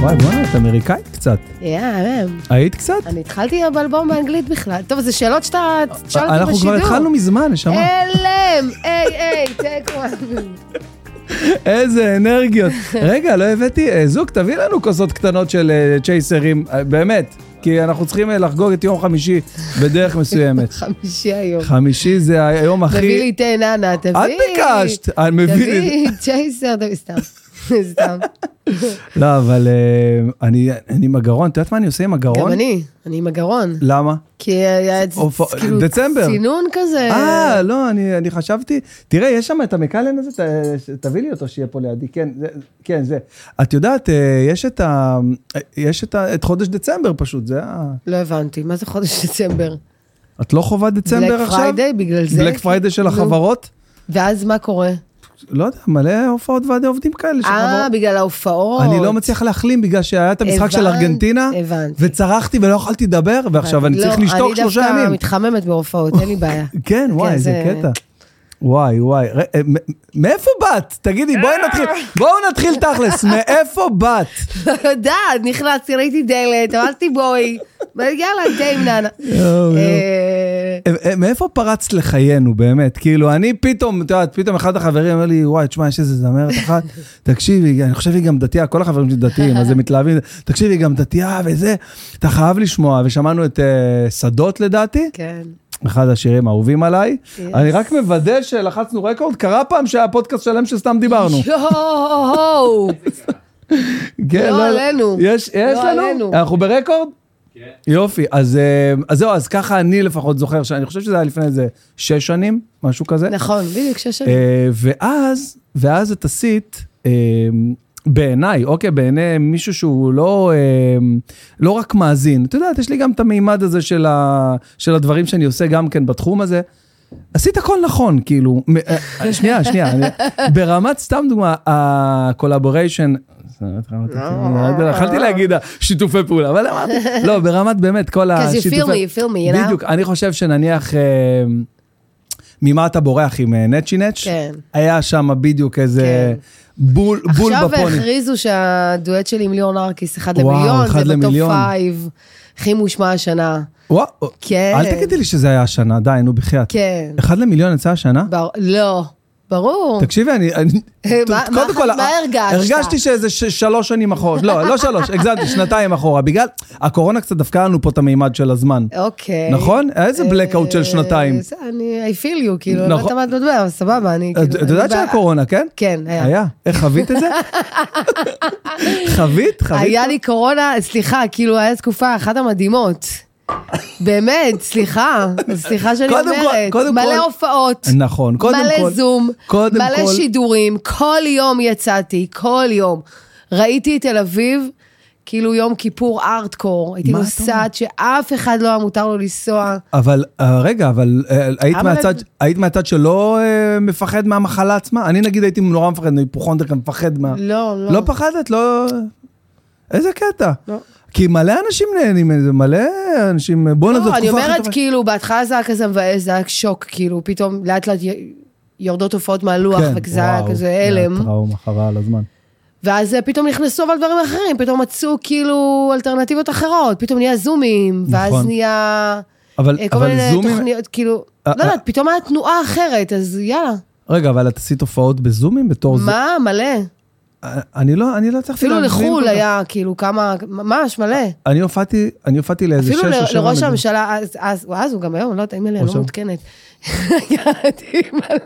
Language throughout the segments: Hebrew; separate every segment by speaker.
Speaker 1: וואי, וואי, את אמריקאית קצת.
Speaker 2: יאה,
Speaker 1: היית קצת?
Speaker 2: אני התחלתי באלבום באנגלית בכלל. טוב, זה שאלות שאתה תשאל אותי בשידור. אה.
Speaker 1: אנחנו כבר התחלנו מזמן, נשמה.
Speaker 2: אלם, היי, היי, take one.
Speaker 1: איזה אנרגיות. רגע, לא הבאתי, אה, זוג, תביא לנו כוסות קטנות של אה, צ'ייסרים, אה, באמת, כי אנחנו צריכים אה, לחגוג את יום חמישי בדרך מסוימת.
Speaker 2: חמישי היום.
Speaker 1: חמישי זה היום הכי...
Speaker 2: תביא לי תה נאנה, תביא.
Speaker 1: את ביקשת, אני מביא לי...
Speaker 2: תביא צ'ייסר, תביא סתם. סתם.
Speaker 1: לא, אבל אה, אני אני עם הגרון, את יודעת מה אני עושה עם הגרון?
Speaker 2: גם אני, אני עם הגרון.
Speaker 1: למה?
Speaker 2: כי היה
Speaker 1: אופ-
Speaker 2: כאילו
Speaker 1: דצמבר.
Speaker 2: צינון כזה.
Speaker 1: אה, לא, אני, אני חשבתי, תראה, יש שם את המקלן הזה, ת, תביא לי אותו שיהיה פה לידי, כן, זה, כן, זה. את יודעת, אה, יש את ה... אה, יש את, ה, את חודש דצמבר פשוט, זה ה...
Speaker 2: לא הבנתי, מה זה חודש דצמבר?
Speaker 1: את לא חווה דצמבר
Speaker 2: Black
Speaker 1: עכשיו?
Speaker 2: Friday בגלל זה? כאילו.
Speaker 1: בלק פריידי של
Speaker 2: נו.
Speaker 1: החברות?
Speaker 2: ואז מה קורה?
Speaker 1: לא יודע, מלא הופעות ועדי עובדים כאלה של
Speaker 2: אה,
Speaker 1: חברות.
Speaker 2: בגלל ההופעות.
Speaker 1: אני לא מצליח להחלים בגלל שהיה את המשחק של
Speaker 2: הבנ-
Speaker 1: ארגנטינה,
Speaker 2: הבנתי.
Speaker 1: וצרחתי ולא יכולתי לדבר, ועכשיו אני
Speaker 2: לא,
Speaker 1: צריך לשתוק שלושה
Speaker 2: אני דווקא
Speaker 1: ימים.
Speaker 2: מתחממת בהופעות, אין לי בעיה.
Speaker 1: כן, וואי, זה
Speaker 2: זה-
Speaker 1: קטע. וואי, וואי. ר- אה, מ- מאיפה באת? תגידי, בואי נתחיל, בואו נתחיל תכלס, מאיפה באת?
Speaker 2: לא יודעת, נכנסתי, ראיתי דלת, אמרתי בואי, יאללה, תה עם נאנה.
Speaker 1: יואו,
Speaker 2: אה,
Speaker 1: אה, אה, מאיפה פרצת לחיינו, באמת? כאילו, אני פתאום, את יודעת, פתאום אחד החברים אומר לי, וואי, תשמע, יש איזה זמרת אחת, תקשיבי, אני חושב היא גם דתייה, כל החברים שלי דתיים, אז הם מתלהבים, תקשיבי, היא גם דתייה וזה, אתה חייב לשמוע, ושמענו את אה, שדות לדעתי,
Speaker 2: כן.
Speaker 1: אחד השירים האהובים עליי.
Speaker 2: Yes.
Speaker 1: אני רק מוודא שלחצנו רקורד, קרה פעם שהיה פודקאסט שלם שסתם דיברנו.
Speaker 2: יואו,
Speaker 1: כן,
Speaker 2: לא עלינו.
Speaker 1: יש, יש
Speaker 2: לא
Speaker 1: לנו?
Speaker 2: עלינו.
Speaker 1: אנחנו ברקורד? כן. יופי, אז, אה, אז זהו, אז ככה אני לפחות זוכר, שאני חושב שזה היה לפני איזה שש שנים, משהו כזה.
Speaker 2: נכון, בדיוק שש שנים.
Speaker 1: אה, ואז, ואז את עשית, אה, בעיניי, אוקיי, בעיני מישהו שהוא לא, אה, לא רק מאזין, את יודעת, יש לי גם את המימד הזה של, ה, של הדברים שאני עושה גם כן בתחום הזה. עשית הכל נכון, כאילו, מ- אה, שנייה, שנייה, אני- ברמת, סתם דוגמה, הקולבוריישן, יכלתי להגיד שיתופי פעולה, אבל אמרתי, לא, ברמת באמת, כל
Speaker 2: Because you
Speaker 1: השיתופי...
Speaker 2: feel me, you feel me, you know?
Speaker 1: בדיוק, אני חושב שנניח, אה, ממה אתה בורח עם אה, נצ'י נץ'?
Speaker 2: כן.
Speaker 1: היה שם בדיוק איזה
Speaker 2: כן.
Speaker 1: בול, אה, בול
Speaker 2: עכשיו
Speaker 1: בפוני.
Speaker 2: הכריזו שהדואט שלי עם ליאור נרקיס, אחד
Speaker 1: וואו,
Speaker 2: למיליון,
Speaker 1: אחד
Speaker 2: זה בטופ
Speaker 1: למיליון.
Speaker 2: פייב, הכי מושמע השנה.
Speaker 1: וואו,
Speaker 2: כן.
Speaker 1: אל תגידי לי שזה היה השנה, די, נו בחייאת.
Speaker 2: כן.
Speaker 1: אחד למיליון יצא השנה?
Speaker 2: בר- לא, ברור.
Speaker 1: תקשיבי, אני... אני-
Speaker 2: מה-
Speaker 1: קודם
Speaker 2: מה-
Speaker 1: כל, אה,
Speaker 2: מה הרגשת?
Speaker 1: הרגשתי שזה ש- שלוש שנים אחורה. לא, לא שלוש, הגזמתי, שנתיים אחורה. בגלל, הקורונה קצת דפקה לנו פה את המימד של הזמן.
Speaker 2: אוקיי.
Speaker 1: נכון? איזה blackout של
Speaker 2: אה,
Speaker 1: שנתיים.
Speaker 2: זה- אני, I feel you, כאילו, לא
Speaker 1: נכון.
Speaker 2: יודעת מה את מדברת, אבל סבבה, אני
Speaker 1: את
Speaker 2: כאילו...
Speaker 1: את יודעת
Speaker 2: אני
Speaker 1: שהיה
Speaker 2: בא-
Speaker 1: קורונה, כן?
Speaker 2: כן, היה.
Speaker 1: היה. איך חווית את זה? חווית? חווית?
Speaker 2: היה לי קורונה, סליחה, כאילו, היה תקופה אחת המדהימות. באמת, סליחה, סליחה שאני
Speaker 1: קודם כל-
Speaker 2: אומרת.
Speaker 1: קודם כל-
Speaker 2: מלא הופעות.
Speaker 1: נכון, קודם כל.
Speaker 2: מלא זום,
Speaker 1: קודם
Speaker 2: מלא
Speaker 1: כל-
Speaker 2: שידורים, כל יום יצאתי, כל יום. ראיתי את תל אביב, כאילו יום כיפור ארטקור, הייתי
Speaker 1: מה את
Speaker 2: נוסעת שאף אחד לא היה מותר לו לנסוע.
Speaker 1: אבל אה, רגע, אבל אה, היית
Speaker 2: אבל-
Speaker 1: מהצד- היית מהצד שלא אה, מפחד מהמחלה עצמה? אני נגיד הייתי נורא מפחד מהיפוכונדר, גם מפחד מה...
Speaker 2: לא, לא.
Speaker 1: לא פחדת? לא... איזה קטע.
Speaker 2: לא.
Speaker 1: כי מלא אנשים נהנים מזה, מלא אנשים... בואנה, זו
Speaker 2: לא, אני
Speaker 1: תקופה הכי
Speaker 2: אומרת,
Speaker 1: טובה.
Speaker 2: כאילו, בהתחלה זה היה כזה מבאס, זה היה שוק, כאילו, פתאום לאט לאט י- יורדות הופעות מהלוח,
Speaker 1: כן,
Speaker 2: וכזה היה
Speaker 1: וואו,
Speaker 2: כזה
Speaker 1: זה היה
Speaker 2: הלם.
Speaker 1: טראומה, חבל על הזמן.
Speaker 2: ואז אה, פתאום נכנסו אבל דברים אחרים, פתאום מצאו כאילו אלטרנטיבות אחרות, פתאום נהיה זומים, ואז
Speaker 1: נכון.
Speaker 2: נהיה
Speaker 1: אבל
Speaker 2: אה, כל
Speaker 1: אבל
Speaker 2: מיני
Speaker 1: זומים...
Speaker 2: תוכניות, כאילו,
Speaker 1: אה,
Speaker 2: לא
Speaker 1: אה.
Speaker 2: יודעת, פתאום היה תנועה אחרת, אז יאללה.
Speaker 1: רגע, אבל את עשית הופעות בזומים בתור זה?
Speaker 2: מה, מלא.
Speaker 1: אני לא, אני לא הצלחתי
Speaker 2: אפילו
Speaker 1: להבין כל
Speaker 2: לחו"ל
Speaker 1: כך.
Speaker 2: היה כאילו כמה, ממש מלא.
Speaker 1: אני הופעתי, אני הופעתי לאיזה אה, שש
Speaker 2: אפילו
Speaker 1: או שבע
Speaker 2: ל- לראש
Speaker 1: מדינות.
Speaker 2: הממשלה, אז- אז, וואי, אז הוא גם היום, לא יודעת, אימייל, אני
Speaker 1: ראש
Speaker 2: לא
Speaker 1: המ-
Speaker 2: מעודכנת. ידעתי מלא.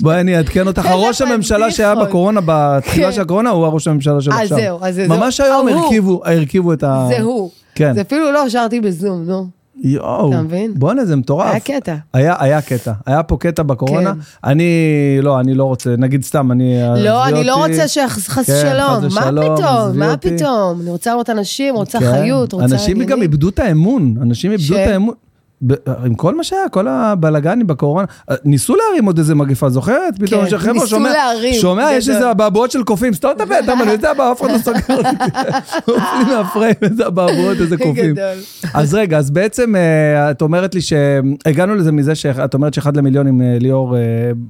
Speaker 1: בואי אני אעדכן אותך,
Speaker 2: איזה
Speaker 1: ראש הממשלה שהיה
Speaker 2: פדיחות.
Speaker 1: בקורונה, בתחילה
Speaker 2: כן.
Speaker 1: של הקורונה, הוא הראש הממשלה של
Speaker 2: אה,
Speaker 1: עכשיו.
Speaker 2: זהו, אז זהו.
Speaker 1: ממש היום
Speaker 2: אה, הוא.
Speaker 1: הרכיבו- הרכיבו את ה...
Speaker 2: זה הוא.
Speaker 1: כן.
Speaker 2: זה אפילו לא שרתי בזום, נו.
Speaker 1: יואו.
Speaker 2: אתה מבין?
Speaker 1: בואנה, זה מטורף.
Speaker 2: היה קטע. כן.
Speaker 1: היה, היה קטע. היה פה קטע בקורונה. אני, לא, אני לא רוצה, נגיד סתם, אני...
Speaker 2: לא,
Speaker 1: עזבי
Speaker 2: אני לא
Speaker 1: אותי.
Speaker 2: רוצה שחס
Speaker 1: כן, חס
Speaker 2: שלום. מה
Speaker 1: ושלום,
Speaker 2: פתאום?
Speaker 1: עזבי
Speaker 2: מה
Speaker 1: אותי.
Speaker 2: פתאום? אני רוצה לראות אנשים, רוצה
Speaker 1: כן.
Speaker 2: חיות, רוצה...
Speaker 1: אנשים גם
Speaker 2: עניינים.
Speaker 1: איבדו את האמון, אנשים איבדו
Speaker 2: ש-
Speaker 1: את האמון. ב- עם כל מה שהיה, כל הבלגנים בקורונה, אה, ניסו להרים עוד איזה מגפה, זוכרת? פתאום
Speaker 2: כן,
Speaker 1: יש חבר'ה
Speaker 2: ניסו
Speaker 1: שומע,
Speaker 2: להרים,
Speaker 1: שומע, יש
Speaker 2: גדול.
Speaker 1: איזה אבעבועות של קופים, סתם את הפה, אתה אומר, איזה אבעבועות, אף אחד לא סוגר אותי. עושים מהפריים, איזה אבעבועות, איזה קופים.
Speaker 2: גדול.
Speaker 1: אז רגע, אז בעצם אה, את אומרת לי שהגענו לזה מזה שאת אומרת שאחד למיליון עם אה, ליאור אה,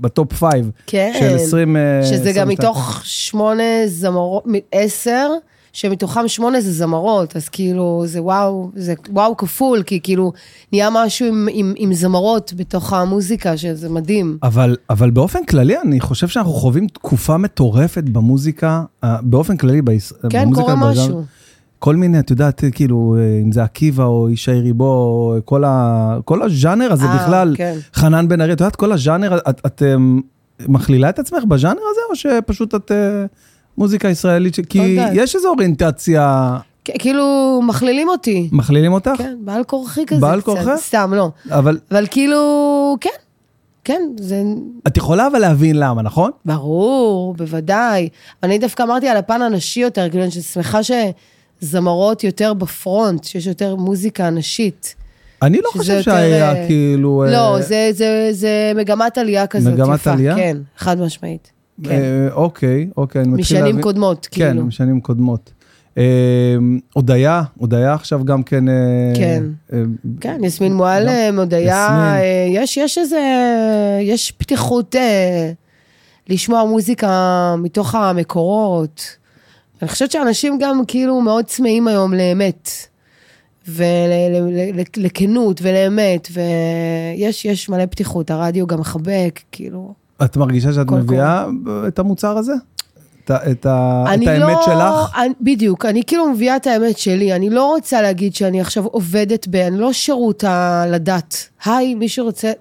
Speaker 1: בטופ פייב.
Speaker 2: כן.
Speaker 1: של 20... אה,
Speaker 2: שזה
Speaker 1: 22.
Speaker 2: גם מתוך שמונה זמרות, מ- עשר, שמתוכם שמונה זה זמרות, אז כאילו, זה וואו, זה וואו כפול, כי כאילו, נהיה משהו עם, עם, עם זמרות בתוך המוזיקה, שזה מדהים.
Speaker 1: אבל, אבל באופן כללי, אני חושב שאנחנו חווים תקופה מטורפת במוזיקה, אה, באופן כללי, ביש...
Speaker 2: כן,
Speaker 1: במוזיקה
Speaker 2: קורה
Speaker 1: בעולם.
Speaker 2: משהו.
Speaker 1: כל מיני, את יודעת, כאילו, אה, אם זה עקיבא או ישי ריבו, או כל, ה... כל הז'אנר הזה
Speaker 2: אה,
Speaker 1: בכלל,
Speaker 2: כן. חנן
Speaker 1: חנן בן ארי, את יודעת, כל הז'אנר, את, את אמ, מכלילה את עצמך בז'אנר הזה, או שפשוט את אה, מוזיקה ישראלית, ש... כי
Speaker 2: לא יודעת.
Speaker 1: יש איזו אוריינטציה,
Speaker 2: כ- כאילו, מכלילים אותי.
Speaker 1: מכלילים אותך?
Speaker 2: כן, בעל כורחי כזה.
Speaker 1: בעל
Speaker 2: קצת,
Speaker 1: כורחך?
Speaker 2: סתם, לא.
Speaker 1: אבל
Speaker 2: אבל כאילו, כן, כן, זה
Speaker 1: את יכולה אבל להבין למה, נכון?
Speaker 2: ברור, בוודאי. אני דווקא אמרתי על הפן הנשי יותר, כאילו, אני שמחה שזמרות יותר בפרונט, שיש יותר מוזיקה נשית.
Speaker 1: אני לא
Speaker 2: שזה
Speaker 1: חושב
Speaker 2: יותר,
Speaker 1: שהיה
Speaker 2: אה,
Speaker 1: כאילו...
Speaker 2: לא,
Speaker 1: אה,
Speaker 2: זה, זה, זה מגמת עלייה כזאת.
Speaker 1: מגמת
Speaker 2: יפה,
Speaker 1: עלייה?
Speaker 2: כן, חד משמעית. כן.
Speaker 1: אה, אוקיי, אוקיי, אני מתחיל להבין.
Speaker 2: משנים קודמות,
Speaker 1: כן,
Speaker 2: כאילו.
Speaker 1: משנים קודמות. אה, הודיה, הודיה עכשיו גם כן... אה,
Speaker 2: כן.
Speaker 1: אה,
Speaker 2: כן, יסמין מועלם, הודיה,
Speaker 1: יסמין.
Speaker 2: אה, יש, יש איזה, יש פתיחות אה, לשמוע מוזיקה מתוך המקורות. אני חושבת שאנשים גם כאילו מאוד צמאים היום לאמת, ולכנות ולאמת, ויש יש מלא פתיחות, הרדיו גם מחבק, כאילו.
Speaker 1: את מרגישה שאת
Speaker 2: קול
Speaker 1: מביאה את המוצר הזה? את ה- את ה-
Speaker 2: אני
Speaker 1: את האמת
Speaker 2: לא-
Speaker 1: שלך?
Speaker 2: אני, בדיוק, אני כאילו מביאה את האמת שלי. אני לא רוצה להגיד שאני עכשיו עובדת ב... אני לא שירות ה- לדת. היי, מי שרוצה...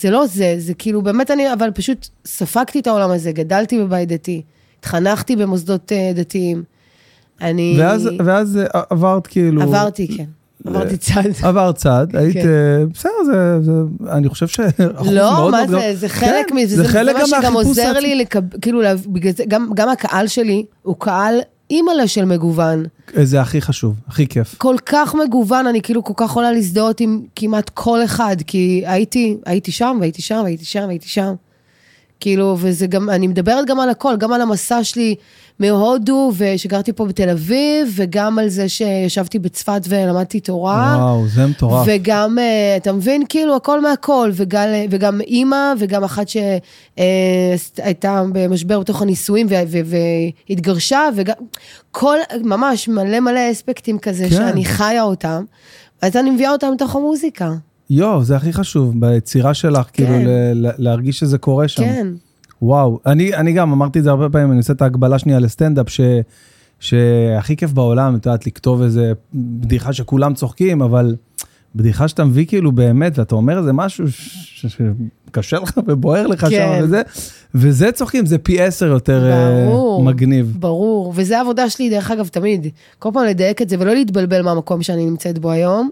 Speaker 2: זה לא זה, זה כאילו, באמת אני, אבל פשוט ספגתי את העולם הזה, גדלתי בבית דתי, התחנכתי במוסדות אה, דתיים. אני...
Speaker 1: ואז- ואז אה, עברת כאילו...
Speaker 2: עברתי, כן. עברתי צד.
Speaker 1: עברת צעד, היית,
Speaker 2: כן.
Speaker 1: אה, בסדר, זה, זה- אני חושב ש... אחוז
Speaker 2: לא,
Speaker 1: מאוד
Speaker 2: מה
Speaker 1: מאוד
Speaker 2: זה,
Speaker 1: גבוה.
Speaker 2: זה חלק
Speaker 1: כן,
Speaker 2: מזה, זה, זה,
Speaker 1: חלק
Speaker 2: מה
Speaker 1: גם
Speaker 2: שגם
Speaker 1: מהחיפוש
Speaker 2: עוזר
Speaker 1: העצמי.
Speaker 2: לי, לקב, כאילו, לה- בגלל זה, גם, גם הקהל שלי הוא קהל אימא'לה של מגוון.
Speaker 1: אה, זה הכי חשוב, הכי כיף.
Speaker 2: כל כך מגוון, אני כאילו כל כך יכולה להזדהות עם כמעט כל אחד, כי הייתי, הייתי שם, והייתי שם, והייתי שם, והייתי שם. כאילו, וזה גם, אני מדברת גם על הכל, גם על המסע שלי מהודו, ושגרתי פה בתל אביב, וגם על זה שישבתי בצפת ולמדתי תורה.
Speaker 1: וואו, זה מטורף.
Speaker 2: וגם, אה, אתה מבין, כאילו, הכל מהכל, וגם, אה, וגם אימא, וגם אחת שהייתה במשבר בתוך הנישואים ו- ו- והתגרשה, וגם, כל, ממש מלא מלא אספקטים כזה,
Speaker 1: כן.
Speaker 2: כן. שאני חיה אותם, אז אני מביאה אותם לתוך המוזיקה.
Speaker 1: יואו, זה הכי חשוב, ביצירה שלך, כאילו, ל- ל- להרגיש שזה קורה שם.
Speaker 2: כן.
Speaker 1: וואו, אני, אני גם אמרתי את זה הרבה פעמים, אני עושה את ההקבלה שנייה לסטנדאפ, ש, שהכי כיף בעולם, את יודעת, לכתוב איזה בדיחה שכולם צוחקים, אבל בדיחה שאתה מביא כאילו באמת, ואתה אומר איזה משהו ש- ש- שקשה לך ובוער לך
Speaker 2: כן.
Speaker 1: שם, וזה, וזה צוחקים, זה פי עשר יותר אה,
Speaker 2: ברור.
Speaker 1: מגניב.
Speaker 2: ברור, וזה העבודה שלי, דרך אגב, תמיד. כל פעם לדייק את זה ולא להתבלבל מהמקום שאני נמצאת בו היום.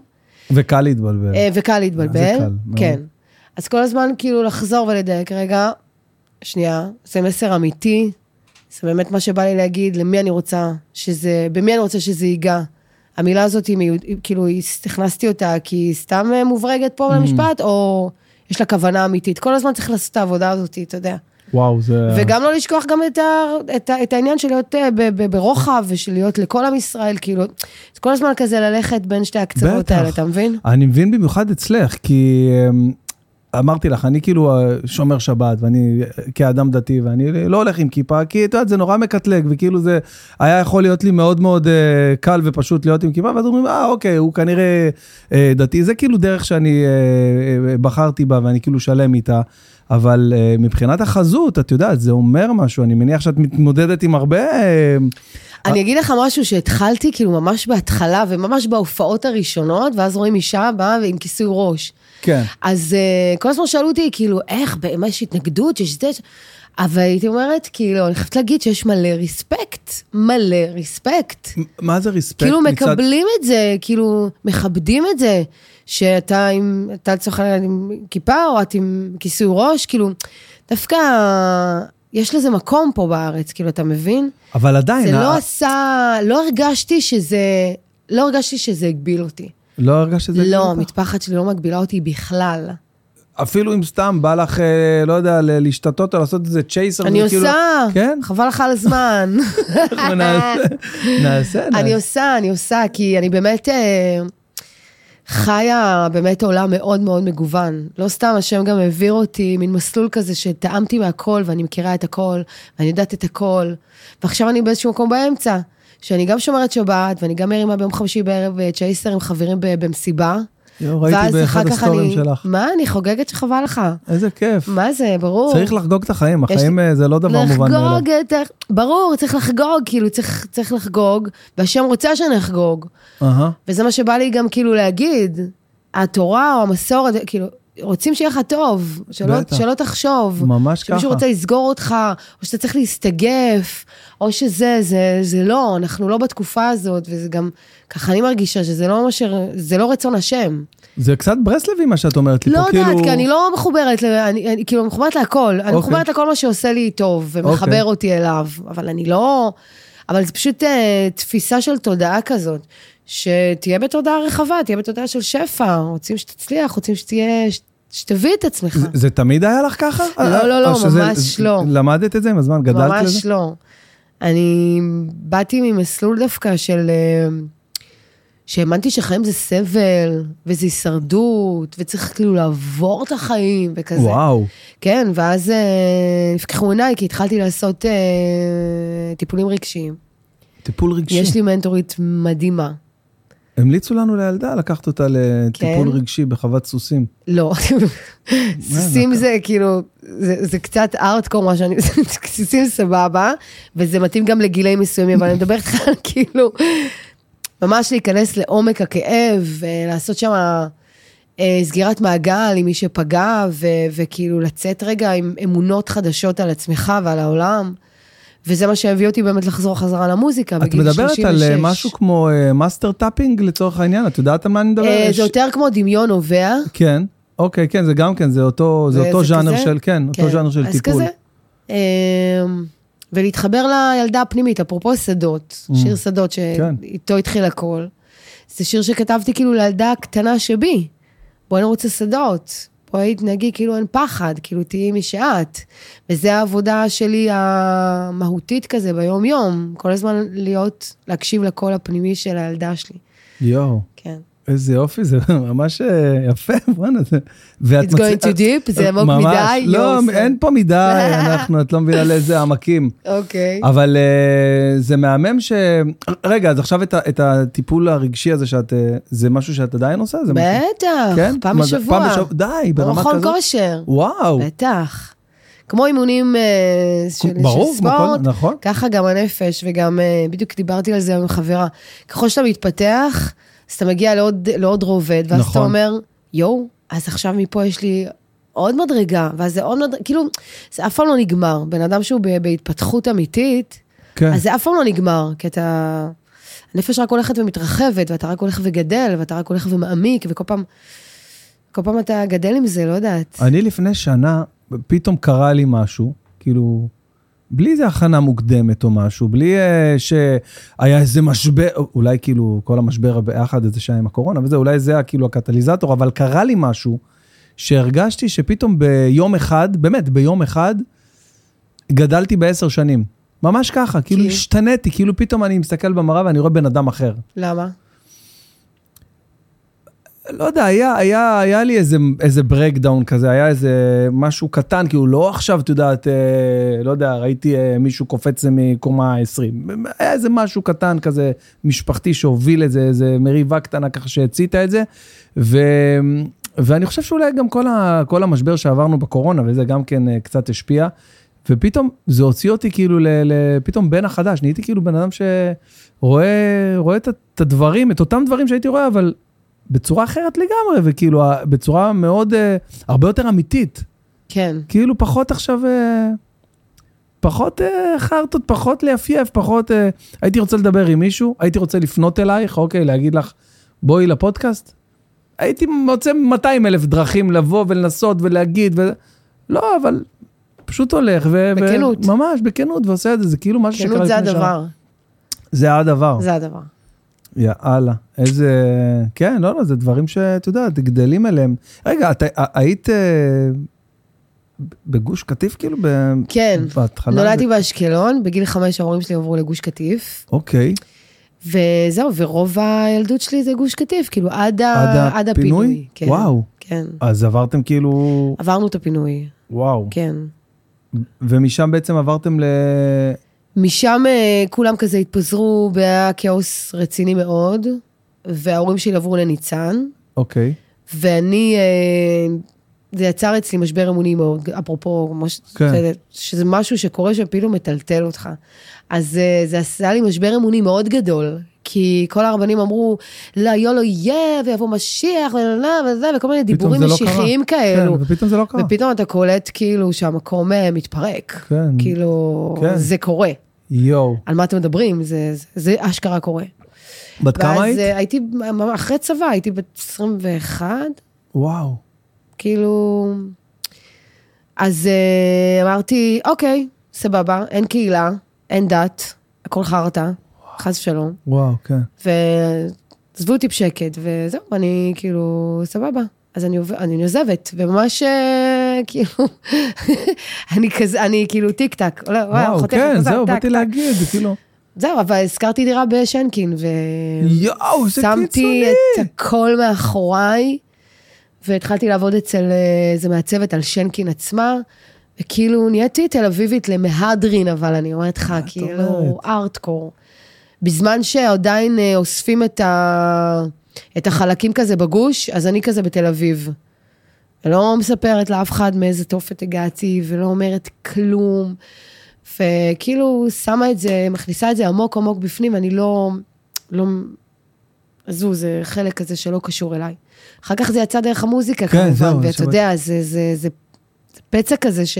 Speaker 1: וקל להתבלבל.
Speaker 2: אה, וקל להתבלבל.
Speaker 1: כן. זה קל, מאוד.
Speaker 2: כן. אז כל הזמן כאילו לחזור ולדייק, רגע, שנייה, זה מסר אמיתי, זה באמת מה שבא לי להגיד, למי אני רוצה שזה, במי אני רוצה שזה ייגע. המילה הזאת היא מיוד... היא- כאילו, היא- הכנסתי אותה כי היא סתם אה, מוברגת
Speaker 1: Mm.
Speaker 2: פה במשפט, או יש לה כוונה אמיתית. כל הזמן צריך לעשות את העבודה הזאת, אתה יודע.
Speaker 1: וואו, זה...
Speaker 2: וגם לא לשכוח גם את, ה, את, ה, את העניין של להיות אה, ב, ב, ברוחב, ושל להיות לכל עם ישראל, כאילו, זה כל הזמן כזה ללכת בין שתי הקצוות
Speaker 1: בטח.
Speaker 2: האלה, אתה מבין?
Speaker 1: אני מבין במיוחד אצלך, כי אמ, אמרתי לך, אני כאילו אה, שומר שבת, ואני אה, כאדם דתי, ואני לא הולך עם כיפה, כי את יודעת, זה נורא מקטלג, וכאילו זה היה יכול להיות לי מאוד מאוד אה, קל ופשוט להיות עם כיפה, ואז אומרים, אה, אוקיי, הוא כנראה אה, דתי. זה כאילו דרך שאני אה, אה, בחרתי בה, ואני כאילו שלם איתה. אבל אה, מבחינת החזות, את יודעת, זה אומר משהו, אני מניח שאת מתמודדת עם הרבה... אה,
Speaker 2: אני אגיד לך משהו שהתחלתי כאילו ממש בהתחלה וממש בהופעות הראשונות, ואז רואים אישה באה עם כיסוי ראש.
Speaker 1: כן.
Speaker 2: אז אה, כל הזמן שאלו אותי, כאילו, איך, באמת יש התנגדות, יש זה, ש-" אבל הייתי אומרת, כאילו, אני חייבת להגיד שיש מלא ריספקט, מלא ריספקט.
Speaker 1: מה זה רספקט
Speaker 2: כאילו
Speaker 1: מצד...
Speaker 2: מקבלים את זה, כאילו מכבדים את זה, שאתה עם, אתה לצורך העניין עם כיפה או את עם כיסוי ראש, כאילו, דווקא יש לזה מקום פה בארץ, כאילו, אתה מבין?
Speaker 1: אבל עדיין... אה,
Speaker 2: זה לא
Speaker 1: ה-
Speaker 2: עשה, לא הרגשתי שזה, לא הרגשתי שזה הגביל אותי.
Speaker 1: לא הרגשת את זה?
Speaker 2: לא,
Speaker 1: כאילו?
Speaker 2: המטפחת שלי לא מגבילה אותי בכלל.
Speaker 1: אפילו אם סתם בא לך, אה, לא יודע, ל- להשתתות או לעשות איזה צ'ייסר.
Speaker 2: אני
Speaker 1: זה כאילו-
Speaker 2: עושה,
Speaker 1: כן?
Speaker 2: חבל לך על הזמן.
Speaker 1: אנחנו נעשה, נעשה.
Speaker 2: אני
Speaker 1: נעשה.
Speaker 2: עושה, אני עושה, כי אני באמת אה, חיה באמת עולם מאוד מאוד מגוון. לא סתם, השם גם העביר אותי מין מסלול כזה שטעמתי מהכל, ואני מכירה את הכל, ואני יודעת את הכל, ועכשיו אני באיזשהו מקום באמצע. שאני גם שומרת שבת, ואני גם מרימה ביום חמישי בערב אה, צ'ייסר עם חברים ב- במסיבה.
Speaker 1: יואו, ראיתי
Speaker 2: ואז
Speaker 1: באחד
Speaker 2: אחר כך
Speaker 1: הסטורים
Speaker 2: אני-
Speaker 1: שלך.
Speaker 2: מה, אני חוגגת שחבל לך.
Speaker 1: איזה כיף.
Speaker 2: מה זה, ברור.
Speaker 1: צריך לחגוג את החיים,
Speaker 2: לי-
Speaker 1: החיים אה, זה לא דבר מובן מאליו.
Speaker 2: לחגוג את ה... ברור, צריך לחגוג, כאילו, צריך, צריך לחגוג, והשם רוצה שנחגוג.
Speaker 1: אהה.
Speaker 2: וזה מה שבא לי גם כאילו להגיד, התורה או המסורת, כאילו, רוצים שיהיה לך טוב, שלא,
Speaker 1: בטח.
Speaker 2: שלא תחשוב.
Speaker 1: ממש ככה.
Speaker 2: שמישהו רוצה לסגור אותך, או שאתה צריך להסתגף, או שזה, זה, זה לא, אנחנו לא בתקופה הזאת, וזה גם, ככה אני מרגישה שזה לא מה ש... זה לא רצון השם.
Speaker 1: זה קצת ברסלבי מה שאת אומרת לי
Speaker 2: לא
Speaker 1: פה, כאילו...
Speaker 2: יודעת, כי אני לא מחוברת, ל... אני, אני כאילו מחוברת להכל. אני
Speaker 1: אוקיי.
Speaker 2: מחוברת לכל מה שעושה לי טוב, ומחבר
Speaker 1: אוקיי.
Speaker 2: אותי אליו, אבל אני לא... אבל זה פשוט אה, תפיסה של תודעה כזאת, שתהיה בתודעה רחבה, תהיה בתודעה של שפע, רוצים שתצליח, רוצים שתהיה... ש- שתביא את עצמך.
Speaker 1: זה- זה תמיד היה לך ככה?
Speaker 2: לא,
Speaker 1: אה,
Speaker 2: לא,
Speaker 1: אה,
Speaker 2: לא,
Speaker 1: שזה-
Speaker 2: ממש לא.
Speaker 1: למדת את זה עם הזמן? גדלת
Speaker 2: ממש
Speaker 1: לזה?
Speaker 2: לא. אני באתי ממסלול דווקא של... אה, שהאמנתי שחיים זה סבל, וזה הישרדות, וצריך כאילו לעבור את החיים וכזה.
Speaker 1: וואו.
Speaker 2: כן, ואז אה, נפקחו עיניי, כי התחלתי לעשות אה, טיפולים רגשיים.
Speaker 1: טיפול רגשי.
Speaker 2: יש לי מנטורית מדהימה.
Speaker 1: המליצו לנו לילדה לקחת אותה לטיפול
Speaker 2: כן.
Speaker 1: רגשי בחוות סוסים.
Speaker 2: לא, סוסים זה כאילו, זה, זה קצת ארטקור מה שאני, סוסים סבבה, וזה מתאים גם לגילאים מסוימים, אבל אני מדברת איתך על כאילו, ממש להיכנס לעומק הכאב, אה, לעשות שם סגירת מעגל עם מי שפגע, ו, וכאילו לצאת רגע עם אמונות חדשות על עצמך ועל העולם. וזה מה שהביא אותי באמת לחזור חזרה למוזיקה
Speaker 1: את
Speaker 2: בגיל 36.
Speaker 1: מדברת על אה, משהו כמו מאסטר טאפינג לצורך העניין? את יודעת על מה אני מדבר?
Speaker 2: אה,
Speaker 1: יש-
Speaker 2: זה יותר כמו דמיון נובע.
Speaker 1: כן. אוקיי, כן, זה גם כן, זה אותו זה
Speaker 2: וזה
Speaker 1: אותו ז'אנר
Speaker 2: אה, כזה?
Speaker 1: של, כן, אותו ז'אנר של טיפול.
Speaker 2: אז כזה. אמ, ולהתחבר לילדה הפנימית, אפרופו שדות,
Speaker 1: Mm.
Speaker 2: שיר שדות שאיתו התחיל הכל. זה שיר שכתבתי כאילו לילדה הקטנה שבי. בואי נרוץ לשדות, בואי תנהגי כאילו אין פחד, כאילו תהיי מי שאת. וזה העבודה שלי המהותית כזה ביום-יום, כל הזמן להיות, להקשיב לקול הפנימי של הילדה שלי.
Speaker 1: יואו,
Speaker 2: כן.
Speaker 1: איזה יופי, זה ממש אה, יפה, בואנה. זה- ואת
Speaker 2: It's going
Speaker 1: מצ-
Speaker 2: too deep, זה עמוק
Speaker 1: ממש,
Speaker 2: מדי.
Speaker 1: לא,
Speaker 2: יואו, זה-
Speaker 1: אין פה מדי, אנחנו, את לא מבינה לאיזה עמקים.
Speaker 2: אוקיי.
Speaker 1: אבל אה, זה מהמם ש... רגע, אז עכשיו את ה- את הטיפול הרגשי הזה שאת... אה, זה משהו שאת עדיין עושה? זה משהו-
Speaker 2: בטח,
Speaker 1: כן?
Speaker 2: פעם
Speaker 1: מה זה-
Speaker 2: בשבוע.
Speaker 1: פעם בשבוע, די, ברמה
Speaker 2: במכון
Speaker 1: כזאת.
Speaker 2: כושר.
Speaker 1: וואו,
Speaker 2: בטח. כמו אימונים אה, של,
Speaker 1: ברור,
Speaker 2: של
Speaker 1: כמו
Speaker 2: ספורט,
Speaker 1: כל- נכון.
Speaker 2: ככה גם הנפש, וגם, אה, בדיוק דיברתי על זה היום עם חברה. ככל שאתה מתפתח, אז אתה מגיע לעוד, לעוד רובד, ואז
Speaker 1: נכון.
Speaker 2: אתה אומר, יואו, אז עכשיו מפה יש לי עוד מדרגה, ואז זה עוד מדרגה, כאילו, זה אף פעם לא נגמר. בן אדם שהוא ב, בהתפתחות אמיתית,
Speaker 1: כן.
Speaker 2: אז זה אף פעם לא נגמר, כי אתה... הנפש רק הולכת ומתרחבת, ואתה רק הולך וגדל, ואתה רק הולך ומעמיק, וכל פעם... כל פעם אתה גדל עם זה, לא יודעת.
Speaker 1: אני לפני שנה, פתאום קרה לי משהו, כאילו, בלי איזה הכנה מוקדמת או משהו, בלי אה, שהיה איזה משבר, אולי כאילו כל המשבר ביחד, איזה שהיה עם הקורונה וזה, אולי זה היה כאילו הקטליזטור, אבל קרה לי משהו שהרגשתי שפתאום ביום אחד, באמת, ביום אחד, גדלתי בעשר שנים. ממש ככה, כאילו
Speaker 2: כי?
Speaker 1: השתניתי, כאילו פתאום אני מסתכל במראה ואני רואה בן אדם אחר.
Speaker 2: למה?
Speaker 1: לא יודע, היה, היה, היה לי איזה, איזה ברקדאון כזה, היה איזה משהו קטן, כאילו לא עכשיו, את יודעת, אה, לא יודע, ראיתי אה, מישהו קופץ מקומה 20. היה איזה משהו קטן כזה, משפחתי שהוביל את זה, איזה מריבה קטנה ככה שהציתה את זה. ו, ואני חושב שאולי גם כל, ה, כל המשבר שעברנו בקורונה, וזה גם כן אה, קצת השפיע. ופתאום זה הוציא אותי כאילו, ל, ל, פתאום בן החדש, נהייתי כאילו בן אדם שרואה רואה את, ה- את הדברים, את אותם דברים שהייתי רואה, אבל בצורה אחרת לגמרי, וכאילו, ה- בצורה מאוד, אה, הרבה יותר אמיתית.
Speaker 2: כן.
Speaker 1: כאילו, פחות עכשיו, אה, פחות אה, חרטות, פחות ליפייף, פחות... אה, הייתי רוצה לדבר עם מישהו, הייתי רוצה לפנות אלייך, אוקיי, להגיד לך, בואי לפודקאסט. הייתי מוצא 200 אלף דרכים לבוא ולנסות ולהגיד, ו... לא, אבל פשוט הולך, ו... ו-
Speaker 2: בכנות.
Speaker 1: ממש, בכנות, ועושה את זה, זה כאילו משהו שקרה
Speaker 2: כנות זה
Speaker 1: לפני שעה. אה.
Speaker 2: הדבר.
Speaker 1: זה הדבר.
Speaker 2: זה הדבר.
Speaker 1: יאללה, איזה... כן, לא, לא, זה דברים שאת יודעת, גדלים אליהם. רגע, את ה- היית אה, בגוש קטיף כאילו? ב...
Speaker 2: כן.
Speaker 1: בהתחלה?
Speaker 2: נולדתי
Speaker 1: זה-
Speaker 2: באשקלון, בגיל חמש ההורים שלי עברו לגוש קטיף,
Speaker 1: אוקיי,
Speaker 2: וזהו, ורוב הילדות שלי זה גוש קטיף, כאילו עד, ה-
Speaker 1: עד
Speaker 2: עד
Speaker 1: הפינוי?
Speaker 2: הפינוי. כן,
Speaker 1: וואו.
Speaker 2: כן.
Speaker 1: אז עברתם כאילו...
Speaker 2: עברנו את הפינוי,
Speaker 1: וואו.
Speaker 2: כן.
Speaker 1: ומשם בעצם עברתם ל...
Speaker 2: משם אה, כולם כזה התפזרו, והיה כאוס רציני מאוד, וההורים שלי עברו לניצן,
Speaker 1: אוקיי.
Speaker 2: ואני, אה, זה יצר אצלי משבר אמוני מאוד, אפרופו, כמו ש-
Speaker 1: כן.
Speaker 2: שזה- שזה משהו שקורה שפעילו מטלטל אותך. אז אה, זה עשה לי משבר אמוני מאוד גדול, כי כל הרבנים אמרו, לא, יו לא יהיה, ויבוא משיח, ולא, וזה, וכל מיני
Speaker 1: פתאום
Speaker 2: דיבורים
Speaker 1: זה לא קרה.
Speaker 2: משיחיים כאלו.
Speaker 1: כן, ופתאום זה לא קרה.
Speaker 2: ופתאום אתה קולט כאילו שהמקום אה, מתפרק.
Speaker 1: כן.
Speaker 2: כאילו,
Speaker 1: כן.
Speaker 2: זה קורה.
Speaker 1: יואו.
Speaker 2: על מה אתם מדברים? זה, זה, זה אשכרה קורה.
Speaker 1: בת כמה היית?
Speaker 2: ואז אה, הייתי, אחרי צבא, הייתי בת 21,
Speaker 1: וואו.
Speaker 2: כאילו... אז אה, אמרתי, אוקיי, סבבה, אין קהילה, אין דת, הכל חרטא, חס ושלום.
Speaker 1: וואו, כן.
Speaker 2: ועזבו אותי בשקט, וזהו, אני כאילו, סבבה. אז אני, עוב- אני עוזבת, וממש אה, כאילו, אני כזה, אני כאילו טיק טק, עולה, וואו,
Speaker 1: וואו,
Speaker 2: חותכת
Speaker 1: כן,
Speaker 2: בזל,
Speaker 1: זהו,
Speaker 2: טק,
Speaker 1: באתי
Speaker 2: טק.
Speaker 1: להגיד, זה כאילו...
Speaker 2: זהו, אבל השכרתי דירה בשנקין, ו...
Speaker 1: יואו, זה קיצוני.
Speaker 2: שמתי את הכל מאחוריי, והתחלתי לעבוד אצל אה, איזה מעצבת על שנקין עצמה, וכאילו נהייתי תל אביבית למהדרין, אבל אני אומרת לך,
Speaker 1: את
Speaker 2: כאילו,
Speaker 1: אומרת?
Speaker 2: ארטקור. בזמן שעדיין אה, אוספים את, ה... את החלקים כזה בגוש, אז אני כזה בתל אביב. לא מספרת לאף אחד מאיזה תופת הגעתי, ולא אומרת כלום. וכאילו, שמה את זה, מכניסה את זה עמוק עמוק בפנים, אני לא... לא... עזבו, זה חלק כזה שלא קשור אליי. אחר כך זה יצא דרך המוזיקה,
Speaker 1: כן,
Speaker 2: כמובן,
Speaker 1: זהו,
Speaker 2: ואתה
Speaker 1: שמעתי.
Speaker 2: יודע, זה, זה, זה, זה פצע כזה ש...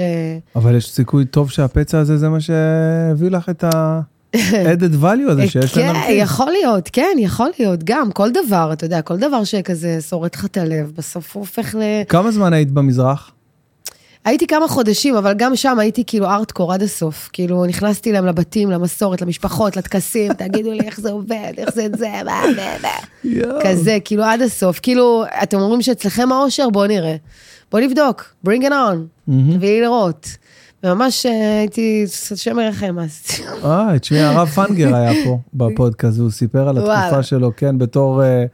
Speaker 1: אבל יש סיכוי טוב שהפצע הזה זה מה שהביא לך את ה-added value הזה שיש
Speaker 2: כן,
Speaker 1: לנרקיס.
Speaker 2: יכול להיות, כן, יכול להיות, גם, כל דבר, אתה יודע, כל דבר שכזה שורט לך את הלב, בסוף הוא הופך ל...
Speaker 1: כמה זמן היית במזרח?
Speaker 2: הייתי כמה חודשים, אבל גם שם הייתי כאילו ארטקור עד הסוף. כאילו, נכנסתי להם לבתים, למסורת, למשפחות, לטקסים, תגידו לי איך זה עובד, איך זה את זה, מה, מה, מה.
Speaker 1: יואו.
Speaker 2: כזה, כאילו, עד הסוף. כאילו, אתם אומרים שאצלכם האושר, בואו נראה. בואו נבדוק, bring it on,
Speaker 1: מהמם.
Speaker 2: תביאי לי לראות. וממש אה, הייתי, שם ירחם אז.
Speaker 1: אה, תשמעי, הרב פנגר היה פה בפודקאסט, והוא סיפר על התקופה
Speaker 2: וואלה.
Speaker 1: שלו, כן, בתור אה,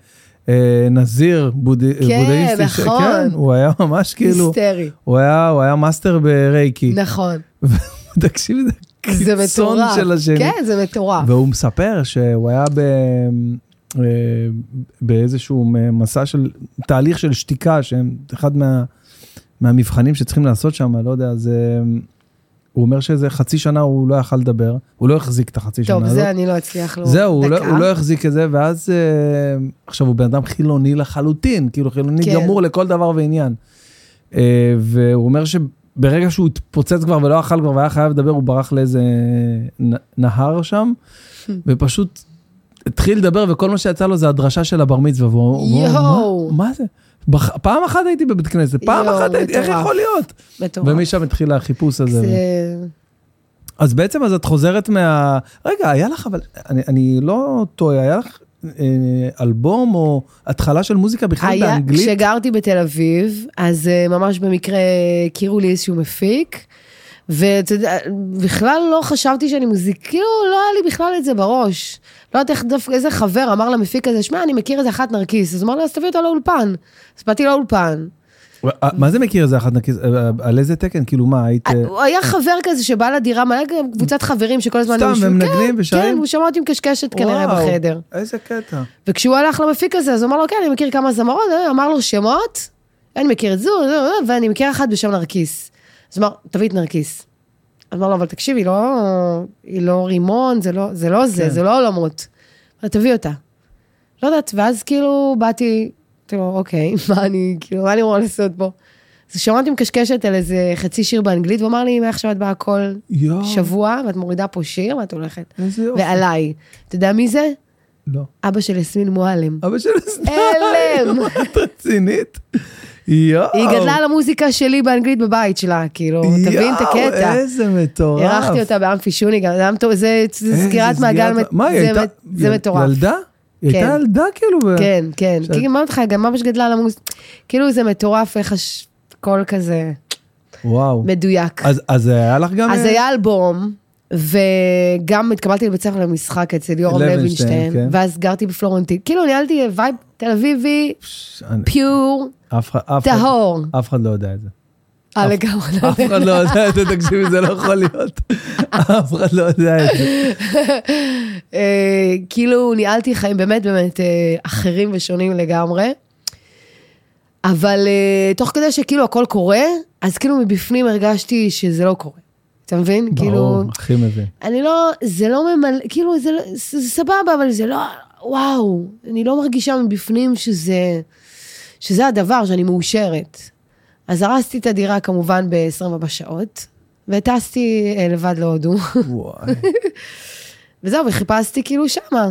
Speaker 1: אה, נזיר בודי-
Speaker 2: כן,
Speaker 1: בודהיסטי. ש-
Speaker 2: נכון.
Speaker 1: כן, הוא היה ממש כאילו,
Speaker 2: היסטרי.
Speaker 1: הוא היה הוא היה מאסטר ברייקי.
Speaker 2: נכון.
Speaker 1: תקשיבי, זה
Speaker 2: זה
Speaker 1: קיצון
Speaker 2: מטורף.
Speaker 1: של השני.
Speaker 2: כן, זה מטורף.
Speaker 1: והוא מספר שהוא היה ב... אה, באיזשהו מסע של תהליך של שתיקה, שהם אחד מה, מהמבחנים שצריכים לעשות שם, לא יודע, אז אה, הוא אומר שאיזה חצי שנה הוא לא יכל לדבר, הוא לא החזיק את החצי שנה
Speaker 2: טוב,
Speaker 1: הזאת.
Speaker 2: זה אני לא אצליח לו.
Speaker 1: זהו, הוא לא,
Speaker 2: דקה.
Speaker 1: הוא לא החזיק את זה, ואז אה, עכשיו הוא בן אדם חילוני לחלוטין, כאילו חילוני כן.
Speaker 2: כן.
Speaker 1: גמור לכל דבר ועניין. אה, והוא אומר שברגע שהוא התפוצץ כבר ולא אכל כבר והיה חייב לדבר, הוא ברח לאיזה נ- נהר שם,
Speaker 2: Hmm.
Speaker 1: ופשוט התחיל לדבר, וכל מה שיצא לו זה הדרשה של הבר מצווה, והוא הוא אומר,
Speaker 2: יואו.
Speaker 1: מה, מה זה? בח... פעם אחת הייתי בבית כנסת, פעם
Speaker 2: יואו,
Speaker 1: אחת הייתי, איך
Speaker 2: מטורף.
Speaker 1: יכול להיות?
Speaker 2: מטורף.
Speaker 1: ומשם התחיל החיפוש הזה.
Speaker 2: זה...
Speaker 1: אז בעצם אז את חוזרת מה... רגע, היה לך, אבל אני, אני לא טועה, היה לך אה, אלבום או התחלה של מוזיקה בכלל
Speaker 2: היה,
Speaker 1: באנגלית?
Speaker 2: כשגרתי בתל אביב, אז אה, ממש במקרה הכירו לי איזשהו מפיק, ואתה יודע, בכלל לא חשבתי שאני מוזיק, כאילו לא היה לי בכלל את זה בראש. לא יודעת איך דווקא, איזה חבר אמר למפיק הזה, שמע, אני מכיר איזה אחת נרקיס, אז הוא אמר לו, אז תביא אותה לאולפן. אז באתי לאולפן.
Speaker 1: אה, מה זה מכיר איזה אחת נקיז? אה, על איזה תקן? כאילו מה, היית... אה,
Speaker 2: הוא היה חבר כזה שבא לדירה, מלא גם קבוצת חברים שכל הזמן...
Speaker 1: סתם,
Speaker 2: היו
Speaker 1: והם
Speaker 2: יושבים-
Speaker 1: מנגנים
Speaker 2: כן,
Speaker 1: ושרים?
Speaker 2: כן, הוא שמע אותי מקשקשת כנראה
Speaker 1: וואו,
Speaker 2: בחדר.
Speaker 1: איזה קטע.
Speaker 2: וכשהוא הלך למפיק הזה, אז הוא אמר לו, כן, אני מכיר כמה זמרות, אה, אמר לו שמות, אני מכיר את זו, זו, זו, ואני מכיר אחת בשם נרקיס. אז הוא אמר, תביא את נרקיס. אז אמר לו, אבל תקשיב, היא לא, היא לא רימון, זה לא זה, לא זה,
Speaker 1: כן.
Speaker 2: זה לא עולמות. אמר, תביא אותה. לא יודעת, ואז כאילו באתי, תראו, אוקיי, מה אני, כאילו, מה אני אמורה לעשות פה? אז שמעתי מקשקשת על איזה חצי שיר באנגלית, והוא אמר לי, מעכשיו את באה כל
Speaker 1: יואו,
Speaker 2: שבוע, ואת מורידה פה שיר, ואת הולכת.
Speaker 1: איזה יופי.
Speaker 2: ועליי. אתה יודע מי זה?
Speaker 1: לא.
Speaker 2: אבא של יסמין מועלם.
Speaker 1: אבא שלי סתם.
Speaker 2: הלם.
Speaker 1: את רצינית? יואו.
Speaker 2: היא גדלה על המוזיקה שלי באנגלית בבית שלה, כאילו, תבין את הקטע.
Speaker 1: יואו, איזה מטורף.
Speaker 2: אירחתי אותה באמפי שוני גם, זה היה מטור- זה זה
Speaker 1: איזה
Speaker 2: סגירת מעגל,
Speaker 1: סגירת-
Speaker 2: מט-
Speaker 1: מה, היא
Speaker 2: זה
Speaker 1: הייתה?
Speaker 2: מט- זה
Speaker 1: יל-
Speaker 2: מטורף.
Speaker 1: ילדה? היא
Speaker 2: כן.
Speaker 1: הייתה ילדה כאילו? ב-
Speaker 2: כן, כן.
Speaker 1: שאת-
Speaker 2: כי גם אמרתי לך, גם ממש גדלה על המוזיקה, כאילו זה מטורף איך הכל כזה
Speaker 1: וואו.
Speaker 2: מדויק.
Speaker 1: אז, אז היה לך גם...
Speaker 2: אז היה אלבום, וגם התקבלתי לבית ספר למשחק אצל יורם
Speaker 1: לוינשטיין,
Speaker 2: לוינשטיין,
Speaker 1: כן.
Speaker 2: ואז גרתי בפלורנטין. כאילו ניהלתי וייב תל אביבי,
Speaker 1: פש, אה, אני-
Speaker 2: פיור,
Speaker 1: אף אחד- אף אחד-
Speaker 2: טהור.
Speaker 1: אף אחד לא יודע את זה.
Speaker 2: אה, לגמרי. לא
Speaker 1: אף
Speaker 2: יודע.
Speaker 1: אחד לא יודע את זה, תקשיבי, זה לא יכול להיות. אף אחד לא יודע את זה.
Speaker 2: אה, כאילו ניהלתי חיים באמת באמת אה, אחרים ושונים לגמרי. אבל אה, תוך כדי שכאילו הכל קורה, אז כאילו מבפנים הרגשתי שזה לא קורה. אתה מבין? כאילו,
Speaker 1: ברור, הכי מבין.
Speaker 2: אני לא, זה לא ממלא, כאילו, זה, לא- זה, זה סבבה, אבל זה לא, וואו, אני לא מרגישה מבפנים שזה, שזה הדבר, שאני מאושרת. אז הרסתי את הדירה כמובן ב-24 שעות, וטסתי אה, לבד להודו.
Speaker 1: וואי.
Speaker 2: וזהו, וחיפשתי כאילו שמה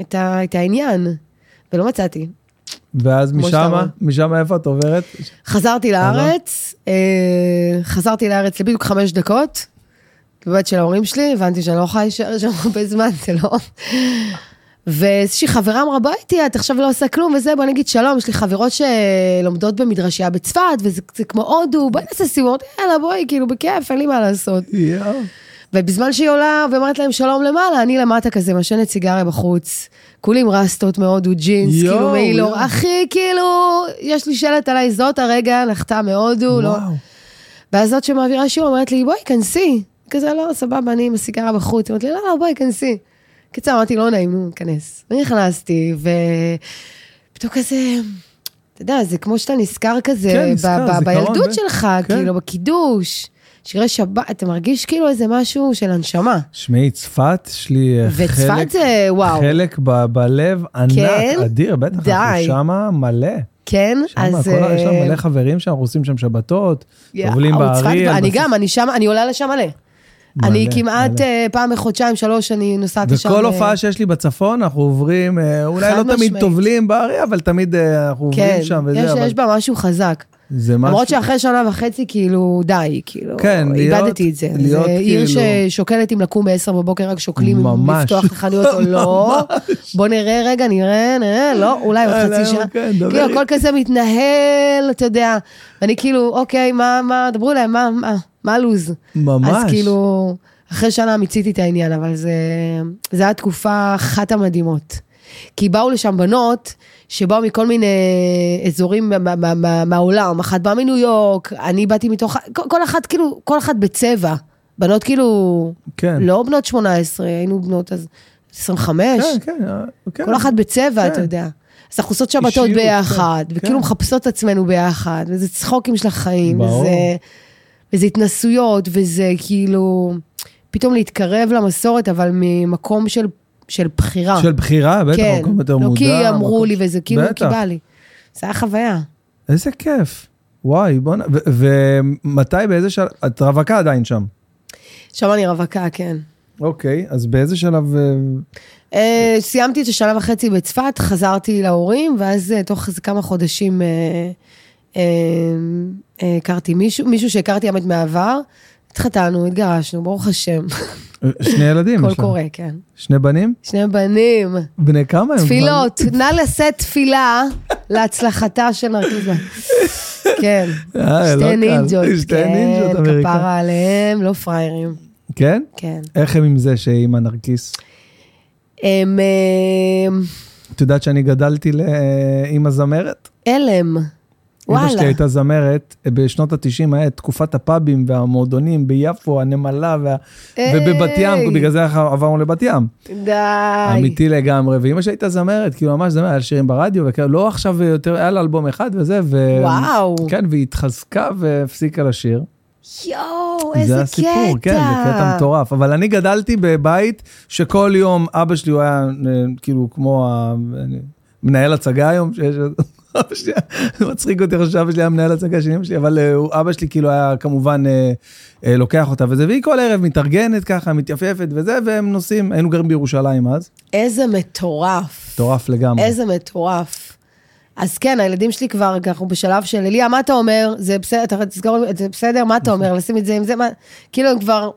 Speaker 2: את, ה, את העניין, ולא מצאתי.
Speaker 1: ואז
Speaker 2: כמו שאתה
Speaker 1: משם,
Speaker 2: אומר.
Speaker 1: משם איפה את עוברת?
Speaker 2: חזרתי לארץ, אה, חזרתי לארץ לבדיוק חמש דקות, בבית של ההורים שלי, הבנתי שאני לא יכולה להישאר שם הרבה זמן, זה לא... ואיזושהי חברה אמרה, בואי תהיה, את עכשיו לא עושה כלום וזה, בוא נגיד שלום, יש לי חברות שלומדות במדרשייה בצפת, וזה זה כמו הודו, בואי נעשה סיור, יאללה בואי, כאילו בכיף, אין לי מה לעשות.
Speaker 1: יואו.
Speaker 2: ובזמן שהיא עולה ואומרת להם שלום למעלה, אני למטה כזה, מעשנת סיגריה בחוץ, כולי עם רסטות מהודו, ג'ינס,
Speaker 1: יואו,
Speaker 2: כאילו מעילור,
Speaker 1: יואו.
Speaker 2: אחי, כאילו, יש לי שלט עליי, זאת הרגע, נחתה מהודו, לא.
Speaker 1: וואו.
Speaker 2: ואז זאת שמעבירה שיעור אומרת לי, בואי, כנסי. כזה, לא, סבבה, אני עם הסיגריה בחוץ. היא אומרת לי, לא, לא, בואי, כנסי. קיצר, אמרתי, לא נעים, נו, כנס. ונכנסתי, ופתאום כזה, אתה יודע, זה כמו שאתה נזכר כזה,
Speaker 1: כן,
Speaker 2: ב-
Speaker 1: נזכר,
Speaker 2: ב-
Speaker 1: זיכרון,
Speaker 2: בילדות
Speaker 1: ב-
Speaker 2: שלך,
Speaker 1: כן.
Speaker 2: כאילו, בקידוש, שירי שבת, אתה מרגיש כאילו איזה משהו של הנשמה.
Speaker 1: שמעי, צפת, יש לי אה, חלק...
Speaker 2: וצפת זה, וואו,
Speaker 1: חלק ב- בלב ענק,
Speaker 2: כן?
Speaker 1: אדיר, בטח,
Speaker 2: די.
Speaker 1: אנחנו שמה מלא.
Speaker 2: כן?
Speaker 1: שמה,
Speaker 2: אז...
Speaker 1: כל ה- יש לנו
Speaker 2: אה,
Speaker 1: מלא חברים שאנחנו עושים שם שבתות,
Speaker 2: יא,
Speaker 1: טובלים
Speaker 2: העוצבת-
Speaker 1: בארי. על
Speaker 2: אני
Speaker 1: בסיס-
Speaker 2: גם, אני שם, אני עולה לשם מלא.
Speaker 1: מלא,
Speaker 2: אני כמעט
Speaker 1: מלא.
Speaker 2: אה, פעם בחודשיים, שלוש, אני נוסעת לשם.
Speaker 1: וכל
Speaker 2: אה,
Speaker 1: הופעה שיש לי בצפון, אנחנו עוברים, אה, אולי
Speaker 2: חד
Speaker 1: לא תמיד
Speaker 2: משמעית.
Speaker 1: טובלים בארי, אבל תמיד אה, אנחנו
Speaker 2: כן,
Speaker 1: עוברים שם
Speaker 2: יש-
Speaker 1: וזה, אבל
Speaker 2: יש בה משהו חזק.
Speaker 1: זה משהו...
Speaker 2: למרות שאחרי שנה וחצי, כאילו, די, כאילו,
Speaker 1: כן, להיות-
Speaker 2: איבדתי את זה.
Speaker 1: להיות
Speaker 2: זה עיר
Speaker 1: כאילו-
Speaker 2: ששוקלת אם לקום ב-10 בבוקר, רק שוקלים אם
Speaker 1: ממש.
Speaker 2: לפתוח את החנויות או לא. בוא נראה רגע, נראה, נראה, לא, אולי עוד
Speaker 1: אה, לא,
Speaker 2: חצי שעה.
Speaker 1: כן, דבר
Speaker 2: כאילו,
Speaker 1: איתי.
Speaker 2: הכל כזה מתנהל, אתה יודע. אני כאילו, אוקיי, מה, מה, דברו להם, מה, מה, מה הלו"ז?
Speaker 1: ממש.
Speaker 2: אז כאילו, אחרי שנה מיציתי את העניין, אבל זה, זה היה תקופה אחת המדהימות. כי באו לשם בנות שבאו מכל מיני אזורים מה- מה- מה- מה- מהעולם, אחת באה מניו יורק, אני באתי מתוך, כל, כל אחת כאילו, כל אחת בצבע. בנות כאילו,
Speaker 1: כן.
Speaker 2: לא בנות 18, היינו בנות אז 25,
Speaker 1: כן, כן, אה, כן.
Speaker 2: כל אחת בצבע,
Speaker 1: כן.
Speaker 2: אתה יודע. אז אנחנו עושות שבתות
Speaker 1: אישיות,
Speaker 2: ביחד,
Speaker 1: כן,
Speaker 2: וכאילו
Speaker 1: כן.
Speaker 2: מחפשות את עצמנו ביחד, וזה צחוקים של החיים,
Speaker 1: ברור.
Speaker 2: וזה, וזה התנסויות, וזה כאילו, פתאום להתקרב למסורת, אבל ממקום של, של בחירה.
Speaker 1: של בחירה, בטח,
Speaker 2: כן,
Speaker 1: מקום יותר
Speaker 2: לא
Speaker 1: מודע.
Speaker 2: כי אמרו
Speaker 1: מקום
Speaker 2: לי
Speaker 1: ש-
Speaker 2: וזה, כאילו,
Speaker 1: בטח.
Speaker 2: כי בא לי. זה היה חוויה.
Speaker 1: איזה כיף. וואי, בוא'נה, ו- ומתי, באיזה שלב, את רווקה עדיין שם.
Speaker 2: שם אני רווקה, כן.
Speaker 1: אוקיי, אז באיזה שלב... אה,
Speaker 2: אה, סיימתי את השנה וחצי בצפת, חזרתי להורים, ואז אה, תוך איזה כמה חודשים אה, אה, אה, הכרתי מישהו, מישהו שהכרתי האמת מהעבר, התחתנו, התגרשנו, ברוך השם,
Speaker 1: כן, שני ילדים
Speaker 2: הכל
Speaker 1: יש לך.
Speaker 2: קורה, כן.
Speaker 1: שני בנים?
Speaker 2: שני בנים,
Speaker 1: בני כמה הם?
Speaker 2: תפילות, נא לשאת תפילה להצלחתה של נרקיזה. כן,
Speaker 1: אה, לא
Speaker 2: שתי
Speaker 1: קל.
Speaker 2: נינג'ות,
Speaker 1: שתי
Speaker 2: כן,
Speaker 1: נינג'ות אמריקאיות.
Speaker 2: כפרה עליהם, לא פראיירים,
Speaker 1: כן?
Speaker 2: כן.
Speaker 1: איך הם עם זה שעם הנרקיס?
Speaker 2: הם אה,
Speaker 1: את יודעת שאני גדלתי לאימא זמרת?
Speaker 2: הלם,
Speaker 1: אמא
Speaker 2: וואלה.
Speaker 1: שלי הייתה זמרת, אה, בשנות ה-90 היה את תקופת הפאבים והמועדונים ביפו, הנמלה, וה...
Speaker 2: היי.
Speaker 1: ובבת ים, בגלל זה אנחנו עברנו לבת ים.
Speaker 2: די.
Speaker 1: אמיתי לגמרי, ואימא שלי הייתה זמרת, כאילו ממש זמרת, היה לה שירים ברדיו, וכאילו לא עכשיו יותר, היה לה אלבום אחד וזה, ו...
Speaker 2: וואו.
Speaker 1: כן, והיא התחזקה והפסיקה לשיר.
Speaker 2: יואו, איזה קטע.
Speaker 1: זה הסיפור, כן, זה קטע מטורף. אבל אני גדלתי בבית שכל יום אבא שלי הוא היה אה, כאילו כמו ה- אני- מנהל הצגה היום. שיש- אבא שלי היה- זה מצחיק אותי עכשיו שאבא שלי היה מנהל הצגה של אמא שלי, אבל אה, הוא- אבא שלי כאילו היה כמובן אה, אה, לוקח אותה וזה, והיא כל ערב מתארגנת ככה, מתייפייפת וזה, והם נוסעים, היינו גרים בירושלים אז,
Speaker 2: איזה מטורף.
Speaker 1: מטורף לגמרי.
Speaker 2: איזה מטורף. אז כן, הילדים שלי כבר, אנחנו בשלב של, אליה, מה אתה אומר? זה בסדר, אתה תסגור, זה בסדר, מה אתה אומר? לשים את זה עם זה, מה? כאילו, הם כבר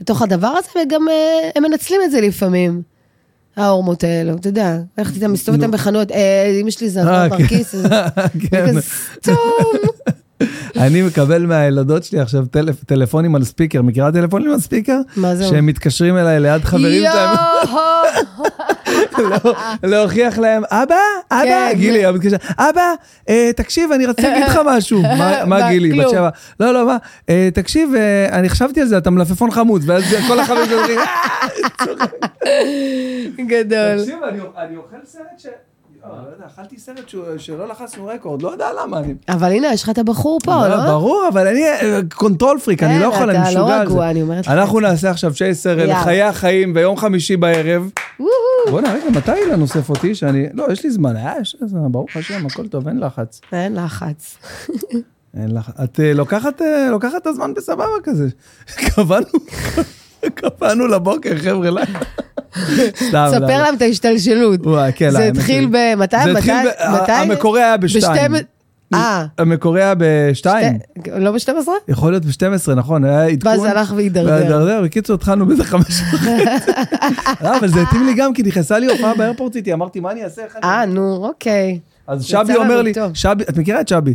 Speaker 2: בתוך הדבר הזה, וגם אה, הם מנצלים את זה לפעמים. ההורמות האלו, אתה יודע, הולכת איתם, מסתובבת איתם בחנויות, אה, אמא שלי זה
Speaker 1: אה,
Speaker 2: עזרת
Speaker 1: כן.
Speaker 2: מרקיס, זה
Speaker 1: כן.
Speaker 2: כזה סתום.
Speaker 1: אני מקבל מהילדות שלי עכשיו טלפ- טלפונים על ספיקר, מכירה טלפונים על ספיקר?
Speaker 2: מה זה?
Speaker 1: שהם מתקשרים אליי ליד חברים שלהם.
Speaker 2: יואו,
Speaker 1: לא- להוכיח להם, אבא, אבא,
Speaker 2: כן.
Speaker 1: גילי, היה מתקשר, אבא, אה, תקשיב, אני רציתי להגיד לך משהו. מה- מה
Speaker 2: מה,
Speaker 1: גילי, בת
Speaker 2: כלום.
Speaker 1: שבע? לא, לא, מה, אה, תקשיב, אה, אני חשבתי על זה, אתה מלפפון חמוץ, ואז כל החברים שלו,
Speaker 2: גדול.
Speaker 1: תקשיב, אני- אני אוכל סרט ש... לא, לא יודע, אכלתי סרט שהוא- שלא לחצנו רקורד, לא יודע למה. אני-
Speaker 2: אבל הנה, יש לך את הבחור
Speaker 1: לא,
Speaker 2: פה, לא?
Speaker 1: ברור, אבל אני קונטרול פריק, אני
Speaker 2: כן,
Speaker 1: לא יכול, אני
Speaker 2: אתה לא
Speaker 1: משוגע על
Speaker 2: רגוע,
Speaker 1: זה.
Speaker 2: אני אומרת לך.
Speaker 1: אנחנו נעשה עכשיו צ'ייסר אל
Speaker 2: יאללה.
Speaker 1: חיי החיים ביום חמישי בערב.
Speaker 2: וואו.
Speaker 1: בוא'נה, רגע, מתי אילן אוסף אותי שאני... לא, יש לי זמן, אה, יש לי זמן, ברוך השם, הכל טוב, אין לחץ.
Speaker 2: אין לחץ.
Speaker 1: אין לחץ. את אה, לוקחת אה, לוקחת את הזמן בסבבה כזה. קבענו, קבענו לבוקר, חבר'ה, לילה. סתם, לא.
Speaker 2: ספר להם את ההשתלשלות.
Speaker 1: וואי, כן,
Speaker 2: זה
Speaker 1: האמת
Speaker 2: התחיל
Speaker 1: היא-
Speaker 2: ב... מתי?
Speaker 1: זה
Speaker 2: מתי?
Speaker 1: התחיל ב-
Speaker 2: מתי?
Speaker 1: המקורי היה בשתיים.
Speaker 2: בשתי- אה,
Speaker 1: המקורי היה בשתיים.
Speaker 2: שתי- לא ב-12?
Speaker 1: יכול להיות ב-12, נכון, היה עדכון.
Speaker 2: ואז הלך והידרדר.
Speaker 1: והדרדר, בקיצור התחלנו באיזה חמש וחצי. לא, אבל זה התאים לי גם, כי נכנסה לי הופעה באיירפורט סיטי, אמרתי, מה אני אעשה? איך אני-"
Speaker 2: אה, נו, אוקיי.
Speaker 1: אז
Speaker 2: יצא
Speaker 1: שבי אומר
Speaker 2: לנו
Speaker 1: לי,
Speaker 2: טוב.
Speaker 1: שבי, את מכירה את שבי?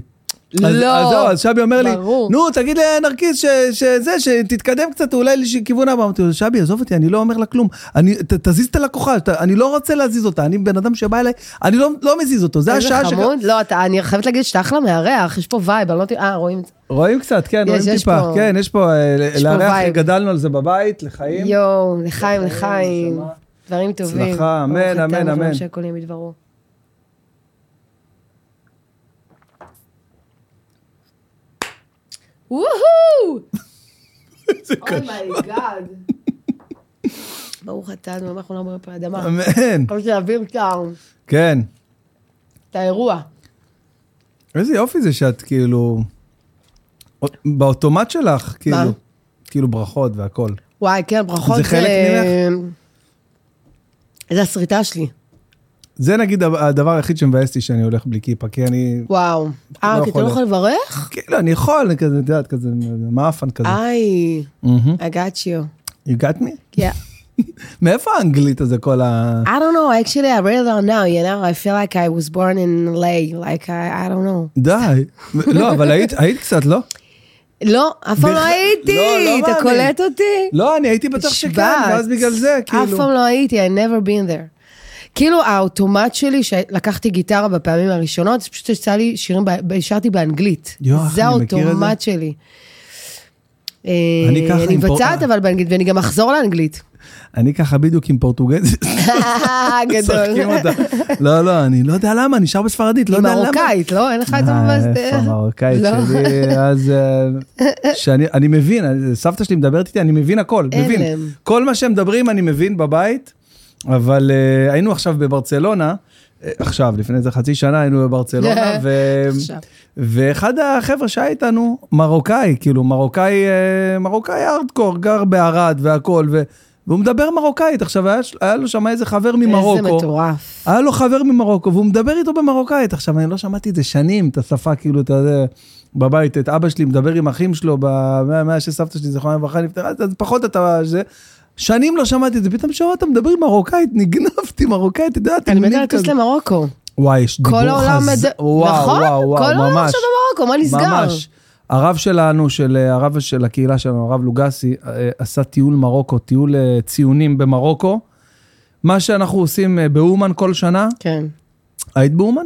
Speaker 2: לא.
Speaker 1: אז- אז זהו, אז שבי אומר לי,
Speaker 2: ברור.
Speaker 1: נו, תגיד לנרקיס ש- שזה, שתתקדם קצת, אולי לכיוון הבא. אמרתי לו, שבי, עזוב אותי, אני לא אומר לה כלום. אני- ת- תזיז את הלקוחה, ת- אני לא רוצה להזיז אותה, אני בן אדם שבא אליי, אני לא- לא מזיז אותו, זה
Speaker 2: איזה
Speaker 1: השעה ש...
Speaker 2: חמוד. לא, אתה- אני חייבת להגיד שאתה אחלה מארח, יש פה וייב, אני לא... יודעת- אה, רואים את זה.
Speaker 1: רואים קצת, כן,
Speaker 2: יש-
Speaker 1: רואים
Speaker 2: יש
Speaker 1: טיפה,
Speaker 2: פה-
Speaker 1: כן, יש פה, אה,
Speaker 2: פה
Speaker 1: לארח,
Speaker 2: וייב.
Speaker 1: גדלנו על זה בבית, לחיים.
Speaker 2: יואו, לחיים, לחיים.
Speaker 1: נשמה.
Speaker 2: דברים טובים.
Speaker 1: הצלחה, אמן,
Speaker 2: ברוך אתה,
Speaker 1: אמן,
Speaker 2: אנחנו
Speaker 1: אמן.
Speaker 2: שהקולים ידברו. וואו! Oh אומייגאד. ברוך אתה, אדוני, אנחנו לא אומרים פה אדמה.
Speaker 1: אמן,
Speaker 2: כמו שאוויר את ה-
Speaker 1: כן.
Speaker 2: את האירוע.
Speaker 1: איזה יופי זה שאת כאילו, באוטומט שלך, כאילו,
Speaker 2: מה?
Speaker 1: כאילו ברכות והכל.
Speaker 2: וואי, כן, ברכות.
Speaker 1: זה חלק
Speaker 2: זה הסריטה שלי.
Speaker 1: זה נגיד הדבר היחיד שמבאס אותי שאני הולך בלי כיפה, כי אני,
Speaker 2: וואו. אה,
Speaker 1: לא
Speaker 2: כי אתה
Speaker 1: יכול
Speaker 2: לא יכול לברך?
Speaker 1: כאילו, אני יכול, אני כזה, את יודעת, כזה, מאפן כזה.
Speaker 2: אה? איי,
Speaker 1: מהמם.
Speaker 2: I got you.
Speaker 1: You got me?
Speaker 2: Yeah.
Speaker 1: מאיפה האנגלית הזה כל ה...
Speaker 2: I don't know. Actually, I really don't know. You know, I feel like I was born in LA. Like I, I don't know.
Speaker 1: די. לא, אבל היית- היית קצת, לא?
Speaker 2: לא, אף פעם
Speaker 1: בכ- לא,
Speaker 2: לא
Speaker 1: לא
Speaker 2: הייתי. אתה
Speaker 1: מאמין.
Speaker 2: קולט אותי?
Speaker 1: לא, אני הייתי בטוח שכן,
Speaker 2: נשבעת.
Speaker 1: ואז בגלל זה,
Speaker 2: אף
Speaker 1: כאילו.
Speaker 2: פעם לא הייתי. I never been there. כאילו האוטומט שלי שלקחתי גיטרה בפעמים הראשונות, זה פשוט יצא לי שירים, ב- ב- שרתי באנגלית.
Speaker 1: יואו, איך
Speaker 2: זה
Speaker 1: אני מכיר את זה.
Speaker 2: האוטומט שלי. אה,
Speaker 1: אני ככה
Speaker 2: אני
Speaker 1: עם פור-
Speaker 2: מבצעת אבל באנגלית, ואני גם אחזור לאנגלית.
Speaker 1: אני ככה בדיוק עם פורטוגזית. משחקים
Speaker 2: גדול.
Speaker 1: אותה. לא, לא, אני לא יודע למה, נשאר בספרדית, לא
Speaker 2: היא
Speaker 1: יודע למה.
Speaker 2: מרוקאית, לא? אין לך את זה בבס-
Speaker 1: אה, איפה המרוקאית
Speaker 2: לא.
Speaker 1: שלי, אז אה, שאני אני מבין, אני- סבתא שלי מדברת איתי, אני מבין הכל,
Speaker 2: אין
Speaker 1: מבין.
Speaker 2: להם.
Speaker 1: כל מה שהם מדברים אני מבין בבית, אבל אה, היינו עכשיו בברצלונה, אה, עכשיו, לפני איזה חצי שנה היינו בברצלונה, ו-
Speaker 2: עכשיו.
Speaker 1: ואחד החבר'ה שהיה איתנו מרוקאי, כאילו מרוקאי, אה, מרוקאי ארדקור, גר בערד והכל, ו- והוא מדבר מרוקאית, עכשיו היה ש- היה לו שם איזה חבר ממרוקו.
Speaker 2: איזה מטורף.
Speaker 1: היה לו חבר ממרוקו, והוא מדבר איתו במרוקאית. עכשיו, אני לא שמעתי את זה שנים, את השפה, כאילו, אתה יודע, בבית, את אבא שלי מדבר עם אחים שלו, במאה המאה שסבתא שלי, זיכרונה לברכה, נפטרה, אז פחות אתה... זה. שנים לא שמעתי את זה, פתאום שעות אתה מדבר עם מרוקאית, נגנבתי מרוקאית, אתה יודע, אתה
Speaker 2: אני
Speaker 1: מגניב
Speaker 2: מתה לטוס
Speaker 1: כזה.
Speaker 2: למרוקו.
Speaker 1: וואי, יש דיבור
Speaker 2: כל העולם
Speaker 1: חז-
Speaker 2: מד...
Speaker 1: וואו,
Speaker 2: נכון?
Speaker 1: וואו, וואו,
Speaker 2: כל העולם
Speaker 1: ממש.
Speaker 2: עכשיו במרוקו, מה נסגר?
Speaker 1: ממש. הרב שלנו, של הרב של הקהילה שלנו, הרב לוגסי, אה, עשה טיול מרוקו, טיול אה, ציונים במרוקו. מה שאנחנו עושים אה, באומן כל שנה,
Speaker 2: כן,
Speaker 1: היית באומן?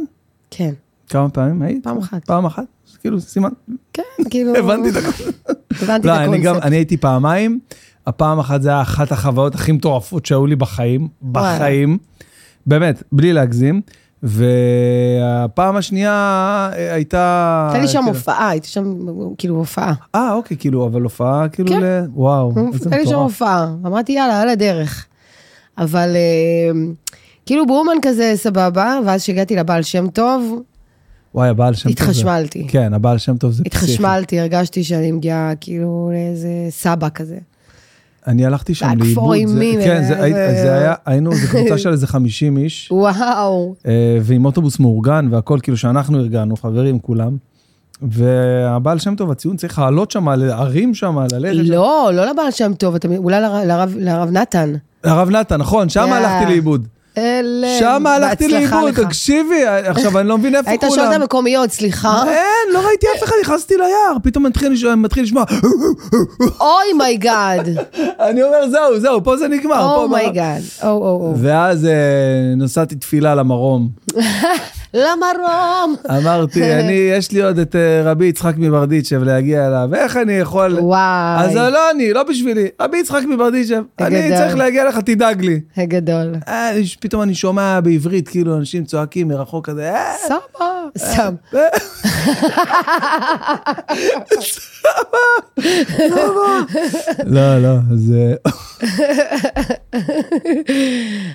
Speaker 2: כן,
Speaker 1: כמה פעמים היית?
Speaker 2: פעם אחת.
Speaker 1: פעם אחת? אז כאילו, סימן,
Speaker 2: כן, כאילו...
Speaker 1: הבנתי את הכל.
Speaker 2: הבנתי
Speaker 1: לא,
Speaker 2: את
Speaker 1: אני גם,
Speaker 2: הקונספט.
Speaker 1: אני הייתי פעמיים, הפעם אחת זה היה אחת החוויות הכי מטורפות שהיו לי בחיים,
Speaker 2: וואלה.
Speaker 1: בחיים, באמת, בלי להגזים, והפעם השנייה אה, הייתה...
Speaker 2: הייתה לי שם
Speaker 1: כאילו-
Speaker 2: הופעה, הייתי שם כאילו הופעה.
Speaker 1: אה, אוקיי, כאילו, אבל הופעה, כאילו,
Speaker 2: כן.
Speaker 1: ל... וואו, איזה
Speaker 2: הייתה לי שם
Speaker 1: מטורף.
Speaker 2: הופעה. אמרתי, יאללה, על הדרך. אבל אה, כאילו באומן כזה סבבה, ואז כשהגעתי לבעל שם טוב,
Speaker 1: וואי, הבעל שם טוב. זה-
Speaker 2: התחשמלתי.
Speaker 1: כן, הבעל שם טוב זה פסיכי.
Speaker 2: התחשמלתי, הרגשתי שאני מגיעה כאילו לאיזה סבא כזה.
Speaker 1: אני הלכתי שם
Speaker 2: רק
Speaker 1: לאיבוד.
Speaker 2: פורים
Speaker 1: זה-
Speaker 2: מילים,
Speaker 1: כן, זה
Speaker 2: אה,
Speaker 1: הי-
Speaker 2: זה-
Speaker 1: זה היה, היינו, זו קבוצה של איזה 50 איש.
Speaker 2: וואו.
Speaker 1: אה, ועם אוטובוס מאורגן והכל כאילו שאנחנו ארגנו, חברים כולם. והבעל שם טוב, הציון צריך לעלות שם, להרים שם, ללכת. שם.
Speaker 2: לא, לא לבעל שם טוב, אתה- אולי לרב- לרב לרב נתן.
Speaker 1: הרב נתן, נכון, שם
Speaker 2: יאה.
Speaker 1: הלכתי לאיבוד.
Speaker 2: הלם.
Speaker 1: שם הלכתי
Speaker 2: בהצלחה
Speaker 1: לאיבוד,
Speaker 2: לך.
Speaker 1: תקשיבי, עכשיו אני לא מבין איפה
Speaker 2: היית
Speaker 1: כולם.
Speaker 2: שעות המקומיות, סליחה.
Speaker 1: אין, לא ראיתי אף אחד, נכנסתי ליער, פתאום אני מתחיל לש- אני מתחיל לשמוע,
Speaker 2: אוי מייגאד.
Speaker 1: אני אומר, זהו, זהו, פה זה נגמר. פה-
Speaker 2: אוי מייגאד. או, או, או.
Speaker 1: ואז אה, נשאתי תפילה למרום.
Speaker 2: למה רום?
Speaker 1: אמרתי, אני, יש לי עוד את אה, רבי יצחק מברדיצ'ב להגיע אליו, איך אני יכול...
Speaker 2: וואי.
Speaker 1: אז לא אני, לא בשבילי, רבי יצחק מברדיצ'ב, אני
Speaker 2: גדול.
Speaker 1: צריך להגיע אליך, תדאג לי.
Speaker 2: הגדול.
Speaker 1: אה, יש- פתאום אני שומע בעברית, כאילו אנשים צועקים מרחוק כזה, אה,
Speaker 2: סבא. סבא.
Speaker 1: לא, לא, זה...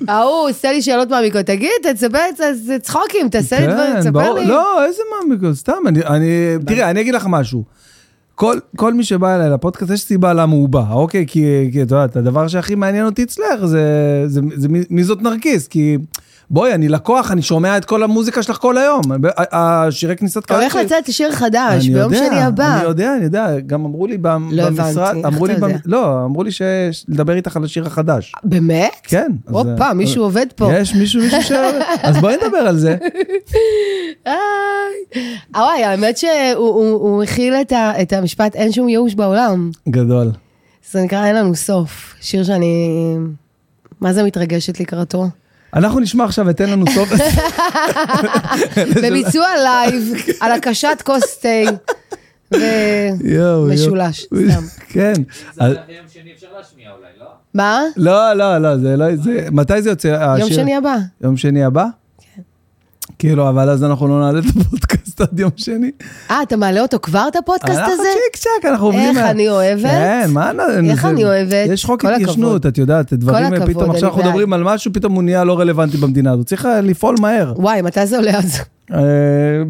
Speaker 2: ההוא עושה לי שאלות מעמיקות. תגיד, תספר את זה, זה צחוקים, תעשה לי דברים, תספר
Speaker 1: כן, ברור.
Speaker 2: לי.
Speaker 1: לא, איזה מעמיקות, סתם, אני, אני, תראה, אני אגיד לך משהו. כל, כל מי שבא אליי לפודקאסט, יש סיבה למה הוא בא, אוקיי? כי, כי את יודעת, הדבר שהכי מעניין אותי אצלך זה, זה, זה מי, מי זאת נרקיס, כי בואי, אני לקוח, אני שומע את כל המוזיקה שלך כל היום. ב- ה- השירי כניסת
Speaker 2: אתה
Speaker 1: קהל
Speaker 2: הולך
Speaker 1: שלי.
Speaker 2: לצאת שיר חדש,
Speaker 1: אוקיי. אני
Speaker 2: אה, ביום
Speaker 1: יודע,
Speaker 2: שני הבא.
Speaker 1: אני יודע, אני יודע, גם אמרו לי במ-
Speaker 2: לא הבנתי,
Speaker 1: במשרד,
Speaker 2: איך
Speaker 1: אמרו
Speaker 2: אתה
Speaker 1: לי, במ-
Speaker 2: יודע?
Speaker 1: לא, אמרו לי שלדבר איתך על השיר החדש.
Speaker 2: באמת?
Speaker 1: כן. אז-
Speaker 2: הופה, מישהו עובד פה.
Speaker 1: יש מישהו, מישהו ש... אז בואי נדבר על זה.
Speaker 2: היי. אה, וואי, האמת שהוא הוא- הוא הכיל את ה- את המשפט אין שום ייאוש בעולם.
Speaker 1: גדול.
Speaker 2: זה נקרא אין לנו סוף. שיר שאני... מה זה מתרגשת לקראתו?
Speaker 1: אנחנו נשמע עכשיו את אין לנו סוף.
Speaker 2: בביצוע לייב, על הקשת כוס תה. ו-
Speaker 1: יואו,
Speaker 2: משולש, סתם.
Speaker 1: כן.
Speaker 3: זה
Speaker 1: אז-
Speaker 3: היה ביום שני אפשר להשמיע אולי, לא?
Speaker 2: מה?
Speaker 1: לא, לא, לא, זה לא... זה- מתי זה יוצא?
Speaker 2: יום
Speaker 1: השיר?
Speaker 2: שני כן. הבא.
Speaker 1: יום שני הבא? כאילו, אבל אז אנחנו לא נעלה את הפודקאסט עד יום שני.
Speaker 2: אה, אתה מעלה אותו כבר, את הפודקאסט
Speaker 1: אנחנו
Speaker 2: הזה?
Speaker 1: צ'יק צ'אק, אנחנו עובדים...
Speaker 2: איך
Speaker 1: מה-
Speaker 2: אני אוהבת.
Speaker 1: כן, מה... נ-
Speaker 2: איך
Speaker 1: זה-
Speaker 2: אני אוהבת.
Speaker 1: יש חוק
Speaker 2: כל הכבוד.
Speaker 1: התיישנות, את יודעת, דברים
Speaker 2: הכבוד,
Speaker 1: פתאום,
Speaker 2: אני
Speaker 1: עכשיו אנחנו
Speaker 2: בעד.
Speaker 1: מדברים על משהו, פתאום הוא נהיה לא רלוונטי במדינה הזו. צריך אה, לפעול מהר.
Speaker 2: וואי, מתי זה עולה אז?
Speaker 1: אה,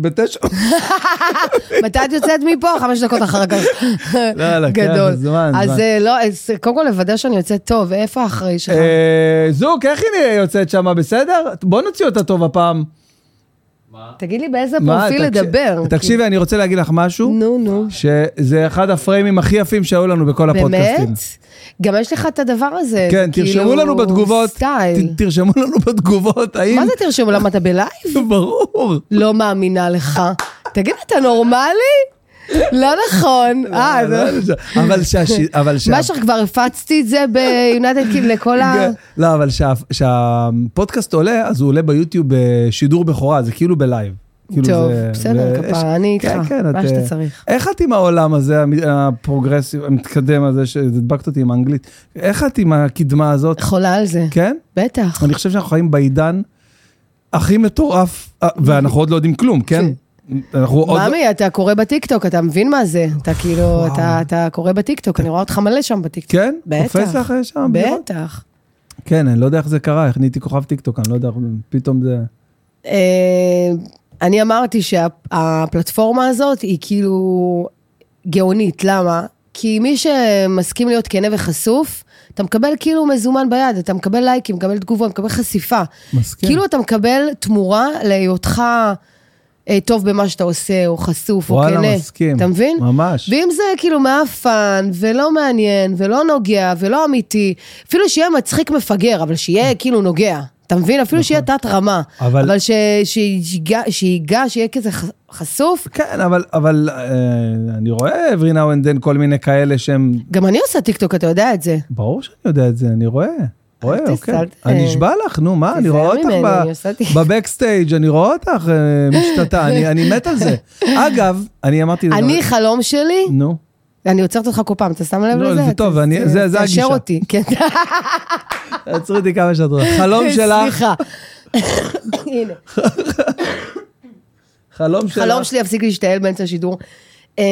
Speaker 1: בתשע...
Speaker 2: מתי את יוצאת מפה? חמש דקות אחר כך.
Speaker 1: לא, לא, כן,
Speaker 2: גדול.
Speaker 1: זמן,
Speaker 2: אז
Speaker 1: זמן.
Speaker 2: אה, לא, אז קודם כל לוודא שאני יוצאת טוב, איפה האחראי שלך?
Speaker 1: אה, זוק, איך היא נהיה יוצאת שמה, בסדר? בוא נוציא אותה טוב הפעם.
Speaker 3: מה?
Speaker 2: תגיד לי באיזה
Speaker 1: מה,
Speaker 2: פרופיל
Speaker 1: תקש-
Speaker 2: לדבר.
Speaker 1: תקשיבי, אני רוצה להגיד לך משהו,
Speaker 2: נו, נו.
Speaker 1: שזה אחד הפריימים הכי יפים שהיו לנו בכל הפודקאסטים.
Speaker 2: באמת? גם יש לך את הדבר הזה.
Speaker 1: כן,
Speaker 2: זה
Speaker 1: תרשמו
Speaker 2: כאילו
Speaker 1: לנו בתגובות,
Speaker 2: סטייל.
Speaker 1: ת- תרשמו לנו בתגובות, האם...
Speaker 2: מה זה תרשמו? למה אתה בלייב?
Speaker 1: ברור.
Speaker 2: לא מאמינה לך. תגיד, אתה נורמלי? לא נכון. אה,
Speaker 1: לא,
Speaker 2: זה-
Speaker 1: לא, לא, אבל שהש- אבל שה...
Speaker 2: מה שלך, כבר הפצתי את זה ביונייטד קיב לכל ה...
Speaker 1: כן, לא, אבל כשהפודקאסט עולה, אז הוא עולה ביוטיוב בשידור בכורה, זה כאילו בלייב. כאילו
Speaker 2: טוב,
Speaker 1: זה-
Speaker 2: בסדר,
Speaker 1: ויש-
Speaker 2: כפרה, אני איתך,
Speaker 1: כן, כן,
Speaker 2: מה
Speaker 1: את,
Speaker 2: שאתה
Speaker 1: אה,
Speaker 2: צריך.
Speaker 1: איך את עם העולם הזה, המ- הפרוגרסיב, המתקדם הזה, שהדבקת אותי עם האנגלית, איך את עם הקדמה הזאת?
Speaker 2: חולה על זה,
Speaker 1: כן?
Speaker 2: בטח.
Speaker 1: אני חושב שאנחנו חיים בעידן הכי מטורף, אה, ואנחנו עוד לא יודעים כלום, כן? אנחנו עוד... לא-
Speaker 2: ממי, אתה קורא בטיקטוק, אתה מבין מה זה? אתה כאילו, אתה- אתה קורא בטיקטוק, אני רואה אותך מלא שם בטיקטוק.
Speaker 1: כן?
Speaker 2: בטח.
Speaker 1: קופץ לך שם? בדיוק?
Speaker 2: בטח.
Speaker 1: כן, אני לא יודע איך זה קרה, איך נהייתי כוכב טיקטוק, אני לא יודע, פתאום זה...
Speaker 2: אה, אני אמרתי שהפלטפורמה הזאת היא כאילו גאונית, למה? כי מי שמסכים להיות כנה וחשוף, אתה מקבל כאילו מזומן ביד, אתה מקבל לייקים, מקבל תגובות, מקבל חשיפה.
Speaker 1: מסכים.
Speaker 2: כאילו אתה מקבל תמורה להיותך אה, טוב במה שאתה עושה, או חשוף, או כנה.
Speaker 1: וואלה, מסכים.
Speaker 2: אתה מבין?
Speaker 1: ממש.
Speaker 2: ואם זה כאילו מעפן, ולא מעניין, ולא נוגע, ולא אמיתי, אפילו שיהיה מצחיק מפגר, אבל שיהיה כאילו נוגע. אתה מבין? אפילו שיהיה תת-רמה.
Speaker 1: נכון. אבל-
Speaker 2: אבל... אבל ש- שיגע, שיגע, שיהיה כזה ח- חשוף.
Speaker 1: כן, אבל, אבל אה, אני רואה every now and then כל מיני כאלה שהם...
Speaker 2: גם אני עושה טיקטוק, אתה יודע את זה.
Speaker 1: ברור שאני יודע את זה, אני רואה. רואה,
Speaker 2: תסתל-
Speaker 1: אוקיי.
Speaker 2: אה,
Speaker 1: אני נשבע לך, נו, מה, אה, אני
Speaker 2: תיזהר
Speaker 1: רואה אותך
Speaker 2: ממני,
Speaker 1: ב-
Speaker 2: אני עושה טיק-
Speaker 1: בבקסטייג', אני רואה אותך אה, משתתה, אני- אני מת על זה. אגב, אני אמרתי...
Speaker 2: אני, חלום שלי,
Speaker 1: נו.
Speaker 2: אני עוצרת אותך כל פעם, אתה שם לב
Speaker 1: לא,
Speaker 2: לזה?
Speaker 1: זה טוב,
Speaker 2: אתה-
Speaker 1: אני- זה- זה הגישה.
Speaker 2: תאשר אותי, כן.
Speaker 1: עצרי אותי כמה שאת רוצה. חלום שלך,
Speaker 2: סליחה. הנה.
Speaker 1: חלום שלך.
Speaker 2: חלום שלי להפסיק להשתעל באמצע השידור. אמ,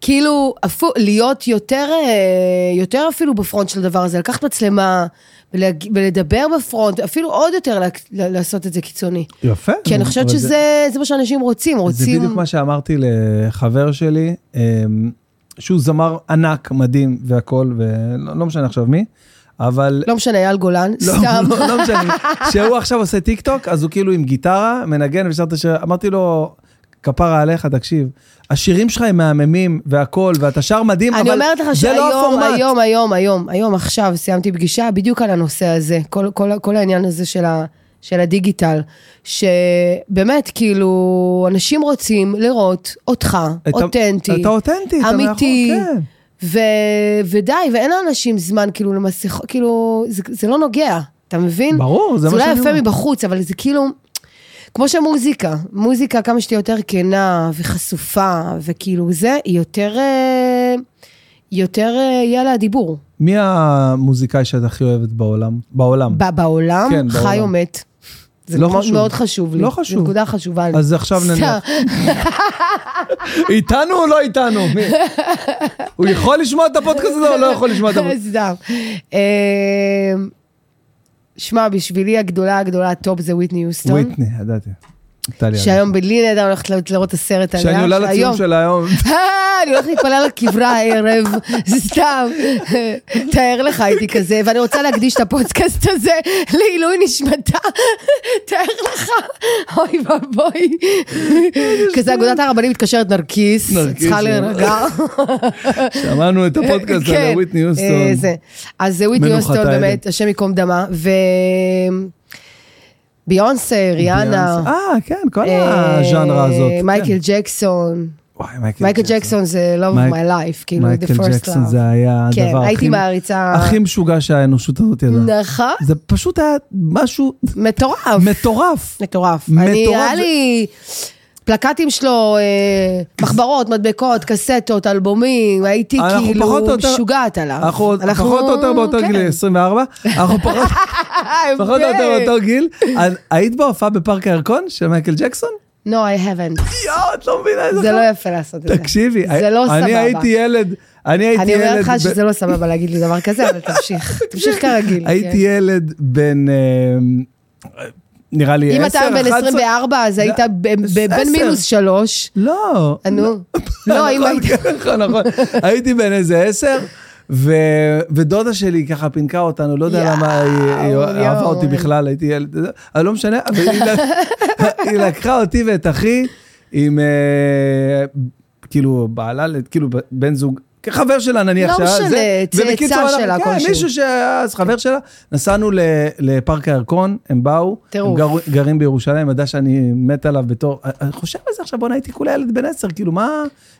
Speaker 2: כאילו, אפו- להיות יותר, אה, יותר אפילו בפרונט של הדבר הזה, לקחת מצלמה ולהג- ולדבר בפרונט, אפילו עוד יותר לה- לה- לעשות את זה קיצוני.
Speaker 1: יפה.
Speaker 2: כי אני חושבת
Speaker 1: אבל זה-
Speaker 2: שזה זה מה שאנשים רוצים,
Speaker 1: זה
Speaker 2: רוצים...
Speaker 1: בדיוק מה שאמרתי לחבר שלי, אמ, שהוא זמר ענק, מדהים והכול, ולא לא משנה עכשיו מי, אבל...
Speaker 2: לא משנה, אייל גולן,
Speaker 1: לא,
Speaker 2: סתם.
Speaker 1: לא, לא משנה. שהוא עכשיו עושה טיק טוק, אז הוא כאילו עם גיטרה, מנגן ושר את השיר. אמרתי לו, כפרה עליך, תקשיב. השירים שלך הם מהממים והכל, ואתה שר מדהים,
Speaker 2: אני
Speaker 1: אבל
Speaker 2: אומרת לך
Speaker 1: זה לא
Speaker 2: שהיום,
Speaker 1: הפורמט.
Speaker 2: היום, היום, היום, היום, עכשיו סיימתי פגישה בדיוק על הנושא הזה. כל- כל- כל העניין הזה של ה- של הדיגיטל, שבאמת, כאילו, אנשים רוצים לראות אותך,
Speaker 1: את ה-
Speaker 2: אותנטי.
Speaker 1: אתה אותנטי, אתה מאחור,
Speaker 2: אמיתי.
Speaker 1: כן.
Speaker 2: ו... ודי, ואין לאנשים זמן כאילו למסכות, כאילו, זה, זה לא נוגע, אתה מבין?
Speaker 1: כן. ברור, זה מה שאני
Speaker 2: זה לא
Speaker 1: אומר.
Speaker 2: יפה מבחוץ, אבל זה כאילו, כמו שמוזיקה, מוזיקה כמה שתהיה יותר כנה וחשופה, וכאילו זה, היא יותר, אה, יותר אה, יהיה עליה דיבור.
Speaker 1: מי המוזיקאי שאת הכי אוהבת בעולם? בעולם.
Speaker 2: ב- בעולם,
Speaker 1: כן,
Speaker 2: חי
Speaker 1: בעולם.
Speaker 2: או מת. זה
Speaker 1: לא
Speaker 2: לא מאוד,
Speaker 1: חשוב.
Speaker 2: מאוד חשוב לי.
Speaker 1: לא חשוב.
Speaker 2: זו נקודה חשובה לי.
Speaker 1: אז עכשיו נניח.
Speaker 2: סתם.
Speaker 1: איתנו או לא איתנו? מי? הוא יכול לשמוע את הפודקאסט הזה או לא יכול לשמוע את הפודקאסט?
Speaker 2: סתם. אה, שמע, בשבילי הגדולה הגדולה הטופ זה וויטני יוסטון.
Speaker 1: וויטני, ידעתי. הייתה לי עליו.
Speaker 2: שהיום בלי נהדר הולכת לראות- לראות את הסרט עליה.
Speaker 1: שאני עולה לציון
Speaker 2: שהיום-
Speaker 1: של היום.
Speaker 2: אה, אני הולכת להתפלל על קברה הערב, זה סתם. תאר לך, הייתי כזה, ואני רוצה להקדיש את הפודקאסט הזה לעילוי נשמתה. תאר לך, אוי ואבוי. כזה אגודת הרבנים מתקשרת נרקיס,
Speaker 1: נרקיס,
Speaker 2: צריכה
Speaker 1: כן.
Speaker 2: להירגע.
Speaker 1: שמענו את הפודקאסט
Speaker 2: כן,
Speaker 1: על וויטני
Speaker 2: אה,
Speaker 1: יוסטון.
Speaker 2: זה. אז זה וויטני
Speaker 1: מנוחתה
Speaker 2: יוסטון,
Speaker 1: עדן.
Speaker 2: באמת, השם ייקום דמה. ו... ביונסה, ריאנה.
Speaker 1: אה, כן, כל
Speaker 2: לא, אה,
Speaker 1: הז'אנרה הזאת. כן.
Speaker 2: מייקל ג'קסון.
Speaker 1: וואי,
Speaker 2: מייקל ג'קסון זה love of my
Speaker 1: כן, מייק-
Speaker 2: life, כאילו, the
Speaker 1: מייקל
Speaker 2: first
Speaker 1: ג'קסון
Speaker 2: love.
Speaker 1: זה היה
Speaker 2: כן,
Speaker 1: הדבר
Speaker 2: הייתי
Speaker 1: הכי-
Speaker 2: מעריצה-
Speaker 1: הכי משוגע שהאנושות הזאת ידעה.
Speaker 2: נכון,
Speaker 1: זה פשוט היה משהו
Speaker 2: מטורף.
Speaker 1: מטורף.
Speaker 2: מטורף.
Speaker 1: מטורף
Speaker 2: אני, היה
Speaker 1: זה-
Speaker 2: לי פלקטים שלו, אה, מחברות, מדבקות, קסטות, אלבומים, הייתי
Speaker 1: אנחנו פחות או
Speaker 2: כאילו
Speaker 1: יותר-
Speaker 2: משוגעת עליו.
Speaker 1: אנחנו פחות או יותר באותו
Speaker 2: כן.
Speaker 1: גיל, 24, אנחנו פחות פחות או יותר
Speaker 2: כן.
Speaker 1: באותו גיל. אז היית בהופעה בפארק הירקון של מייקל ג'קסון?
Speaker 2: No, I haven't.
Speaker 1: יואו, את לא מבינה איזה
Speaker 2: זה
Speaker 1: חבל.
Speaker 2: לא יפה לעשות את זה.
Speaker 1: תקשיבי,
Speaker 2: זה לא סבבה.
Speaker 1: אני הייתי ילד, אני הייתי
Speaker 2: אני
Speaker 1: ילד...
Speaker 2: אומרת לך
Speaker 1: ב-
Speaker 2: שזה לא סבבה להגיד לי דבר כזה, אבל תמשיך. תמשיך כרגיל.
Speaker 1: הייתי
Speaker 2: כן.
Speaker 1: ילד בן, אה, נראה לי 10,
Speaker 2: כן. אם אתה
Speaker 1: 11.
Speaker 2: בן 24, אז היית ב- ב-
Speaker 1: עשר.
Speaker 2: בין מינוס שלוש.
Speaker 1: לא.
Speaker 2: נו. לא, אם
Speaker 1: נכון,
Speaker 2: היית...
Speaker 1: כן, נכון, נכון. הייתי בן איזה עשר, ו- ודודה שלי ככה פינקה אותנו, לא יודע
Speaker 2: יואו,
Speaker 1: למה היא- היא אהבה
Speaker 2: יואו.
Speaker 1: אותי בכלל, הייתי ילד, אבל לא משנה, אבל היא לק- היא לקחה אותי ואת אחי עם אה, כאילו בעלה, כאילו בן זוג. כחבר שלה נניח,
Speaker 2: לא
Speaker 1: שהיה
Speaker 2: משנה,
Speaker 1: זה,
Speaker 2: צאצא
Speaker 1: ובקיצור, אנחנו-
Speaker 2: שלה
Speaker 1: כן,
Speaker 2: כלשהו.
Speaker 1: מישהו שהיה אז חבר שלה, נסענו ל- לפארק הירקון, הם באו, הם
Speaker 2: טירוף.
Speaker 1: גרו- גרים בירושלים, ידע שאני מת עליו בתור, אני חושב על זה עכשיו, בואנה הייתי כולה ילד בן עשר, כאילו מה,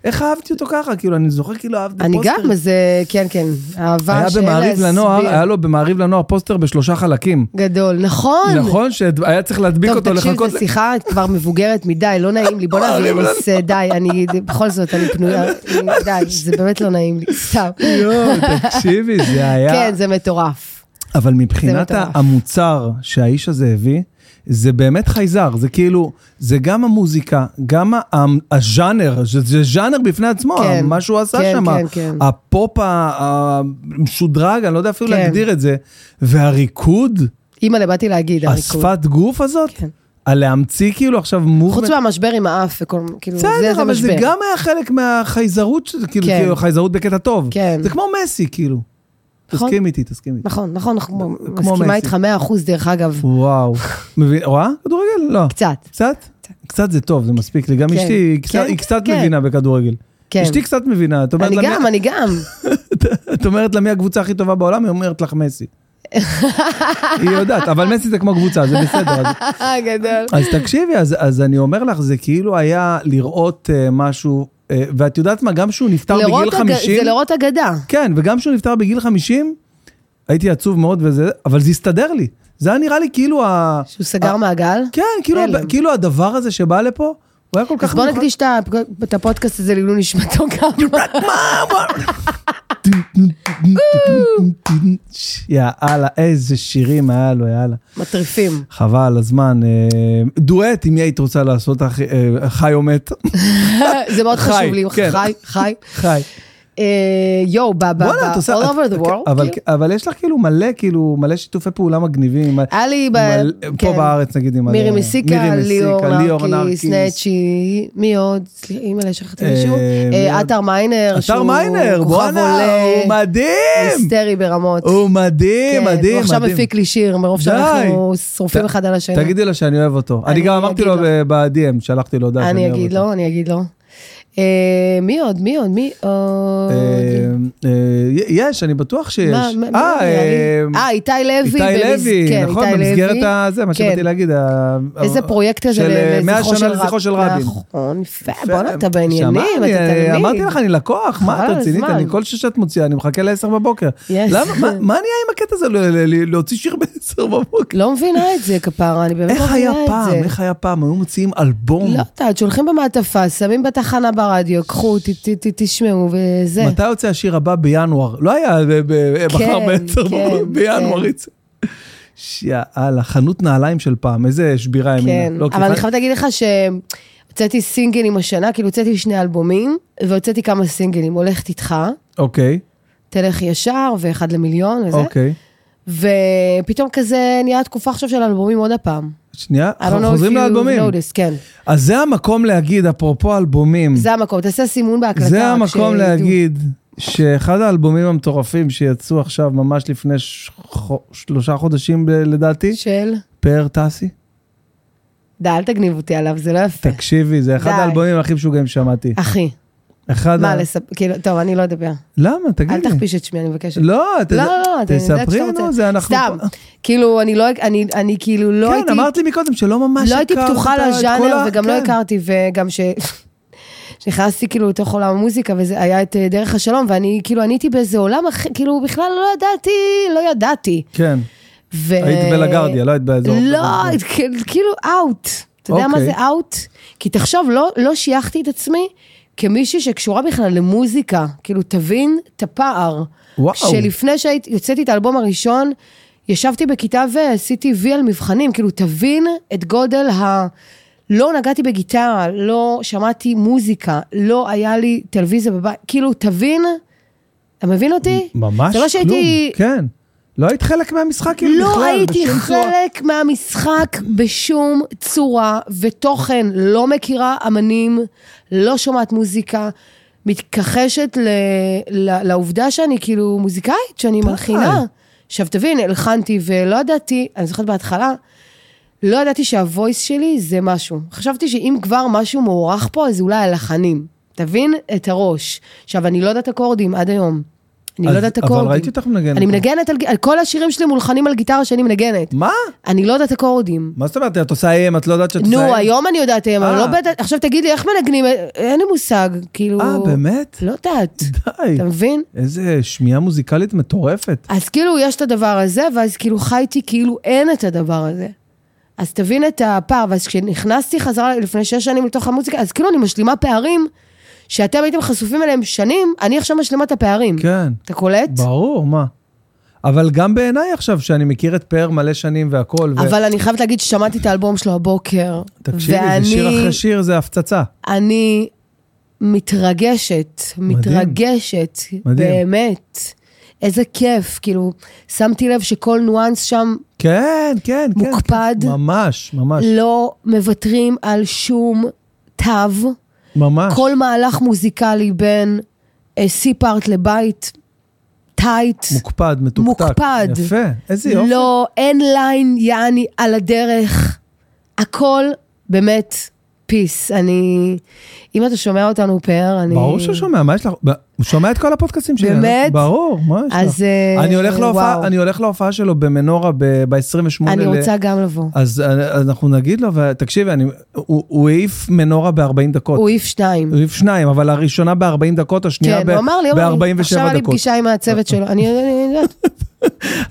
Speaker 1: איך אהבתי אותו ככה, כאילו אני זוכר כאילו אהבתי
Speaker 2: אני
Speaker 1: פוסטר.
Speaker 2: גם, אז אה, כן, כן, אהבה
Speaker 1: היה
Speaker 2: שאין
Speaker 1: במעריב
Speaker 2: להסביר.
Speaker 1: לנוער, היה לו במעריב לנוער פוסטר בשלושה חלקים,
Speaker 2: גדול, נכון.
Speaker 1: נכון? שהיה צריך להדביק אותו, אה,
Speaker 2: טוב, תקשיב,
Speaker 1: לחכות,
Speaker 2: זו
Speaker 1: ל-
Speaker 2: שיחה כבר מבוגרת מדי, לא נעים לי, בוא נעביר נושא, די, אני, בכל זאת, אני פנויה, אני- די, זה באמת לא נעים לי, סתם.
Speaker 1: יואו, תקשיבי, זה היה,
Speaker 2: כן, זה מטורף.
Speaker 1: אבל מבחינת
Speaker 2: זה מטורף.
Speaker 1: המוצר שהאיש הזה הביא, זה באמת חייזר, זה כאילו, זה גם המוזיקה, גם ה- הז'אנר, זה, זה ז'אנר בפני עצמו,
Speaker 2: כן.
Speaker 1: מה שהוא עשה
Speaker 2: כן,
Speaker 1: שם,
Speaker 2: כן, כן.
Speaker 1: הפופ ה- המשודרג, אני לא יודע אפילו
Speaker 2: כן.
Speaker 1: להגדיר את זה, והריקוד,
Speaker 2: אימא'לה, באתי להגיד, הריקוד.
Speaker 1: השפת גוף הזאת,
Speaker 2: כן.
Speaker 1: על להמציא כאילו עכשיו מובמנט.
Speaker 2: חוץ מהמשבר עם האף וכל, כאילו, זה
Speaker 1: בסדר,
Speaker 2: זה
Speaker 1: אבל זה
Speaker 2: משבר.
Speaker 1: גם היה חלק מהחייזרות, שזה, כאילו,
Speaker 2: כן.
Speaker 1: כאילו, חייזרות בקטע טוב.
Speaker 2: כן.
Speaker 1: זה כמו מסי, כאילו.
Speaker 2: נכון.
Speaker 1: תסכים איתי, תסכים איתי.
Speaker 2: נכון, נכון, אנחנו
Speaker 1: כמו
Speaker 2: מסכימה
Speaker 1: מסי.
Speaker 2: איתך 100 אחוז, דרך אגב,
Speaker 1: וואו. מבין, רואה? כדורגל? לא.
Speaker 2: קצת.
Speaker 1: קצת? קצת זה טוב, זה מספיק לי. גם
Speaker 2: כן.
Speaker 1: אשתי, היא קצת-
Speaker 2: כן,
Speaker 1: היא קצת
Speaker 2: כן.
Speaker 1: מבינה בכדורגל.
Speaker 2: כן.
Speaker 1: אשתי קצת מבינה. את אומרת
Speaker 2: אני
Speaker 1: לה,
Speaker 2: גם,
Speaker 1: מי-
Speaker 2: אני גם.
Speaker 1: את אומרת לה מי הקבוצה הכי טובה בעולם, היא אומרת לך מסי. היא יודעת, אבל מסי זה כמו קבוצה, זה בסדר. אז-
Speaker 2: גדול.
Speaker 1: אז תקשיבי, אז, אז אני אומר לך, זה כאילו היה לראות uh, משהו, uh, ואת יודעת מה, גם שהוא נפטר
Speaker 2: לראות
Speaker 1: בגיל
Speaker 2: הג-
Speaker 1: 50,
Speaker 2: זה לא- לראות אגדה.
Speaker 1: כן, וגם שהוא נפטר בגיל 50, הייתי עצוב מאוד וזה, אבל זה הסתדר לי. זה היה נראה לי כאילו ה...
Speaker 2: שהוא סגר
Speaker 1: ה-
Speaker 2: מעגל?
Speaker 1: כן, כאילו,
Speaker 2: הלם.
Speaker 1: כאילו הדבר הזה שבא לפה, הוא היה כל כך...
Speaker 2: אז בוא
Speaker 1: מוכן.
Speaker 2: נקדיש את ה- את הפודקאסט הזה לעילוי נשמתו גם.
Speaker 1: יאללה, איזה שירים היה לו, יאללה.
Speaker 2: מטריפים.
Speaker 1: חבל על הזמן. אה, דואט, עם מי היית רוצה לעשות, הכי- אה, חי או מת?
Speaker 2: זה מאוד
Speaker 1: חי,
Speaker 2: חשוב לי,
Speaker 1: כן.
Speaker 2: חי, חי.
Speaker 1: חי.
Speaker 2: אה, יואו, ב... ב-
Speaker 1: וואלה,
Speaker 2: ב-
Speaker 1: את עושה...
Speaker 2: all
Speaker 1: את-
Speaker 2: over the
Speaker 1: כן,
Speaker 2: world.
Speaker 1: אבל-
Speaker 2: כאילו.
Speaker 1: אבל יש לך כאילו מלא, כאילו, מלא שיתופי פעולה מגניבים.
Speaker 2: היה לי ב...
Speaker 1: מל- פה
Speaker 2: כן.
Speaker 1: בארץ נגיד עם...
Speaker 2: מירי
Speaker 1: מלא-
Speaker 2: מסיקה, ליאור נרקיס,
Speaker 1: נרקיס.
Speaker 2: נצ'י, מי עוד? סליחה, אימא'לה, שכחתי
Speaker 1: אה,
Speaker 2: מישהו. אה,
Speaker 1: מי עוד?
Speaker 2: עטר מיינר,
Speaker 1: אתר מיינר,
Speaker 2: כוכב
Speaker 1: בואנה,
Speaker 2: עולה,
Speaker 1: הוא מדהים!
Speaker 2: היסטרי ברמות.
Speaker 1: הוא מדהים,
Speaker 2: כן,
Speaker 1: מדהים, מדהים.
Speaker 2: הוא עכשיו מפיק לי שיר, מרוב
Speaker 1: די.
Speaker 2: שאנחנו שרופים
Speaker 1: ת-
Speaker 2: אחד על השני.
Speaker 1: תגידי לו שאני אוהב אותו. אני
Speaker 2: אני
Speaker 1: גם אמרתי
Speaker 2: אגיד
Speaker 1: לו
Speaker 2: לו.
Speaker 1: ב- ב-DM, שלחתי לו הודעה שאני
Speaker 2: אני
Speaker 1: לא, אוהב אותו.
Speaker 2: אגיד לו, אני אגיד לו. אמ, אה, מי עוד? מי עוד? מי עוד?
Speaker 1: אה, אה, יש, אני בטוח שיש.
Speaker 2: מה- מה- מה
Speaker 1: אה,
Speaker 2: נראה לי?
Speaker 1: אה,
Speaker 2: אה, איתי לוי.
Speaker 1: איתי
Speaker 2: במס-
Speaker 1: לוי,
Speaker 2: כן,
Speaker 1: נכון,
Speaker 2: איתי
Speaker 1: במסגרת
Speaker 2: לוי.
Speaker 1: ה- זה מה
Speaker 2: כן.
Speaker 1: שבאתי להגיד. ה-
Speaker 2: איזה
Speaker 1: ה-
Speaker 2: פרויקט הזה
Speaker 1: של, אה,
Speaker 2: ל-
Speaker 1: 100
Speaker 2: לזכרו
Speaker 1: שנה
Speaker 2: של רב-
Speaker 1: לזכרו של רבין.
Speaker 2: נכון, יפה,
Speaker 1: יפה.
Speaker 2: בואנה, אתה בעניינים, אתה
Speaker 1: שמעתי,
Speaker 2: תלמיד.
Speaker 1: אמרתי לך, אני לקוח, מה,
Speaker 2: חבל
Speaker 1: את
Speaker 2: על
Speaker 1: רצינית?
Speaker 2: הזמן.
Speaker 1: אני כל שש שאת מוציאה, אני מחכה ל-10 בבוקר.
Speaker 2: Yes.
Speaker 1: למה, מה- מה נהיה עם הקטע הזה, ל- ל- ל- להוציא שיר ב-10 בבוקר?
Speaker 2: לא מבינה את זה, כפרה, אני באמת לא
Speaker 1: איך היה
Speaker 2: מבינה את זה.
Speaker 1: פעם, איך היה פעם, היו מוציאים אלבום.
Speaker 2: לא יודעת, שולחים במעטפה, שמים בתחנה ברדיו, קחו, ת- ת- ת- תשמעו וזה.
Speaker 1: מתי יוצא השיר הבא? בינואר. לא היה ב- ב- מחר
Speaker 2: כן,
Speaker 1: בעשר בבוקר,
Speaker 2: כן,
Speaker 1: בינואר
Speaker 2: כן.
Speaker 1: יצא. יאללה, חנות נעליים של פעם, איזה שבירה ימינה.
Speaker 2: כן,
Speaker 1: לא, כי
Speaker 2: אבל אני
Speaker 1: חי-
Speaker 2: חייבת להגיד לך שהוצאתי סינגלים השנה, כאילו הוצאתי שני אלבומים, והוצאתי כמה סינגלים, הולכת איתך,
Speaker 1: אוקיי,
Speaker 2: תלך ישר, ואחד למיליון וזה,
Speaker 1: אוקיי.
Speaker 2: ופתאום כזה נהיה תקופה עכשיו של אלבומים עוד הפעם.
Speaker 1: שנייה,
Speaker 2: I don't know if
Speaker 1: חוזרים
Speaker 2: you
Speaker 1: לאלבומים.
Speaker 2: noticed, כן.
Speaker 1: אז זה המקום להגיד, אפרופו אלבומים,
Speaker 2: זה המקום, תעשה סימון בהקלטה.
Speaker 1: Mm. זה
Speaker 2: רק
Speaker 1: המקום
Speaker 2: שידעו.
Speaker 1: להגיד שאחד האלבומים המטורפים שיצאו עכשיו, ממש לפני ש- חו- שלושה חודשים ב- לדעתי,
Speaker 2: של...
Speaker 1: פאר טאסי.
Speaker 2: די, אל תגניב אותי עליו, זה לא יפה.
Speaker 1: תקשיבי, זה אחד
Speaker 2: די.
Speaker 1: האלבומים הכי משוגעים ששמעתי.
Speaker 2: אחי,
Speaker 1: אחד
Speaker 2: מה
Speaker 1: ה-
Speaker 2: לספר? כאילו, טוב, אני לא אדבר.
Speaker 1: למה? תגידי.
Speaker 2: אל תכפיש את שמי, אני מבקשת.
Speaker 1: לא, ת-
Speaker 2: לא, לא, אתה- אני יודעת
Speaker 1: תספרי
Speaker 2: שאתה
Speaker 1: לנו,
Speaker 2: רוצה.
Speaker 1: זה אנחנו...
Speaker 2: סתם, כאילו, אני לא, אני, אני כאילו לא
Speaker 1: כן,
Speaker 2: הייתי,
Speaker 1: אמרת לי מקודם שלא ממש
Speaker 2: לא הייתי
Speaker 1: הכרת
Speaker 2: פתוחה
Speaker 1: את ה- את כל
Speaker 2: לז'אנר,
Speaker 1: ה-
Speaker 2: וגם לא
Speaker 1: כן.
Speaker 2: הכרתי, וגם ש... כשנכנסתי כאילו לתוך עולם המוזיקה, וזה היה את אה, דרך השלום, ואני כאילו, אני הייתי באיזה עולם אחר, כאילו, בכלל לא ידעתי, לא ידעתי.
Speaker 1: כן,
Speaker 2: ו...
Speaker 1: היית בלגרדיה, לא היית באזור.
Speaker 2: אה, לא, כ- כאילו אאוט. אתה יודע מה
Speaker 1: אוקיי.
Speaker 2: זה אאוט? כי תחשוב, לא, לא שייכתי את עצמי כמישהי שקשורה בכלל למוזיקה. כאילו, תבין את הפער.
Speaker 1: וואו.
Speaker 2: שלפני שהוצאתי את האלבום הראשון, ישבתי בכיתה ועשיתי וי על מבחנים. כאילו, תבין את גודל ה... לא נגעתי בגיטרה, לא שמעתי מוזיקה, לא היה לי טלוויזיה בבית. כאילו, תבין, אתה מבין אותי?
Speaker 1: ממש
Speaker 2: זה
Speaker 1: כלום.
Speaker 2: לא שהייתי...
Speaker 1: כן. לא היית חלק מהמשחק כאילו בכלל.
Speaker 2: לא הייתי
Speaker 1: בשום צורה.
Speaker 2: חלק מהמשחק בשום צורה ותוכן. לא מכירה אמנים, לא שומעת מוזיקה, מתכחשת ל... ל... לעובדה שאני כאילו מוזיקאית, שאני מלחינה. עכשיו תבין, הלחנתי ולא ידעתי, אני זוכרת בהתחלה, לא ידעתי שהוויס שלי זה משהו. חשבתי שאם כבר משהו מוערך פה, אז אולי הלחנים. תבין את הראש. עכשיו, אני לא יודעת אקורדים עד היום. אני
Speaker 1: אז-
Speaker 2: לא יודעת אקורדים.
Speaker 1: אבל ראיתי אותך מנגנת.
Speaker 2: אני
Speaker 1: פה.
Speaker 2: מנגנת על גי- על... כל השירים שלי מולחנים על גיטרה שאני מנגנת.
Speaker 1: מה?
Speaker 2: אני לא יודעת אקורדים.
Speaker 1: מה זאת אומרת? את עושה אם, את לא יודעת שאת עושה אם?
Speaker 2: נו, היום אני יודעת, היום, אבל
Speaker 1: אה.
Speaker 2: לא בטח... עכשיו תגיד לי, איך מנגנים? אה, אין לי מושג, כאילו...
Speaker 1: אה, באמת?
Speaker 2: לא יודעת.
Speaker 1: די.
Speaker 2: אתה מבין?
Speaker 1: איזה שמיעה מוזיקלית מטורפת.
Speaker 2: אז כאילו יש את הדבר הזה, ואז כאילו חייתי כאילו אין את הדבר הזה. אז תבין את הפער, ואז כשנכנסתי חזרה לפני שש שנים לתוך המוזיקה, אז כאילו אני משלימה פערים שאתם הייתם חשופים אליהם שנים, אני עכשיו משלימה את הפערים.
Speaker 1: כן.
Speaker 2: אתה קולט?
Speaker 1: ברור, מה? אבל גם בעיניי עכשיו, שאני מכיר את פאר מלא שנים והכול, ו-
Speaker 2: אבל אני חייבת להגיד ששמעתי את האלבום שלו הבוקר.
Speaker 1: תקשיבי, זה שיר
Speaker 2: ואני-
Speaker 1: אחרי שיר, זה הפצצה.
Speaker 2: אני מתרגשת, מתרגשת,
Speaker 1: מדהים.
Speaker 2: באמת. איזה כיף, כאילו, שמתי לב שכל ניואנס שם
Speaker 1: כן, כן, כן.
Speaker 2: מוקפד.
Speaker 1: כן. ממש, ממש,
Speaker 2: לא מוותרים על שום תו.
Speaker 1: אה. ממש.
Speaker 2: כל מהלך מוזיקלי בין אה, סי פארט לבית, טייט.
Speaker 1: מוקפד, מתוקתק.
Speaker 2: מוקפד.
Speaker 1: יפה, איזה יופי.
Speaker 2: לא, אין ליין, יעני, על הדרך. הכל באמת פיס. אני... אם אתה שומע אותנו פאר, אני...
Speaker 1: ברור שהוא שומע, מה יש לך? ב- הוא שומע את כל הפודקאסים שלי.
Speaker 2: באמת?
Speaker 1: ברור, מה יש לך?
Speaker 2: אז, אה,
Speaker 1: אני הולך להופעה-
Speaker 2: וואו.
Speaker 1: אני הולך להופעה שלו במנורה ב-28
Speaker 2: אני רוצה גם לבוא.
Speaker 1: אז אה, אנחנו נגיד לו, ותקשיבי, אני- הוא הוא העיף מנורה ב-40 דקות.
Speaker 2: הוא העיף שניים.
Speaker 1: הוא העיף שניים, אבל הראשונה ב-40 דקות, השנייה
Speaker 2: כן, הוא אמר לי, הוא אמר
Speaker 1: ב-47
Speaker 2: לי,
Speaker 1: דקות.
Speaker 2: עכשיו היה לי פגישה עם הצוות שלו. אני אני יודעת,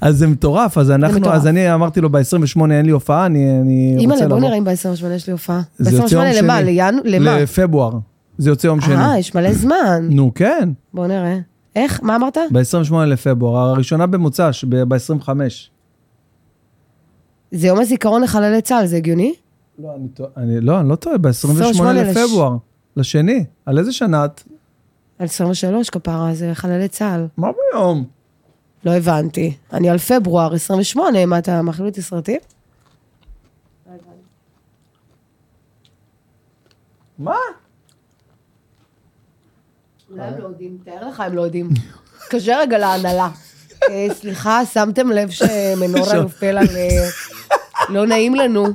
Speaker 1: אז זה מטורף, אז אנחנו,
Speaker 2: מטורף.
Speaker 1: אז אני אמרתי לו, ב-28 אין לי הופעה, אני אני רוצה לבוא.
Speaker 2: אימא'לה, בוא נראה אם ב-28 יש לי הופעה.
Speaker 1: זה יוצא יום
Speaker 2: ב-28 למה?
Speaker 1: שני.
Speaker 2: לינואר? למה?
Speaker 1: לפברואר. זה יוצא יום שני.
Speaker 2: אה, יש מלא זמן.
Speaker 1: נו, כן.
Speaker 2: בוא נראה. איך? מה אמרת?
Speaker 1: ב-28 לפברואר, הראשונה במוצ"ש, ב-25.
Speaker 2: זה יום הזיכרון לחללי צה"ל, זה הגיוני?
Speaker 1: לא, אני טועה, אני- לא, אני לא טועה, ב-28
Speaker 2: 28 לש-
Speaker 1: לפברואר. לשני. על איזה שנה את?
Speaker 2: על 23 כפרה, זה חללי צה"ל.
Speaker 1: מה ביום?
Speaker 2: לא הבנתי. אני על פברואר 28, מה אתה מאכיל אותי סרטים?
Speaker 1: מה?
Speaker 2: אולי הם לא יודעים, תאר לך, הם לא יודעים. תתקשר רגע להנהלה. אה, סליחה, שמתם לב שמנורה
Speaker 1: שם.
Speaker 2: נופל על... אה, לא נעים לנו.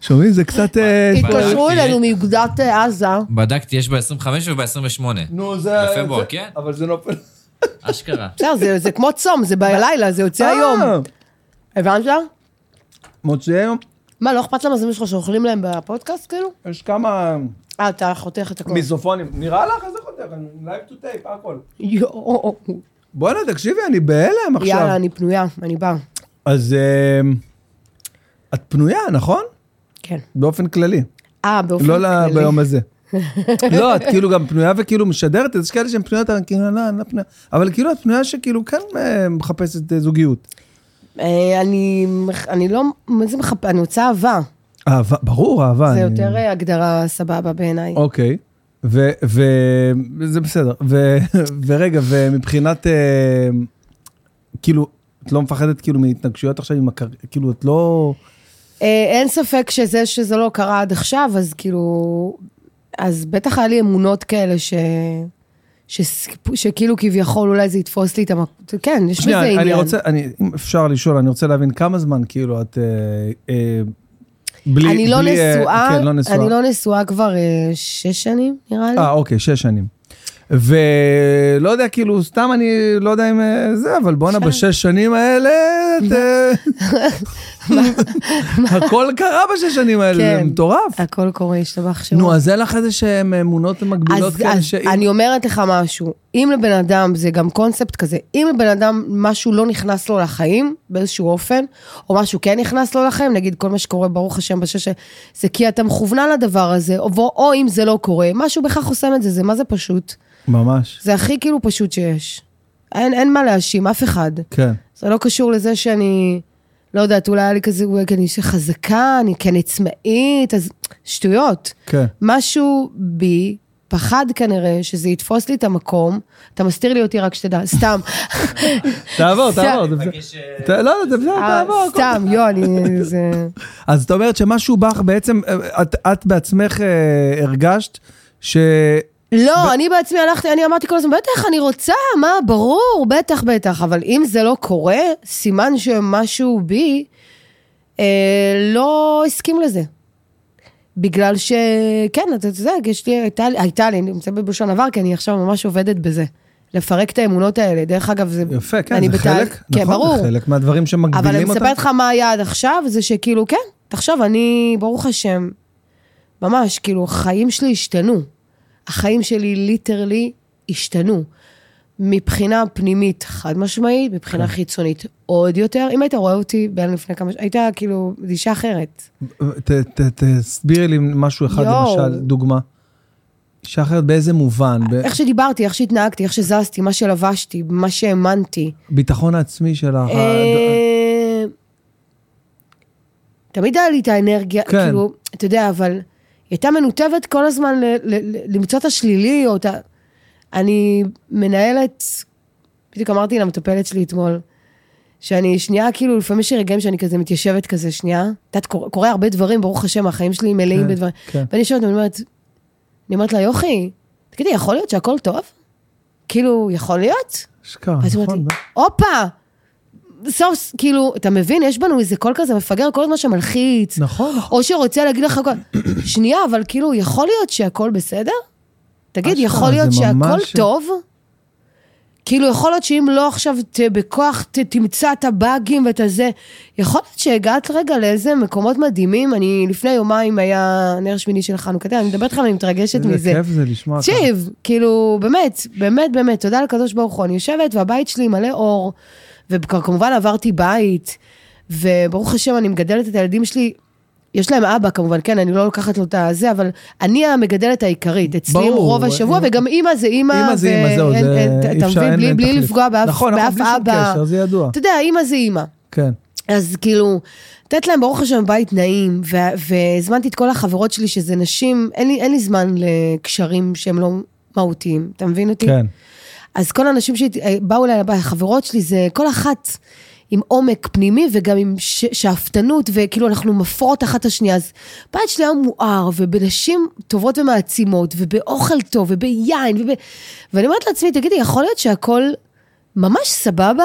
Speaker 1: שומעים? זה קצת... אה,
Speaker 2: התקשרו
Speaker 3: בדקתי.
Speaker 2: אלינו מאוגדת אה, עזה.
Speaker 4: בדקתי, יש ב-25 וב-28.
Speaker 1: נו, זה...
Speaker 4: בפברואר,
Speaker 1: זה-
Speaker 4: כן?
Speaker 1: אבל זה לא- נופל.
Speaker 4: אשכרה.
Speaker 2: בסדר, זה- זה כמו צום, זה בלילה, זה יוצא היום.
Speaker 1: אה,
Speaker 2: הבנת?
Speaker 1: מוצאי יום,
Speaker 2: מה, לא אכפת למאזינים שלך שאוכלים להם בפודקאסט, כאילו?
Speaker 1: יש כמה
Speaker 2: אה, אתה חותך את הכול.
Speaker 1: מיזופונים. נראה לך איזה חותך? אני live to tape, הכל.
Speaker 2: יואו.
Speaker 1: בואנה, תקשיבי, אני בהלם עכשיו.
Speaker 2: יאללה, אני פנויה, אני באה.
Speaker 1: אז אה, את פנויה, נכון?
Speaker 2: כן.
Speaker 1: באופן כללי.
Speaker 2: אה, באופן
Speaker 1: לא
Speaker 2: כללי.
Speaker 1: ל- ביום הזה. לא, את כאילו גם פנויה וכאילו משדרת, אז יש כאלה שהן פנויות, אבל כאילו, לא, אני לא פנויה. אבל כאילו, את פנויה שכאילו כן אה, מחפשת אה, זוגיות.
Speaker 2: אה, אני, אני לא, מה זה מחפ... אני רוצה אהבה.
Speaker 1: אהבה, ברור, אהבה.
Speaker 2: זה
Speaker 1: אני-
Speaker 2: יותר אה, הגדרה סבבה בעיניי.
Speaker 1: אוקיי. ו- ו- זה בסדר. ו- ורגע, ומבחינת, אה, כאילו, את לא מפחדת כאילו מהתנגשויות עכשיו עם הקר... כאילו, את לא...
Speaker 2: אה, אין ספק שזה שזה לא קרה עד עכשיו, אז כאילו, אז בטח היה לי אמונות כאלה ש... ש... שכאילו כביכול אולי זה יתפוס לי את המקום, כן, יש בזה
Speaker 1: שנייה, אני-
Speaker 2: עניין.
Speaker 1: אני רוצה, אני, אם אפשר לשאול, אני רוצה להבין כמה זמן כאילו את... אה, אה, בלי,
Speaker 2: אני לא
Speaker 1: בלי, אה,
Speaker 2: נשואה,
Speaker 1: כן, לא נשואה.
Speaker 2: אני לא נשואה כבר אה, שש שנים, נראה לי.
Speaker 1: אה, אוקיי, שש שנים. ולא יודע, כאילו, סתם אני לא יודע אם אה, זה, אבל בואנה, בשש שנים האלה, את... אה, הכל קרה בשש שנים האלה, זה
Speaker 2: כן.
Speaker 1: מטורף.
Speaker 2: הכל קורה, השתבח שמו.
Speaker 1: נו, אז אין לך איזה שהן אה, אמונות מגבילות
Speaker 2: אז,
Speaker 1: כאלה
Speaker 2: אז
Speaker 1: ש...
Speaker 2: אני אומרת לך משהו, אם לבן אדם, זה גם קונספט כזה, אם לבן אדם משהו לא נכנס לו לחיים באיזשהו אופן, או משהו כן נכנס לו לחיים, נגיד כל מה שקורה, ברוך השם, בשש, זה כי אתה מכוונה לדבר הזה, או, או אם זה לא קורה, משהו בכך חוסם את זה, זה מה זה פשוט?
Speaker 1: ממש,
Speaker 2: זה הכי כאילו פשוט שיש. אין, אין מה להאשים אף אחד.
Speaker 1: כן.
Speaker 2: זה לא קשור לזה שאני, לא יודעת, אולי היה לי כזה, אולי כי אני חזקה, אני כן עצמאית, אז שטויות.
Speaker 1: כן.
Speaker 2: משהו בי פחד כנראה שזה יתפוס לי את המקום, אתה מסתיר לי אותי רק שתדע, סתם,
Speaker 1: תעבור,
Speaker 2: סתם.
Speaker 1: תעבור, זה בסדר.
Speaker 3: יש, אה,
Speaker 1: ת- לא, לא, זה בסדר,
Speaker 2: אה,
Speaker 1: תעבור. הכל
Speaker 2: סתם, יו, אני, זה...
Speaker 1: אז את אומרת שמשהו בך בעצם, אה, את, את בעצמך אה, הרגשת ש...
Speaker 2: לא, אני בעצמי הלכתי, אני אמרתי כל הזמן, בטח, אני רוצה, מה, ברור, בטח, בטח, אבל אם זה לא קורה, סימן שמשהו בי אה, לא הסכים לזה. בגלל שכן, אתה צודק, יש לי, הייתה לי, הייתה לי, אני נמצאת בבושון עבר, כי אני עכשיו ממש עובדת בזה. לפרק את האמונות האלה, דרך אגב, זה...
Speaker 1: יפה, כן,
Speaker 2: אני
Speaker 1: זה
Speaker 2: בתהל-
Speaker 1: חלק,
Speaker 2: כן,
Speaker 1: נכון,
Speaker 2: ברור.
Speaker 1: זה חלק מהדברים
Speaker 2: אבל אני
Speaker 1: שמגבילים אותם.
Speaker 2: מספרת לך מה היה עד עכשיו, זה שכאילו, כן, תחשוב, אני, ברוך השם, ממש, כאילו, החיים שלי השתנו. החיים שלי ליטרלי השתנו. מבחינה פנימית, חד משמעית, מבחינה חיצונית, עוד יותר. אם היית רואה אותי בין לפני כמה שנים, היית כאילו אישה אחרת.
Speaker 1: ת, ת, תסבירי לי משהו אחד,
Speaker 2: יואו.
Speaker 1: למשל, דוגמה. אישה אחרת באיזה מובן?
Speaker 2: איך שדיברתי, איך שהתנהגתי, איך שזזתי, מה שלבשתי, מה שהאמנתי.
Speaker 1: בביטחון העצמי שלך. ה-
Speaker 2: אה, תמיד היה לי את האנרגיה,
Speaker 1: כן.
Speaker 2: כאילו, אתה יודע, אבל היא הייתה מנותבת כל הזמן ל- ל- ל- למצוא את השלילי, או את ה... אני מנהלת, בדיוק אמרתי למטפלת שלי אתמול, שאני שנייה, כאילו, לפעמים יש לי רגעים שאני כזה מתיישבת כזה, שנייה, את יודעת, קורה, קורה הרבה דברים, ברוך השם, החיים שלי מלאים
Speaker 1: כן,
Speaker 2: בדברים.
Speaker 1: כן.
Speaker 2: ואני שואלת, אני אומרת, אני אומרת לה, יוכי, תגידי, יכול להיות שהכל טוב? כאילו, יכול להיות?
Speaker 1: אשכרה,
Speaker 2: אז
Speaker 1: נכון.
Speaker 2: אמרתי, הופה! סוף, כאילו, אתה מבין, יש בנו איזה קול כזה מפגר כל הזמן שמלחיץ.
Speaker 1: נכון, נכון.
Speaker 2: או שרוצה להגיד לך כל... שנייה, אבל כאילו, יכול להיות שהכל בסדר? תגיד,
Speaker 1: אשכרה,
Speaker 2: יכול להיות
Speaker 1: זה
Speaker 2: שהכל
Speaker 1: ממש-
Speaker 2: טוב? כאילו, יכול להיות שאם לא עכשיו ת, בכוח ת, תמצא את הבאגים ואת הזה, יכול להיות שהגעת רגע לאיזה מקומות מדהימים. אני, לפני יומיים היה נר שמיני של חנוכה, תראה, אני מדברת איתך ואני מתרגשת
Speaker 1: איזה
Speaker 2: מזה.
Speaker 1: כיף זה לשמוע. ככה.
Speaker 2: תקשיב, כאילו, באמת, באמת, באמת, תודה לקדוש ברוך הוא. אני יושבת והבית שלי מלא אור, וכמובן עברתי בית, וברוך השם, אני מגדלת את הילדים שלי. יש להם אבא כמובן, כן, אני לא לוקחת לו את הזה, אבל אני המגדלת העיקרית. אצלי הם
Speaker 1: ברור.
Speaker 2: רוב השבוע,
Speaker 1: אמא-
Speaker 2: וגם אימא זה אימא.
Speaker 1: אמא זה אימא,
Speaker 2: ואין-
Speaker 1: זהו, זה
Speaker 2: אין-
Speaker 1: אי
Speaker 2: אתה
Speaker 1: אפשר,
Speaker 2: מבין,
Speaker 1: אין
Speaker 2: בלי-
Speaker 1: להם
Speaker 2: בלי
Speaker 1: תחליף.
Speaker 2: לפגוע באף
Speaker 1: נכון, נכון,
Speaker 2: באף
Speaker 1: בלי שום
Speaker 2: אבא.
Speaker 1: קשר, זה ידוע.
Speaker 2: אתה יודע, אימא זה אימא.
Speaker 1: כן.
Speaker 2: אז כאילו, לתת להם ברוך השם בית נעים, ו- והזמנתי את כל החברות שלי שזה נשים, אין לי, אין לי זמן לקשרים שהם לא מהותיים, אתה מבין אותי?
Speaker 1: כן.
Speaker 2: אז כל הנשים שבאו אליי לבית, החברות שלי, זה כל אחת עם עומק פנימי וגם עם ש- שאפתנות, וכאילו אנחנו מפרות אחת את השנייה. אז בית שלי היה מואר, ובנשים טובות ומעצימות, ובאוכל טוב, וביין, וב... ואני אומרת לעצמי, תגידי, יכול להיות שהכל ממש סבבה?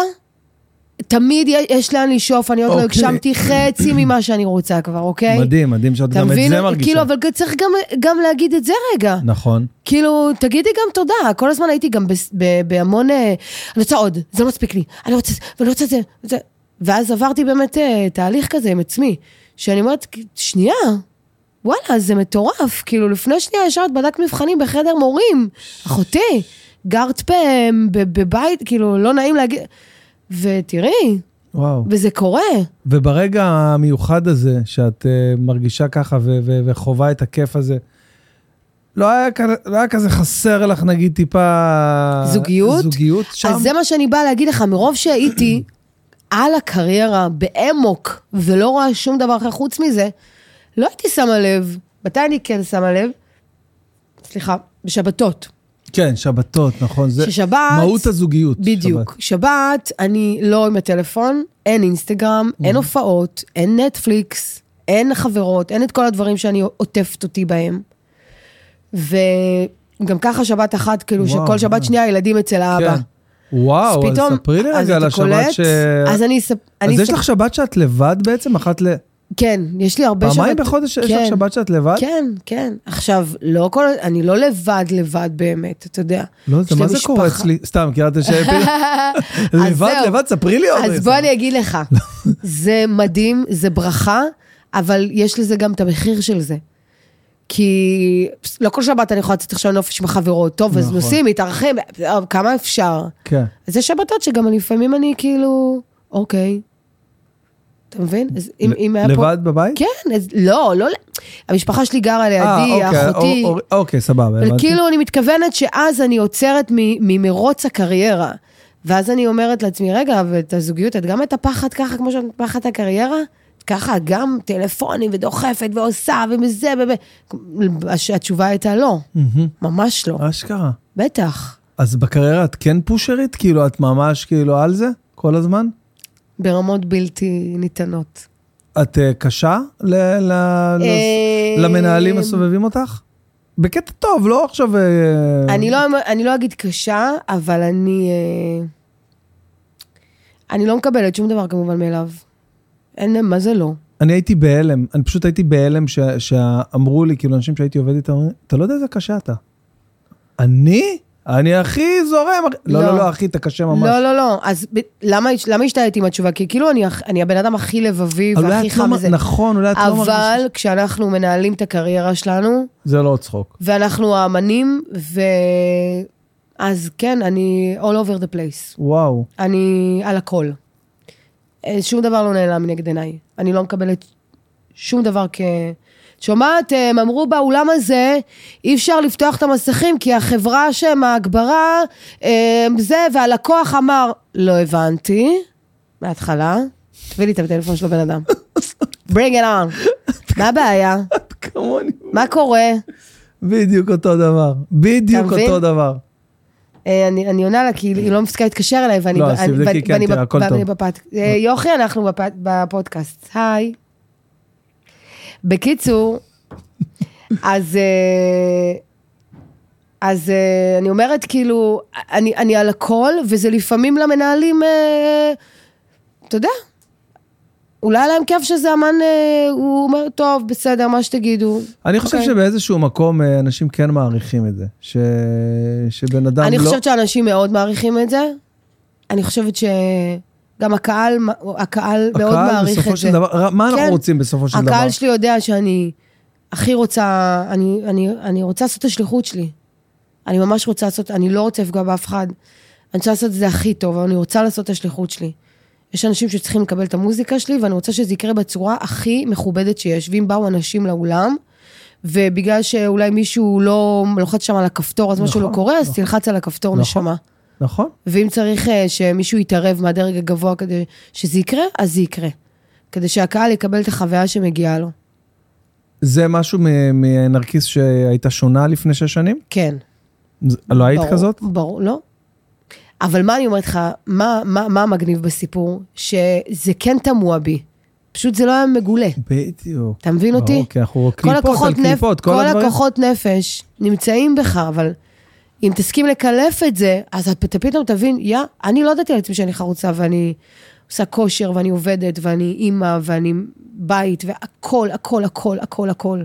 Speaker 2: תמיד יש- יש לאן לשאוף, אני עוד לא
Speaker 1: אוקיי.
Speaker 2: הגשמתי חצי ממה שאני רוצה כבר, אוקיי?
Speaker 1: כן, מדהים, מדהים שאת
Speaker 2: אתה
Speaker 1: גם את
Speaker 2: מבין?
Speaker 1: זה מרגישה.
Speaker 2: כאילו, אבל צריך גם, גם להגיד את זה רגע.
Speaker 1: נכון.
Speaker 2: כאילו, תגידי גם תודה. כל הזמן הייתי גם בס- ב- בהמון... אה, אני רוצה עוד, זה לא מספיק לי. אני רוצה זה, ואני לא רוצה זה. זה. ואז עברתי באמת אה, תהליך כזה עם עצמי, שאני אומרת, שנייה, וואלה, זה מטורף. כאילו, לפני שנייה ישבת בדקת מבחנים בחדר מורים. אחותי, גרת פעם ב- בבית, כאילו, לא נעים להגיד... ותראי,
Speaker 1: וואו.
Speaker 2: וזה קורה.
Speaker 1: וברגע המיוחד הזה, שאת אה, מרגישה ככה ו- ו- וחווה את הכיף הזה, לא היה, כ- לא היה כזה חסר לך, נגיד, טיפה...
Speaker 2: זוגיות?
Speaker 1: זוגיות שם?
Speaker 2: אז זה מה שאני באה להגיד לך, מרוב שהייתי על הקריירה, באמוק, ולא רואה שום דבר אחר חוץ מזה, לא הייתי שמה לב. מתי אני כן שמה לב? סליחה, בשבתות.
Speaker 1: כן, שבתות, נכון. זה
Speaker 2: ששבת-
Speaker 1: מהות הזוגיות.
Speaker 2: בדיוק.
Speaker 1: שבת.
Speaker 2: שבת, אני לא עם הטלפון, אין אינסטגרם,
Speaker 1: Mm-hmm.
Speaker 2: אין הופעות, אין נטפליקס, אין חברות, אין את כל הדברים שאני עוטפת אותי בהם. וגם ככה שבת אחת, כאילו,
Speaker 1: וואו,
Speaker 2: שכל שבת
Speaker 1: וואו.
Speaker 2: שנייה הילדים אצל האבא.
Speaker 1: כן. וואו, אז ספרי לי
Speaker 2: אז
Speaker 1: רגע על
Speaker 2: אתה
Speaker 1: השבת
Speaker 2: קולט,
Speaker 1: ש...
Speaker 2: אז אני... אספ- אני
Speaker 1: אז יש
Speaker 2: אספר-
Speaker 1: לך שבת שאת לבד בעצם? אחת ל...
Speaker 2: כן, יש לי הרבה
Speaker 1: פעמיים בחודש יש לך
Speaker 2: כן,
Speaker 1: שבת שאת לבד?
Speaker 2: כן, כן. עכשיו, לא כל... אני לא לבד לבד באמת, אתה יודע.
Speaker 1: לא,
Speaker 2: יש
Speaker 1: זה
Speaker 2: לי
Speaker 1: מה זה
Speaker 2: משפחה.
Speaker 1: קורה אצלי? סתם, כי את יושבת...
Speaker 2: אז
Speaker 1: לבד,
Speaker 2: זהו.
Speaker 1: לבד, ספרי לי עוד.
Speaker 2: אז בוא אני אגיד לך,
Speaker 1: לא.
Speaker 2: זה מדהים, זה ברכה, אבל יש לזה גם את המחיר של זה. כי לא כל שבת אני יכולה לצאת עכשיו לנופש עם החברות, טוב, אז
Speaker 1: נכון.
Speaker 2: נוסעים, מתארחים, כמה אפשר.
Speaker 1: כן.
Speaker 2: אז יש שבתות שגם לפעמים אני כאילו, אוקיי. אתה מבין? אז אם- אם היה פה...
Speaker 1: לבד בבית?
Speaker 2: כן, אז לא, לא... המשפחה שלי גרה לידי,
Speaker 1: אה, אוקיי,
Speaker 2: אחותי.
Speaker 1: אור- אור- אוקיי, סבבה,
Speaker 2: אבל
Speaker 1: הבנתי.
Speaker 2: כאילו, אני מתכוונת שאז אני עוצרת מ- ממרוץ הקריירה. ואז אני אומרת לעצמי, רגע, ואת הזוגיות, את גם מטפחת ככה כמו שאת מטפחת את הקריירה? את ככה גם טלפונים ודוחפת ועושה וזה וזה. הש- התשובה הייתה לא,
Speaker 1: מהמם.
Speaker 2: ממש
Speaker 1: אה.
Speaker 2: לא.
Speaker 1: אשכרה.
Speaker 2: בטח.
Speaker 1: אז בקריירה את כן פושרית? כאילו, את ממש כאילו על זה? כל הזמן?
Speaker 2: ברמות בלתי ניתנות.
Speaker 1: את אה, קשה ל- ל-
Speaker 2: אה,
Speaker 1: למנהלים הסובבים אותך? בקטע טוב, לא עכשיו... אה,
Speaker 2: אני לא, אני לא אגיד קשה, אבל אני... אה, אני לא מקבלת שום דבר כמובן מאליו. אין, מה זה לא?
Speaker 1: אני הייתי בהלם, אני פשוט הייתי בהלם ש- שאמרו לי, כאילו, אנשים שהייתי עובד איתם, אומרים, אתה לא יודע איזה קשה אתה. אני? אני הכי זורם. הכי-" לא,
Speaker 2: לא.
Speaker 1: לא, לא, אחי, אתה קשה ממש.
Speaker 2: לא, לא, לא. אז ב, למה, למה השתהיתי עם התשובה? כי כאילו אני, הכ- אני הבן אדם הכי לבבי
Speaker 1: אולי
Speaker 2: והכי
Speaker 1: את לא
Speaker 2: חם
Speaker 1: מ-
Speaker 2: וזה.
Speaker 1: נכון, אולי את לא מרגישה...
Speaker 2: אבל כשאנחנו מנהלים את הקריירה שלנו,
Speaker 1: זה לא צחוק.
Speaker 2: ואנחנו האמנים, ו... אז כן, אני all over the place.
Speaker 1: וואו.
Speaker 2: אני על הכל. אה, שום דבר לא נעלם מנגד עיניי. אני לא מקבלת שום דבר כ... את שומעת, אה, הם אמרו באולם הזה, אי אפשר לפתוח את המסכים כי החברה שם, ההגברה, אה, זה, והלקוח אמר, לא הבנתי, מההתחלה, תביא לי את הטלפון של הבן אדם. bring it on. מה הבעיה?
Speaker 1: את כמוני.
Speaker 2: מה קורה?
Speaker 1: בדיוק אותו דבר. בדיוק
Speaker 2: אתה מבין?
Speaker 1: אותו דבר.
Speaker 2: אה, אני, אני עונה לה, כי היא היא לא מפסיקה להתקשר אליי, ואני...
Speaker 1: לא,
Speaker 2: ב-
Speaker 1: אז
Speaker 2: אני-
Speaker 1: תבדקי,
Speaker 2: ואני-
Speaker 1: כן,
Speaker 2: ואני
Speaker 1: תראה,
Speaker 2: ב-
Speaker 1: הכל
Speaker 2: ואני
Speaker 1: טוב.
Speaker 2: בפת- אה, יוכי, אנחנו בפ- בפודקאסט. היי. בקיצור, אז... אה, אז אה, אני אומרת, כאילו, אני, אני על הכל, וזה לפעמים למנהלים, אה, אתה יודע, אולי היה להם כיף שזה אמן, אה, הוא אומר, טוב, בסדר, מה שתגידו.
Speaker 1: אני חושב
Speaker 2: אוקיי.
Speaker 1: שבאיזשהו מקום אה, אנשים כן מעריכים את זה. ש... שבן אדם
Speaker 2: אני
Speaker 1: לא...
Speaker 2: חושבת שאנשים מאוד מעריכים את זה. אני חושבת שגם הקהל, הקהל מאוד
Speaker 1: הקהל
Speaker 2: מעריך
Speaker 1: בסופו
Speaker 2: את
Speaker 1: של
Speaker 2: זה.
Speaker 1: דבר- מה אנחנו
Speaker 2: כן.
Speaker 1: רוצים בסופו של דבר?
Speaker 2: הקהל שלי יודע שאני הכי רוצה, אני, אני, אני רוצה לעשות את השליחות שלי. אני ממש רוצה לעשות, אני לא רוצה לפגוע באף אחד. אני רוצה לעשות את זה הכי טוב, אבל אני רוצה לעשות את השליחות שלי. יש אנשים שצריכים לקבל את המוזיקה שלי, ואני רוצה שזה יקרה בצורה הכי מכובדת שיש. ואם באו אנשים לאולם, ובגלל שאולי מישהו לא לוחץ שם על הכפתור, אז משהו
Speaker 1: נכון,
Speaker 2: לא קורה, אז
Speaker 1: נכון.
Speaker 2: תלחץ על הכפתור,
Speaker 1: נכון.
Speaker 2: נשמה.
Speaker 1: נכון.
Speaker 2: ואם צריך אה, שמישהו יתערב מהדרג הגבוה כדי שזה יקרה, אז זה יקרה. כדי שהקהל יקבל את החוויה שמגיעה לו.
Speaker 1: זה משהו מ- מנרקיס שהייתה שונה לפני שש שנים?
Speaker 2: כן.
Speaker 1: זה- לא היית
Speaker 2: ברור,
Speaker 1: כזאת?
Speaker 2: ברור, לא. אבל מה אני אומרת לך, מה, מה, מה מגניב בסיפור? שזה כן תמוה בי. פשוט זה לא היה מגולה.
Speaker 1: בדיוק.
Speaker 2: אתה מבין אותי?
Speaker 1: ברור, כן. כי אנחנו
Speaker 2: כל
Speaker 1: קליפות על
Speaker 2: הכוחות, נפ...
Speaker 1: קליפות, כל
Speaker 2: כל
Speaker 1: הדברים.
Speaker 2: הכוחות נפש נמצאים בך, אבל אם תסכים לקלף את זה, אז אתה פתאום תבין, יא, אני לא ידעתי על עצמי שאני חרוצה ואני... עושה כושר, ואני עובדת, ואני אימא, ואני בית, והכל, הכל, הכל, הכל, הכל.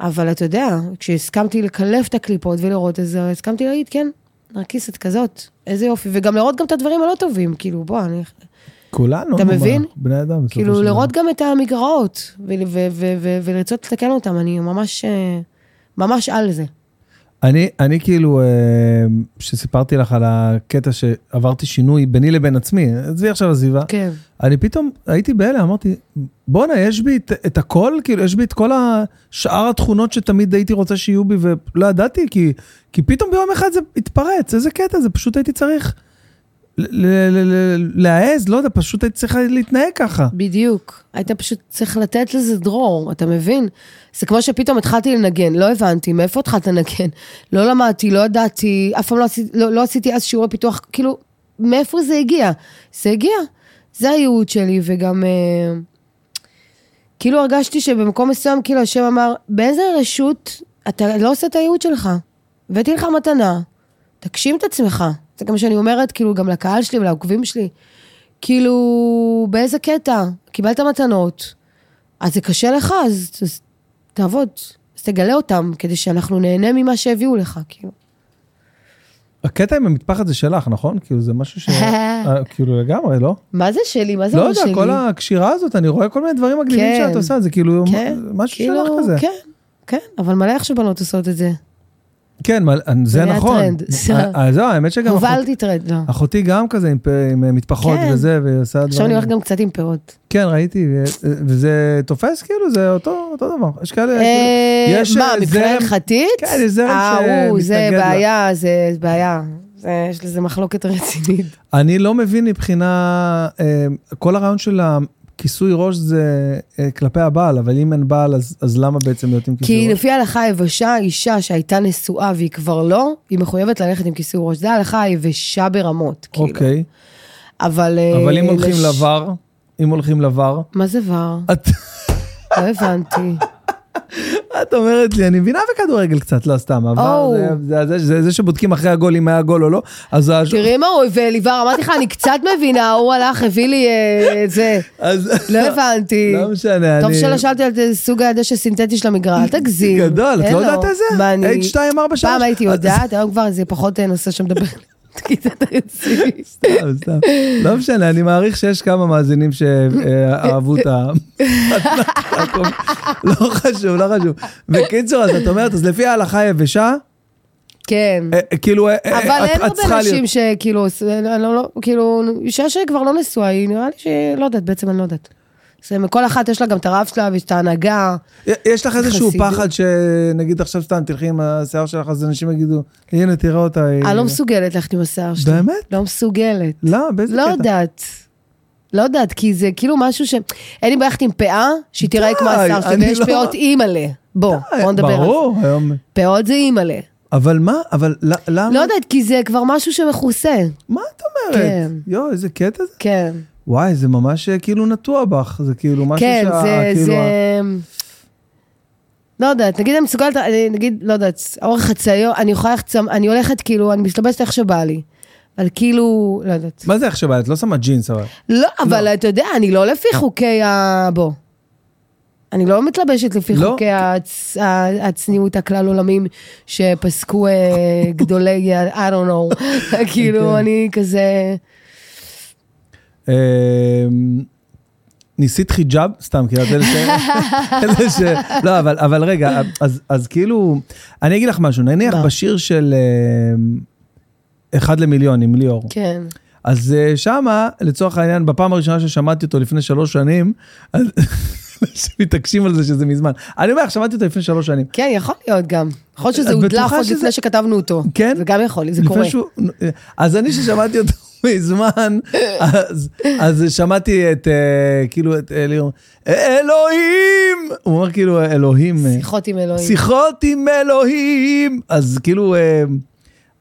Speaker 2: אבל אתה יודע, כשהסכמתי לקלף את הקליפות ולראות את זה, הסכמתי להגיד, כן, נרקיסת כזאת, איזה יופי. וגם לראות גם את הדברים הלא טובים, כאילו, בוא, אני...
Speaker 1: כולנו,
Speaker 2: אתה
Speaker 1: נו, מה,
Speaker 2: מבין?
Speaker 1: בני אדם. בסופו של
Speaker 2: כאילו,
Speaker 1: דבר.
Speaker 2: לראות גם את המגרעות, ול- ו- ו- ו- ו- ולרצות לתקן אותם, אני ממש, אה, ממש על זה.
Speaker 1: אני, אני כאילו, אה, שסיפרתי לך על הקטע שעברתי שינוי ביני לבין עצמי, עזבי עכשיו הסביבה,
Speaker 2: כן.
Speaker 1: אני פתאום הייתי בהלם, אמרתי, בואנה, יש בי את, את הכל, כאילו, יש בי את כל השאר התכונות שתמיד הייתי רוצה שיהיו בי, ולא ידעתי, כי, כי פתאום ביום אחד זה התפרץ, איזה קטע, זה פשוט הייתי צריך ל- ל- ל- ל- להעז, לא יודע, פשוט הייתי צריך להתנהג ככה.
Speaker 2: בדיוק. היית פשוט צריך לתת לזה דרור, אתה מבין? זה כמו שפתאום התחלתי לנגן, לא הבנתי, מאיפה התחלת לנגן? לא למדתי, לא ידעתי, אף פעם לא עשיתי, לא, לא עשיתי אז שיעורי פיתוח, כאילו, מאיפה זה הגיע? זה הגיע. זה הייעוד שלי, וגם... אה, כאילו הרגשתי שבמקום מסוים, כאילו, השם אמר, באיזה רשות אתה לא עושה את הייעוד שלך? הבאתי לך מתנה, תגשים את עצמך. זה גם שאני אומרת, כאילו, גם לקהל שלי ולעוקבים שלי. כאילו, באיזה קטע? קיבלת מתנות, אז זה קשה לך, אז, אז תעבוד, אז תגלה אותם, כדי שאנחנו נהנה ממה שהביאו לך, כאילו.
Speaker 1: הקטע עם המטפחת זה שלך, נכון? כאילו, זה משהו ש... אה, כאילו, לגמרי, לא?
Speaker 2: מה זה שלי? מה זה
Speaker 1: לא
Speaker 2: אומר
Speaker 1: יודע,
Speaker 2: שלי?
Speaker 1: כל הקשירה הזאת, אני רואה כל מיני דברים מגניבים
Speaker 2: כן.
Speaker 1: שאת עושה, זה כאילו
Speaker 2: כן,
Speaker 1: משהו
Speaker 2: כאילו,
Speaker 1: שלך כזה.
Speaker 2: כן, כן, אבל מלא איך שבנות עושות את זה.
Speaker 1: כן, מה- זה
Speaker 2: היה
Speaker 1: נכון.
Speaker 2: טרנד.
Speaker 1: אה, זהו, האמת שגם אחותי-
Speaker 2: הובלתי טרד, לא.
Speaker 1: אחותי גם כזה עם פ- עם אה, מטפחות
Speaker 2: כן.
Speaker 1: וזה, והיא עושה דברים.
Speaker 2: עכשיו אני הולכת גם קצת עם פירות.
Speaker 1: כן, ראיתי, ו- וזה תופס כאילו, זה אותו אותו דבר. יש כאלה,
Speaker 2: אה,
Speaker 1: כאילו, יש,
Speaker 2: מה,
Speaker 1: אה,
Speaker 2: מבחינה
Speaker 1: זרם-
Speaker 2: הלכתית?
Speaker 1: כן, יש זרם
Speaker 2: אה, הוא, זה
Speaker 1: שמתנגד לה.
Speaker 2: בעיה, זה בעיה. זה- יש לזה מחלוקת רצינית.
Speaker 1: אני לא מבין מבחינה, אה, כל הרעיון של הכיסוי ראש זה אה, כלפי הבעל, אבל אם אין בעל, אז אז למה בעצם להיות עם כיסוי
Speaker 2: כי
Speaker 1: ראש?
Speaker 2: לפי ההלכה היבשה, אישה שהייתה נשואה והיא כבר לא, היא מחויבת ללכת עם כיסוי ראש. זה ההלכה היבשה ברמות, כאילו.
Speaker 1: אוקיי,
Speaker 2: אבל... אה,
Speaker 1: אבל אם הולכים
Speaker 2: לש-
Speaker 1: לבר, אם הולכים לבר,
Speaker 2: מה זה ור?
Speaker 1: את...
Speaker 2: לא הבנתי.
Speaker 1: את אומרת לי, אני מבינה בכדורגל קצת, לא סתם, עבר,
Speaker 2: או.
Speaker 1: זה, זה, זה, זה, זה שבודקים אחרי הגול אם היה גול או לא, אז, הש-
Speaker 2: תראי מה הוא הביא לי ור, אמרתי לך, אני קצת מבינה, הוא הלך, הביא לי אה, את זה.
Speaker 1: אז
Speaker 2: לא הבנתי.
Speaker 1: לא משנה,
Speaker 2: טוב
Speaker 1: אני...
Speaker 2: שלא שאלתי על זה סוג הדשא הסינתטי של המגרע, אל תגזים.
Speaker 1: גדול, את
Speaker 2: אין
Speaker 1: לא
Speaker 2: לו.
Speaker 1: יודעת את זה?
Speaker 2: מה, אני-
Speaker 1: H243?
Speaker 2: פעם הייתי יודעת, היום כבר זה פחות אה, נושא שמדבר. תגיד, אתה רציני.
Speaker 1: סתם, סתם. לא משנה, אני מעריך שיש כמה מאזינים שאהבו את ה... לא חשוב, לא חשוב. בקיצור, אז את אומרת, אז לפי ההלכה היבשה,
Speaker 2: כן.
Speaker 1: אה, אה, כאילו, אה, אה,
Speaker 2: אבל
Speaker 1: את-
Speaker 2: אין
Speaker 1: את צריכה
Speaker 2: הרבה
Speaker 1: להיות-
Speaker 2: נשים שכאילו, עוש- אני לא, לא, כאילו, אישה שכבר לא נשואה, היא נראה לי שהיא, לא יודעת, בעצם אני לא יודעת. זה, כל אחת יש לה גם את הרב שלה ואת ההנהגה.
Speaker 1: יש לך איזשהו
Speaker 2: חסידות.
Speaker 1: פחד שנגיד עכשיו סתם תלכי עם השיער שלך, אז אנשים יגידו, הנה, תראה אותה. היא-
Speaker 2: אני לא מסוגלת ללכת עם השיער שלי.
Speaker 1: אה. באמת?
Speaker 2: לא מסוגלת.
Speaker 1: למה? באיזה
Speaker 2: לא
Speaker 1: קטע?
Speaker 2: יודעת. לא יודעת, כי זה כאילו משהו ש... אין לי בעיה ללכת עם פאה שהיא תיראה כמו השיער שלי,
Speaker 1: אני
Speaker 2: ויש
Speaker 1: לא-
Speaker 2: פאות אימא'לה. בוא, בוא נדבר על זה.
Speaker 1: ברור, היום.
Speaker 2: פאות זה אימא'לה.
Speaker 1: אבל מה, אבל ל- למה?
Speaker 2: לא יודעת, כי זה כבר משהו שמכוסה.
Speaker 1: מה את אומרת?
Speaker 2: כן.
Speaker 1: יואו, איזה קטע זה.
Speaker 2: כן.
Speaker 1: וואי, זה ממש אה, כאילו נטוע בך, זה כאילו משהו
Speaker 2: כן,
Speaker 1: שה-
Speaker 2: זה,
Speaker 1: כאילו
Speaker 2: זה...
Speaker 1: ה-
Speaker 2: לא יודעת, נגיד אני מסוגלת, אני- נגיד, לא יודעת, האורך הציון, אני יכולה ללכת, צמ- אני הולכת כאילו, אני משתבשת איך שבא לי. אבל כאילו, לא יודעת.
Speaker 1: מה זה איך שבא? את לא שמה ג'ינס אבל.
Speaker 2: לא, אבל אתה יודע, אני לא לפי חוקי ה... בוא. אני לא מתלבשת לפי
Speaker 1: לא.
Speaker 2: חוקי הצ... ה- הצניעות הכלל עולמים שפסקו אה, גדולי, ה- I don't know. כאילו,
Speaker 1: כן.
Speaker 2: אני כזה...
Speaker 1: אמ, ניסית חיג'אב? סתם, כאילו, את אלה ש... אלה ש... לא, אבל, אבל רגע, אז, אז כאילו, אני אגיד לך משהו, נניח
Speaker 2: מה?
Speaker 1: בשיר של אמ, אחד למיליון עם ליאור,
Speaker 2: כן.
Speaker 1: אז אה, שמה, לצורך העניין, בפעם הראשונה ששמעתי אותו לפני שלוש שנים, אז... מתעקשים על זה שזה מזמן. אני אומר לך, שמעתי אותו לפני שלוש שנים.
Speaker 2: כן, יכול להיות גם. יכול להיות שזה
Speaker 1: את
Speaker 2: הודלף
Speaker 1: בטוחה
Speaker 2: עוד
Speaker 1: שזה-
Speaker 2: לפני שכתבנו אותו.
Speaker 1: כן?
Speaker 2: זה גם יכול, זה
Speaker 1: לפני
Speaker 2: קורה.
Speaker 1: שהוא- אז אני ששמעתי אותו מזמן, אז, אז שמעתי את, אה, כאילו, את אליהו, אלוהים! הוא אומר כאילו, אלוהים. אה,
Speaker 2: שיחות עם אלוהים.
Speaker 1: שיחות עם אלוהים! אז כאילו, אה,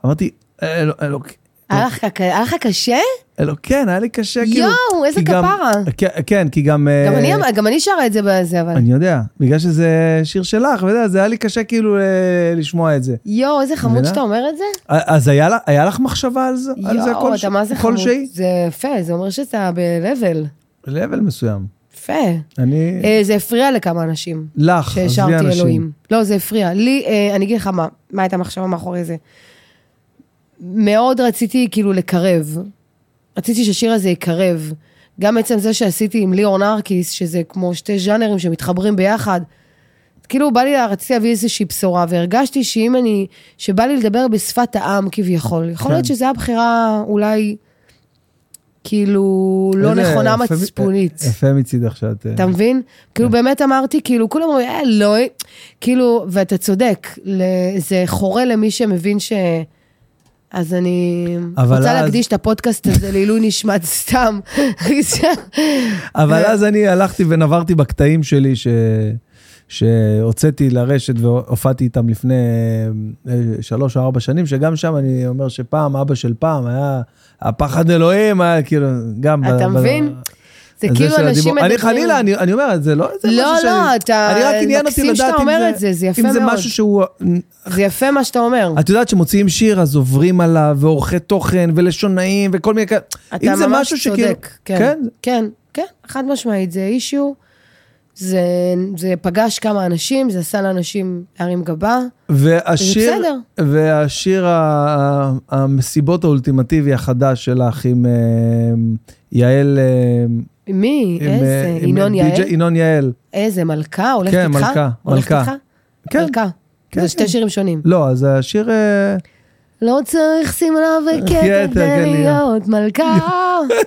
Speaker 1: אמרתי, "אלו- אלוק-
Speaker 2: היה לך ק- היה לך קשה?
Speaker 1: אלו, כן, היה לי קשה,
Speaker 2: יואו,
Speaker 1: כאילו.
Speaker 2: איזה
Speaker 1: כי גם-
Speaker 2: כפרה.
Speaker 1: כן- כן, כי גם...
Speaker 2: גם
Speaker 1: אה,
Speaker 2: אני אמ- גם אני שרה את זה בזה, אבל.
Speaker 1: אני יודע, בגלל שזה שיר שלך, ואתה יודע, זה היה לי קשה כאילו אה, לשמוע את זה.
Speaker 2: יואו, איזה חמוד
Speaker 1: מבינה?
Speaker 2: שאתה אומר את זה.
Speaker 1: אז היה לה- היה לך מחשבה על זה? על זה
Speaker 2: יואו, אתה מה זה חמוד.
Speaker 1: כלשהי?
Speaker 2: זה יפה, זה אומר שאתה ב-level.
Speaker 1: ב-level מסוים.
Speaker 2: יפה.
Speaker 1: אני...
Speaker 2: אה, זה הפריע לכמה אנשים.
Speaker 1: לך, עזבי
Speaker 2: שהשארתי
Speaker 1: אנשים.
Speaker 2: אלוהים. לא, זה הפריע. לי, אה, אני אגיד לך מה, מה הייתה המחשבה מאחורי זה. מאוד רציתי כאילו לקרב. רציתי שהשיר הזה יקרב. גם עצם זה שעשיתי עם ליאור נרקיס, שזה כמו שתי ז'אנרים שמתחברים ביחד, כאילו בא לי, רציתי להביא איזושהי בשורה, והרגשתי שאם אני, שבא לי לדבר בשפת העם כביכול, יכול
Speaker 1: כן.
Speaker 2: להיות שזו הבחירה אולי, כאילו, לא
Speaker 1: איזה
Speaker 2: נכונה
Speaker 1: יפה-
Speaker 2: מצפונית.
Speaker 1: יפה מצידך שאת... אה,
Speaker 2: אתה מבין? כאילו באמת אמרתי, כאילו, כולם אומרים, אה, לא, אה", כאילו, ואתה צודק, ל- זה חורה למי שמבין ש... אז אני
Speaker 1: אבל
Speaker 2: רוצה
Speaker 1: אז-
Speaker 2: להקדיש את הפודקאסט הזה לעילוי נשמת סתם.
Speaker 1: אבל
Speaker 2: אה.
Speaker 1: אז אני הלכתי ונברתי בקטעים שלי ש... שהוצאתי לרשת והופעתי איתם לפני אה, שלוש או ארבע שנים, שגם שם אני אומר שפעם, אבא של פעם, היה הפחד אלוהים, היה כאילו, גם... ב-
Speaker 2: אתה
Speaker 1: ב-
Speaker 2: מבין? זה
Speaker 1: הזה
Speaker 2: כאילו
Speaker 1: של
Speaker 2: אנשים
Speaker 1: הדיבור. אני
Speaker 2: מדברים-
Speaker 1: חלילה, אני, אני אומר, זה לא איזה
Speaker 2: לא,
Speaker 1: משהו שאני...
Speaker 2: לא, אתה-
Speaker 1: אני רק עניין אותי
Speaker 2: מקסים שאתה
Speaker 1: לדעת אם
Speaker 2: אומר
Speaker 1: זה...
Speaker 2: את זה, זה יפה
Speaker 1: אם זה
Speaker 2: מאוד.
Speaker 1: משהו שהוא...
Speaker 2: זה יפה מה שאתה אומר.
Speaker 1: את יודעת שמוציאים שיר, אז עוברים עליו, ועורכי תוכן, ולשונאים, וכל מיני כאלה.
Speaker 2: אתה
Speaker 1: אם זה
Speaker 2: ממש
Speaker 1: משהו שכאילו...
Speaker 2: צודק, כן, כן, כן, כן, חד משמעית, זה אישיו, זה, זה פגש כמה אנשים, זה עשה לאנשים להרים גבה,
Speaker 1: והשיר,
Speaker 2: זה בסדר.
Speaker 1: והשיר ה- ה- המסיבות האולטימטיבי החדש שלך עם אה, יעל, אה,
Speaker 2: מי?
Speaker 1: עם,
Speaker 2: איזה?
Speaker 1: אה, עם
Speaker 2: ינון
Speaker 1: די-ג'יי-
Speaker 2: יעל?
Speaker 1: ינון יעל.
Speaker 2: איזה, אה, מלכה? הולכת
Speaker 1: כן,
Speaker 2: איתך?
Speaker 1: מלכה,
Speaker 2: הולכת
Speaker 1: מלכה.
Speaker 2: איתך?
Speaker 1: כן.
Speaker 2: מלכה.
Speaker 1: כן, כן.
Speaker 2: זה שתי שירים שונים.
Speaker 1: לא, אז השיר, אה,
Speaker 2: לא צריך שמלה וכתר
Speaker 1: כתר, כן,
Speaker 2: כדי להיות מלכה.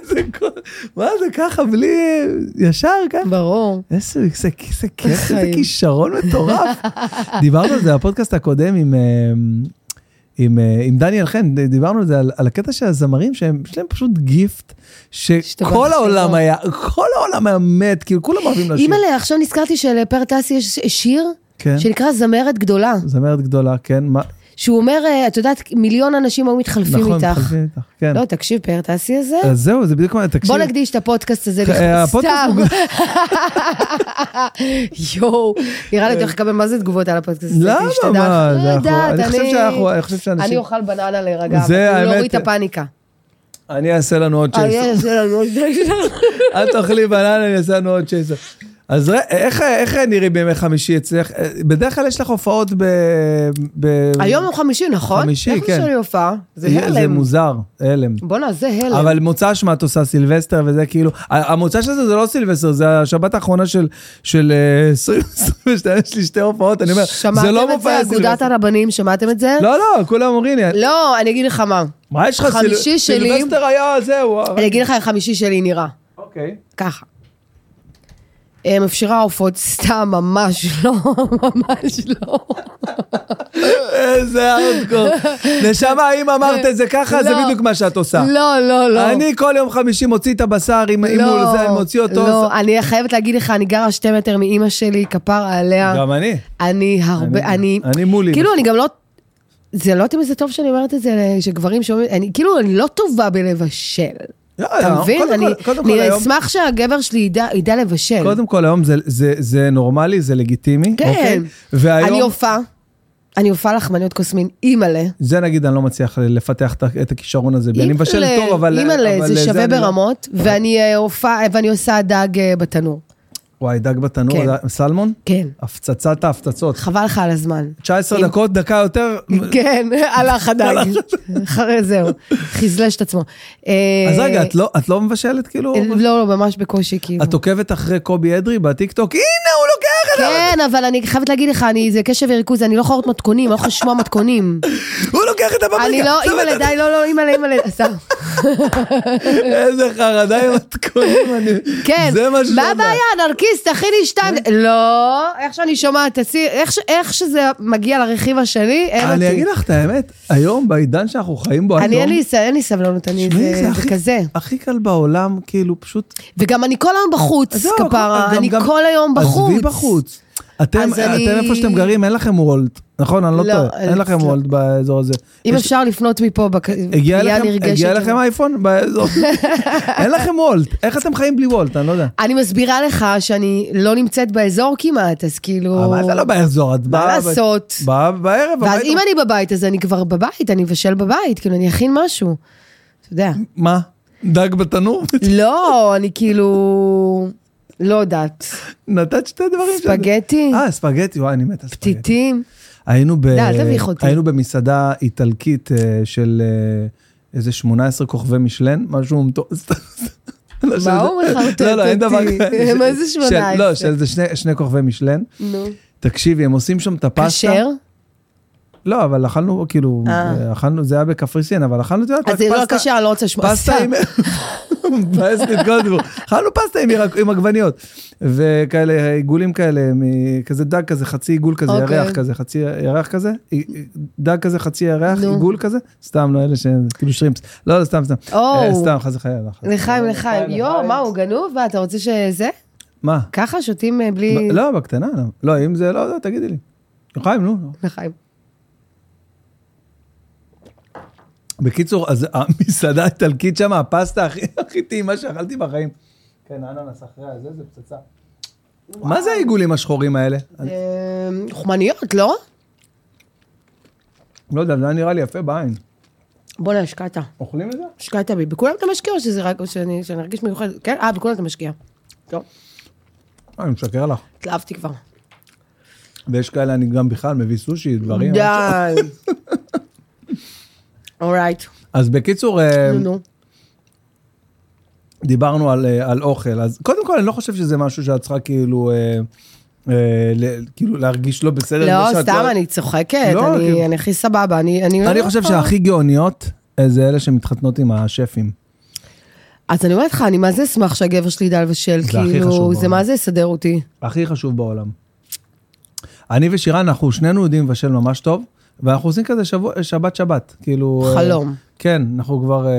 Speaker 1: זה כל- מה זה ככה, בלי, ישר ככה.
Speaker 2: ברור.
Speaker 1: איזה איזה- איזה כיף,
Speaker 2: איך
Speaker 1: איזה
Speaker 2: חיים.
Speaker 1: כישרון מטורף. דיברנו על זה בפודקאסט הקודם עם... אה, עם, אה, עם דניאל חן, דיברנו על זה, על, על הקטע של הזמרים, שהם, יש להם פשוט גיפט,
Speaker 2: שאתה בא
Speaker 1: שכל העולם
Speaker 2: לשיר.
Speaker 1: היה, כל העולם היה מת, כאילו כולם אוהבים לשיר.
Speaker 2: אימא'לה, עכשיו נזכרתי שלפרטסי יש שיר
Speaker 1: כן,
Speaker 2: שנקרא זמרת גדולה.
Speaker 1: זמרת גדולה, כן, מה,
Speaker 2: שהוא אומר, אה, את יודעת, מיליון אנשים היו מתחלפים
Speaker 1: נכון,
Speaker 2: איתך.
Speaker 1: מתחלפים איתך, כן.
Speaker 2: לא, תקשיב, פרטסי הזה.
Speaker 1: אז זהו, זה בדיוק מה, תקשיב.
Speaker 2: בוא נקדיש את הפודקאסט הזה
Speaker 1: אה,
Speaker 2: לכ-
Speaker 1: הפודקאסט
Speaker 2: סתם.
Speaker 1: מוגדר-
Speaker 2: יואו, נראה לי אתה הולך לקבל מה זה תגובות על הפודקאסט. הזה,
Speaker 1: למה?
Speaker 2: שתדע
Speaker 1: מה,
Speaker 2: לך.
Speaker 1: אנחנו-
Speaker 2: לא יודעת,
Speaker 1: אני חושב
Speaker 2: אני-
Speaker 1: שאנחנו- אני חושב שאנשים-
Speaker 2: אני אוכל בננה להירגע,
Speaker 1: זה
Speaker 2: אבל
Speaker 1: האמת.
Speaker 2: להוריד את הפאניקה.
Speaker 1: אני אעשה לנו עוד
Speaker 2: אה,
Speaker 1: שש.
Speaker 2: יש לנו-
Speaker 1: אל תאכלי בננה, אני אעשה לנו עוד שש. אז רא- איך- איך נראים בימי חמישי אצלך? אה, בדרך כלל יש לך הופעות ב... ב-
Speaker 2: היום הוא חמישי, נכון?
Speaker 1: חמישי,
Speaker 2: איך
Speaker 1: כן.
Speaker 2: יש לי הופעה? זה
Speaker 1: יהיה- זה
Speaker 2: הלם.
Speaker 1: מוזר, הלם.
Speaker 2: בואנה, זה הלם.
Speaker 1: אבל מוצא שמה את עושה סילבסטר וזה כאילו, ה- המוצא של זה זה לא סילבסטר, זה השבת האחרונה של של, אה, 2022, יש לי שתי הופעות, אני אומר, זה לא
Speaker 2: שמעתם את זה,
Speaker 1: מופע
Speaker 2: אגודת
Speaker 1: סילבסטר.
Speaker 2: הרבנים, שמעתם את זה?
Speaker 1: לא, לא, כולם אומרים לי,
Speaker 2: לא, אני אגיד לך מה.
Speaker 1: מה יש לך,
Speaker 2: חמישי
Speaker 1: סיל-
Speaker 2: שלי-
Speaker 1: סילבסטר היה זהו.
Speaker 2: אני אגיד לך איך חמישי שלי נראה.
Speaker 1: אוקיי.
Speaker 2: ככה. אה, מפשירה עופות, סתם, ממש לא, ממש לא.
Speaker 1: איזה ארדקור. נשמה, אם אמרת את זה ככה, זה
Speaker 2: לא.
Speaker 1: בדיוק מה שאת עושה.
Speaker 2: לא, לא, לא.
Speaker 1: אני כל יום חמישי מוציא את הבשר, אם אם
Speaker 2: לא,
Speaker 1: הוא זה, אני מוציא אותו.
Speaker 2: לא, אני חייבת להגיד לך, אני גרה שתי מטר מאימא שלי, כפרה עליה.
Speaker 1: גם אני.
Speaker 2: אני הרבה,
Speaker 1: אני-
Speaker 2: אני...
Speaker 1: אני מולי.
Speaker 2: כאילו, אני גם לא... זה לא יודעת אם זה טוב שאני אומרת את זה, שגברים שאומרים... אני כאילו, אני לא טובה בלבשל.
Speaker 1: לא,
Speaker 2: אתה
Speaker 1: לא,
Speaker 2: מבין?
Speaker 1: קודם
Speaker 2: אני
Speaker 1: כל- קודם כל
Speaker 2: אני
Speaker 1: היום-
Speaker 2: אשמח שהגבר שלי ידע- ידע לבשל.
Speaker 1: קודם כל היום זה- זה- זה נורמלי, זה לגיטימי.
Speaker 2: כן.
Speaker 1: אוקיי?
Speaker 2: אני
Speaker 1: והיום,
Speaker 2: הופעה, אני הופעה לחמניות קוסמין, אימא'לה.
Speaker 1: זה נגיד, אני לא מצליח לפתח את ה- את הכישרון הזה. בי. אני מבשל
Speaker 2: אימא'לה,
Speaker 1: טוב, אבל...
Speaker 2: אימא'לה,
Speaker 1: אבל
Speaker 2: זה שווה
Speaker 1: אני לא-
Speaker 2: ברמות, ואני אה, הופעה, ואני עושה דג אה, בתנור.
Speaker 1: וואי, דג בתנור,
Speaker 2: כן.
Speaker 1: סלמון?
Speaker 2: כן.
Speaker 1: הפצצת ההפצצות.
Speaker 2: חבל לך על הזמן.
Speaker 1: 19
Speaker 2: אם-
Speaker 1: דקות, דקה יותר.
Speaker 2: כן, הלך הדג. אחרי זהו, חזלש את עצמו. אה,
Speaker 1: אז רגע, את לא- את לא מבשלת כאילו?
Speaker 2: לא, לא, ממש בקושי, כאילו.
Speaker 1: את עוקבת אחרי קובי אדרי בטיקטוק? הנה, הוא לוקח את זה!
Speaker 2: כן, אבל אני חייבת להגיד לך, אני, זה קשב וריכוז, אני לא חורת מתכונים, אני לא יכולה לשמוע מתכונים.
Speaker 1: הוא לוקח את הפפריקה!
Speaker 2: אני לא,
Speaker 1: שם את
Speaker 2: אימא'לה,
Speaker 1: זה.
Speaker 2: די, לא, לא, אימא'לה, אימא'לה, עזוב.
Speaker 1: איזה חרדה עם מתכונים, אני...
Speaker 2: כן,
Speaker 1: זה מה
Speaker 2: מה
Speaker 1: שאתה אומר.
Speaker 2: הבעיה, אנרכיסט, תכיני שתיים. לא, איך שאני שומעת, תעשי, איך ש- איך שזה מגיע לרכיב השני, אין
Speaker 1: אני
Speaker 2: אותי.
Speaker 1: אגיד לך את האמת, היום בעידן שאנחנו חיים בו,
Speaker 2: אני,
Speaker 1: היום,
Speaker 2: אין לי, ס- אין לי סבלנות, אני,
Speaker 1: תשמעי,
Speaker 2: זה, זה
Speaker 1: הכי-
Speaker 2: כזה.
Speaker 1: הכי קל בעולם, כאילו, פשוט...
Speaker 2: וגם אני כל היום בחוץ,
Speaker 1: עזוב, הכל-
Speaker 2: כפרה,
Speaker 1: לא, גם-
Speaker 2: אני
Speaker 1: גם-
Speaker 2: כל היום בחוץ.
Speaker 1: עזבי בחוץ. אתם,
Speaker 2: אז אני-
Speaker 1: אתם איפה שאתם גרים, אין לכם וולט, נכון? אני לא
Speaker 2: לא,
Speaker 1: טועה. אין
Speaker 2: אז
Speaker 1: לכם
Speaker 2: לא.
Speaker 1: וולט באזור הזה.
Speaker 2: אם
Speaker 1: יש-
Speaker 2: אפשר לפנות מפה, בק-
Speaker 1: הגיע
Speaker 2: פנייה
Speaker 1: לכם-
Speaker 2: נרגשת
Speaker 1: הגיע
Speaker 2: של-
Speaker 1: לכם אייפון באזור? אין לכם וולט. איך אתם חיים בלי וולט? אני לא יודע.
Speaker 2: אני מסבירה לך שאני לא נמצאת באזור כמעט, אז כאילו...
Speaker 1: אבל אתה לא באזור, את
Speaker 2: מה
Speaker 1: באה...
Speaker 2: לעשות?
Speaker 1: באה בערב,
Speaker 2: ואז
Speaker 1: הביתה.
Speaker 2: אם אני בבית, אז אני כבר בבית, אני מבשל בבית, כאילו, אני אכין משהו. אתה יודע.
Speaker 1: מה? דג בתנור?
Speaker 2: לא, אני כאילו... לא יודעת.
Speaker 1: נתת שתי דברים. שזה-
Speaker 2: ספגטי,
Speaker 1: אה, ספגטי, וואי, אני מת על ספגטי.
Speaker 2: פתיתים.
Speaker 1: היינו, ב...
Speaker 2: די, לא, אל תביך אותי.
Speaker 1: היינו במסעדה איטלקית אה, של אה, איזה 18 כוכבי משלן, משהו מטורף.
Speaker 2: מה הוא מחרטט
Speaker 1: לא, לא, אין דבר
Speaker 2: אותי?
Speaker 1: כזה.
Speaker 2: מה זה
Speaker 1: של-
Speaker 2: 18?
Speaker 1: לא, של איזה שני- שני כוכבי משלן.
Speaker 2: נו.
Speaker 1: תקשיבי, הם עושים שם את הפסטה.
Speaker 2: כשר?
Speaker 1: לא, אבל אכלנו, כאילו,
Speaker 2: אה.
Speaker 1: אכלנו, זה היה בקפריסין, אבל אכלנו, את יודעת,
Speaker 2: אז
Speaker 1: רק
Speaker 2: זה לא
Speaker 1: פסטה-
Speaker 2: כשר, אני לא רוצה לשמוע.
Speaker 1: פסטה עם... מבאס לי את כל הדיבור. אכלנו פסטה עם ירק- עם עגבניות. וכאלה עיגולים כאלה, מ- כזה דג כזה, חצי עיגול כזה,
Speaker 2: אוקיי.
Speaker 1: ירח כזה, חצי ירח כזה, אי- אי- דג כזה, חצי ירח,
Speaker 2: נו.
Speaker 1: עיגול כזה, סתם, לא אלה ש... כאילו שרימפס. לא, לא, סתם, סתם. אה,
Speaker 2: או,
Speaker 1: סתם, חס וחלילה. לא, חס וחלילה.
Speaker 2: לחיים, לחיים. יואו, מה, הוא גנוב? מה, אתה רוצה שזה?
Speaker 1: מה?
Speaker 2: ככה שותים אה, בלי...
Speaker 1: ב- לא, בקטנה, לא. לא, אם זה, לא, לא, תגידי לי. חיים, נו.
Speaker 2: לחיים.
Speaker 1: בקיצור, אז המסעדה האיטלקית שם, הפסטה הכי הכי טעימה שאכלתי בחיים. כן, אננס אחרי הזה, זה פצצה. מה זה העיגולים השחורים האלה? אני
Speaker 2: אה, חומניות, לא?
Speaker 1: לא יודע, זה היה נראה לי יפה בעין.
Speaker 2: בואנה, השקעת.
Speaker 1: אוכלים את זה?
Speaker 2: השקעת בי. בכולם אתה משקיע או שזה רק... שאני שאני ארגיש מיוחד? כן? אה, בכולם אתה משקיע. טוב,
Speaker 1: אה, אני משקר לך.
Speaker 2: התלהבתי כבר.
Speaker 1: ויש כאלה, אני גם בכלל מביא סושי, דברים.
Speaker 2: די. אורייט.
Speaker 1: אז בקיצור, אה,
Speaker 2: נו, נו.
Speaker 1: דיברנו על, אה, על אוכל. אז קודם כל, אני לא חושב שזה משהו שאת צריכה כאילו... אה, אה, ל- כאילו להרגיש לא בסדר. עם זה
Speaker 2: לא,
Speaker 1: שאת
Speaker 2: סתם, אני אה. צוחקת.
Speaker 1: לא,
Speaker 2: אני-
Speaker 1: כאילו-
Speaker 2: אני הכי סבבה. אני... לא
Speaker 1: אני חושב שהכי גאוניות אה, זה אלה שמתחתנות עם השפים.
Speaker 2: אז אני אומרת לך, אני מה זה אשמח שהגבר שלי ידע לבשל,
Speaker 1: זה הכי חשוב
Speaker 2: כאילו, זה
Speaker 1: בעולם.
Speaker 2: מה זה יסדר אותי.
Speaker 1: הכי חשוב בעולם. אני ושירן, אנחנו שנינו יודעים לבשל ממש טוב, ואנחנו עושים כזה שבוע, שבת שבת, כאילו... אה,
Speaker 2: חלום.
Speaker 1: כן, אנחנו כבר... אה,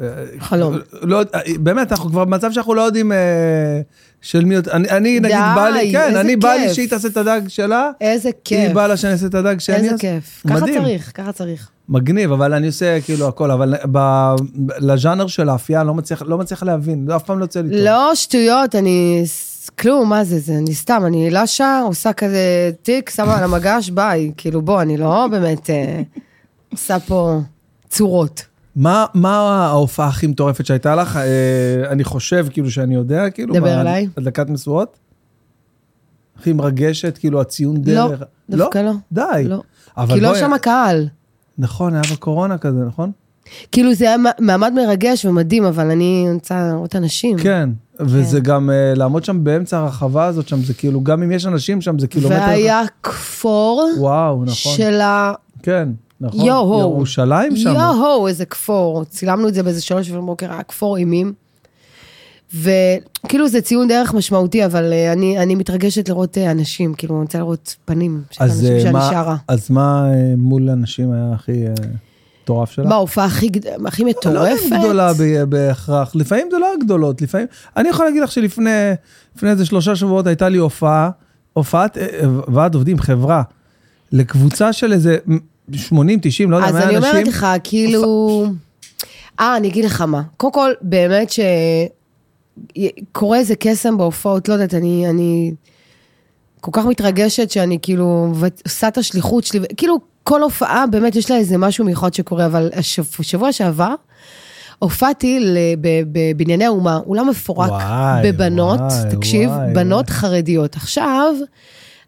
Speaker 1: אה,
Speaker 2: חלום.
Speaker 1: לא, אה, באמת, אנחנו כבר במצב שאנחנו לא יודעים אה, של מי... אני, אני נגיד,
Speaker 2: די,
Speaker 1: בא לי, כן,
Speaker 2: איזה
Speaker 1: אני בא
Speaker 2: כיף.
Speaker 1: לי שהיא תעשה את הדג שלה,
Speaker 2: איזה
Speaker 1: היא
Speaker 2: כיף.
Speaker 1: בא לה שאני אעשה את הדג שאני...
Speaker 2: איזה
Speaker 1: אעשה.
Speaker 2: כיף. ככה
Speaker 1: מדהים.
Speaker 2: צריך, ככה צריך.
Speaker 1: מגניב, אבל אני עושה כאילו הכל, אבל ב, ב, לז'אנר של האפייה לא מצליח, לא מצליח להבין, זה אף פעם לא יוצא לי טוב.
Speaker 2: לא שטויות, אני... ס- כלום, מה זה, זה, אני סתם, אני לשה, עושה כזה תיק, שמה על המגש, ביי. כאילו, בוא, אני לא באמת אה, עושה פה צורות.
Speaker 1: מה, מה ההופעה הכי מטורפת שהייתה לך? אה, אני חושב, כאילו, שאני יודע, כאילו...
Speaker 2: דבר
Speaker 1: מה,
Speaker 2: אליי.
Speaker 1: הדלקת משואות? הכי מרגשת, כאילו, הציון
Speaker 2: לא,
Speaker 1: דרך.
Speaker 2: דווקא לא.
Speaker 1: די.
Speaker 2: לא.
Speaker 1: אבל
Speaker 2: כי לא
Speaker 1: בואי-
Speaker 2: שם הקהל.
Speaker 1: נכון, היה בקורונה כזה, נכון?
Speaker 2: כאילו, זה היה מ- מעמד מרגש ומדהים, אבל אני רוצה לראות אנשים.
Speaker 1: כן. וזה גם, אה, לעמוד שם באמצע הרחבה הזאת שם, זה כאילו, גם אם יש אנשים שם, זה כאילו קילומטר... אחד.
Speaker 2: והיה כפור
Speaker 1: וואו, נכון.
Speaker 2: של ה...
Speaker 1: כן, נכון.
Speaker 2: יו-הו.
Speaker 1: ירושלים שם.
Speaker 2: יואו, איזה כפור. צילמנו את זה באיזה שלוש לפנות בוקר, היה כפור אימים. וכאילו זה ציון דרך משמעותי, אבל אה, אני, אני מתרגשת לראות אה, אנשים, כאילו אני רוצה לראות פנים של
Speaker 1: אז,
Speaker 2: אנשים
Speaker 1: אה,
Speaker 2: שאני
Speaker 1: מה-
Speaker 2: שרה.
Speaker 1: אז מה אה, מול אנשים היה הכי אה, מטורף שלך?
Speaker 2: בהופעה הכי, גד- הכי
Speaker 1: לא
Speaker 2: מטורפת.
Speaker 1: יודעת גדולה ב- בהכרח, לפעמים זה לא הגדולות, לפעמים... אני יכול להגיד לך שלפני לפני איזה שלושה שבועות הייתה לי הופעה, הופעת אה, אה, ועד עובדים, חברה, לקבוצה של איזה 80, 90, לא יודע, 100
Speaker 2: אז אני
Speaker 1: אנשים.
Speaker 2: אומרת לך, כאילו... אה, אני אגיד לך מה. קודם כל, באמת ש... קורה איזה קסם בהופעות, לא יודעת, אני, אני כל כך מתרגשת שאני כאילו ו- עושה את השליחות שלי, ו- כאילו כל הופעה באמת יש לה איזה משהו מיוחד שקורה, אבל השבוע, שבוע שעבר הופעתי ל- ב- בבנייני האומה, אולם מפורק
Speaker 1: וואי,
Speaker 2: בבנות,
Speaker 1: וואי,
Speaker 2: תקשיב,
Speaker 1: וואי,
Speaker 2: בנות חרדיות. עכשיו,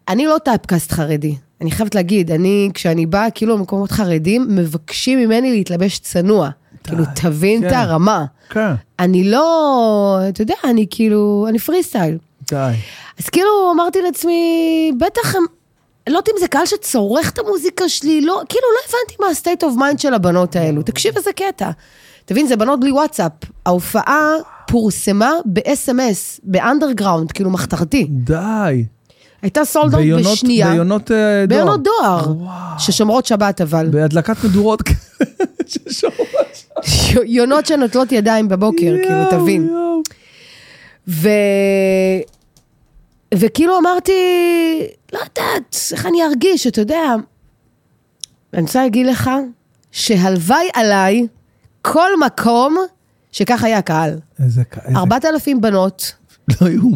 Speaker 2: אני לא טייפקאסט חרדי. אני חייבת להגיד, אני, כשאני באה כאילו למקומות חרדים, מבקשים ממני להתלבש צנוע. כאילו, תבין את
Speaker 1: כן.
Speaker 2: הרמה.
Speaker 1: כן,
Speaker 2: אני לא, אתה יודע, אני כאילו, אני פרי סטייל.
Speaker 1: די.
Speaker 2: אז כאילו אמרתי לעצמי, בטח הם, לא יודעת אם זה קהל שצורך את המוזיקה שלי, לא, כאילו לא הבנתי מה הסטייט אוף מיינד של הבנות האלו. תקשיב איזה קטע. תבין, זה בנות בלי וואטסאפ. ההופעה פורסמה ב-SMS, באנדרגראונד, כאילו מחתרתי.
Speaker 1: די.
Speaker 2: הייתה סולדאוט
Speaker 1: ביונות-
Speaker 2: בשנייה.
Speaker 1: ביונות אה, דואר.
Speaker 2: ביונות דואר. ששומרות שבת אבל.
Speaker 1: בהדלקת מדורות. ששומעת.
Speaker 2: יונות שנוטלות אוקיי, ידיים בבוקר, כאילו,
Speaker 1: יואו,
Speaker 2: תבין.
Speaker 1: יואו.
Speaker 2: ו... וכאילו אמרתי, לא יודעת, איך אני ארגיש, אתה יודע. אני רוצה להגיד לך שהלוואי עליי כל מקום שכך היה קהל.
Speaker 1: איזה כ- איזה-
Speaker 2: 4,000 בנות,
Speaker 1: לא יאומן.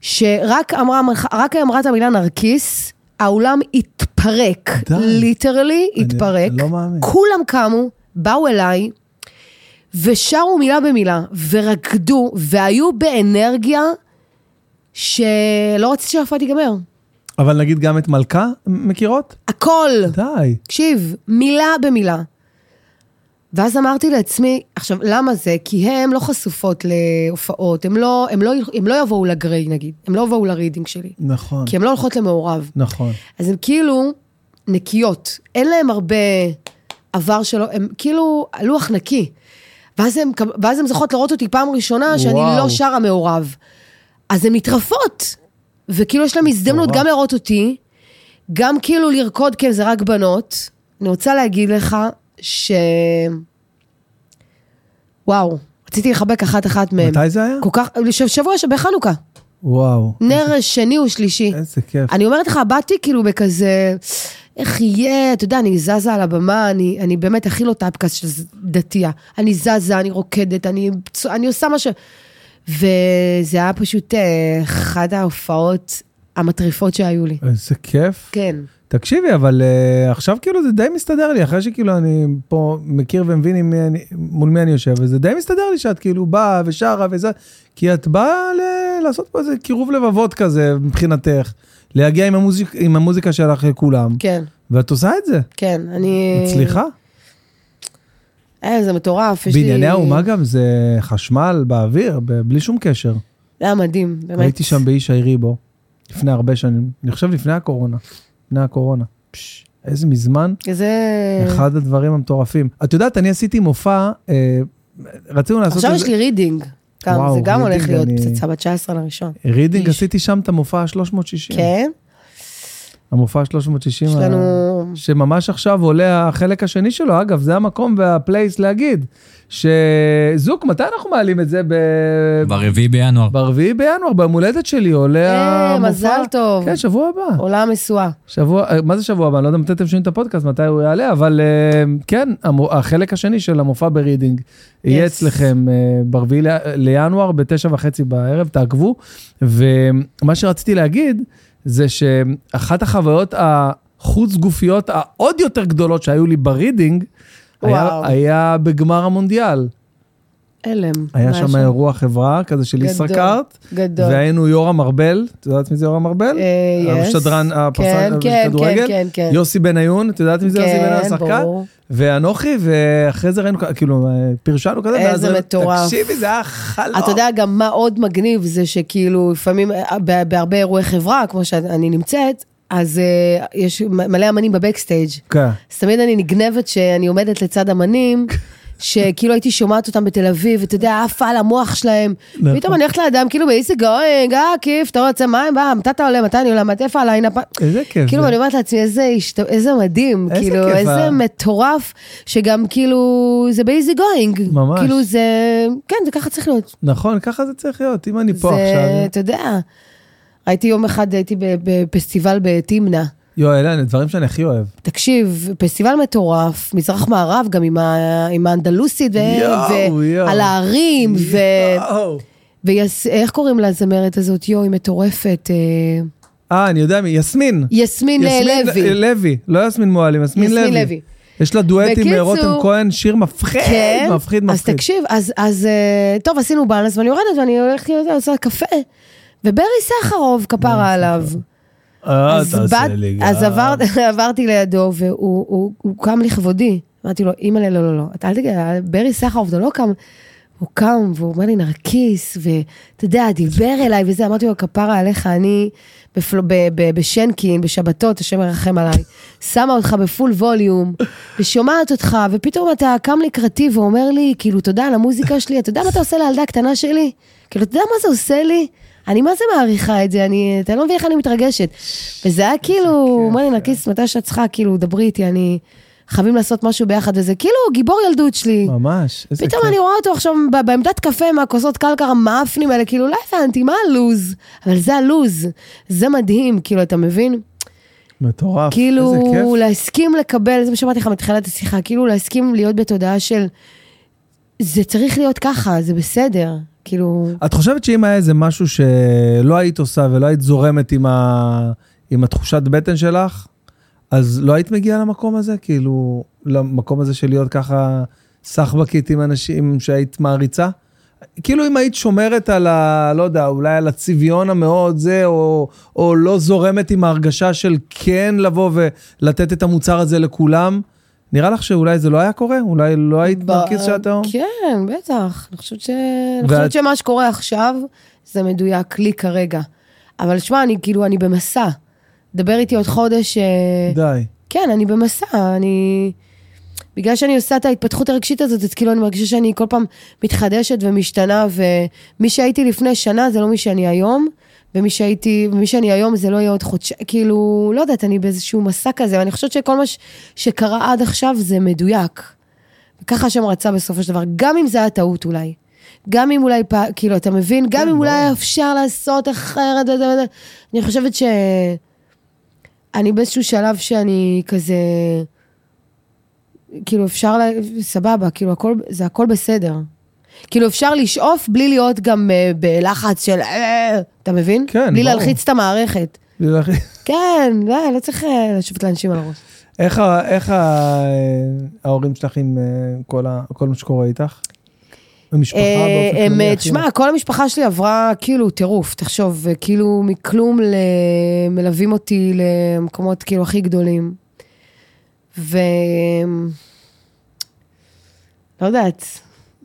Speaker 2: שרק אמרה, רק אמרה את המילה נרקיס, האולם התפרק.
Speaker 1: די.
Speaker 2: ליטרלי התפרק.
Speaker 1: לא מאמין.
Speaker 2: כולם קמו, באו אליי, ושרו מילה במילה, ורקדו, והיו באנרגיה שלא רציתי שההופעה תיגמר.
Speaker 1: אבל נגיד גם את מלכה מכירות?
Speaker 2: הכל,
Speaker 1: די.
Speaker 2: תקשיב, מילה במילה. ואז אמרתי לעצמי, עכשיו, למה זה? כי הן לא חשופות להופעות, הן לא, הם לא, הם לא יבואו לגריי, נגיד, הן לא יבואו לרידינג שלי,
Speaker 1: נכון,
Speaker 2: כי הן לא הולכות למעורב.
Speaker 1: נכון.
Speaker 2: אז הן כאילו נקיות, אין להן הרבה עבר שלא, הן כאילו לוח נקי. ואז הן, ואז הן זוכות לראות אותי פעם ראשונה שאני
Speaker 1: וואו.
Speaker 2: לא שרה מעורב. אז הן נטרפות, וכאילו יש להן הזדמנות
Speaker 1: מטורף.
Speaker 2: גם לראות אותי, גם כאילו לרקוד, כן, זה רק בנות. אני רוצה להגיד לך ש... וואו, רציתי לחבק אחת-אחת מהן.
Speaker 1: מתי זה היה?
Speaker 2: כל כך, שבוע ש- בחנוכה,
Speaker 1: וואו,
Speaker 2: נר שני ושלישי.
Speaker 1: איזה כיף.
Speaker 2: אני אומרת לך, באתי כאילו בכזה, איך יהיה, אתה יודע, אני זזה על הבמה, אני, אני באמת הכי לא טאפקס של ז- דתייה. אני זזה, אני רוקדת, אני, פצוע- אני עושה מה ש... וזה היה פשוט אה, אחת ההופעות המטריפות שהיו לי.
Speaker 1: איזה כיף.
Speaker 2: כן.
Speaker 1: תקשיבי, אבל אה, עכשיו כאילו זה די מסתדר לי, אחרי שכאילו אני פה מכיר ומבין עם מי אני- מול מי אני יושב, וזה די מסתדר לי שאת כאילו באה ושרה וזה, כי את באה ל- לעשות פה איזה קירוב לבבות כזה מבחינתך, להגיע עם, המוזיק, עם המוזיקה שלך לכולם,
Speaker 2: כן,
Speaker 1: ואת עושה את זה.
Speaker 2: כן, אני...
Speaker 1: מצליחה.
Speaker 2: אה, זה מטורף, יש לי...
Speaker 1: בענייני האומה גם זה חשמל באוויר, ב- בלי שום קשר.
Speaker 2: זה היה מדהים, באמת.
Speaker 1: הייתי שם באיש העירי בו, לפני הרבה שנים, אני חושב לפני הקורונה. לפני הקורונה. פש, איזה מזמן.
Speaker 2: זה...
Speaker 1: אחד הדברים המטורפים. את יודעת, אני עשיתי מופע, אה, רצינו לעשות
Speaker 2: עכשיו יש לי רידינג. גם,
Speaker 1: וואו,
Speaker 2: זה גם הולך
Speaker 1: רידינג
Speaker 2: להיות
Speaker 1: אני-
Speaker 2: פצצה בת 19 לראשון.
Speaker 1: רידינג,
Speaker 2: איש.
Speaker 1: עשיתי שם את המופע ה-360.
Speaker 2: כן?
Speaker 1: המופע ה-360.
Speaker 2: יש לנו...
Speaker 1: שממש עכשיו עולה החלק השני שלו, אגב, זה המקום והפלייס להגיד, שזוק, מתי אנחנו מעלים את זה? ב...
Speaker 4: ברביעי בינואר.
Speaker 1: ב-4 בינואר, ביום הולדת שלי עולה
Speaker 2: אה,
Speaker 1: המופע.
Speaker 2: מזל טוב.
Speaker 1: כן, שבוע הבא.
Speaker 2: עולה המשואה.
Speaker 1: שבוע, אה, מה זה שבוע הבא? אני לא יודע מתי אתם שומעים את הפודקאסט, מתי הוא יעלה, אבל אה, כן, המו- החלק השני של המופע ברידינג יהיה
Speaker 2: Yes.
Speaker 1: אצלכם ב-4 לינואר, בתשע וחצי בערב, תעקבו. ומה שרציתי להגיד, זה שאחת החוויות החוץ גופיות העוד יותר גדולות שהיו לי ברידינג, היה,
Speaker 2: וואו.
Speaker 1: היה בגמר המונדיאל.
Speaker 2: הלם.
Speaker 1: היה
Speaker 2: מה
Speaker 1: שם אירוע חברה כזה של
Speaker 2: גדול,
Speaker 1: ישראכרט,
Speaker 2: גדול.
Speaker 1: והיינו יורם ארבל, את יודעת מי זה יורם ארבל?
Speaker 2: אה, yes.
Speaker 1: השדרן, הפרסן
Speaker 2: כן, כן,
Speaker 1: אה, בכדורגל.
Speaker 2: כן, כן, כן.
Speaker 1: יוסי בניון, את יודעת מי זה יוסי
Speaker 2: כן,
Speaker 1: בניון השחקן?
Speaker 2: ברור.
Speaker 1: ואנוכי, ואחרי זה ראינו, כ- כאילו, אה, פרשנו כזה,
Speaker 2: איזה
Speaker 1: ואז ראינו-
Speaker 2: מטורף.
Speaker 1: תקשיבי, זה היה חלום.
Speaker 2: אתה יודע גם מה עוד מגניב זה שכאילו לפעמים אה, ב- בהרבה אירועי חברה, כמו שאני נמצאת, אז אה, יש מ- מלא אמנים בבקסטייג'.
Speaker 1: כן.
Speaker 2: אז תמיד אני נגנבת שאני עומדת לצד אמנים, שכאילו הייתי שומעת אותם בתל אביב, ואתה יודע, עפה על המוח שלהם.
Speaker 1: נכון.
Speaker 2: פתאום אני הולכת לאדם, כאילו ב-easy going, אה, כיף, אתה רוצה מים, בא, מתי אתה עולה, מתי אני עולה, מתי איפה הליינאפ?
Speaker 1: איזה כיף.
Speaker 2: כאילו,
Speaker 1: זה.
Speaker 2: אני אומרת לעצמי, איזה, השת... איזה מדהים,
Speaker 1: איזה
Speaker 2: כאילו,
Speaker 1: כיף,
Speaker 2: איזה
Speaker 1: אה?
Speaker 2: מטורף, שגם כאילו, זה באיזי גוינג.
Speaker 1: ממש.
Speaker 2: כאילו, זה, כן, זה ככה צריך להיות.
Speaker 1: נכון, ככה זה צריך להיות, אם אני פה
Speaker 2: זה,
Speaker 1: עכשיו. אה.
Speaker 2: אתה יודע, הייתי יום אחד, הייתי ב- בפסטיבל בתמנע.
Speaker 1: יואו, אלה הם דברים שאני הכי אוהב.
Speaker 2: תקשיב, פסטיבל מטורף, מזרח-מערב, גם עם, ה... עם האנדלוסית, ו...
Speaker 1: יואו,
Speaker 2: ו...
Speaker 1: יואו.
Speaker 2: על ההרים, ו...
Speaker 1: יואו.
Speaker 2: ויס... איך קוראים לזמרת הזאת? יואו, היא מטורפת. אה,
Speaker 1: אה, אני יודע מי, יסמין.
Speaker 2: יסמין, אה,
Speaker 1: יסמין
Speaker 2: לוי.
Speaker 1: לוי, לא יסמין מועלם, יסמין
Speaker 2: יסמין
Speaker 1: לוי.
Speaker 2: לוי.
Speaker 1: יש לה דואט עם
Speaker 2: בקיצור-
Speaker 1: רותם כהן, שיר מפחיד,
Speaker 2: כן,
Speaker 1: מפחיד,
Speaker 2: אז
Speaker 1: מפחיד.
Speaker 2: תקשיב, אז, אז אה, טוב, עשינו באלנס, ואני יורדת, ואני הולכת להיות עושה קפה. וברי סחרוב, כפרה עליו.
Speaker 1: אה,
Speaker 2: אז,
Speaker 1: תעשה
Speaker 2: באת-
Speaker 1: לי
Speaker 2: אז
Speaker 1: גם.
Speaker 2: עבר, עברתי לידו, והוא הוא, הוא קם לכבודי. אמרתי לו, אימא'לה, לא, לא, לא, אתה אל תגיד, ברי סחרוב, אתה לא קם. הוא קם, והוא אומר לי, נרקיס, ואתה יודע, דיבר אליי וזה, אמרתי לו, כפרה עליך, אני בפל... ב- ב- בשנקין, בשבתות, השם ירחם עליי, שמה אותך בפול ווליום, ושומעת אותך, ופתאום אתה קם לקראתי ואומר לי, כאילו, תודה על המוזיקה שלי, אתה יודע מה אתה עושה לילדה הקטנה שלי? כאילו, אתה יודע מה זה עושה לי? אני מה זה מעריכה את זה, אני, אתה לא מבין
Speaker 1: כן.
Speaker 2: איך אני מתרגשת. וזה היה כאילו, הוא אומר לי, נרקיס, מתי שאת צריכה, כאילו, דברי איתי, אני... חייבים לעשות משהו ביחד, איזה כאילו גיבור ילדות שלי.
Speaker 1: ממש, איזה
Speaker 2: פתאום
Speaker 1: כיף.
Speaker 2: אני רואה אותו עכשיו ב- בעמדת קפה מהכוסות קלקר המאפנים האלה, כאילו לא הבנתי, מה הלוז? אבל זה הלוז, זה מדהים, כאילו, אתה מבין?
Speaker 1: מטורף,
Speaker 2: כאילו,
Speaker 1: איזה כיף.
Speaker 2: להסכים לקבל, זה מה שאמרתי לך מתחילת השיחה, כאילו להסכים להיות בתודעה של, זה צריך להיות ככה, זה בסדר. כאילו,
Speaker 1: את חושבת שאם היה איזה משהו שלא היית עושה ולא היית זורמת עם, ה... עם התחושת בטן שלך, אז לא היית מגיעה למקום הזה? כאילו, למקום הזה של להיות ככה סחבקית עם אנשים שהיית מעריצה? כאילו אם היית שומרת על ה... לא יודע, אולי על הצביון המאוד זה, או, או לא זורמת עם ההרגשה של כן לבוא ולתת את המוצר הזה לכולם, נראה לך שאולי זה לא היה קורה? אולי לא היית מרכיז של התהום?
Speaker 2: כן, בטח. אני חושבת, ש... אני חושבת
Speaker 1: ואת-
Speaker 2: שמה שקורה עכשיו, זה מדויק לי כרגע. אבל שמע, אני כאילו, אני במסע. דבר איתי עוד חודש... אה,
Speaker 1: די.
Speaker 2: כן, אני במסע, אני... בגלל שאני עושה את ההתפתחות הרגשית הזאת, אז כאילו אני מרגישה שאני כל פעם מתחדשת ומשתנה, ומי שהייתי לפני שנה זה לא מי שאני היום, ומי שהייתי, ומי שאני היום זה לא יהיה עוד חודשיים, כאילו, לא יודעת, אני באיזשהו מסע כזה, ואני חושבת שכל מה ש... שקרה עד עכשיו זה מדויק. וככה השם רצה בסופו של דבר, גם אם זה היה טעות אולי. גם אם אולי, פע... כאילו, אתה מבין? גם אם אולי היה אפשר לעשות אחרת, וזה וזה. אני חושבת ש... אני באיזשהו שלב שאני כזה, כאילו אפשר, לה, סבבה, כאילו הכל, זה הכל בסדר. כאילו אפשר לשאוף בלי להיות גם אה, בלחץ של, אה, אתה מבין?
Speaker 1: כן,
Speaker 2: בלי
Speaker 1: ברור.
Speaker 2: להלחיץ את המערכת. כן, לא, לא צריך אה, לשבת לאנשים על הראש.
Speaker 1: איך, ה- איך ה- ההורים שלך עם אה, כל, ה, כל מה שקורה איתך? המשפחה
Speaker 2: אה,
Speaker 1: באופן
Speaker 2: הם,
Speaker 1: כללי?
Speaker 2: אה,
Speaker 1: אחים?
Speaker 2: תשמע, כל המשפחה שלי עברה כאילו טירוף, תחשוב, אה, כאילו מכלום ל... מלווים אותי למקומות כאילו הכי גדולים. ו... לא יודעת,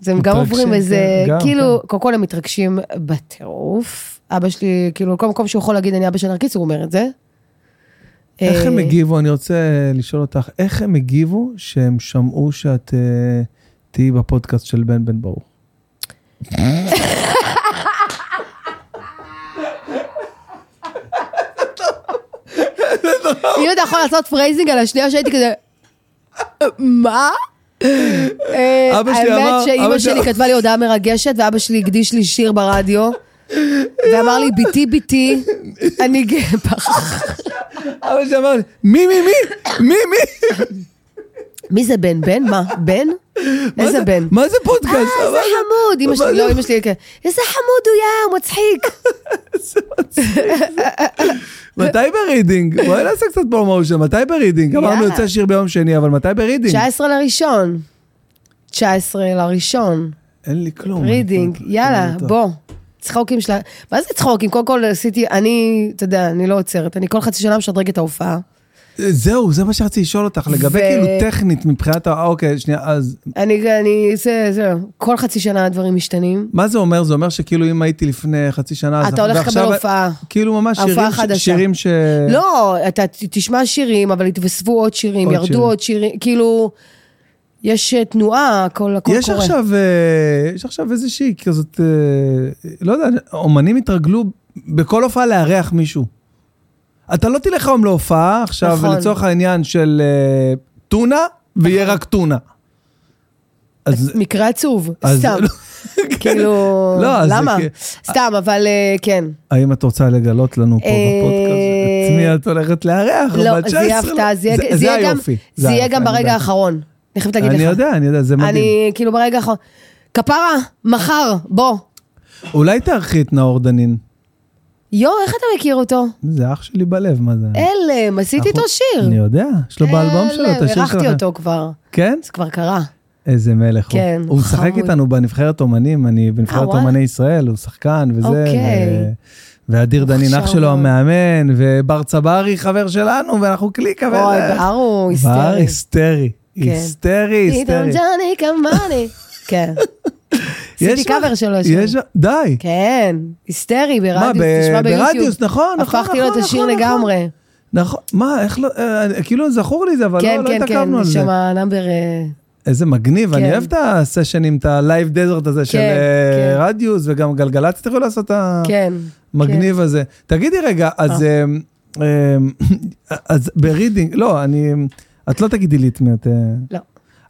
Speaker 2: אז הם גם
Speaker 1: מתרגשים,
Speaker 2: עוברים
Speaker 1: כן,
Speaker 2: איזה,
Speaker 1: גם,
Speaker 2: כאילו, קודם כל הם מתרגשים בטירוף. אבא שלי, כאילו, כל מקום שהוא יכול להגיד, אני אבא של נרקיס, הוא אומר את זה.
Speaker 1: איך הם
Speaker 2: אה,
Speaker 1: הגיבו? אני רוצה לשאול אותך, איך הם הגיבו שהם שמעו שאת אה, תהיי בפודקאסט של בן בן ברוך?
Speaker 2: אם אתה יכול לעשות פרייזינג על השנייה שהייתי כזה, מה? אה,
Speaker 1: אבא שלי אמר-
Speaker 2: האמת
Speaker 1: אבא
Speaker 2: שאימא
Speaker 1: שלי-
Speaker 2: שלי כתבה לי הודעה מרגשת, ואבא שלי הקדיש לי שיר ברדיו, ואמר לי, ביתי, ביתי, אני גאה בך.
Speaker 1: אבא שלי אמר לי, מי, מי, מי? מי, מי?
Speaker 2: מי זה בן? בן? מה? בן?
Speaker 1: מה
Speaker 2: איזה
Speaker 1: זה-
Speaker 2: בן?
Speaker 1: מה זה
Speaker 2: אה,
Speaker 1: פודקאסט?
Speaker 2: איזה חמוד, אימא
Speaker 1: מה
Speaker 2: שלי,
Speaker 1: זה-
Speaker 2: לא, אימא שלי, כן. איזה חמוד הוא יא, הוא מצחיק.
Speaker 1: מתי ברידינג? בואי נעשה קצת פרומושן, מתי ברידינג? אמרנו
Speaker 2: יאללה.
Speaker 1: יוצא שיר ביום שני, אבל מתי ברידינג?
Speaker 2: 19 לראשון. 19 לראשון.
Speaker 1: אין לי כלום.
Speaker 2: רידינג,
Speaker 1: אני-
Speaker 2: יאללה,
Speaker 1: אני-
Speaker 2: בוא. צחוקים של... ה- מה זה צחוקים? קודם כל עשיתי, אני, אתה יודע, אני לא עוצרת, אני כל חצי שנה משדרגת את ההופעה.
Speaker 1: זהו, זה מה שרציתי לשאול אותך, לגבי
Speaker 2: ו-
Speaker 1: כאילו טכנית מבחינת ה... אה, אוקיי, שנייה, אז
Speaker 2: אני, אני, זה, זה, כל חצי שנה הדברים משתנים.
Speaker 1: מה זה אומר? זה אומר שכאילו אם הייתי לפני חצי שנה, אז
Speaker 2: אתה הולך לקבל
Speaker 1: ועכשיו-
Speaker 2: הופעה.
Speaker 1: כאילו ממש
Speaker 2: הופעה
Speaker 1: שירים, ש...
Speaker 2: חדשה.
Speaker 1: שירים ש...
Speaker 2: לא, אתה ת- תשמע שירים, אבל התווספו עוד שירים,
Speaker 1: עוד שירים.
Speaker 2: ירדו עוד שירים, כאילו, יש אה, תנועה, הכל הכל
Speaker 1: יש
Speaker 2: קורה.
Speaker 1: עכשיו, אה, יש עכשיו איזושהי כזאת, אה, לא יודע, אומנים התרגלו בכל הופעה לארח מישהו. אתה לא תלך היום להופעה עכשיו,
Speaker 2: נכון.
Speaker 1: לצורך העניין של אה, טונה, ויהיה רק טונה. אז
Speaker 2: מקרה עצוב,
Speaker 1: אז-
Speaker 2: אה,
Speaker 1: כן.
Speaker 2: סתם. כאילו,
Speaker 1: לא, אז זה
Speaker 2: למה?
Speaker 1: כי-
Speaker 2: סתם, אבל אה, כן.
Speaker 1: האם את רוצה לגלות לנו פה
Speaker 2: אה,
Speaker 1: בפודקאסט את מי את הולכת לארח?
Speaker 2: לא,
Speaker 1: בת
Speaker 2: זה יהיה
Speaker 1: 19?
Speaker 2: הפתעה, זה יהיה- זה
Speaker 1: זה
Speaker 2: יהיה גם-
Speaker 1: היופי.
Speaker 2: זה יהיה גם
Speaker 1: היופי, אני
Speaker 2: ברגע
Speaker 1: בעד.
Speaker 2: האחרון. אני חייבת להגיד לך.
Speaker 1: אני יודע, אני יודע, זה מדהים.
Speaker 2: אני כאילו ברגע האחרון. כפרה, מחר, בוא.
Speaker 1: אולי תארחי את נאור דנין.
Speaker 2: יואו, איך אתה מכיר אותו?
Speaker 1: זה אח שלי בלב, מה זה?
Speaker 2: אלם, עשיתי אה, איתו
Speaker 1: אה. אנחנו-
Speaker 2: שיר. אה, לא,
Speaker 1: אני יודע, יש לו באלבום שלו את השיר שלכם.
Speaker 2: אירחתי אותו כבר,
Speaker 1: כן?
Speaker 2: זה כבר קרה.
Speaker 1: איזה מלך הוא.
Speaker 2: כן,
Speaker 1: הוא משחק
Speaker 2: חמוד.
Speaker 1: איתנו בנבחרת אומנים, אני בנבחרת
Speaker 2: אה, וואלה.
Speaker 1: אומני ישראל, הוא שחקן וזה.
Speaker 2: אוקיי.
Speaker 1: ו- ואדיר דנין אח
Speaker 2: מוכשר
Speaker 1: שלו
Speaker 2: מאוד.
Speaker 1: המאמן, ובר צברי חבר שלנו, ואנחנו קליקה.
Speaker 2: אוי,
Speaker 1: וזה.
Speaker 2: בר הוא
Speaker 1: בר
Speaker 2: היסטרי. כן.
Speaker 1: היסטרי. היסטרי,
Speaker 2: פתאום
Speaker 1: היסטרי.
Speaker 2: ג'וני כמוני. כן. עשיתי
Speaker 1: יש
Speaker 2: קאבר
Speaker 1: לך-
Speaker 2: שלו.
Speaker 1: יש...
Speaker 2: השנה.
Speaker 1: די.
Speaker 2: כן, היסטרי
Speaker 1: מה,
Speaker 2: ברדיוס,
Speaker 1: ב-
Speaker 2: תשמע ביוטיוב.
Speaker 1: ברדיוס, נכון, נכון,
Speaker 2: הפכתי לו את
Speaker 1: נכון,
Speaker 2: השיר
Speaker 1: נכון,
Speaker 2: לגמרי.
Speaker 1: נכון, מה, איך לא, אה, כאילו זכור לי זה, אבל
Speaker 2: כן,
Speaker 1: לא לא
Speaker 2: כן, כן,
Speaker 1: התעכבנו על
Speaker 2: יש
Speaker 1: זה.
Speaker 2: שם נאמבר... אה,
Speaker 1: איזה מגניב, אני
Speaker 2: כן.
Speaker 1: אוהב את הסשנים, את הלייב דזרט הזה של אה,
Speaker 2: כן.
Speaker 1: רדיוס, וגם גלגלצ, תוכלו לעשות את
Speaker 2: כן.
Speaker 1: המגניב הזה. תגידי רגע, אז אה, אה, אז ברידינג, אה, לא, אני... את לא תגידי לי את מי את... אה,
Speaker 2: לא.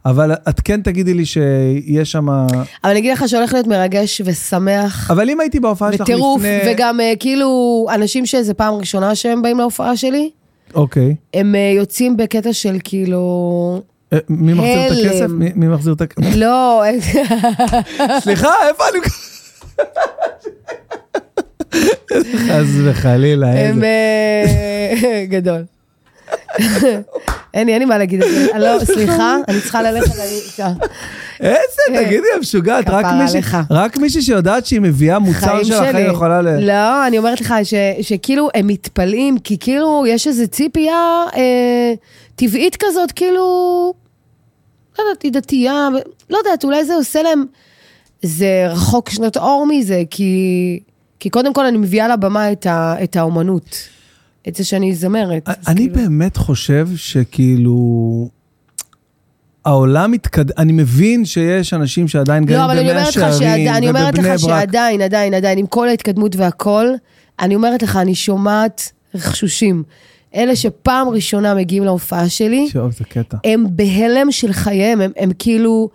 Speaker 1: אבל את כן תגידי לי שיש שם...
Speaker 2: אבל אני אגיד לך שהולך להיות מרגש ושמח,
Speaker 1: אבל אם הייתי בהופעה שלך לפני...
Speaker 2: בטירוף, וגם אה, כאילו, אנשים שזו פעם ראשונה שהם באים להופעה שלי,
Speaker 1: אוקיי.
Speaker 2: הם אה, יוצאים בקטע של כאילו...
Speaker 1: אה, מי מחזיר את
Speaker 2: הלם.
Speaker 1: הכסף? מי- מי מחזיר את הכסף?
Speaker 2: לא,
Speaker 1: סליחה, איפה אני... חס וחלילה,
Speaker 2: הם...
Speaker 1: איזה...
Speaker 2: אה, גדול. אין לי, אין לי מה להגיד על זה. לא, סליחה, אני צריכה ללכת לאישה.
Speaker 1: איזה, תגידי, את משוגעת, רק
Speaker 2: אה, כפרה
Speaker 1: מישהי-
Speaker 2: עליך.
Speaker 1: רק מישהי שיודעת שהיא מביאה מוצר
Speaker 2: חיים
Speaker 1: של החיים
Speaker 2: שלי.
Speaker 1: יכולה ל...
Speaker 2: לא, אני אומרת לך ש, שכאילו הם מתפלאים, כי כאילו יש איזו ציפייה אה, טבעית כזאת, כאילו, לא יודעת, היא דתייה, ו- לא יודעת, אולי זה עושה להם, זה רחוק שנות אור מזה, כי, כי קודם כל אני מביאה לבמה את, ה, את האומנות, את זה שאני זמרת. אז
Speaker 1: אה, אני
Speaker 2: כאילו-
Speaker 1: באמת חושב שכאילו... העולם מתקד... אני מבין שיש אנשים שעדיין גרים
Speaker 2: לא, אבל אני
Speaker 1: במאה
Speaker 2: אומרת לך
Speaker 1: שערים
Speaker 2: שעדיין, אני
Speaker 1: ובבני
Speaker 2: אומרת
Speaker 1: ברק.
Speaker 2: לך שעדיין, עדיין, עדיין, עם כל ההתקדמות והכל, אני אומרת לך, אני שומעת רכשושים. אלה שפעם ראשונה מגיעים להופעה שלי,
Speaker 1: שאו, זה קטע.
Speaker 2: הם בהלם של חייהם, הם, הם כאילו,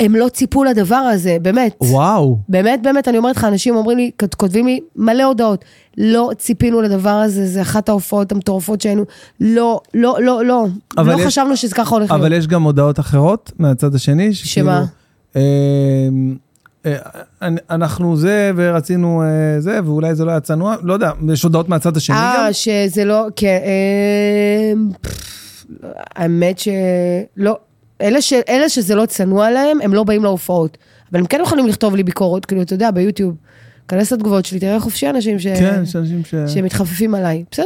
Speaker 2: הם לא ציפו לדבר הזה, באמת.
Speaker 1: וואו.
Speaker 2: באמת, באמת, אני אומרת לך, אנשים אומרים לי, כת- כותבים לי מלא הודעות, לא ציפינו לדבר הזה, זה אחת ההופעות המטורפות שהיינו, לא, לא, לא, לא,
Speaker 1: אבל
Speaker 2: לא
Speaker 1: יש-
Speaker 2: חשבנו שזה ככה הולך
Speaker 1: אבל יש גם הודעות אחרות מהצד השני, שכאילו...
Speaker 2: שמה?
Speaker 1: אמ, אה, אנ- אנחנו זה, ורצינו אה, זה, ואולי זה לא היה צנוע, לא יודע, יש הודעות מהצד השני גם.
Speaker 2: אה, שזה לא, כן, אמ, פפפ, האמת שלא, אלה, ש, אלה שזה לא צנוע להם, הם לא באים להופעות. אבל הם כן יכולים לכתוב לי ביקורות, כאילו, אתה יודע, ביוטיוב. כנס לתגובות שלי, תראה חופשי אנשים ש...
Speaker 1: כן, יש אנשים ש...
Speaker 2: שמתחפפים עליי. בסדר,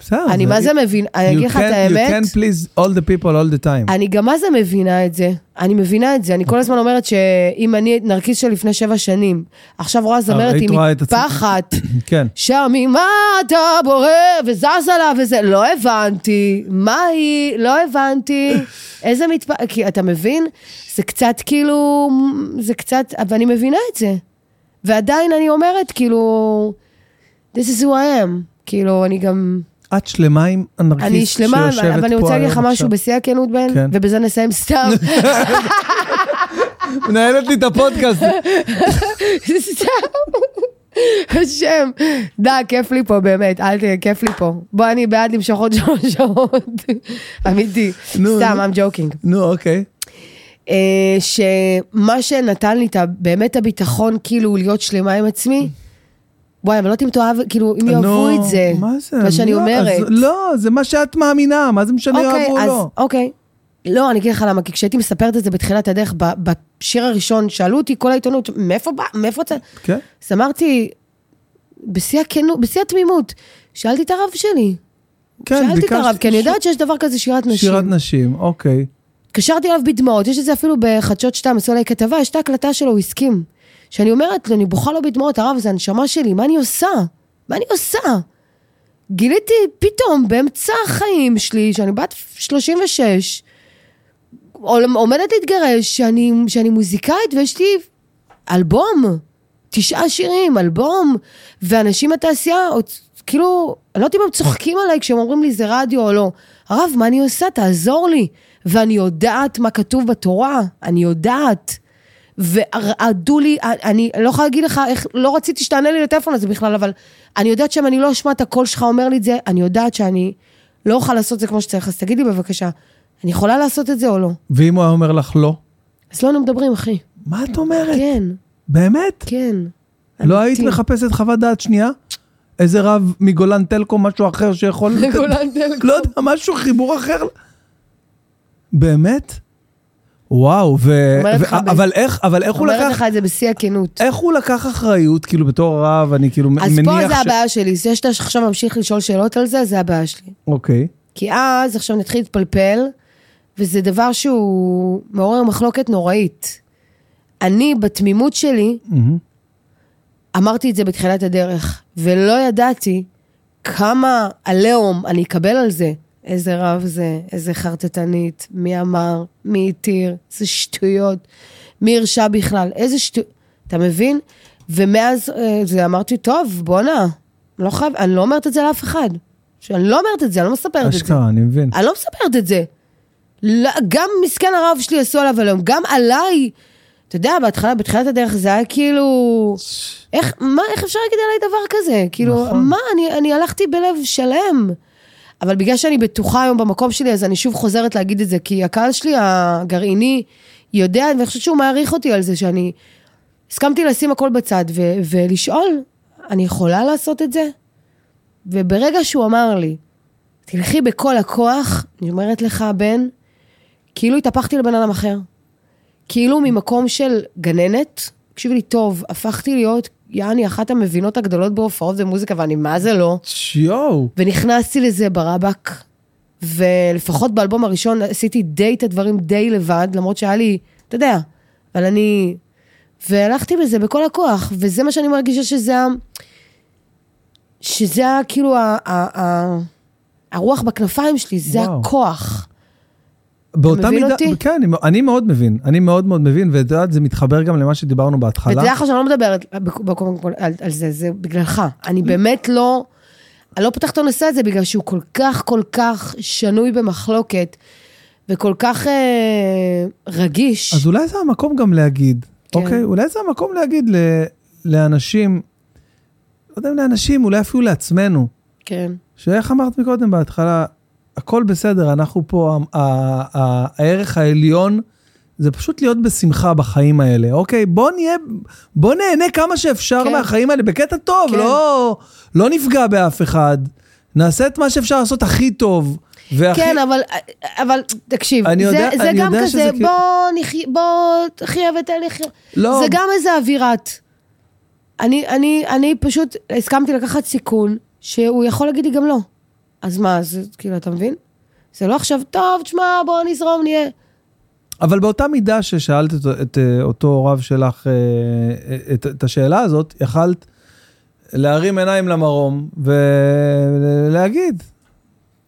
Speaker 1: בסדר.
Speaker 2: אני מה זה מבין, אני
Speaker 1: You
Speaker 2: אגיד לך
Speaker 1: can-
Speaker 2: את
Speaker 1: You
Speaker 2: האמת,
Speaker 1: can please all the people all the time.
Speaker 2: אני גם מה זה מבינה את זה. אני מבינה את זה, אני כל הזמן אומרת שאם אני נרקיס של לפני שבע שנים, עכשיו רואה זמרת
Speaker 1: אה, היית
Speaker 2: עם
Speaker 1: רואה את עצמך.
Speaker 2: מטפחת,
Speaker 1: כן.
Speaker 2: שם ממה אתה בורא וזז עליו וזה, לא הבנתי, מה היא, לא הבנתי, איזה מתפ... כי אתה מבין? זה קצת כאילו, זה קצת, אבל אני מבינה את זה. ועדיין אני אומרת, כאילו, this is who I am. כאילו, אני גם,
Speaker 1: את שלמה עם אנרכיסט
Speaker 2: אני שלמה,
Speaker 1: שיושבת פה
Speaker 2: אבל אני רוצה להגיד לך
Speaker 1: היום
Speaker 2: משהו
Speaker 1: עכשיו.
Speaker 2: בשיא הכנות, בן,
Speaker 1: כן.
Speaker 2: ובזה נסיים סתם.
Speaker 1: מנהלת לי את הפודקאסט.
Speaker 2: סתם. השם, די, כיף לי פה באמת, אל תהיה, כיף לי פה. בוא, אני בעד למשוך עוד שלוש שעות, אמיתי.
Speaker 1: נו,
Speaker 2: סתם,
Speaker 1: נו.
Speaker 2: I'm joking.
Speaker 1: נו, אוקיי.
Speaker 2: אה, שמה שנתן לי את ה- באמת הביטחון, כאילו, להיות שלמה עם עצמי, וואי, אבל לא תמתואב, כאילו, אם יאהבו
Speaker 1: נו,
Speaker 2: את זה,
Speaker 1: לא, מה זה?
Speaker 2: מה שאני
Speaker 1: לא,
Speaker 2: אומרת.
Speaker 1: אז- לא, זה מה שאת מאמינה, מה זה משנה
Speaker 2: אוקיי,
Speaker 1: יאהבו או
Speaker 2: אז-
Speaker 1: לא.
Speaker 2: אוקיי. לא, אני אגיד לך למה, כי כשהייתי מספרת את זה בתחילת הדרך, ב- בשיר הראשון, שאלו אותי כל העיתונות, מאיפה בא, מאיפה זה?
Speaker 1: כן.
Speaker 2: אז אמרתי, בשיא הכנות, בשיא התמימות, שאלתי את הרב שלי.
Speaker 1: כן,
Speaker 2: שאלתי את
Speaker 1: ביקשתי-
Speaker 2: הרב, כי אני
Speaker 1: ש-
Speaker 2: יודעת שיש דבר כזה שירת נשים.
Speaker 1: שירת נשים, אוקיי.
Speaker 2: התקשרתי אליו בדמעות, יש את זה אפילו בחדשות 2, עשו עליי כתבה, יש את ההקלטה שלו, הוא הסכים. שאני אומרת לו, אני בוכה לו בדמעות, הרב, זה הנשמה שלי, מה אני עושה? מה אני עושה? גיליתי פתאום, באמצע החיים שלי, שאני בת 36, עול- עומדת להתגרש, שאני, שאני מוזיקאית ויש לי אלבום, תשעה שירים, אלבום, ואנשים בתעשייה, עוד- כאילו, אני לא יודעת אם הם צוחקים עליי כשהם אומרים לי זה רדיו או לא. הרב, מה אני עושה? תעזור לי. ואני יודעת מה כתוב בתורה, אני יודעת. ורעדו לי, אני לא יכולה להגיד לך איך, לא רציתי שתענה לי לטלפון הזה בכלל, אבל אני יודעת שאם אני לא אשמע את הקול שלך אומר לי את זה, אני יודעת שאני לא אוכל לעשות את זה כמו שצריך, אז תגיד לי בבקשה, אני יכולה לעשות את זה או לא?
Speaker 1: ואם הוא היה אומר לך לא?
Speaker 2: אז לא היינו מדברים, אחי.
Speaker 1: מה את אומרת?
Speaker 2: כן,
Speaker 1: באמת?
Speaker 2: כן.
Speaker 1: לא
Speaker 2: אמיתי.
Speaker 1: היית מחפשת חוות דעת שנייה? איזה רב מגולן טלקום, משהו אחר שיכול... לתת-
Speaker 2: לגולן טלקום.
Speaker 1: לא יודע, משהו, חיבור אחר. באמת? וואו, ו...
Speaker 2: אומרת
Speaker 1: ו-
Speaker 2: לך ב-
Speaker 1: אבל איך, אבל איך הוא
Speaker 2: אומרת לך
Speaker 1: לקח...
Speaker 2: את זה בשיא הכנות.
Speaker 1: איך הוא לקח אחריות, כאילו, בתור רב, אני כאילו מניח
Speaker 2: אז
Speaker 1: ש...
Speaker 2: פה זה הבעיה שלי, זה שאתה עכשיו ממשיך לשאול שאלות על זה, זה הבעיה שלי.
Speaker 1: אוקיי.
Speaker 2: כי אז עכשיו נתחיל להתפלפל, וזה דבר שהוא מעורר מחלוקת נוראית. אני, בתמימות שלי,
Speaker 1: מהמם.
Speaker 2: אמרתי את זה בתחילת הדרך, ולא ידעתי כמה עליהום אני אקבל על זה. איזה רב זה, איזה חרטטנית, מי אמר, מי התיר, איזה שטויות, מי הרשה בכלל, איזה שטויות, אתה מבין? ומאז אה, זה אמרתי, טוב, בואנה, לא חייב, אני לא אומרת את זה לאף אחד. שאני לא אומרת את זה, אני לא מספרת את זה.
Speaker 1: אשכרה, אני מבין.
Speaker 2: אני לא מספרת את זה. לא, גם מסכן הרב שלי עשו עליו היום, גם עליי. אתה יודע, בהתחלה, בתחילת הדרך זה היה כאילו... איך, מה, איך אפשר להגיד עליי דבר כזה? כאילו,
Speaker 1: נכון.
Speaker 2: נכון. מה, אני, אני הלכתי בלב שלם. אבל בגלל שאני בטוחה היום במקום שלי, אז אני שוב חוזרת להגיד את זה, כי הקהל שלי הגרעיני יודע, ואני חושבת שהוא מעריך אותי על זה, שאני הסכמתי לשים הכל בצד ו- ולשאול, אני יכולה לעשות את זה? וברגע שהוא אמר לי, תלכי בכל הכוח, אני אומרת לך, בן, כאילו התהפכתי לבן אדם אחר. כאילו ממקום של גננת, תקשיבי לי טוב, הפכתי להיות, יעני, אחת המבינות הגדולות בהופעות ומוזיקה, ואני מה זה לא?
Speaker 1: יואו.
Speaker 2: ונכנסתי לזה ברבק, ולפחות באלבום הראשון עשיתי די את הדברים די לבד, למרות שהיה לי, אתה יודע, אבל אני... והלכתי בזה בכל הכוח, וזה מה שאני מרגישה שזה ה... שזה ה... כאילו ה... ה... ה... הרוח בכנפיים שלי, זה
Speaker 1: וואו.
Speaker 2: הכוח.
Speaker 1: באותה
Speaker 2: מבין
Speaker 1: מידה,
Speaker 2: אותי?
Speaker 1: כן, אני- אני מאוד מבין, אני מאוד מאוד מבין, ואת יודעת, זה מתחבר גם למה שדיברנו בהתחלה.
Speaker 2: ותדע לך שאני לא מדברת בק- בקודם כל על, על זה, זה בגללך.
Speaker 1: Mm.
Speaker 2: אני באמת לא... אני לא פותחת את הנושא הזה בגלל שהוא כל כך כל כך שנוי במחלוקת, וכל כך אה, רגיש.
Speaker 1: אז אולי זה המקום גם להגיד,
Speaker 2: כן.
Speaker 1: אוקיי? אולי זה המקום להגיד ל- לאנשים, לא יודע אם לאנשים, אולי אפילו לעצמנו,
Speaker 2: כן.
Speaker 1: שאיך אמרת מקודם בהתחלה, הכל בסדר, אנחנו פה, ה- ה- ה- הערך העליון זה פשוט להיות בשמחה בחיים האלה, אוקיי? בוא נהיה, בוא נהנה כמה שאפשר
Speaker 2: כן.
Speaker 1: מהחיים האלה, בקטע טוב,
Speaker 2: כן.
Speaker 1: לא, לא נפגע באף אחד, נעשה את מה שאפשר לעשות הכי טוב, והכי...
Speaker 2: כן, אבל, אבל תקשיב,
Speaker 1: אני
Speaker 2: זה,
Speaker 1: יודע-
Speaker 2: זה
Speaker 1: אני
Speaker 2: גם
Speaker 1: יודע שזה
Speaker 2: כזה,
Speaker 1: כאילו-
Speaker 2: בוא נחי... בוא תחיה ותן לחיות.
Speaker 1: לא,
Speaker 2: זה גם איזה אווירת. אני, אני, אני פשוט הסכמתי לקחת סיכון שהוא יכול להגיד לי גם לא. אז מה, זה כאילו, אתה מבין? זה לא עכשיו, טוב, תשמע, בוא נזרום, נהיה.
Speaker 1: אבל באותה מידה ששאלת את, את אה, אותו רב שלך אה, אה, את, את השאלה הזאת, יכלת להרים עיניים למרום ולהגיד,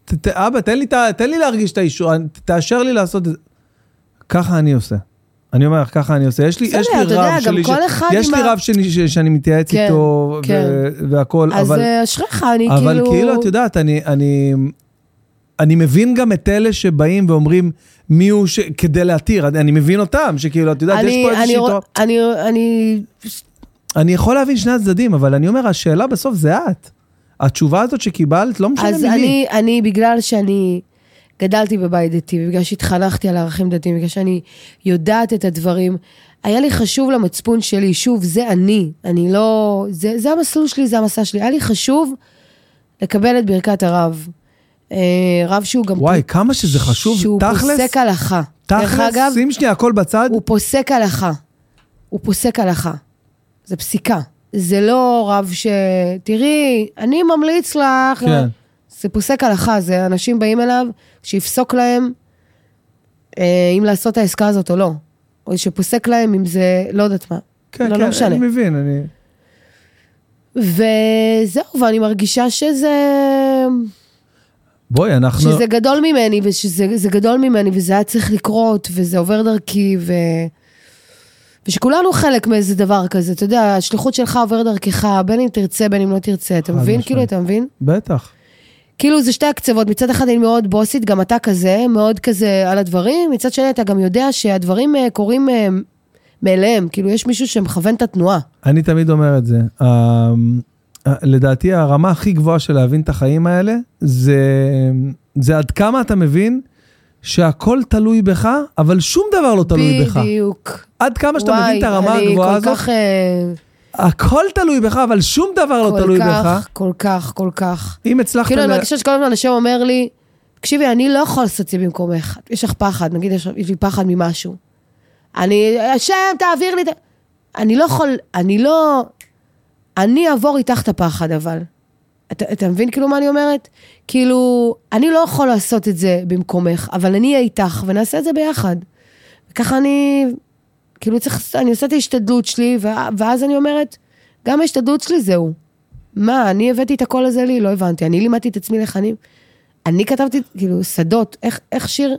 Speaker 1: ת, ת, אבא, תן לי, ת, תן לי להרגיש את האישור, אני- תאשר לי לעשות את זה. ככה אני עושה. אני אומר לך, ככה אני עושה. יש לי,
Speaker 2: בסדר,
Speaker 1: יש לי רב
Speaker 2: אתה יודע, גם
Speaker 1: שלי,
Speaker 2: כל אחד
Speaker 1: יש
Speaker 2: עם
Speaker 1: לי
Speaker 2: ה-
Speaker 1: רב שני, ש, שאני מתייעץ
Speaker 2: כן,
Speaker 1: איתו
Speaker 2: כן.
Speaker 1: ו, והכול,
Speaker 2: אז
Speaker 1: אבל...
Speaker 2: אה, אשריך, אני כאילו...
Speaker 1: אבל כאילו, את יודעת, אני, אני, אני מבין גם את אלה שבאים ואומרים מי הוא ש... כדי להתיר, אני, אני מבין אותם, שכאילו, את יודעת, יש
Speaker 2: אני,
Speaker 1: פה
Speaker 2: אני,
Speaker 1: איזושהי...
Speaker 2: רוא-
Speaker 1: תור...
Speaker 2: אני, אני,
Speaker 1: אני יכול להבין שני הצדדים, אבל אני אומר, השאלה בסוף זה את. התשובה הזאת שקיבלת, לא משנה
Speaker 2: אז
Speaker 1: ממי.
Speaker 2: אני, אני, בגלל שאני גדלתי בבית דתי, ובגלל שהתחנכתי על ערכים דתיים, בגלל שאני יודעת את הדברים, היה לי חשוב למצפון שלי, שוב, זה אני, אני לא... זה, זה המסלול שלי, זה המסע שלי. היה לי חשוב לקבל את ברכת הרב. אה, רב שהוא גם...
Speaker 1: וואי, כמה שזה חשוב,
Speaker 2: שהוא
Speaker 1: תכלס,
Speaker 2: פוסק הלכה. דרך
Speaker 1: תכלס,
Speaker 2: אגב,
Speaker 1: שים שנייה הכל בצד.
Speaker 2: הוא פוסק הלכה. הוא פוסק הלכה. זה פסיקה. זה לא רב ש... תראי, אני ממליץ לך...
Speaker 1: כן.
Speaker 2: זה פוסק הלכה, זה אנשים באים אליו, שיפסוק להם אה, אם לעשות את העסקה הזאת או לא. או שפוסק להם אם זה, לא יודעת מה.
Speaker 1: כן,
Speaker 2: לא,
Speaker 1: כן,
Speaker 2: לא משנה.
Speaker 1: אני מבין, אני...
Speaker 2: וזהו, ואני מרגישה שזה...
Speaker 1: בואי, אנחנו...
Speaker 2: שזה גדול ממני, ושזה זה גדול ממני, וזה היה צריך לקרות, וזה עובר דרכי, ו... ושכולנו חלק מאיזה דבר כזה, אתה יודע, השליחות שלך עובר דרכך, בין אם תרצה, בין אם לא תרצה, אתה
Speaker 1: חד
Speaker 2: מבין?
Speaker 1: משמעית.
Speaker 2: כאילו, אתה מבין?
Speaker 1: בטח.
Speaker 2: כאילו זה שתי הקצוות, מצד אחד אני מאוד בוסית, גם אתה כזה, מאוד כזה על הדברים, מצד שני אתה גם יודע שהדברים אה, קורים אה, מאליהם, כאילו יש מישהו שמכוון את התנועה.
Speaker 1: אני תמיד אומר את זה. אמ, אה, לדעתי הרמה הכי גבוהה של להבין את החיים האלה, זה, זה עד כמה אתה מבין שהכל תלוי בך, אבל שום דבר לא תלוי בך.
Speaker 2: בדיוק.
Speaker 1: עד כמה שאתה מבין את הרמה
Speaker 2: אני
Speaker 1: הגבוהה
Speaker 2: כל
Speaker 1: הזאת,
Speaker 2: כך, אה,
Speaker 1: הכל תלוי בך, אבל שום דבר לא
Speaker 2: כל
Speaker 1: תלוי
Speaker 2: כך,
Speaker 1: בך.
Speaker 2: כל כך, כל כך.
Speaker 1: אם הצלחת...
Speaker 2: כאילו, אני
Speaker 1: ל-
Speaker 2: מרגישה שכל הזמן השם אומר לי, תקשיבי, אני לא יכול לעשות את זה במקומך. יש לך פחד, נגיד יש יש לי פחד ממשהו. אני, השם, תעביר לי את... ה-" אני לא יכול, אני לא... אני אעבור איתך את הפחד, אבל. אתה, אתה מבין כאילו מה אני אומרת? כאילו, אני לא יכול לעשות את זה במקומך, אבל אני אהיה איתך ונעשה את זה ביחד. וככה אני, כאילו צריך, אני עושה את ההשתדלות שלי, וה- ואז אני אומרת, גם ההשתדלות שלי זהו. מה, אני הבאתי את הקול הזה לי? לא הבנתי. אני לימדתי את עצמי לחנים. אני כתבתי, כאילו, שדות. איך, איך שיר,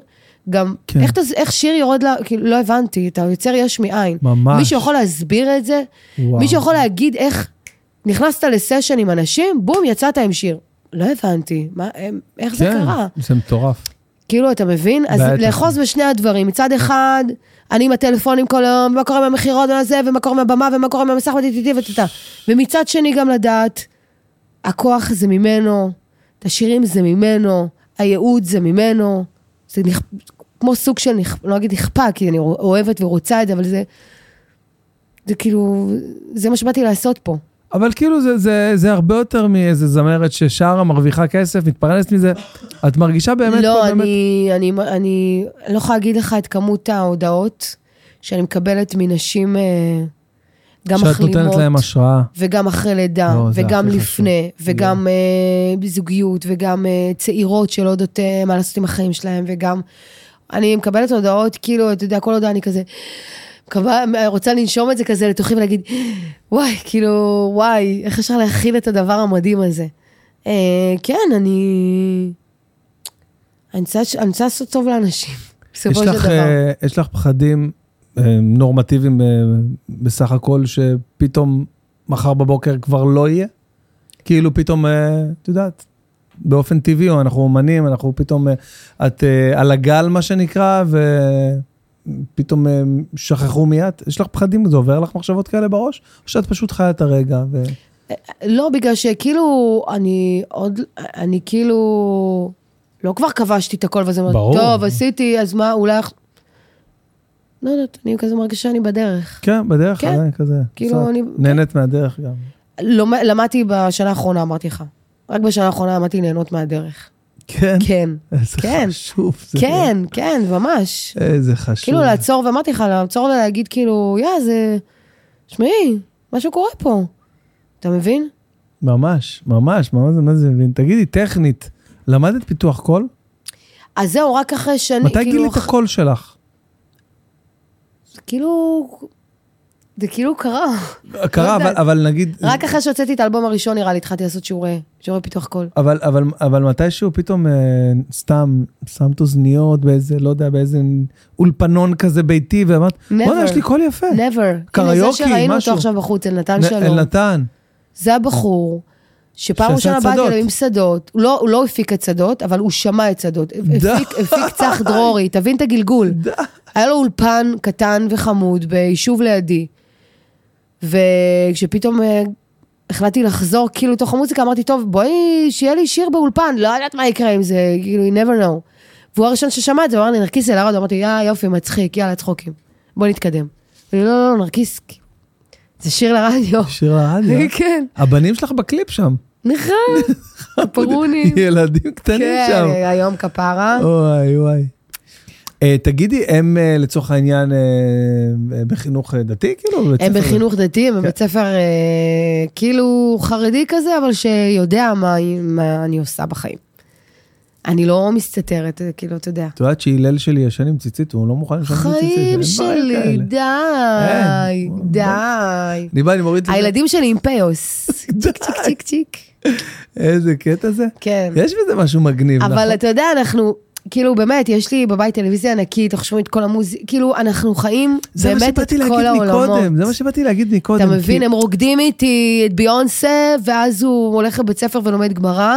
Speaker 2: גם,
Speaker 1: כן.
Speaker 2: כן. איך, תז, איך שיר יורד ל... כאילו, לא הבנתי, אתה יוצר יש מאין.
Speaker 1: ממש.
Speaker 2: מישהו יכול להסביר את זה?
Speaker 1: וואו.
Speaker 2: מישהו יכול להגיד איך נכנסת לסשן עם אנשים, בום, יצאת עם שיר. לא הבנתי, מה, הם- איך זה
Speaker 1: כן,
Speaker 2: קרה?
Speaker 1: זה מטורף.
Speaker 2: כאילו, אתה מבין? אז
Speaker 1: בטח.
Speaker 2: לאחוז בשני הדברים. מצד אחד, אני עם הטלפונים כל היום, ומה קורה עם המכירות ומה זה, ומה קורה עם הבמה, ומה קורה עם המסך וטטטי וטטה. ומצד שני גם לדעת, הכוח זה ממנו, את השירים זה ממנו, הייעוד זה ממנו. זה נכ... כמו סוג של, נכ... לא אגיד נכפה, כי אני אוהבת ורוצה את זה, אבל זה... זה כאילו, זה מה שבאתי לעשות פה.
Speaker 1: אבל כאילו זה, זה, זה הרבה יותר מאיזה זמרת ששרה, מרוויחה כסף, מתפרנסת מזה. את מרגישה באמת
Speaker 2: לא,
Speaker 1: פה, באמת...
Speaker 2: אני, אני, אני לא יכולה להגיד לך את כמות ההודעות שאני מקבלת מנשים אה, גם
Speaker 1: שאת נותנת
Speaker 2: מחלימות,
Speaker 1: להם השראה.
Speaker 2: וגם אחרי לידה,
Speaker 1: לא, זה
Speaker 2: וגם
Speaker 1: הכי כן.
Speaker 2: לפני, וגם אה, בזוגיות, וגם אה, צעירות שלא יודעות אה, מה לעשות עם החיים שלהם, וגם... אני מקבלת הודעות, כאילו, אתה יודע, כל הודעה אני כזה... מקווה- רוצה לנשום את זה כזה לתוכי ולהגיד, וואי, כאילו, וואי, איך אפשר להכיל את הדבר המדהים הזה? אה, כן, אני... אני רוצה- אני רוצה לעשות טוב לאנשים,
Speaker 1: יש
Speaker 2: בסופו של
Speaker 1: לך,
Speaker 2: דבר.
Speaker 1: אה, יש לך פחדים אה, נורמטיביים אה, בסך הכל, שפתאום מחר בבוקר כבר לא יהיה? כאילו פתאום, אה, את יודעת, באופן טבעי, או אנחנו אומנים, אנחנו פתאום, אה, את אה, על הגל, מה שנקרא, ופתאום אה, שכחו מי את. יש לך פחדים, זה עובר לך מחשבות כאלה בראש? או שאת פשוט חיה את הרגע? ו...
Speaker 2: לא, בגלל שכאילו, אני עוד, אני כאילו, לא כבר כבשתי את הכל, וזה
Speaker 1: ברור.
Speaker 2: אומר, טוב, עשיתי, אז מה, אולי... אח-" לא יודעת, אני כזה מרגישה שאני בדרך.
Speaker 1: כן, בדרך
Speaker 2: כן.
Speaker 1: עדיין כזה.
Speaker 2: כאילו,
Speaker 1: בסדר.
Speaker 2: אני-
Speaker 1: נהנית מהדרך גם.
Speaker 2: לא, למדתי בשנה האחרונה, אמרתי לך. רק בשנה האחרונה למדתי ליהנות מהדרך.
Speaker 1: כן.
Speaker 2: כן,
Speaker 1: איזה
Speaker 2: כן.
Speaker 1: חשוב. זה. כאילו-
Speaker 2: כן, כן, ממש.
Speaker 1: איזה חשוב.
Speaker 2: כאילו, לעצור, ואמרתי לך, לעצור ולהגיד, כאילו, יא, זה... שמעי, משהו קורה פה. אתה מבין?
Speaker 1: ממש, ממש, ממש, מה זה מבין? תגידי, טכנית, למדת פיתוח קול?
Speaker 2: אז זהו, רק אחרי שנים,
Speaker 1: מתי
Speaker 2: כאילו,
Speaker 1: גילית את הקול שלך?
Speaker 2: כאילו... זה כאילו קרה.
Speaker 1: קרה, אבל,
Speaker 2: לא יודעת.
Speaker 1: אבל נגיד...
Speaker 2: רק אחרי שהוצאתי את האלבום הראשון, נראה לי, התחלתי לעשות שיעורי, שיעורי פיתוח קול.
Speaker 1: אבל, אבל, אבל מתישהו פתאום אה, סתם שמת אוזניות באיזה, לא יודע, באיזה אולפנון כזה ביתי, ואמרת, בוא'נה, יש לי קול יפה.
Speaker 2: never.
Speaker 1: כן. קריוקי,
Speaker 2: הנה, זה שראינו
Speaker 1: משהו.
Speaker 2: אותו עכשיו בחוץ, אל נתן
Speaker 1: נ-
Speaker 2: שלום.
Speaker 1: נתן.
Speaker 2: זה הבחור, שפעם
Speaker 1: שעשה
Speaker 2: ראשונה באתי
Speaker 1: צדות.
Speaker 2: אליו עם שדות, הוא לא- הוא לא הפיק את שדות, אבל הוא שמע את שדות.
Speaker 1: די.
Speaker 2: הפיק- הפיק צח דרורי, תבין את הגלגול.
Speaker 1: די.
Speaker 2: היה לו אולפן קטן וחמוד ביישוב לידי, וכשפתאום אה, החלטתי לחזור כאילו לתוך המוזיקה, אמרתי, טוב, בואי, שיהיה לי שיר באולפן, לא יודעת מה יקרה עם זה, כאילו, you never know. והוא הראשון ששמע את זה, הוא אמר לי, נרקיס זה לרד, אמרתי, יא יופי, מצחיק, יאללה, צחוקים, בוא נתקדם. אמרתי, לא, לא, לא, נרקיס, כאילו, זה שיר לרדיו.
Speaker 1: שיר הרדיו.
Speaker 2: כן,
Speaker 1: הבנים שלך בקליפ שם.
Speaker 2: נכון, הפרונים.
Speaker 1: ילדים קטנים שם.
Speaker 2: כן, היום כפרה.
Speaker 1: אוי, אוי. אה, תגידי, הם אה, לצורך העניין אה, אה, בחינוך אה, דתי, כאילו? בבית
Speaker 2: הם
Speaker 1: ספר? כן.
Speaker 2: בחינוך דתי, הם בבית ספר אה, כאילו חרדי כזה, אבל שיודע מה- מה אני עושה בחיים. אני לא מסתתרת, אה, כאילו, אתה יודע.
Speaker 1: את יודעת שהלל שלי ישן עם ציצית, הוא לא מוכן לשבת עם ציצית. אין
Speaker 2: חיים
Speaker 1: בעיה
Speaker 2: שלי,
Speaker 1: כאלה.
Speaker 2: די,
Speaker 1: אין.
Speaker 2: די.
Speaker 1: אני בא, אני מוריד את זה.
Speaker 2: הילדים שלי עם פיוס. צ'יק, צ'יק, צ'יק, צ'יק.
Speaker 1: איזה קטע זה.
Speaker 2: כן.
Speaker 1: יש בזה משהו מגניב, נכון?
Speaker 2: אבל אתה יודע, אנחנו, כאילו, באמת, יש לי בבית טלוויזיה ענקית, אנחנו שומעים את כל המוזיקה, כאילו, אנחנו חיים
Speaker 1: זה מה
Speaker 2: באמת את
Speaker 1: שבאתי
Speaker 2: כל
Speaker 1: להגיד
Speaker 2: העולמות.
Speaker 1: מקודם, זה מה שבאתי להגיד מקודם.
Speaker 2: אתה
Speaker 1: כי-
Speaker 2: מבין, הם רוקדים איתי את ביונסה, ואז הוא הולך לבית ספר ולומד גמרא,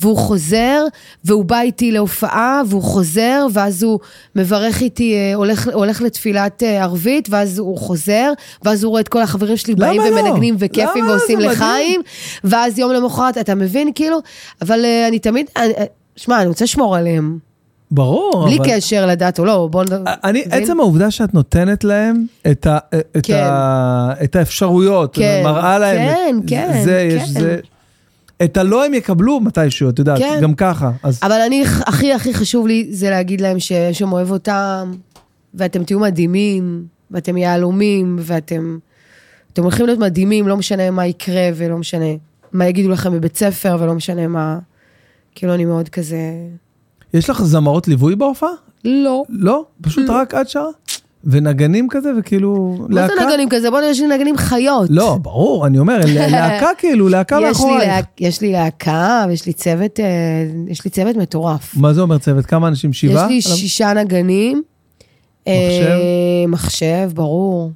Speaker 2: והוא חוזר, והוא בא איתי להופעה, והוא חוזר, ואז הוא מברך איתי, אה, הולך, הולך לתפילת אה, ערבית, ואז הוא חוזר, ואז הוא רואה את כל החברים שלי
Speaker 1: למה
Speaker 2: באים
Speaker 1: לא?
Speaker 2: ומנגנים וכיפים
Speaker 1: למה?
Speaker 2: ועושים
Speaker 1: זה מדהים.
Speaker 2: לחיים, ואז יום למחרת, אתה מבין, כאילו, אבל אה, אני תמיד, אני- אה, שמע, אני רוצה לשמור עליהם,
Speaker 1: ברור,
Speaker 2: בלי
Speaker 1: לא, אבל- אה,
Speaker 2: קשר לדת או לא, בואו... נ-
Speaker 1: אני,
Speaker 2: מבין?
Speaker 1: עצם העובדה שאת נותנת להם את, ה, אה, את,
Speaker 2: כן.
Speaker 1: ה, את האפשרויות,
Speaker 2: כן,
Speaker 1: מראה להם,
Speaker 2: כן,
Speaker 1: את,
Speaker 2: כן,
Speaker 1: זה, יש,
Speaker 2: כן.
Speaker 1: זה, את הלא הם יקבלו מתישהו, את יודעת,
Speaker 2: כן.
Speaker 1: גם ככה. אז
Speaker 2: אבל אני, הכי הכי חשוב לי זה להגיד להם ששם אוהב אותם, ואתם תהיו מדהימים, ואתם יהלומים, ואתם אתם הולכים להיות מדהימים, לא משנה מה יקרה ולא משנה מה יגידו לכם בבית ספר ולא משנה מה... כאילו, אני מאוד כזה...
Speaker 1: יש לך זמרות ליווי בהופעה?
Speaker 2: לא.
Speaker 1: לא? פשוט רק את שרה? ונגנים כזה, וכאילו...
Speaker 2: מה זה
Speaker 1: להקה?
Speaker 2: נגנים כזה? בוא נראה, יש לי נגנים חיות.
Speaker 1: לא, ברור, אני אומר, להקה כאילו, להקה
Speaker 2: יש לי,
Speaker 1: מאחורייך.
Speaker 2: להק... יש לי להקה, ויש לי צוות, אה, יש לי צוות מטורף.
Speaker 1: מה זה אומר צוות? כמה אנשים? שבעה?
Speaker 2: יש לי שישה נגנים.
Speaker 1: מחשב?
Speaker 2: אה, מחשב, ברור.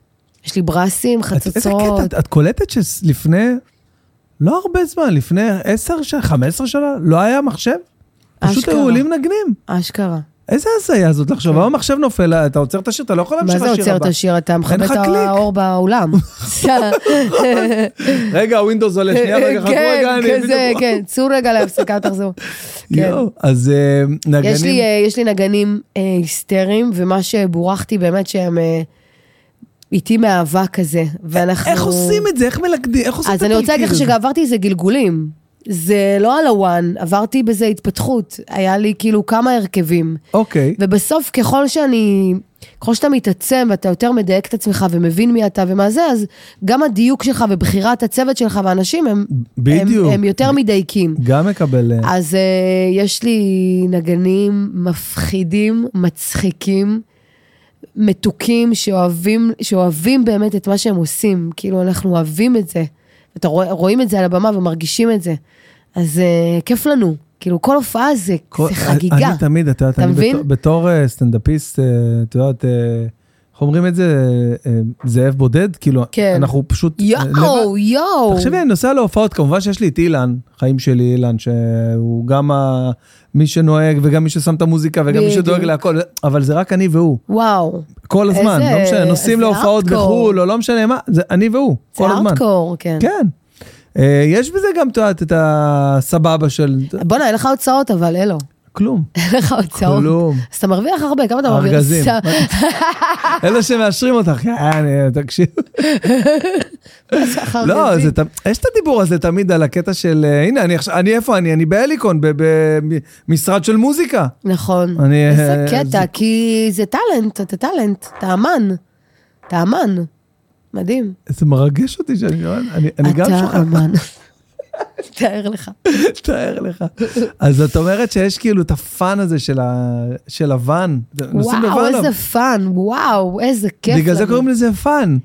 Speaker 2: יש לי ברסים,
Speaker 1: את- איזה
Speaker 2: חצוצרות.
Speaker 1: קטע, את- את קולטת שלפני, לא הרבה זמן, לפני 10 שנה, 15 שנה, לא היה מחשב. פשוט
Speaker 2: אשכרה.
Speaker 1: היו עולים נגנים.
Speaker 2: אשכרה.
Speaker 1: איזה הזיה זאת לחשוב, היום המחשב נופל, אתה עוצר את השיר, אתה לא יכול
Speaker 2: מה
Speaker 1: להמשיך
Speaker 2: זה
Speaker 1: לשיר הבא.
Speaker 2: עוצר את השיר? אתה מכבה
Speaker 1: לך
Speaker 2: את
Speaker 1: קליק.
Speaker 2: האור באולם.
Speaker 1: רגע, הווינדוס עולה, שנייה, רגע, חכו רגע,
Speaker 2: אה, כן,
Speaker 1: אני
Speaker 2: כזה,
Speaker 1: בדיוק...
Speaker 2: כן, צאו רגע להפסקה, תחזרו. כן.
Speaker 1: יואו, אז אה, נגנים...
Speaker 2: יש לי, אה, יש לי נגנים אה, היסטריים, ומה שבורכתי באמת שהם אה, איתי מאבק כזה, ואנחנו...
Speaker 1: איך עושים את זה? איך מלכדים? איך עושים את
Speaker 2: אז אני רוצה להגיד לך
Speaker 1: הטריקים?
Speaker 2: שעברתי איזה גלגולים. זה לא על הוואן, עברתי בזה התפתחות. היה לי כאילו כמה הרכבים.
Speaker 1: אוקיי.
Speaker 2: ובסוף, ככל שאני... ככל שאתה מתעצם ואתה יותר מדייק את עצמך ומבין מי אתה ומה זה, אז גם הדיוק שלך ובחירת הצוות שלך והאנשים הם,
Speaker 1: בדיוק.
Speaker 2: הם, הם יותר מדייקים.
Speaker 1: גם מקבל... אה,
Speaker 2: אז uh, יש לי נגנים מפחידים, מצחיקים, מתוקים, שאוהבים, שאוהבים באמת את מה שהם עושים. כאילו, אנחנו אוהבים את זה. אתה רוא, רואים את זה על הבמה ומרגישים את זה. אז uh, כיף לנו. כאילו, כל הופעה זה,
Speaker 1: כל-
Speaker 2: זה חגיגה.
Speaker 1: אני תמיד, את יודעת,
Speaker 2: אתה
Speaker 1: אני
Speaker 2: מבין?
Speaker 1: בתור- בתור אה, סטנדאפיסט, אה, את יודעת, אה, איך אומרים את זה? אה, אה, זאב בודד? כאילו,
Speaker 2: כן.
Speaker 1: אנחנו פשוט... אה, לבד.
Speaker 2: יואו, יואו.
Speaker 1: תחשבי, אני נוסע להופעות, כמובן שיש לי את אילן, חיים שלי אילן, שהוא גם ה... מי שנוהג וגם מי ששם את המוזיקה וגם מי
Speaker 2: בדיוק.
Speaker 1: שדואג להכל, אבל זה רק אני והוא,
Speaker 2: וואו.
Speaker 1: כל הזמן,
Speaker 2: איזה-
Speaker 1: לא משנה, נוסעים
Speaker 2: איזה
Speaker 1: להופעות
Speaker 2: hardcore.
Speaker 1: בחו"ל, או לא משנה מה, זה אני והוא,
Speaker 2: זה
Speaker 1: כל הזמן.
Speaker 2: ארטקור, כן.
Speaker 1: כן. אה, יש בזה גם, את יודעת, את הסבבה של
Speaker 2: בואנה, אין לך הוצאות, אבל אלו.
Speaker 1: כלום,
Speaker 2: אין לך הוצאות.
Speaker 1: כלום.
Speaker 2: אז אתה מרוויח הרבה, כמה אתה מרוויח?
Speaker 1: ארגזים.
Speaker 2: סתם.
Speaker 1: אלה שמאשרים אותך, יעני, תקשיב.
Speaker 2: שכר
Speaker 1: לא,
Speaker 2: גזים.
Speaker 1: זה ת- יש את הדיבור הזה תמיד על הקטע של, אה, הנה, אני עכשיו, אני איפה אני? אני בהליקון, במשרד של מוזיקה.
Speaker 2: נכון.
Speaker 1: אני,
Speaker 2: איזה
Speaker 1: אה,
Speaker 2: קטע, כי זה טאלנט, אתה טאלנט, אתה אמן. אתה אמן. מדהים.
Speaker 1: זה מרגש אותי שאני שומע, אני, אני גם
Speaker 2: אתה
Speaker 1: שוכח,
Speaker 2: אמן. תאר לך.
Speaker 1: תאר לך. אז את אומרת שיש כאילו את הפאן הזה של, ה, של הוואן. נוסעים
Speaker 2: וואו,
Speaker 1: בוואן,
Speaker 2: איזה
Speaker 1: אבל-
Speaker 2: פאן, וואו, איזה כיף. אה,
Speaker 1: בגלל זה קוראים לזה פאן.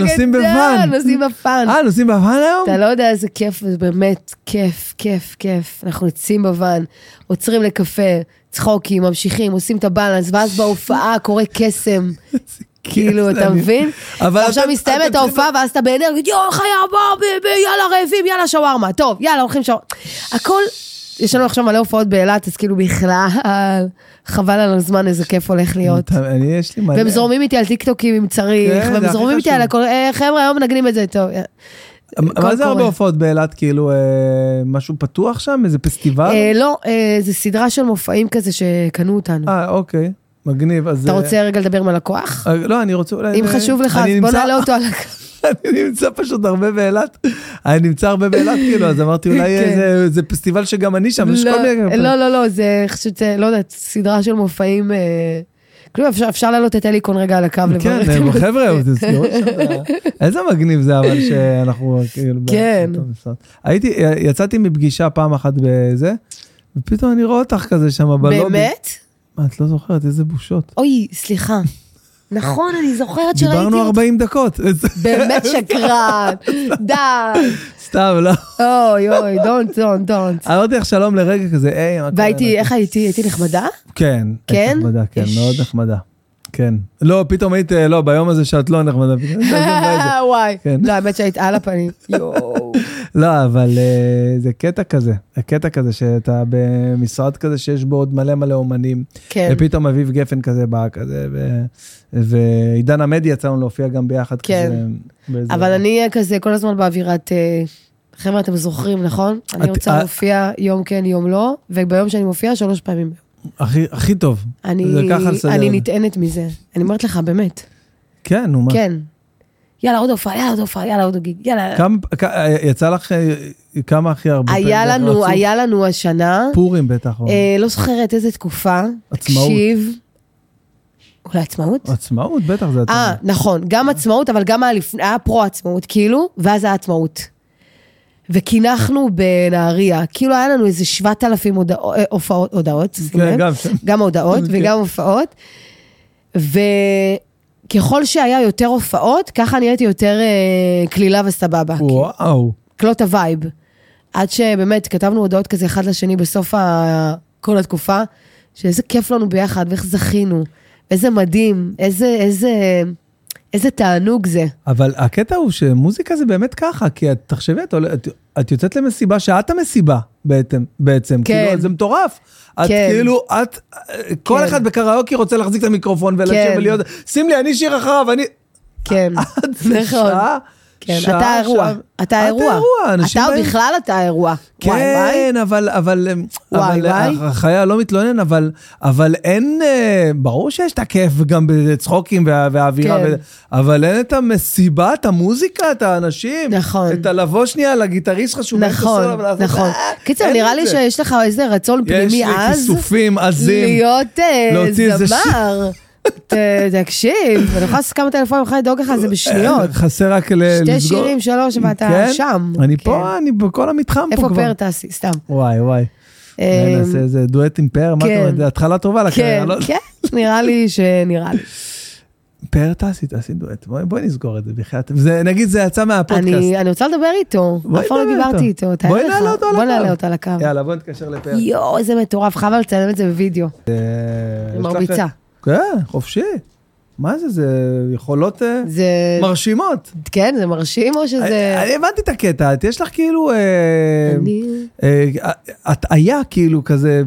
Speaker 1: נוסעים בוואן.
Speaker 2: נוסעים בפאן.
Speaker 1: אה, נוסעים בוואן היום?
Speaker 2: אתה לא יודע איזה כיף, זה באמת כיף, כיף, כיף. אנחנו יוצאים בוואן, עוצרים לקפה, צחוקים, ממשיכים, עושים את הבאלנס, ואז בהופעה קורה קסם. כאילו,
Speaker 1: כיף,
Speaker 2: אתה
Speaker 1: אני-
Speaker 2: מבין?
Speaker 1: אבל
Speaker 2: עכשיו
Speaker 1: אתם-
Speaker 2: מסתיימת
Speaker 1: אתם
Speaker 2: ההופעה, ואז אתה באנרגיות, יואו, חיה, בוא, ב- ב- יאללה רעבים, יאללה שווארמה, טוב, יאללה, הולכים שווארמה. הכל, יש לנו עכשיו מלא הופעות באילת, אז כאילו בכלל, חבל על הזמן, איזה כיף הולך להיות.
Speaker 1: אתה- אני, יש לי מלא.
Speaker 2: והם זורמים איתי על טיקטוקים אם צריך,
Speaker 1: כן, זה
Speaker 2: והם
Speaker 1: הכי
Speaker 2: זורמים איתי על
Speaker 1: חשוב.
Speaker 2: הכל, "אה, חבר'ה, היום מנגנים את זה, טוב.
Speaker 1: אה, מה
Speaker 2: הכל
Speaker 1: זה הרבה
Speaker 2: קורה.
Speaker 1: הופעות באילת? כאילו, אה, משהו פתוח שם? איזה פסטיבל?
Speaker 2: אה, לא, אה, זה סדרה של מופעים כזה שקנו אותנו.
Speaker 1: אה, אוקיי. מגניב, אז...
Speaker 2: אתה
Speaker 1: אה,
Speaker 2: רוצה רגע לדבר עם הלקוח?
Speaker 1: אה, לא, אני רוצה אולי...
Speaker 2: אם חשוב לך,
Speaker 1: אני
Speaker 2: אז בוא
Speaker 1: נמצא-
Speaker 2: נעלה אותו על הקו.
Speaker 1: אני נמצא פשוט הרבה באילת. אני נמצא הרבה באילת, כאילו, אז אמרתי, אולי
Speaker 2: כן.
Speaker 1: אה, זה- זה פסטיבל שגם אני שם, יש
Speaker 2: לא,
Speaker 1: כל מיני...
Speaker 2: לא, לא, לא, זה פשוט, אה, לא יודעת, סדרה של מופעים. אה, כלום, אפשר- אפשר להעלות את אליקון רגע על הקו. לברר
Speaker 1: כן,
Speaker 2: את
Speaker 1: אה,
Speaker 2: הנושא.
Speaker 1: חבר'ה, אבל תזכרו שם, אה, איזה מגניב זה אבל שאנחנו כאילו... ב-
Speaker 2: כן.
Speaker 1: באותו משרד. הייתי, יצאתי מפגישה פעם אחת בזה, ופתאום אני רואה אותך כזה שם בלובי.
Speaker 2: באמת?
Speaker 1: מה, את לא זוכרת איזה בושות.
Speaker 2: אוי, סליחה. נכון, אני זוכרת שראיתי
Speaker 1: דיברנו
Speaker 2: אותך.
Speaker 1: 40 דקות.
Speaker 2: באמת שקרן. די.
Speaker 1: סתם, לא.
Speaker 2: אוי, אוי, don't, don't, don't.
Speaker 1: אמרתי לך שלום לרגע כזה, היי, מה קורה?
Speaker 2: והייתי, איך הייתי? הייתי נחמדה?
Speaker 1: כן. את
Speaker 2: כן?
Speaker 1: נחמדה, כן,
Speaker 2: יש.
Speaker 1: מאוד נחמדה. כן. לא, פתאום היית, אה, לא, ביום הזה שאת לא נחמדה. פתאום- זה מבאס.
Speaker 2: וואי.
Speaker 1: כן.
Speaker 2: לא, האמת שהיית על הפנים. יואו.
Speaker 1: לא, אבל אה, זה קטע כזה. הקטע כזה שאתה במשרד כזה שיש בו עוד מלא מלא אומנים.
Speaker 2: כן.
Speaker 1: ופתאום אביב גפן כזה בא כזה, ו- ועידן עמדי יצא לנו להופיע גם ביחד
Speaker 2: כן.
Speaker 1: כזה. באיזה-
Speaker 2: אבל אני אהיה כזה כל הזמן באווירת... אה, חבר'ה, אתם זוכרים, נכון? אני רוצה
Speaker 1: אה-
Speaker 2: להופיע יום כן, יום לא, וביום שאני מופיעה, שלוש פעמים.
Speaker 1: הכי- הכי טוב.
Speaker 2: אני,
Speaker 1: זה ככה לסדר.
Speaker 2: אני נטענת מזה. אני אומרת לך, באמת.
Speaker 1: כן, נו מה.
Speaker 2: כן. יאללה, עוד הופעה, יאללה, עוד הופעה, יאללה, עוד גיג, יאללה.
Speaker 1: כמה, כ- אה, יצא לך אה, כמה הכי הרבה
Speaker 2: היה
Speaker 1: פעמים
Speaker 2: לנו,
Speaker 1: רצוף?
Speaker 2: היה לנו השנה,
Speaker 1: פורים בטח. או-
Speaker 2: אה, לא זוכרת איזה תקופה.
Speaker 1: עצמאות.
Speaker 2: תקשיב. אולי עצמאות?
Speaker 1: עצמאות בטח זה אתה.
Speaker 2: אה, נכון, גם עצמאות, אבל גם היה, לפני, היה פרו-עצמאות, כאילו, ואז היה עצמאות. וקינחנו בנהריה, כאילו היה לנו איזה 7,000 הודעות, אה, הופעות, הודעות, שים
Speaker 1: כן,
Speaker 2: לב.
Speaker 1: גם שם.
Speaker 2: גם הודעות
Speaker 1: כן.
Speaker 2: וגם הופעות. וככל שהיה יותר הופעות, ככה נהייתי יותר אה, קלילה וסבבה.
Speaker 1: וואו.
Speaker 2: קלוט את הווייב. עד שבאמת כתבנו הודעות כזה אחד לשני בסוף ה... כל התקופה, שאיזה כיף לנו ביחד, ואיך זכינו, איזה מדהים, איזה, איזה, איזה תענוג זה.
Speaker 1: אבל הקטע הוא שמוזיקה זה באמת ככה, כי את תחשבי, את, עולה- את, את יוצאת למסיבה שאת המסיבה בעצם, בעצם.
Speaker 2: כן.
Speaker 1: כאילו, זה מטורף. את
Speaker 2: כן.
Speaker 1: כאילו, את, כל
Speaker 2: כן.
Speaker 1: אחד בקראוקי רוצה להחזיק את המיקרופון ולשיר
Speaker 2: כן.
Speaker 1: ולהיות, שים לי, אני שיר אחריו, אני...
Speaker 2: כן,
Speaker 1: את
Speaker 2: נכון.
Speaker 1: שעה,
Speaker 2: כן,
Speaker 1: שעה
Speaker 2: אתה האירוע.
Speaker 1: שם.
Speaker 2: אתה האירוע.
Speaker 1: אתה האירוע, אנשים
Speaker 2: אתה
Speaker 1: באים-
Speaker 2: בכלל אתה האירוע. וואי, וואי.
Speaker 1: כן, אבל, אבל,
Speaker 2: וואי,
Speaker 1: אבל
Speaker 2: וואי.
Speaker 1: החיה לא מתלונן, אבל, אבל אין, אה, ברור שיש את הכיף גם בצחוקים וה- והאווירה,
Speaker 2: כן.
Speaker 1: וזה, אבל אין את המסיבה, את המוזיקה, את האנשים.
Speaker 2: נכון.
Speaker 1: את הלבוא שנייה לגיטריסט שלך שהוא באמצע
Speaker 2: נכון,
Speaker 1: סולו ולעשות,
Speaker 2: נכון.
Speaker 1: אה,
Speaker 2: קיצר,
Speaker 1: אין
Speaker 2: נראה
Speaker 1: את
Speaker 2: לי
Speaker 1: זה.
Speaker 2: שיש לך איזה רצון פנימי
Speaker 1: יש לי
Speaker 2: עז.
Speaker 1: כיסופים עזים.
Speaker 2: להיות אה,
Speaker 1: להוציא איזה
Speaker 2: זמר. ת- תקשיב, אני יכולה לעשות כמה טלפונים, אני יכולה לדאוג לך לזה בשניות.
Speaker 1: אה, חסר רק ל- לסגור.
Speaker 2: שתי שירים, שלוש, ואתה
Speaker 1: כן?
Speaker 2: שם.
Speaker 1: אני
Speaker 2: כן.
Speaker 1: פה, אני בכל המתחם פה
Speaker 2: איפה
Speaker 1: כבר.
Speaker 2: פאר טסי? סתם.
Speaker 1: וואי, וואי. אולי נעשה
Speaker 2: אה,
Speaker 1: איזה דואט עם פאר, מה
Speaker 2: כן.
Speaker 1: אתה אומר? התחלה טובה
Speaker 2: כן,
Speaker 1: לקריירה. לא-
Speaker 2: כן, נראה לי שנראה לי.
Speaker 1: פאר תעשי, תעשי דואט, בואי בואי נסגור את זה בחייאת. זה- נגיד זה יצא מהפודקאסט.
Speaker 2: אני, אני רוצה לדבר איתו,
Speaker 1: בואי
Speaker 2: אף פעם לא
Speaker 1: נדבר
Speaker 2: דיברתי איתו, תאר
Speaker 1: בואי
Speaker 2: לך.
Speaker 1: נעלה אותו על
Speaker 2: בוא
Speaker 1: הקו.
Speaker 2: נעלה אותו על הקו.
Speaker 1: יאללה, בואי נתקשר לפאר.
Speaker 2: יואו, איזה מטורף, חבל לצלם את זה בווידאו.
Speaker 1: אה, יש לך-
Speaker 2: מרביצה.
Speaker 1: כן, חופשי. מה זה, זה יכולות אה,
Speaker 2: זה,
Speaker 1: מרשימות.
Speaker 2: כן, זה מרשים או שזה...
Speaker 1: אני אני הבנתי את הקטע, את- יש לך כאילו אה,
Speaker 2: אני...
Speaker 1: אה, הטעיה, כאילו כזה,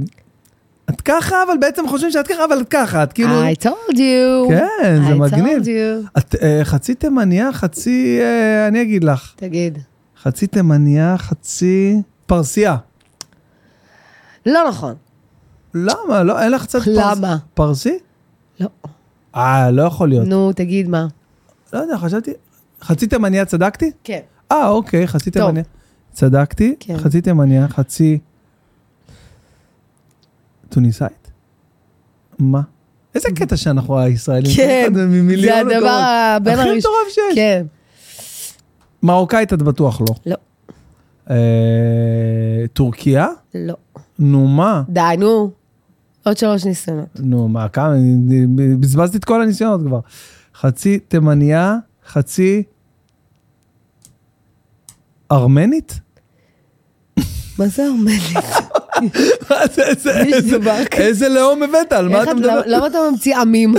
Speaker 1: את ככה, אבל בעצם חושבים שאת ככה, אבל את ככה, את כאילו...
Speaker 2: I told you.
Speaker 1: כן, זה
Speaker 2: I
Speaker 1: מגניב.
Speaker 2: told you.
Speaker 1: את אה, חצי תימניה, חצי, אה, אני אגיד לך,
Speaker 2: תגיד.
Speaker 1: חצי תימניה, חצי פרסייה.
Speaker 2: לא נכון.
Speaker 1: למה? לא, אין לך קצת פרס-
Speaker 2: למה?
Speaker 1: פרסי?
Speaker 2: לא.
Speaker 1: אה, לא יכול להיות.
Speaker 2: נו, תגיד מה.
Speaker 1: לא יודע, חשבתי... חצי תימניה צדקתי?
Speaker 2: כן.
Speaker 1: אה, אוקיי, חצי
Speaker 2: טוב.
Speaker 1: תימניה. צדקתי,
Speaker 2: כן.
Speaker 1: חצי תימניה, חצי... טוניסאית? מה? איזה קטע שאנחנו הישראלים.
Speaker 2: Mm. כן,
Speaker 1: זה ממיליון
Speaker 2: זה הדבר
Speaker 1: מקומות.
Speaker 2: הבין
Speaker 1: הכי
Speaker 2: הראשון.
Speaker 1: מטורף שיש.
Speaker 2: כן.
Speaker 1: מרוקאית את בטוח לא.
Speaker 2: לא.
Speaker 1: אה, טורקיה?
Speaker 2: לא.
Speaker 1: נו מה?
Speaker 2: די, נו. עוד שלוש ניסיונות.
Speaker 1: נו מה, כמה? בזבזתי את כל הניסיונות כבר. חצי תימניה, חצי... ארמנית?
Speaker 2: מה זה ארמנית?
Speaker 1: מה זה, איזה-
Speaker 2: יש
Speaker 1: איזה-
Speaker 2: דבר כזה.
Speaker 1: איזה לאום הבאת? על מה
Speaker 2: איך
Speaker 1: אתה
Speaker 2: את- לא-
Speaker 1: מדבר? כן,
Speaker 2: למה- למה אתה ממציא עמים?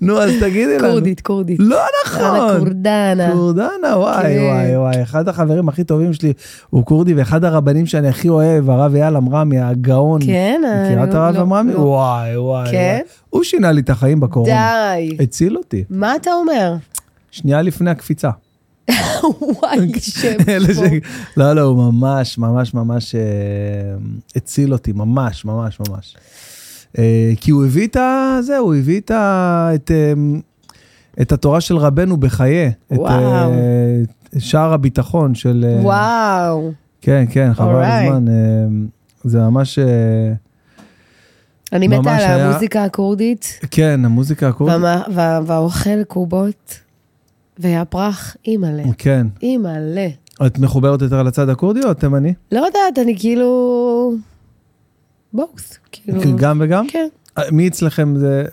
Speaker 1: נו, אז תגידי לנו.
Speaker 2: כורדית, כורדית.
Speaker 1: לא
Speaker 2: אנה
Speaker 1: נכון.
Speaker 2: כורדנה.
Speaker 1: כורדנה, וואי,
Speaker 2: כן.
Speaker 1: וואי, וואי. אחד החברים הכי טובים שלי הוא כורדי, ואחד הרבנים שאני הכי אוהב, הרב אייל עמרמי, הגאון.
Speaker 2: כן, אה,
Speaker 1: מכירה את
Speaker 2: לא,
Speaker 1: הרב
Speaker 2: לא,
Speaker 1: עמרמי?
Speaker 2: לא.
Speaker 1: וואי, וואי,
Speaker 2: כן?
Speaker 1: וואי. הוא שינה לי את החיים בקורונה.
Speaker 2: די.
Speaker 1: הציל אותי.
Speaker 2: מה אתה אומר?
Speaker 1: שנייה לפני הקפיצה.
Speaker 2: וואי, שם
Speaker 1: אלה ש-
Speaker 2: פה.
Speaker 1: לא, לא, הוא ממש, ממש, ממש אה, הציל אותי, ממש, ממש, ממש. אה, כי הוא הביא את ה... זה, הוא הביא את ה... את, אה, את התורה של רבנו בחיי. את,
Speaker 2: וואו.
Speaker 1: אה, שער הביטחון של... אה,
Speaker 2: וואו.
Speaker 1: כן, כן, חבל על
Speaker 2: Alright.
Speaker 1: הזמן. אה, זה ממש... אה,
Speaker 2: אני
Speaker 1: ממש
Speaker 2: מתה על
Speaker 1: היה-
Speaker 2: המוזיקה הכורדית,
Speaker 1: כן, המוזיקה הקורית.
Speaker 2: והמה- וה- והאוכל קובות, והפרח, אימא'לה.
Speaker 1: כן.
Speaker 2: אימא'לה.
Speaker 1: את מחוברת יותר לצד הכורדי או התימני?
Speaker 2: לא יודעת, אני כאילו... בואוס, כאילו...
Speaker 1: אוקיי, גם וגם?
Speaker 2: כן.
Speaker 1: אה, מי אצלכם זה...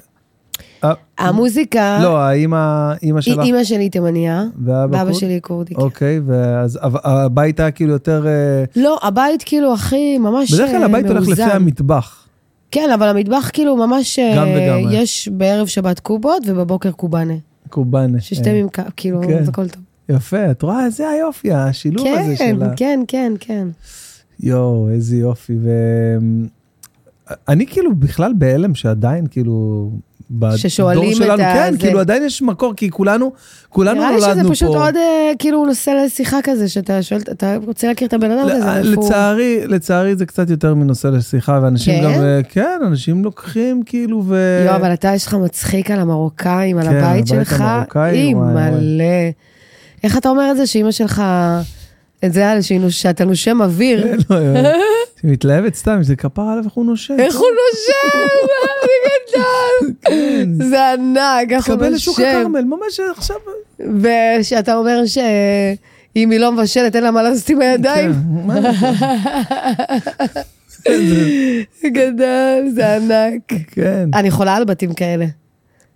Speaker 1: אה,
Speaker 2: המוזיקה,
Speaker 1: לא, האמא אימא
Speaker 2: היא-
Speaker 1: שלך.
Speaker 2: אה? אימא שלי תימניה, ואבא
Speaker 1: ואבא שלי.
Speaker 2: שלי קורדי. כן.
Speaker 1: אוקיי, ואז הב- הבית היה כאילו יותר... אה,
Speaker 2: לא, הבית כאילו הכי ממש
Speaker 1: בדרך כלל
Speaker 2: אה,
Speaker 1: הבית הולך לפי
Speaker 2: מאוזן.
Speaker 1: המטבח.
Speaker 2: כן, אבל המטבח כאילו ממש... אה,
Speaker 1: גם וגם, אה.
Speaker 2: יש בערב שבת קובות ובבוקר קובאנה.
Speaker 1: קובאנה.
Speaker 2: ששתי
Speaker 1: אה,
Speaker 2: ממקה, כאילו,
Speaker 1: כן. לא,
Speaker 2: זה הכל טוב.
Speaker 1: יפה, את רואה? זה היופי, השילוב הזה
Speaker 2: כן,
Speaker 1: של ה...
Speaker 2: כן, כן, כן.
Speaker 1: יואו, איזה יופי. ו... אני כאילו בכלל בהלם שעדיין כאילו... בדור
Speaker 2: ששואלים את
Speaker 1: שלנו,
Speaker 2: ה-
Speaker 1: כן,
Speaker 2: זה.
Speaker 1: כאילו עדיין יש מקור, כי כולנו, כולנו
Speaker 2: נראה לי
Speaker 1: נולדנו פה.
Speaker 2: שזה פשוט עוד אה, כאילו נושא לשיחה כזה, שאתה שואל, אתה רוצה להכיר את הבן אדם
Speaker 1: ל-
Speaker 2: הזה, מאיפה הוא...
Speaker 1: לצערי, לצערי זה קצת יותר מנושא לשיחה, ואנשים
Speaker 2: כן?
Speaker 1: גם, אה, כן, אנשים לוקחים כאילו ו...
Speaker 2: לא, אבל אתה, יש לך מצחיק על המרוקאים, על
Speaker 1: כן,
Speaker 2: הבית
Speaker 1: הבית
Speaker 2: שלך.
Speaker 1: המרוקאי,
Speaker 2: אי,
Speaker 1: וואי, וואי.
Speaker 2: מלא. איך אתה אומר את זה שאימא שלך, את זה, היה שהיא נוש- שאתה נושם אוויר?
Speaker 1: לא, אה, היא מתלהבת סתם, זה כפר עליו, איך הוא נושם.
Speaker 2: איך הוא נושם? זה גדול. זה ענק, איך הוא
Speaker 1: כן. תקבל לשוק
Speaker 2: נושם.
Speaker 1: הכרמל, ממש עכשיו.
Speaker 2: ושאתה אומר שאם היא לא מבשלת, אין לה מה לעשות עם הידיים.
Speaker 1: כן, מה?
Speaker 2: גדול, זה ענק.
Speaker 1: כן.
Speaker 2: אני חולה על בתים כאלה.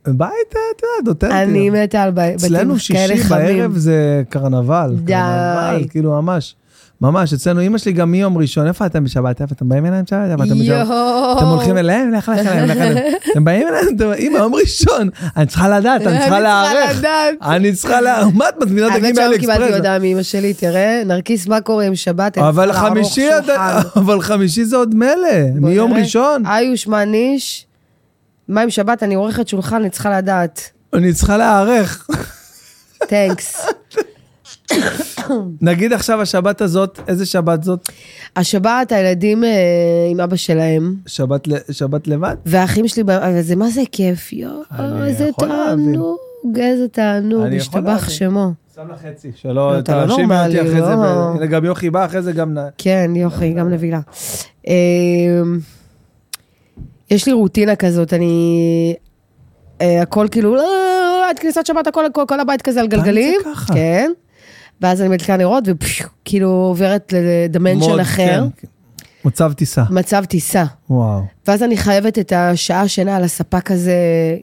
Speaker 1: בית, אה, את יודעת, אותנטי.
Speaker 2: אני מתה על ב- בתים כאלה חמים.
Speaker 1: אצלנו שישי בערב זה קרנבל.
Speaker 2: די.
Speaker 1: קרנבל, כאילו ממש. ממש, אצלנו אימא שלי גם מיום ראשון, איפה אתם בשבת? איפה אתם באים אליהם בשבת? איפה אתם בשבת?
Speaker 2: יואו.
Speaker 1: אתם הולכים אליהם? לך לך אליהם, לך אליהם. אתם באים אליהם? אתם- אימא, יום ראשון. אני צריכה לדעת, אני צריכה לא להיערך.
Speaker 2: לדעת.
Speaker 1: אני צריכה לה... מה את מזמינה דגים
Speaker 2: האמת שלא קיבלתי
Speaker 1: מאלי-אקספרס?
Speaker 2: הודעה מאמא שלי, תראה, נרקיס, מה קורה עם שבת? אני
Speaker 1: אבל
Speaker 2: צריכה לערוך
Speaker 1: חמישי,
Speaker 2: שולחן.
Speaker 1: עד- אבל חמישי זה עוד מילא,
Speaker 2: בוא
Speaker 1: מיום
Speaker 2: נראה. אה.
Speaker 1: ראשון.
Speaker 2: איוש מניש, מה עם שבת? אני עורכת שולחן, אני צריכה לדעת.
Speaker 1: אני צריכה להיערך.
Speaker 2: תנקס.
Speaker 1: נגיד עכשיו השבת הזאת, איזה שבת זאת?
Speaker 2: השבת, הילדים אה, עם אבא שלהם,
Speaker 1: שבת, ל- שבת לבד?
Speaker 2: והאחים שלי, ב- אבל זה מה זה כיף, יואו,
Speaker 1: אני
Speaker 2: איזה
Speaker 1: יכול להבין.
Speaker 2: תענוג, איזה תענוג,
Speaker 1: אני יכול
Speaker 2: השתבח
Speaker 1: להבין.
Speaker 2: שמו.
Speaker 1: שם לה חצי. שלא,
Speaker 2: אתה לא
Speaker 1: תאשים אותי
Speaker 2: נורמלי,
Speaker 1: אחרי זה.
Speaker 2: לא.
Speaker 1: ב- גם יוכי בא אחרי זה גם... נ-
Speaker 2: כן, יוכי, גם נבילה. אמ, יש לי רוטינה כזאת, אני... אה, הכל כאילו, "אה, עד כניסת שבת, הכל, הכל, כל הבית כזה על גלגלים.
Speaker 1: זה ככה.
Speaker 2: כן. ואז אני מדליקה נרות, וכאילו כאילו, עוברת לדמנשן
Speaker 1: מוד,
Speaker 2: אחר.
Speaker 1: כן, כן. מצב טיסה.
Speaker 2: מצב טיסה.
Speaker 1: וואו.
Speaker 2: ואז אני חייבת את השעה שינה על הספה כזה,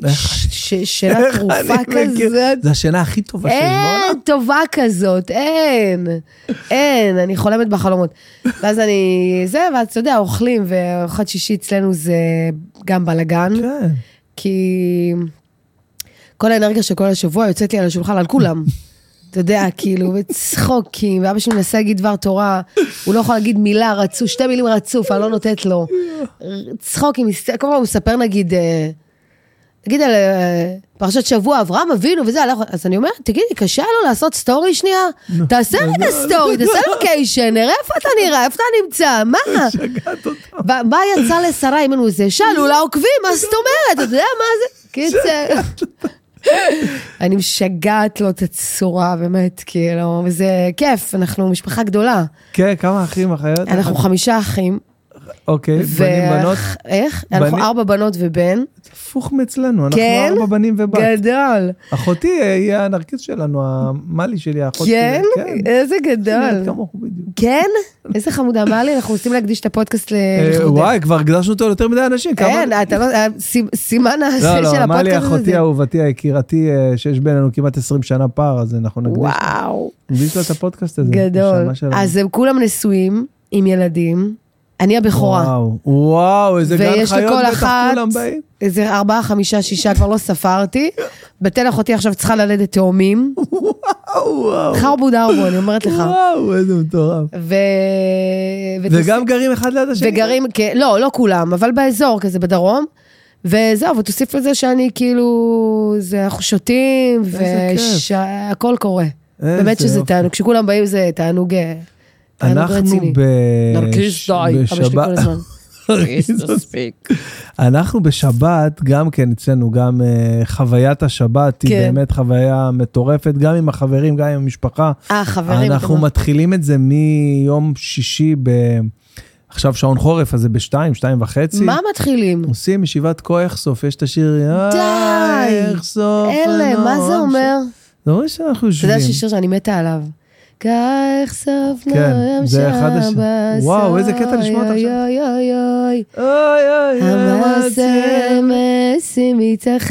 Speaker 2: ש- ש- שינה
Speaker 1: אני
Speaker 2: תרופה
Speaker 1: מכיר.
Speaker 2: כזאת. אה.
Speaker 1: זו השינה הכי טובה שיש בעולם.
Speaker 2: אין טובה כזאת, אין. אין, אני חולמת בחלומות. ואז אני, זה, ואז אתה יודע, אוכלים, וארוחת שישי אצלנו זה גם בלאגן,
Speaker 1: כן.
Speaker 2: כי כל האנרגיה של כל השבוע יוצאת לי על השולחן, על כולם. אתה יודע, כאילו, וצחוקים, ואבא שלי מנסה להגיד דבר תורה, הוא לא יכול להגיד מילה רצוף, שתי מילים רצוף, אני לא נותנת לו. צחוקים, כל פעם הוא מספר נגיד, אה, נגיד על אה, פרשת שבוע, אברהם אבינו וזה, הלך- אז אני אומרת, תגידי, קשה לו לעשות סטורי שנייה? תעשה רגע סטורי, תעשה לוקיישן, נראה איפה אתה נראה, איפה אתה נמצא, מה?
Speaker 1: שגעת אותה.
Speaker 2: ו- מה יצא לשרה אימנו זה? שאלו לה עוקבים, מה זאת אומרת? אתה יודע מה זה? קיצר. אני משגעת לו את הצורה, באמת, כאילו, וזה כיף, אנחנו משפחה גדולה.
Speaker 1: כן, כמה אחים, אחיות?
Speaker 2: אנחנו חמישה אחים.
Speaker 1: אוקיי,
Speaker 2: ו-
Speaker 1: בנים, בנות.
Speaker 2: איך? אנחנו
Speaker 1: בנים?
Speaker 2: ארבע בנות ובן.
Speaker 1: הפוך מאצלנו, אנחנו
Speaker 2: כן?
Speaker 1: ארבע בנים ובת.
Speaker 2: גדול.
Speaker 1: אחותי אה, היא הנרקיס שלנו, המאלי שלי, האחות שלי.
Speaker 2: כן? איזה
Speaker 1: כן,
Speaker 2: גדול.
Speaker 1: כמוך בדיוק.
Speaker 2: כן? איזה חמודה, מה לי? אנחנו רוצים להקדיש את הפודקאסט ל...
Speaker 1: אה,
Speaker 2: לכבודך.
Speaker 1: וואי, כבר הקדשנו אותו ליותר מדי אנשים. כמה-
Speaker 2: אין, אתה לא... סימ- סימן הזה של
Speaker 1: לא,
Speaker 2: הפודקאסט הזה.
Speaker 1: לא, אמר לי אחותי האהובתי, היקירתי, אה, שיש בינינו כמעט 20 שנה פער, אז אנחנו נקדיש-
Speaker 2: וואו.
Speaker 1: נקדיש לה את הפודקאסט הזה.
Speaker 2: גדול.
Speaker 1: נשמה שלנו.
Speaker 2: אז הם כולם נשואים עם ילדים, אני הבכורה.
Speaker 1: וואו, וואו, איזה גן
Speaker 2: ויש
Speaker 1: חיות,
Speaker 2: לכל
Speaker 1: בטח
Speaker 2: אחת
Speaker 1: כולם באים.
Speaker 2: איזה ארבעה, חמישה, שישה, כבר לא ספרתי. בתל אחותי עכשיו צריכה ללדת תאומים.
Speaker 1: וואו, וואו,
Speaker 2: חרבו דרבו, אני אומרת לך.
Speaker 1: וואו, איזה מטורף.
Speaker 2: ו... ותוס-
Speaker 1: וגם גרים אחד ליד השני.
Speaker 2: וגרים, כ- לא, לא כולם, אבל באזור כזה, בדרום. וזהו, ותוסיף לזה שאני כאילו, זה, אנחנו שותים,
Speaker 1: איזה כיף.
Speaker 2: והכל קורה.
Speaker 1: איזה
Speaker 2: באמת שזה
Speaker 1: יופי.
Speaker 2: תענוג, כשכולם באים זה תענוג אה, תענוג
Speaker 1: אנחנו
Speaker 2: רציני.
Speaker 1: ב...
Speaker 2: נרקיס
Speaker 1: ש-
Speaker 2: די, אבא שלי
Speaker 1: בשבת-
Speaker 2: כל הזמן.
Speaker 1: נרקיס, אנחנו בשבת, גם כן אצלנו, גם אה, חוויית השבת היא
Speaker 2: כן.
Speaker 1: באמת חוויה מטורפת, גם עם החברים, גם עם המשפחה.
Speaker 2: אה, חברים,
Speaker 1: אנחנו
Speaker 2: אתם-
Speaker 1: מתחילים את זה מיום שישי ב... עכשיו שעון חורף, אז זה בשתיים, שתיים וחצי.
Speaker 2: מה מתחילים?
Speaker 1: עושים ישיבת כה אחשוף, יש את השיר, "אה,
Speaker 2: די!
Speaker 1: אחשוף.
Speaker 2: אלה, מה
Speaker 1: הנועם
Speaker 2: זה
Speaker 1: ש-"
Speaker 2: אומר?
Speaker 1: זה אומר שאנחנו
Speaker 2: אתה
Speaker 1: יושבים.
Speaker 2: יודע שיש שיר שאני מתה עליו. כך סוף
Speaker 1: כן,
Speaker 2: נועם
Speaker 1: זה אחד הש-
Speaker 2: שבת,
Speaker 1: וואו, איזה קטע לשמוע אותו
Speaker 2: אוי,
Speaker 1: עכשיו. אה,
Speaker 2: אוי אוי אוי,
Speaker 1: אוי אוי אוי,
Speaker 2: המעשה
Speaker 1: אוי,
Speaker 2: מסי מתאחדת,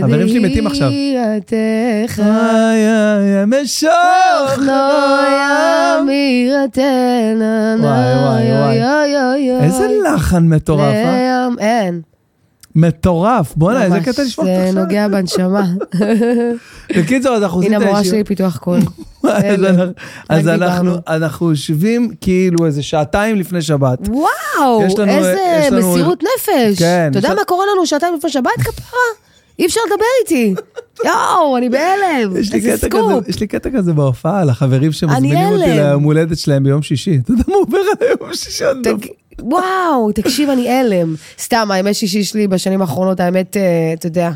Speaker 1: כן. חברים שלי מתים עכשיו. אה,
Speaker 2: היא עתך,
Speaker 1: אוי, משוך
Speaker 2: נועם עירתנה,
Speaker 1: וואי, וואי, וואי.
Speaker 2: אוי אוי אוי אוי.
Speaker 1: איזה לחן מטורף, אה?
Speaker 2: לעם, אין.
Speaker 1: מטורף, בואנה, איזה
Speaker 2: ממש,
Speaker 1: קטע לשמוע
Speaker 2: זה
Speaker 1: אותך עכשיו.
Speaker 2: נוגע בנשמה.
Speaker 1: בקיצור, אז אנחנו עושים
Speaker 2: הנה
Speaker 1: את
Speaker 2: המורה
Speaker 1: הישיבה.
Speaker 2: שלי פיתוח קול.
Speaker 1: אז
Speaker 2: אלה.
Speaker 1: אנחנו- אז
Speaker 2: רק
Speaker 1: אנחנו-
Speaker 2: דיברנו.
Speaker 1: אנחנו יושבים כאילו איזה שעתיים לפני שבת.
Speaker 2: וואו,
Speaker 1: יש לנו- יש
Speaker 2: איזה
Speaker 1: לנו-
Speaker 2: מסירות נפש.
Speaker 1: כן,
Speaker 2: אתה יודע
Speaker 1: יש-
Speaker 2: מה קורה לנו שעתיים לפני שבת, כפרה? אי אפשר לדבר איתי. יואו, אני בהלם.
Speaker 1: יש לי,
Speaker 2: איזה
Speaker 1: קטע כזה,
Speaker 2: סקופ.
Speaker 1: יש לי קטע כזה בהופעה על החברים שמזמינים
Speaker 2: אני
Speaker 1: אותי
Speaker 2: הלם.
Speaker 1: ליום הולדת שלהם ביום שישי. אתה יודע מה עובר על היום שישי? אני לא-
Speaker 2: תג- וואו, תקשיב, אני הלם. סתם, האמת שישי שלי בשנים האחרונות, האמת, אה, אתה יודע,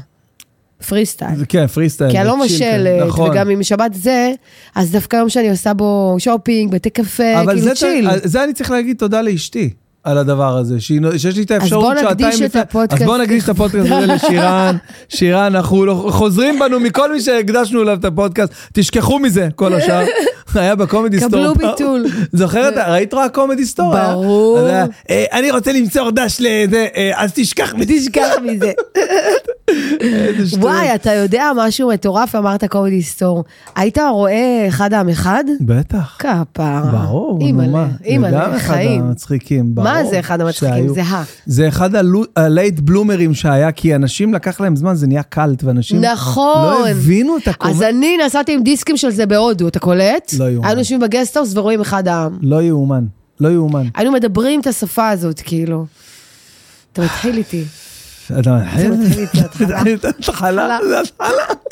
Speaker 2: פרי סטייל.
Speaker 1: זה כן, פרי סטייל.
Speaker 2: כי אני לא
Speaker 1: זה צ'יל כזה,
Speaker 2: מבשלת,
Speaker 1: נכון.
Speaker 2: וגם אם שבת זה, אז דווקא יום שאני עושה בו שופינג, בתי קפה,
Speaker 1: אבל
Speaker 2: כאילו
Speaker 1: זה, אה,
Speaker 2: צ'יל.
Speaker 1: זה אני צריך להגיד תודה לאשתי. על הדבר הזה, שהיא נו- שיש לי את
Speaker 2: בוא
Speaker 1: האפשרות
Speaker 2: נקדיש
Speaker 1: שעתיים
Speaker 2: את
Speaker 1: לפני...
Speaker 2: הפודקאסט
Speaker 1: אז בואו נקדיש את הפודקאסט הזה לשירן. שירן, אנחנו לא- חוזרים בנו מכל מי שהקדשנו אליו את הפודקאסט. תשכחו מזה, כל השאר. היה בקומדי סטור.
Speaker 2: קבלו
Speaker 1: פעם.
Speaker 2: ביטול.
Speaker 1: זוכרת? ראית רק קומדי סטור? היה?
Speaker 2: ברור.
Speaker 1: אז היה, "אה, אני רוצה למצוא דש לזה, אה, אז תשכח מזה.
Speaker 2: תשכח מזה.
Speaker 1: איזה שטויות.
Speaker 2: וואי, אתה יודע משהו מטורף, אמרת קומדי סטור. היית רואה אחד העם אחד?
Speaker 1: בטח.
Speaker 2: כפרה.
Speaker 1: ברור,
Speaker 2: אימא'לה,
Speaker 1: נו מה. זה גם
Speaker 2: אימא'לה,
Speaker 1: אחד
Speaker 2: חיים.
Speaker 1: המצחיקים, ברור.
Speaker 2: מה זה אחד המצחיקים?
Speaker 1: שהיו.
Speaker 2: זה ה...
Speaker 1: זה אחד הלייט בלומרים שהיה, כי אנשים לקח להם זמן, זה נהיה קאלט, ואנשים
Speaker 2: נכון.
Speaker 1: לא הבינו את
Speaker 2: אז
Speaker 1: הקומדיה.
Speaker 2: אני נסעתי עם דיסקים של זה בהודו, אתה קולט?
Speaker 1: לא יאומן.
Speaker 2: היינו יושבים בגסטהאוס ורואים אחד העם.
Speaker 1: לא יאומן, לא יאומן.
Speaker 2: היינו מדברים את השפה הזאת, כאילו. אתה מתחיל איתי.
Speaker 1: אתה
Speaker 2: מתחיל את ההתחלה.
Speaker 1: מתחיל את ההתחלה, זה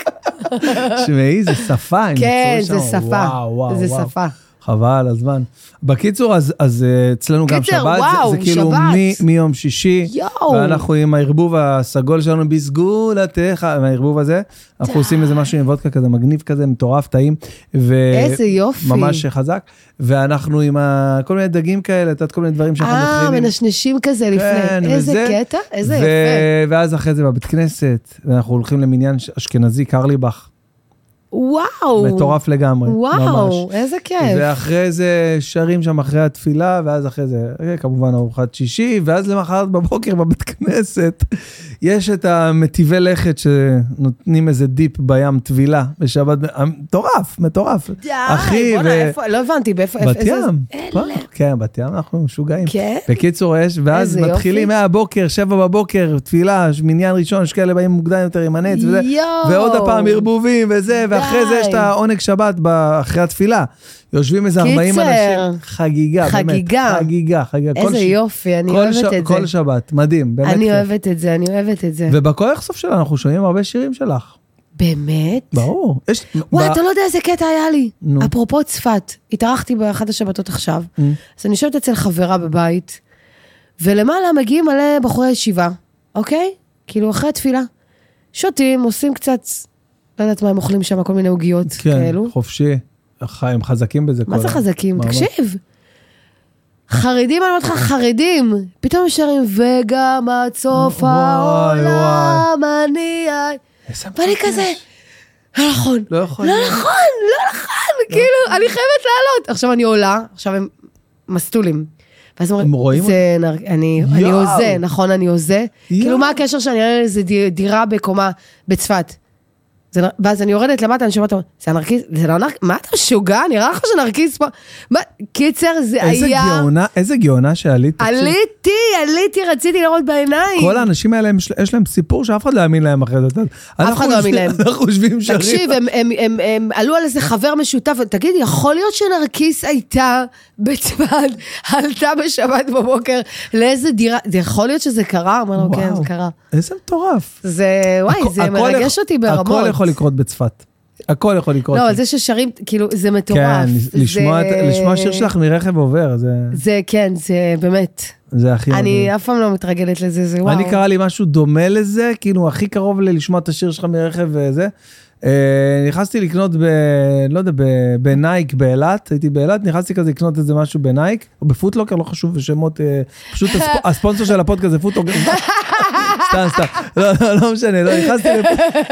Speaker 1: התחלה. שמעי, זה שפה. הם
Speaker 2: כן,
Speaker 1: יצרו
Speaker 2: זה
Speaker 1: שם,
Speaker 2: שפה.
Speaker 1: וואו, וואו,
Speaker 2: זה
Speaker 1: וואו.
Speaker 2: שפה.
Speaker 1: חבל, הזמן. בקיצור, אז- אז אה, אצלנו גם
Speaker 2: קיצר,
Speaker 1: שבת, זה-
Speaker 2: וואו,
Speaker 1: זה כאילו
Speaker 2: שבת.
Speaker 1: מי- מיום שישי,
Speaker 2: יואו.
Speaker 1: ואנחנו עם הערבוב הסגול שלנו בסגולתך, עם הערבוב הזה, אנחנו עושים איזה משהו עם וודקה כזה מגניב כזה, מטורף, טעים. ו-
Speaker 2: איזה יופי.
Speaker 1: ממש חזק, ואנחנו עם ה- כל מיני דגים כאלה, את יודעת, כל מיני דברים שאנחנו
Speaker 2: אה,
Speaker 1: מכינים.
Speaker 2: מנשנשים כזה
Speaker 1: כן,
Speaker 2: לפני. איזה
Speaker 1: וזה.
Speaker 2: קטע? איזה
Speaker 1: ו-
Speaker 2: יפה.
Speaker 1: ואז אחרי זה בבית כנסת, ואנחנו הולכים למניין ש- אשכנזי, קרליבך,
Speaker 2: וואו.
Speaker 1: מטורף לגמרי, ממש.
Speaker 2: וואו, איזה כיף.
Speaker 1: ואחרי זה שרים שם אחרי התפילה, ואז אחרי זה, אה, כמובן, ארוחת שישי, ואז למחרת בבוקר בבית כנסת, יש את המטיבי לכת שנותנים איזה דיפ בים טבילה בשבת, אה, מטורף, מטורף.
Speaker 2: די,
Speaker 1: אחי,
Speaker 2: בואנה,
Speaker 1: ו-
Speaker 2: איפה- לא הבנתי, באיפה...
Speaker 1: בת
Speaker 2: איזה-
Speaker 1: ים, פעם. כן, בת ים, אנחנו משוגעים.
Speaker 2: כן?
Speaker 1: בקיצור, יש, ואז
Speaker 2: איזה
Speaker 1: מתחילים
Speaker 2: יופי.
Speaker 1: מהבוקר, שבע בבוקר, תפילה, מניין ראשון, יש כאלה באים מוקדם יותר עם הנץ וזה,
Speaker 2: יואו.
Speaker 1: ועוד הפעם ערבובים וזה, ואחרי זה יש את
Speaker 2: די.
Speaker 1: העונג שבת ב- אחרי התפילה. יושבים איזה 40
Speaker 2: קיצר.
Speaker 1: אנשים, חגיגה, באמת,
Speaker 2: חגיגה.
Speaker 1: חגיגה, חגיגה. כל
Speaker 2: איזה
Speaker 1: ש-
Speaker 2: יופי, אני
Speaker 1: כל ש-
Speaker 2: אוהבת את
Speaker 1: כל
Speaker 2: זה.
Speaker 1: שבת, מדהים, באמת. כן.
Speaker 2: אני
Speaker 1: כיף.
Speaker 2: אוהבת את זה, אני אוהבת את זה.
Speaker 1: ובכל יחשוף שלה אנחנו שומעים הרבה שירים שלך,
Speaker 2: באמת?
Speaker 1: ברור. יש-
Speaker 2: וואי,
Speaker 1: ב-
Speaker 2: אתה לא יודע איזה קטע היה לי.
Speaker 1: נו.
Speaker 2: אפרופו צפת, התארחתי באחת השבתות עכשיו,
Speaker 1: אה,
Speaker 2: אז אני יושבת אצל חברה בבית, ולמעלה מגיעים מלא בחורי ישיבה, אוקיי? כאילו, אחרי התפילה. שותים, עושים קצת, לא יודעת מה הם אוכלים שם, כל מיני עוגיות
Speaker 1: כן,
Speaker 2: כאלו.
Speaker 1: חופשי. ח- הם חזקים בזה כל
Speaker 2: כאילו- מה זה
Speaker 1: ה-
Speaker 2: חזקים?
Speaker 1: ממש.
Speaker 2: תקשיב. חרדים, אני אומרת לך, חרדים. פתאום הם שרים, וגם עד סוף
Speaker 1: וואי,
Speaker 2: העולם אני... ה-"
Speaker 1: איזה
Speaker 2: ואני כזה, לא נכון,
Speaker 1: לא יכול
Speaker 2: לא
Speaker 1: להיות.
Speaker 2: נכון, לא נכון, כאילו, אני חייבת לעלות. עכשיו אני עולה, עכשיו הם מסטולים. ואז
Speaker 1: הם רואים
Speaker 2: זה נר... אני, אני
Speaker 1: יואו.
Speaker 2: הוזה, נכון, אני הוזה.
Speaker 1: יואו.
Speaker 2: כאילו, מה הקשר שאני אעלה לאיזה די- דירה בקומה בצפת? זה, נר- ואז אני יורדת למטה, אני שומעת, זה הנרקיס, זה לא נרקיס, מה אתה משוגע? נראה לך שנרקיס פה? מה, קיצר, זה
Speaker 1: איזה
Speaker 2: היה...
Speaker 1: גאונה, איזה גאונה שעלית. תקשיב.
Speaker 2: עליתי, עליתי, רציתי לראות בעיניים.
Speaker 1: כל האנשים האלה, הם- יש להם סיפור שאף אחד לא יאמין להם אחרי זה. אנחנו
Speaker 2: לא יאמין
Speaker 1: יושבים-
Speaker 2: להם.
Speaker 1: אנחנו יושבים שרים.
Speaker 2: תקשיב, הם, הם, הם, הם עלו על איזה חבר משותף, תגיד, יכול להיות שנרקיס הייתה בצפת, עלתה בשבת בבוקר לאיזה דירה, זה יכול להיות שזה קרה? אמר לו,
Speaker 1: וואו,
Speaker 2: כן, זה קרה.
Speaker 1: איזה מטורף.
Speaker 2: זה, וואי,
Speaker 1: הכ-
Speaker 2: זה
Speaker 1: הכל
Speaker 2: מרגש
Speaker 1: יכול-
Speaker 2: אותי ברמות.
Speaker 1: הכל יכול לקרות בצפת. הכל יכול לקרות.
Speaker 2: לא, אבל זה ששרים, כאילו, זה מטורף.
Speaker 1: כן,
Speaker 2: זה-
Speaker 1: לשמוע את- לשמוע שיר שלך מרכב עובר, זה-
Speaker 2: זה, כן, זה באמת.
Speaker 1: זה הכי... מדהים.
Speaker 2: אני אף פעם לא מתרגלת לזה, זה וואו.
Speaker 1: אני קרא לי משהו דומה לזה, כאילו הכי קרוב ללשמוע את השיר שלך מרכב וזה. אה, נכנסתי לקנות ב... לא יודע, ב- בנייק באילת, הייתי באילת, נכנסתי כזה לקנות איזה משהו בנייק, או בפוטלוקר, לא חשוב שמות, אה, פשוט הספ... הספונסר של הפודקאסט זה פוטלוקר. סתם, סתם, לא, לא, לא משנה, לא, נכנסתי, לפ... לא,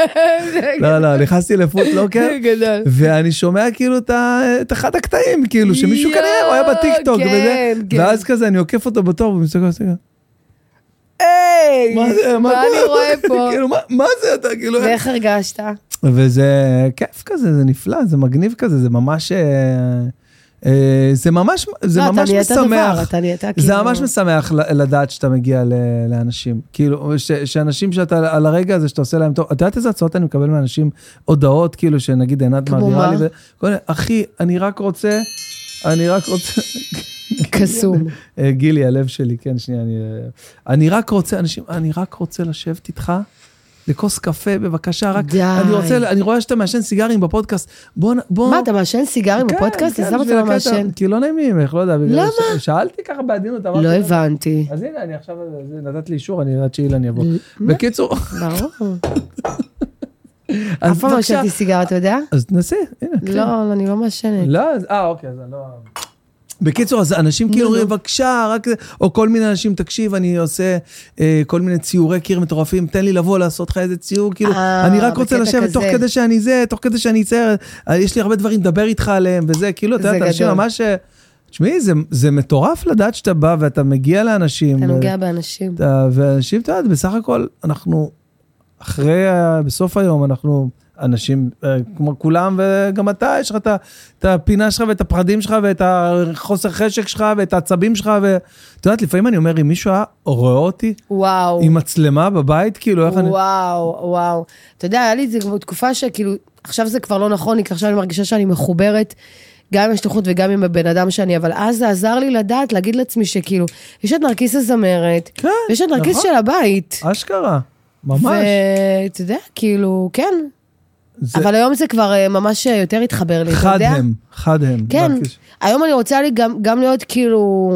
Speaker 1: כן. לא, נכנסתי לפוטלוקר,
Speaker 2: זה גדול.
Speaker 1: ואני שומע כאילו את, ה... את אחד הקטעים, כאילו, שמישהו
Speaker 2: יואו,
Speaker 1: כנראה, הוא היה בטיקטוק,
Speaker 2: כן,
Speaker 1: וזה,
Speaker 2: כן.
Speaker 1: ואז כזה אני עוקף אותו בתור, ומסתכל, מסתכל,
Speaker 2: היי!
Speaker 1: מה זה,
Speaker 2: מה
Speaker 1: קורה?
Speaker 2: אני רואה פה?
Speaker 1: כאילו, מה- מה זה אתה, כאילו... איך-
Speaker 2: ואיך הרגשת?
Speaker 1: וזה כיף כזה, זה נפלא, זה מגניב כזה, זה ממש... אה, אה, זה ממש, זה
Speaker 2: לא, אתה
Speaker 1: ממש
Speaker 2: נהיית דבר,
Speaker 1: משמח,
Speaker 2: אתה נהיית
Speaker 1: זה
Speaker 2: כאילו-
Speaker 1: ממש משמח ל- לדעת שאתה מגיע ל- לאנשים, כאילו, ש- שאנשים שאתה, על הרגע הזה שאתה עושה להם טוב, את יודעת איזה הצעות אני מקבל מאנשים, הודעות, כאילו, שנגיד עינת
Speaker 2: כמו
Speaker 1: מעבירה
Speaker 2: מה?
Speaker 1: לי, ו- כל מיני, אחי, אני רק רוצה, אני רק רוצה,
Speaker 2: קסום.
Speaker 1: אה, גילי, הלב שלי, כן, שנייה, אני... אה, אני רק רוצה, אנשים, אני רק רוצה לשבת איתך לכוס קפה, בבקשה, רק...
Speaker 2: די.
Speaker 1: אני רוצה, אני רואה שאתה מעשן סיגרים בפודקאסט, בוא... נ- בוא
Speaker 2: מה, אתה מעשן סיגרים
Speaker 1: כן,
Speaker 2: בפודקאסט?
Speaker 1: כן,
Speaker 2: אז למה אתה
Speaker 1: בשביל
Speaker 2: לא
Speaker 1: הקטע.
Speaker 2: מעשן?
Speaker 1: כי לא נעים לי ממך, לא יודע. בגלל
Speaker 2: למה?
Speaker 1: ש- שאלתי ככה בעדינות, אמרתי...
Speaker 2: לא
Speaker 1: לה,
Speaker 2: הבנתי.
Speaker 1: אז הנה, אני עכשיו, זה, נתת לי אישור, אני יודעת שאילן יבוא. בקיצור,
Speaker 2: ברור.
Speaker 1: אז
Speaker 2: אף פעם
Speaker 1: בבקשה.
Speaker 2: לא מעשנתי סיגר, אתה יודע?
Speaker 1: אז נסי, הנה. כן.
Speaker 2: לא, לא, אני לא מעשנת.
Speaker 1: לא, אז- אה, אוקיי, אז אני לא... בקיצור, אז
Speaker 2: לא,
Speaker 1: אנשים כאילו אומרים, בבקשה, רק זה, או כל מיני אנשים, תקשיב, אני עושה אה, כל מיני ציורי קיר מטורפים, תן לי לבוא לעשות לך איזה ציור, כאילו,
Speaker 2: אה,
Speaker 1: אני רק רוצה
Speaker 2: בקטע
Speaker 1: לשבת
Speaker 2: כזה.
Speaker 1: תוך כדי שאני זה, תוך כדי שאני אצייר, אה, יש לי הרבה דברים לדבר איתך עליהם, וזה, כאילו, אתה
Speaker 2: זה
Speaker 1: יודע, אנשים
Speaker 2: גדול.
Speaker 1: ממש... אה, תשמעי, זה, זה מטורף לדעת שאתה בא ואתה מגיע לאנשים.
Speaker 2: אתה
Speaker 1: ו-
Speaker 2: נוגע באנשים.
Speaker 1: אתה- ואנשים, את יודעת, בסך הכל, אנחנו אחרי, ה- בסוף היום אנחנו אנשים אה, כמו כולם, וגם אתה, יש לך את ה- את הפינה שלך ואת הפחדים שלך ואת החוסר חשק שלך ואת העצבים שלך, ואת יודעת, לפעמים אני אומר, אם מישהו היה רואה אותי
Speaker 2: וואו.
Speaker 1: עם מצלמה בבית, כאילו, איך אני...
Speaker 2: וואו, וואו. אתה יודע, היה לי את זה כמו תקופה שכאילו, עכשיו זה כבר לא נכון לי, כי עכשיו אני מרגישה שאני מחוברת. גם עם השליחות וגם עם הבן אדם שאני, אבל אז זה עזר לי לדעת, להגיד לעצמי שכאילו, יש את נרקיס הזמרת,
Speaker 1: כן,
Speaker 2: ויש את נרקיס
Speaker 1: נכון.
Speaker 2: של הבית.
Speaker 1: אשכרה, ממש.
Speaker 2: ואתה יודע, כאילו, כן.
Speaker 1: זה-
Speaker 2: אבל היום זה כבר אה, ממש אה, יותר התחבר לי, אתה
Speaker 1: חד
Speaker 2: יודע?
Speaker 1: הם, חד הם.
Speaker 2: כן,
Speaker 1: נרקיס.
Speaker 2: היום אני רוצה לי גם, גם להיות כאילו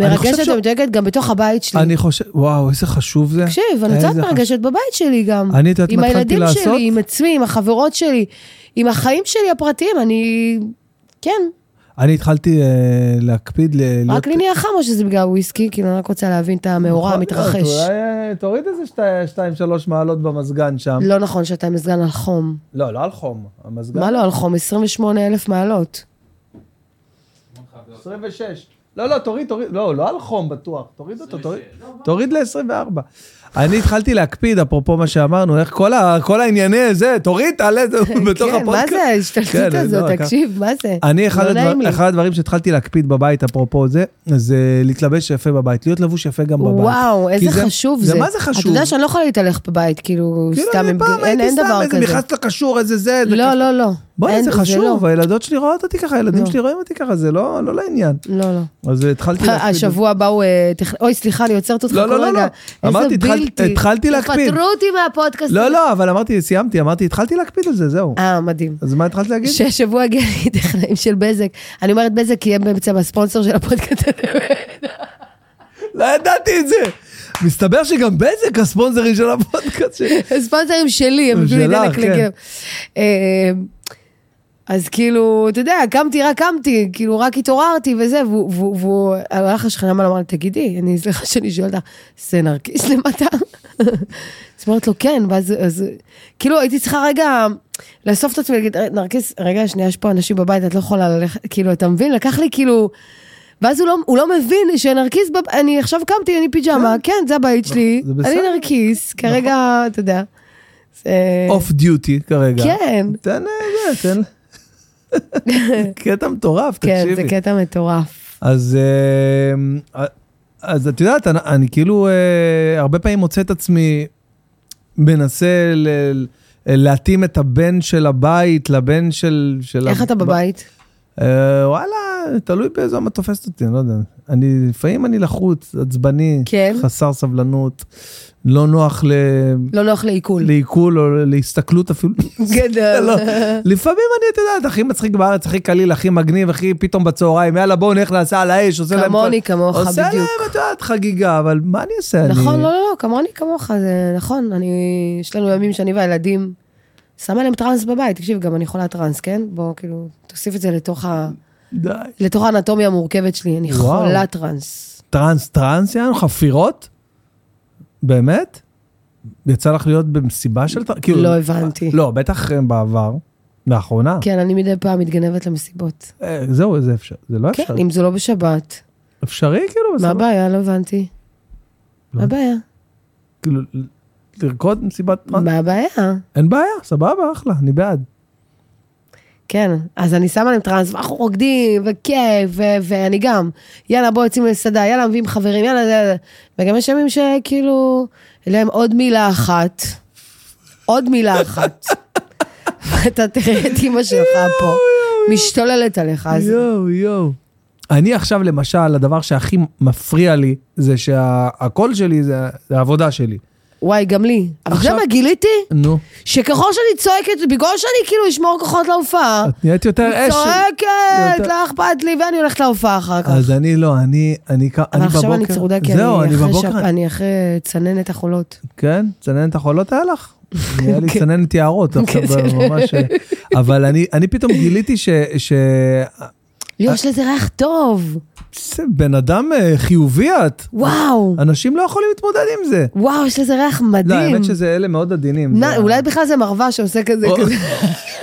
Speaker 1: אני חושב
Speaker 2: מרגשת
Speaker 1: ש-
Speaker 2: ומדויקת גם בתוך הבית שלי.
Speaker 1: אני חושב, וואו, איזה חשוב זה.
Speaker 2: תקשיב, אני
Speaker 1: איזה
Speaker 2: קצת
Speaker 1: חשוב.
Speaker 2: מרגשת בבית שלי גם.
Speaker 1: אני, את יודעת מה התחלתי
Speaker 2: עם הילדים
Speaker 1: לעשות?
Speaker 2: שלי, עם עצמי, עם החברות שלי, עם החיים שלי הפרטיים, אני... כן,
Speaker 1: אני התחלתי אה, להקפיד ל- להיות...
Speaker 2: רק לי נהיה חם או שזה בגלל וויסקי, כאילו, אני רק רוצה להבין את המאורע
Speaker 1: יכול להיות,
Speaker 2: המתרחש.
Speaker 1: לא, אולי אה, תוריד איזה שתי- שתיים, שלוש מעלות במזגן שם.
Speaker 2: לא נכון שאתה עם סגן על חום.
Speaker 1: לא, לא על חום, המזגן.
Speaker 2: מה לא על חום? 28 אלף מעלות.
Speaker 1: 26. לא, לא, תוריד, תוריד, לא, לא על חום בטוח, תוריד אותו, תוריד, תוריד ל-24. אני התחלתי להקפיד, אפרופו מה שאמרנו, איך כל, ה, כל הענייני זה, תוריד, תעלה, זה בתוך
Speaker 2: כן, מה
Speaker 1: הפודקאסט.
Speaker 2: זה
Speaker 1: כן,
Speaker 2: ההשתלטות
Speaker 1: לא,
Speaker 2: הזאת?
Speaker 1: ככה.
Speaker 2: תקשיב, מה זה?
Speaker 1: אני, אחד,
Speaker 2: לא
Speaker 1: הדבר,
Speaker 2: נעים לי.
Speaker 1: אחד הדברים שהתחלתי להקפיד בבית, אפרופו זה, זה להתלבש יפה בבית, להיות לבוש יפה גם בבית.
Speaker 2: וואו,
Speaker 1: כי
Speaker 2: איזה חשוב זה.
Speaker 1: זה מה זה חשוב?
Speaker 2: אתה יודע שאני לא יכולה להתהלך בבית, כאילו,
Speaker 1: כאילו,
Speaker 2: סתם,
Speaker 1: אני
Speaker 2: עם-
Speaker 1: פעם
Speaker 2: אין
Speaker 1: הייתי
Speaker 2: אין
Speaker 1: שם
Speaker 2: דבר
Speaker 1: איזה
Speaker 2: כזה.
Speaker 1: נכנס לקשור, איזה זה, זה
Speaker 2: לא,
Speaker 1: ככה.
Speaker 2: לא, לא.
Speaker 1: בוא'נה,
Speaker 2: אין,
Speaker 1: זה
Speaker 2: לא.
Speaker 1: חשוב, הילדות שלי רואות אותי ככה, הילדים
Speaker 2: לא.
Speaker 1: שלי רואים אותי ככה, זה לא לא לעניין.
Speaker 2: לא, לא.
Speaker 1: אז התחלתי להקפיד.
Speaker 2: השבוע באו... אה, טכ- אוי, סליחה, אני עוצרת אותך
Speaker 1: לא,
Speaker 2: כל
Speaker 1: לא, לא,
Speaker 2: רגע.
Speaker 1: לא.
Speaker 2: איזה
Speaker 1: אמרתי, התחל-
Speaker 2: בלתי.
Speaker 1: התחלתי להקפיד.
Speaker 2: תפטרו אותי מהפודקאסט.
Speaker 1: לא, לא, אבל אמרתי, סיימתי, אמרתי, התחלתי להקפיד על זה, זהו.
Speaker 2: אה, מדהים.
Speaker 1: אז מה התחלת להגיד?
Speaker 2: שהשבוע הגיע לי טכנאים של בזק. אני אומרת בזק כי הם בעצם הספונסר של הפודקאסט.
Speaker 1: לא ידעתי את זה. מסתבר שגם בזק הספונסרים של הפודקאסט שלי.
Speaker 2: הספונסרים שלי, הם הביאו לי
Speaker 1: שלך,
Speaker 2: דלק
Speaker 1: כן.
Speaker 2: לגב. אה, אז כאילו, אתה יודע, קמתי, רק קמתי, כאילו, רק התעוררתי וזה, והוא- והוא והוא הלך לשכנה מעלה, אמר לי, תגידי, אני, סליחה שאני שואלת אותך, זה נרקיס למטה? אז היא אומרת לו, כן, ואז, אז, כאילו, הייתי צריכה רגע לאסוף את עצמי, להגיד, "אה, נרקיס, רגע, שנייה, יש פה אנשים בבית, את לא יכולה ללכת, כאילו, אתה מבין? לקח לי, כאילו... ואז הוא לא, הוא לא מבין שנרקיס, בב... אני עכשיו קמתי, אני פיג'מה, כן, זה הבית שלי,
Speaker 1: זה בסדר. נכון.
Speaker 2: אני נרקיס, כרגע, אתה יודע. זה-
Speaker 1: אוף דיוטי כרגע.
Speaker 2: כן.
Speaker 1: תן, אה, זה, תן. קטע מטורף,
Speaker 2: כן,
Speaker 1: תקשיבי.
Speaker 2: זה קטע מטורף.
Speaker 1: אז, אה, אז את יודעת, אני, אני כאילו אה, הרבה פעמים מוצא את עצמי מנסה ל, להתאים את הבן של הבית לבן של... של
Speaker 2: איך
Speaker 1: ה-
Speaker 2: אתה בבית?
Speaker 1: אה, וואלה, תלוי באיזו מה תופסת אותי, אני לא יודע. אני, לפעמים אני לחוץ, עצבני,
Speaker 2: כן.
Speaker 1: חסר סבלנות, לא נוח ל,
Speaker 2: לא נוח לעיכול.
Speaker 1: לעיכול או להסתכלות אפילו.
Speaker 2: גדול.
Speaker 1: לא. לפעמים אני, את יודעת, הכי מצחיק בארץ, הכי קליל, הכי מגניב, הכי פתאום בצהריים, יאללה בואו נלך נעשה על האש, עושה להם...
Speaker 2: כמוני,
Speaker 1: כל-
Speaker 2: כמוך,
Speaker 1: לא, עושה להם,
Speaker 2: בדיוק.
Speaker 1: את יודעת, חגיגה, אבל מה אני אעשה?
Speaker 2: נכון,
Speaker 1: אני...
Speaker 2: לא, לא, לא, כמוני, כמוך, זה נכון. אני, יש לנו ימים שאני והילדים, שמה להם טראנס בבית. תקשיב, גם אני חולה טראנס, כן? בוא, כאילו, תוסיף את זה לתוך ה...
Speaker 1: די.
Speaker 2: לתוך האנטומיה המורכבת שלי. אני
Speaker 1: וואו.
Speaker 2: חולה טראנס.
Speaker 1: טרנס, טרנס, יענו, חפירות? באמת? יצא לך להיות במסיבה של טרנס? כאילו-
Speaker 2: לא הבנתי.
Speaker 1: לא, בטח אה, בעבר, לאחרונה.
Speaker 2: כן, אני מדי פעם מתגנבת למסיבות.
Speaker 1: אה, זהו, זה אפשר, זה לא
Speaker 2: כן,
Speaker 1: אפשרי.
Speaker 2: אם זה לא בשבת.
Speaker 1: אפשרי כאילו,
Speaker 2: מה
Speaker 1: בסדר.
Speaker 2: הבעיה? לא הבנתי. מה הבעיה?
Speaker 1: כאילו, לרקוד מסיבת טרנס?
Speaker 2: מה הבעיה?
Speaker 1: אין בעיה, סבבה, אחלה, אני בעד.
Speaker 2: כן, אז אני שמה להם טראנס, ואנחנו רוקדים, וכיף, ו- ואני גם, יאללה, בוא יוצאים למסעדה, יאללה, מביאים חברים, יאללה, יאללה. יאללה. וגם יש ימים שכאילו, אליהם עוד מילה אחת, עוד מילה אחת. ואתה תראה את אימא שלך פה, משתוללת עליך, אז
Speaker 1: יואו, יואו. אני עכשיו, למשל, הדבר שהכי מפריע לי, זה שהקול שלי זה זה העבודה שלי.
Speaker 2: וואי, גם לי. אבל אתה יודע
Speaker 1: עכשיו-
Speaker 2: מה גיליתי?
Speaker 1: נו,
Speaker 2: שככל שאני צועקת, בגלל שאני כאילו אשמור כוחות להופעה,
Speaker 1: את נהיית יותר אש.
Speaker 2: צועקת,
Speaker 1: יותר-
Speaker 2: לא אכפת לי, ואני הולכת להופעה אחר כך.
Speaker 1: אז אני לא, אני, אני, כ-
Speaker 2: אבל
Speaker 1: אני
Speaker 2: עכשיו אני
Speaker 1: בבוקר-
Speaker 2: צרודה, כי
Speaker 1: זהו,
Speaker 2: אני
Speaker 1: אני
Speaker 2: אחרי
Speaker 1: בבוקר,
Speaker 2: שפ- אני אחרי צננת החולות.
Speaker 1: כן, צננת החולות היה לך. נראה לי
Speaker 2: כן.
Speaker 1: צננת יערות, עכשיו ממש... אה, אבל אני, אני פתאום גיליתי ש... ש...
Speaker 2: לי לא,
Speaker 1: אה-
Speaker 2: יש לזה ריח טוב.
Speaker 1: זה בן אדם אה, חיובי את.
Speaker 2: וואו,
Speaker 1: אנשים לא יכולים להתמודד עם זה.
Speaker 2: וואו, יש לזה ריח
Speaker 1: לא,
Speaker 2: מדהים.
Speaker 1: האמת שזה אלה מאוד עדינים.
Speaker 2: נא-
Speaker 1: זה-
Speaker 2: אולי בכלל זה מרווה שעושה כזה,
Speaker 1: או-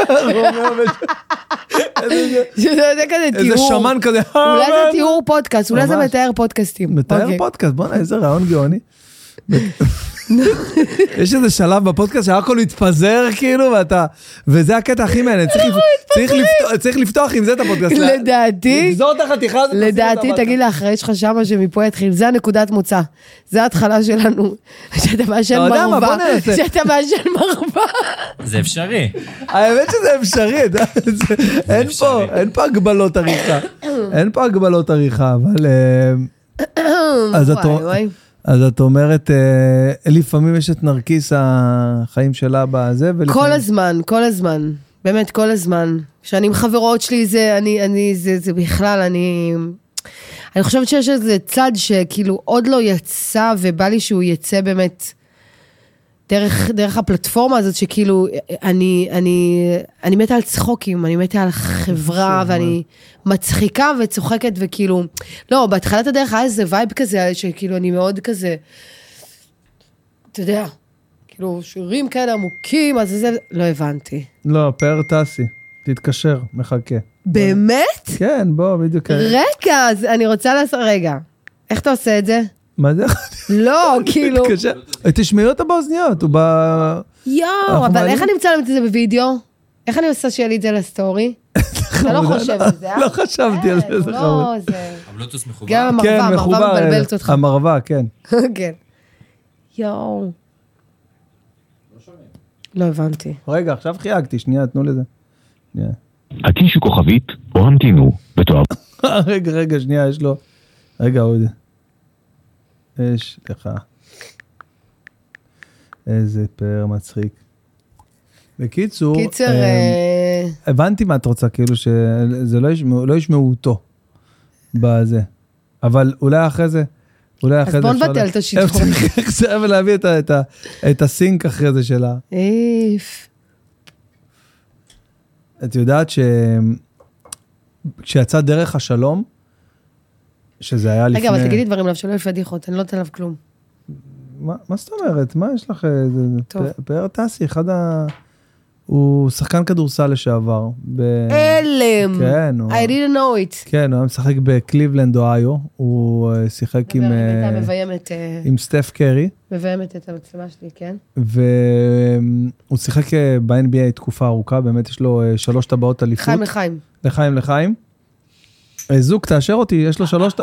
Speaker 2: כזה,
Speaker 1: הוא אומר,
Speaker 2: זה כזה
Speaker 1: איזה
Speaker 2: תיאור.
Speaker 1: שמן כזה. "אה,
Speaker 2: אולי זה תיאור פודקאסט, אולי זה
Speaker 1: ממש.
Speaker 2: מתאר פודקאסטים.
Speaker 1: מתאר
Speaker 2: אוקיי.
Speaker 1: פודקאסט, בואנה, איזה רעיון גאוני. יש איזה שלב בפודקאסט שהכל מתפזר כאילו, ואתה... וזה הקטע הכי מעניין, צריך לפ- צריך לפתוח- צריך לפתוח עם זה את הפודקאסט. לה-
Speaker 2: לדעתי,
Speaker 1: לגזור את החתיכה הזאת. לשים אותה
Speaker 2: לדעתי,
Speaker 1: בצד.
Speaker 2: תגיד לאחראי שלך שמה שמפה יתחיל, זה הנקודת מוצא. זה ההתחלה שלנו. שאתה מעשן
Speaker 1: אתה יודע מה,
Speaker 2: מרווה.
Speaker 1: בוא נעשה.
Speaker 2: שאתה מעשן מרווה.
Speaker 4: זה אפשרי.
Speaker 1: האמת שזה אפשרי, אתה יודע, זה- אין פה,
Speaker 4: אפשרי.
Speaker 1: אין פה הגבלות עריכה. אין פה הגבלות עריכה, אבל... אה, אז את
Speaker 2: וואי,
Speaker 1: רוא-
Speaker 2: וואי.
Speaker 1: אז את אומרת, אה, לפעמים יש את נרקיס החיים שלה בזה, ולפעמים...
Speaker 2: כל הזמן, כל הזמן. באמת, כל הזמן. כשאני עם חברות שלי, זה, אני, אני, זה, זה בכלל, אני... אני חושבת שיש איזה צד שכאילו עוד לא יצא, ובא לי שהוא יצא באמת דרך, דרך הפלטפורמה הזאת, שכאילו, אני, אני, אני מתה על צחוקים, אני מתה על חברה, ואני מצחיקה וצוחקת, וכאילו, לא, בהתחלת הדרך היה איזה וייב כזה, שכאילו, אני מאוד כזה, אתה יודע, כאילו, שירים כאלה עמוקים, אז זה, לא הבנתי.
Speaker 1: לא, פאר טסי, תתקשר, מחכה.
Speaker 2: באמת?
Speaker 1: כן, בוא, בדיוק.
Speaker 2: רגע, אז אני רוצה לעשות, רגע, איך אתה עושה את זה?
Speaker 1: מה זה?
Speaker 2: לא, כאילו,
Speaker 1: תתקשר. תשמעי אותה באוזניות, הוא ב...
Speaker 2: יואו,
Speaker 1: אנחנו
Speaker 2: אבל
Speaker 1: מעלים-
Speaker 2: איך אני מצלמת את זה בווידאו? איך אני עושה שיהיה לי את זה לסטורי? אתה לא חושב על זה, אה?
Speaker 1: לא חשבתי על
Speaker 2: כן,
Speaker 1: זה, זה
Speaker 2: לא,
Speaker 1: חמוד.
Speaker 2: זה-
Speaker 4: הבלוטוס מחובר.
Speaker 2: גם
Speaker 1: כן,
Speaker 2: המרווה, המרווה
Speaker 1: מחובר,
Speaker 2: מבלבלת אותך.
Speaker 1: המרווה, כן.
Speaker 2: כן. יואו. לא הבנתי.
Speaker 1: רגע, עכשיו חייגתי, שנייה, תנו לזה. שנייה.
Speaker 5: התישו כוכבית או המתינו ותואר.
Speaker 1: רגע, רגע, שנייה, יש לו... רגע, עוד. יש לך. איזה פאר מצחיק. בקיצור,
Speaker 2: קיצר,
Speaker 1: אמ,
Speaker 2: אה,
Speaker 1: הבנתי מה את רוצה, כאילו שזה לא ישמעו, לא ישמעו אותו בזה. אבל אולי אחרי זה, אולי אחרי זה
Speaker 2: בוא
Speaker 1: אפשר
Speaker 2: נבטל
Speaker 1: לה-
Speaker 2: את השידור.
Speaker 1: צריך עכשיו להביא את, ה- את, ה- את הסינק אחרי זה שלה.
Speaker 2: אה, איף.
Speaker 1: את יודעת שכשיצא דרך השלום, שזה היה לפני...
Speaker 2: רגע, אבל תגידי דברים עליו שלא יפדיחות, אני לא נותן עליו כלום.
Speaker 1: מה, מה זאת אומרת? מה יש לך? אה, זה- זה-
Speaker 2: טוב.
Speaker 1: פ- פאר טסי, אחד ה... הוא שחקן כדורסל לשעבר. ב...
Speaker 2: הלם.
Speaker 1: אה, כן, הוא...
Speaker 2: I didn't know it.
Speaker 1: כן, הוא היה משחק בקליבלנד, אוהיו. הוא אה, שיחק עם,
Speaker 2: דבר,
Speaker 1: אה,
Speaker 2: באמת, היה מביימת, אה,
Speaker 1: עם סטף קרי,
Speaker 2: מביימת את המצלמה שלי, כן?
Speaker 1: והוא שיחק אה, ב-NBA תקופה ארוכה, באמת יש לו אה, שלוש טבעות אליפות.
Speaker 2: חיים לחיים.
Speaker 1: לחיים לחיים. אה, זוג, תאשר אותי, יש לו שלוש... ט-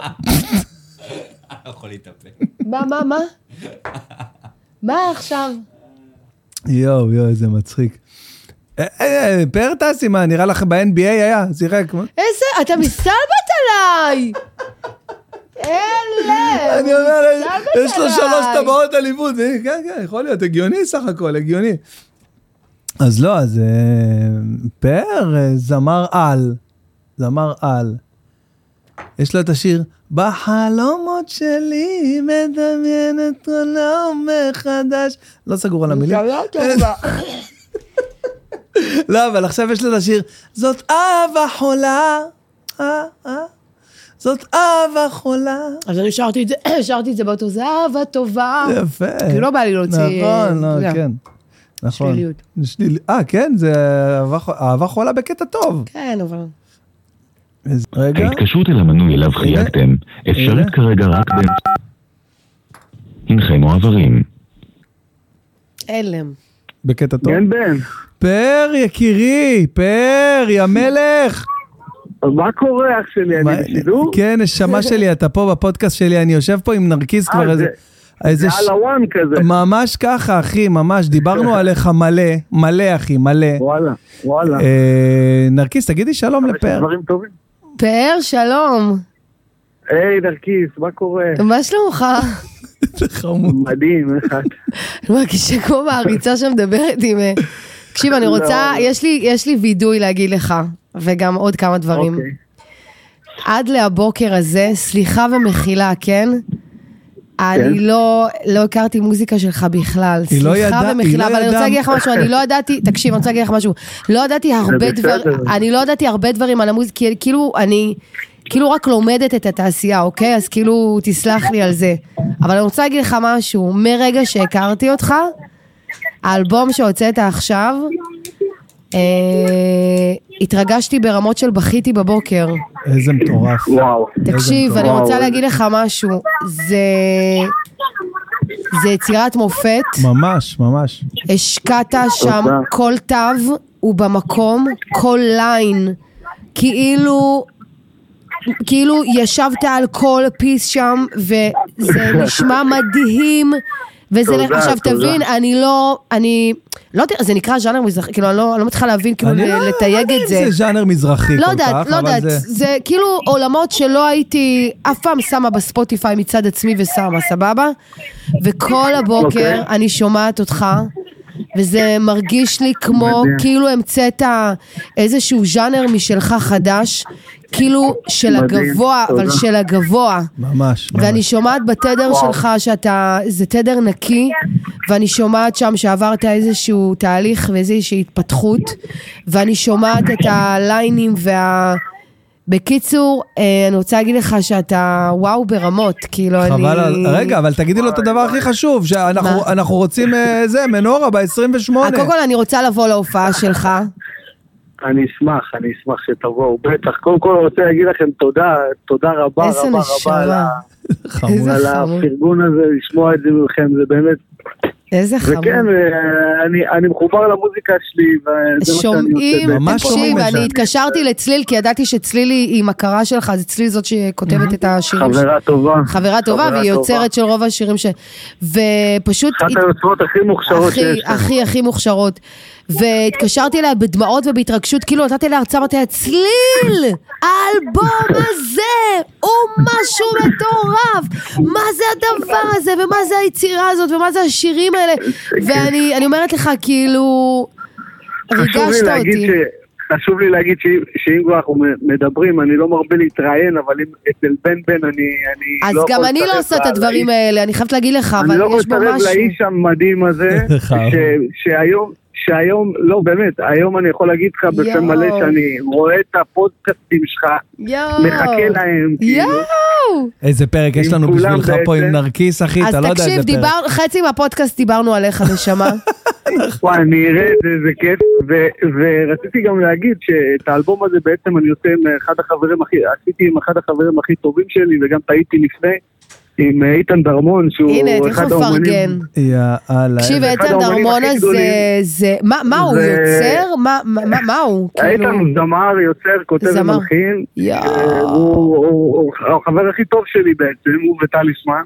Speaker 4: לא יכול להתאפק.
Speaker 2: מה, מה, מה? מה עכשיו?
Speaker 1: יואו, יואו, איזה מצחיק. אה, אה, אה, פאר טסי, מה, נראה לך ב-NBA היה? שיחק. מה?
Speaker 2: איזה, אתה מסתלבט עליי! אלה!
Speaker 1: אני אומר,
Speaker 2: מסתלבט
Speaker 1: יש לו
Speaker 2: עליי.
Speaker 1: שלוש טבעות אליפות, אה, כן, כן, יכול להיות, הגיוני סך הכל, הגיוני. אז לא, אז אה, פאר, אה, זמר על, זמר על. יש לו את השיר, בחלומות שלי מדמיין את עולם מחדש. לא סגור על המילים. לא, אבל עכשיו יש לו את השיר, זאת אהבה חולה, אה, אה, זאת אהבה חולה.
Speaker 2: אז אני שרתי את זה, שרתי את זה באותו זהבה טובה.
Speaker 1: יפה.
Speaker 2: כי לא בא לי להוציא, אה,
Speaker 1: נכון,
Speaker 2: אתה יודע.
Speaker 1: לא, כן. נכון.
Speaker 2: שליליות.
Speaker 1: שליל- אה, כן, זה אהבה חו- אהבה חולה בקטע טוב.
Speaker 2: כן, אבל...
Speaker 1: אז- רגע.
Speaker 5: ההתקשרות אל המנוי אליו חייגתם אפשרית
Speaker 1: הנה.
Speaker 5: כרגע רק ב... הנכם מועברים.
Speaker 2: הלם.
Speaker 1: בקטע טוב.
Speaker 6: כן, בן,
Speaker 1: פאר, יקירי, פאר, יא מלך.
Speaker 6: מה קורה אח שלי?
Speaker 1: מה-
Speaker 6: אני בשידור?
Speaker 1: כן, נשמה שלי, אתה פה בפודקאסט שלי, אני יושב פה עם נרקיס כבר
Speaker 6: אה,
Speaker 1: איזה...
Speaker 6: זה- זה
Speaker 1: איזה... ש-
Speaker 6: על הוואן כזה.
Speaker 1: ממש ככה, אחי, ממש, דיברנו עליך מלא, מלא, אחי, מלא.
Speaker 6: וואלה, וואלה.
Speaker 1: אה, נרקיס, תגידי שלום
Speaker 6: יש לי
Speaker 1: לפאר.
Speaker 6: דברים טובים.
Speaker 2: פאר, שלום.
Speaker 6: היי, נרקיס, מה קורה?
Speaker 2: מה שלומך?
Speaker 1: זה חמוד.
Speaker 6: מדהים, איך את?
Speaker 2: אני מרגישה כמו מעריצה שמדברת עם... אה, תקשיב, אני רוצה,
Speaker 6: לא.
Speaker 2: יש לי, יש לי וידוי להגיד לך, וגם עוד כמה דברים.
Speaker 6: אוקיי.
Speaker 2: עד להבוקר הזה, סליחה ומחילה, כן? אני לא, לא הכרתי מוזיקה שלך בכלל,
Speaker 1: היא לא
Speaker 2: סליחה
Speaker 1: ידעה- היא לא
Speaker 2: ומחילה, אבל אני
Speaker 1: ידעה-
Speaker 2: רוצה להגיד לך משהו, אני לא ידעתי, תקשיב, אני רוצה להגיד לך משהו, לא ידעתי הרבה
Speaker 6: בסדר.
Speaker 2: דברים, אני לא ידעתי הרבה דברים על המוזיקה, כי- כאילו אני, כאילו רק לומדת את התעשייה, אוקיי? אז כאילו, תסלח לי על זה. אבל אני רוצה להגיד לך משהו, מרגע שהכרתי אותך, האלבום שהוצאת עכשיו, אה, התרגשתי ברמות של בכיתי בבוקר.
Speaker 1: איזה מטורף.
Speaker 6: וואו.
Speaker 2: תקשיב,
Speaker 1: איזה
Speaker 2: אני
Speaker 6: מטורף.
Speaker 2: רוצה
Speaker 6: וואו.
Speaker 2: להגיד לך משהו, זה... זה יצירת מופת.
Speaker 1: ממש, ממש.
Speaker 2: השקעת שם
Speaker 6: תודה.
Speaker 2: כל תו הוא במקום, כל ליין. כאילו, כאילו ישבת על כל פיס שם, וזה נשמע מדהים. וזה,
Speaker 6: תודה,
Speaker 2: עכשיו
Speaker 6: תודה.
Speaker 2: תבין, אני לא, אני, לא יודע, זה נקרא ז'אנר מזרחי, כאילו, אני לא, אני לא מצליחה להבין, כאילו,
Speaker 1: אני לא-
Speaker 2: לתייג
Speaker 1: לא יודע
Speaker 2: את זה.
Speaker 1: אם זה ז'אנר מזרחי כל
Speaker 2: לא
Speaker 1: כך,
Speaker 2: יודעת, לא
Speaker 1: אבל
Speaker 2: יודעת,
Speaker 1: זה-
Speaker 2: זה כאילו עולמות שלא הייתי אף פעם שמה בספוטיפיי מצד עצמי ושמה, סבבה? וכל הבוקר
Speaker 6: אוקיי.
Speaker 2: אני שומעת אותך, וזה מרגיש לי כמו,
Speaker 6: מדהים.
Speaker 2: כאילו המצאת איזשהו ז'אנר משלך חדש, כאילו של
Speaker 6: מדהים,
Speaker 2: הגבוה, אבל
Speaker 6: תודה.
Speaker 2: של הגבוה.
Speaker 1: ממש, ממש.
Speaker 2: ואני שומעת בתדר
Speaker 6: וואו.
Speaker 2: שלך שאתה, זה תדר נקי, ואני שומעת שם שעברת איזשהו תהליך ואיזושהי התפתחות, ואני שומעת את הליינים וה... בקיצור, אה, אני רוצה להגיד לך שאתה וואו ברמות, כאילו אני...
Speaker 1: חבל על... רגע, אבל תגידי לו את הדבר הכי חשוב, שאנחנו
Speaker 2: מה?
Speaker 1: אנחנו רוצים אה, זה, מנורה ב-28.
Speaker 2: אה, קודם כל אני רוצה לבוא להופעה שלך.
Speaker 6: אני אשמח, אני אשמח שתבואו, בטח. קודם כל רוצה להגיד לכם תודה, תודה רבה,
Speaker 2: איזה
Speaker 6: רבה, רבה,
Speaker 2: נשמה.
Speaker 6: על ה-
Speaker 1: חמוד.
Speaker 2: איזה
Speaker 6: על
Speaker 2: חמוד.
Speaker 6: הפרגון הזה, לשמוע את זה מכם, זה באמת...
Speaker 2: איזה חמור.
Speaker 6: וכן, אה, אני- אני מחובר למוזיקה שלי, וזה מה שאני
Speaker 2: שומעים,
Speaker 6: רוצה.
Speaker 1: ממש שומעים
Speaker 2: תקשיב,
Speaker 1: את זה.
Speaker 2: אני התקשרתי לצליל, כי ידעתי שצליל היא היא מכרה שלך, אז צליל זאת שכותבת את השירים שלך.
Speaker 6: חברה טובה.
Speaker 2: חברה טובה, והיא יוצרת של רוב השירים ש... ופשוט...
Speaker 6: אחת
Speaker 2: הת-
Speaker 6: היוצרות הכי מוכשרות
Speaker 2: הכי,
Speaker 6: שיש. לנו.
Speaker 2: הכי, הכי מוכשרות. והתקשרתי אליה בדמעות ובהתרגשות, כאילו נתתי לה הרצאה, אמרתי לה, צליל! האלבום הזה הוא משהו מטורף! מה זה הדבר הזה, ומה זה היצירה הזאת, ומה זה השירים האלה? ואני אני אומרת לך, כאילו...
Speaker 6: חשוב לי
Speaker 2: ריגשת
Speaker 6: להגיד
Speaker 2: אותי.
Speaker 6: ש- חשוב לי להגיד שאם- שאם כבר אנחנו מדברים, אני לא מרבה להתראיין, אבל אם אצל בן בן אני אני
Speaker 2: אז
Speaker 6: לא יכול
Speaker 2: גם אני לא
Speaker 6: לצרף
Speaker 2: עושה את
Speaker 6: לה-
Speaker 2: הדברים האלה, אני חייבת להגיד לך,
Speaker 6: אני
Speaker 2: אבל
Speaker 6: לא יכול
Speaker 2: יש בו
Speaker 6: לצרף
Speaker 2: משהו.
Speaker 6: לאיש המדהים הזה,
Speaker 1: חבל.
Speaker 6: ש- שהיום, שהיום, לא באמת, היום אני יכול להגיד לך בפה
Speaker 2: יואו.
Speaker 6: מלא שאני רואה את הפודקאסטים שלך,
Speaker 2: יואו!
Speaker 6: מחכה להם, כאילו.
Speaker 2: יואו!
Speaker 1: איזה פרק יש לנו
Speaker 6: עם כולם
Speaker 1: בשבילך פה עם
Speaker 6: בעצם.
Speaker 1: נרקיס, אחי, אתה לא יודע
Speaker 2: אז
Speaker 1: איזה
Speaker 2: תקשיב,
Speaker 1: פרק.
Speaker 2: דיבר, חצי מהפודקאסט דיברנו עליך, נשמה.
Speaker 6: וואי, אני אראה את זה, זה כיף. ו- ורציתי גם להגיד שאת האלבום הזה בעצם אני עושה עם אחד החברים הכי, עשיתי עם אחד החברים הכי טובים שלי, וגם טעיתי לפני, עם איתן דרמון,
Speaker 2: הנה,
Speaker 6: שהוא
Speaker 2: תלך
Speaker 6: אחד האומנים.
Speaker 2: לפרגן.
Speaker 1: יאללה.
Speaker 2: תקשיב,
Speaker 1: איזה-
Speaker 2: איתן
Speaker 6: אחד האומנים
Speaker 2: דרמונה
Speaker 6: הכי
Speaker 2: זה...
Speaker 6: גדולים.
Speaker 2: זה- מה מה הוא
Speaker 6: זה-
Speaker 2: יוצר? מה- מה מה- מה הוא? כאילו...
Speaker 6: איתן הוא זמר, יוצר, כותב
Speaker 2: זמר.
Speaker 6: ומלחין. אה,
Speaker 2: יואו.
Speaker 6: הוא הוא- הוא החבר הכי טוב שלי בעצם, הוא וטליסמן.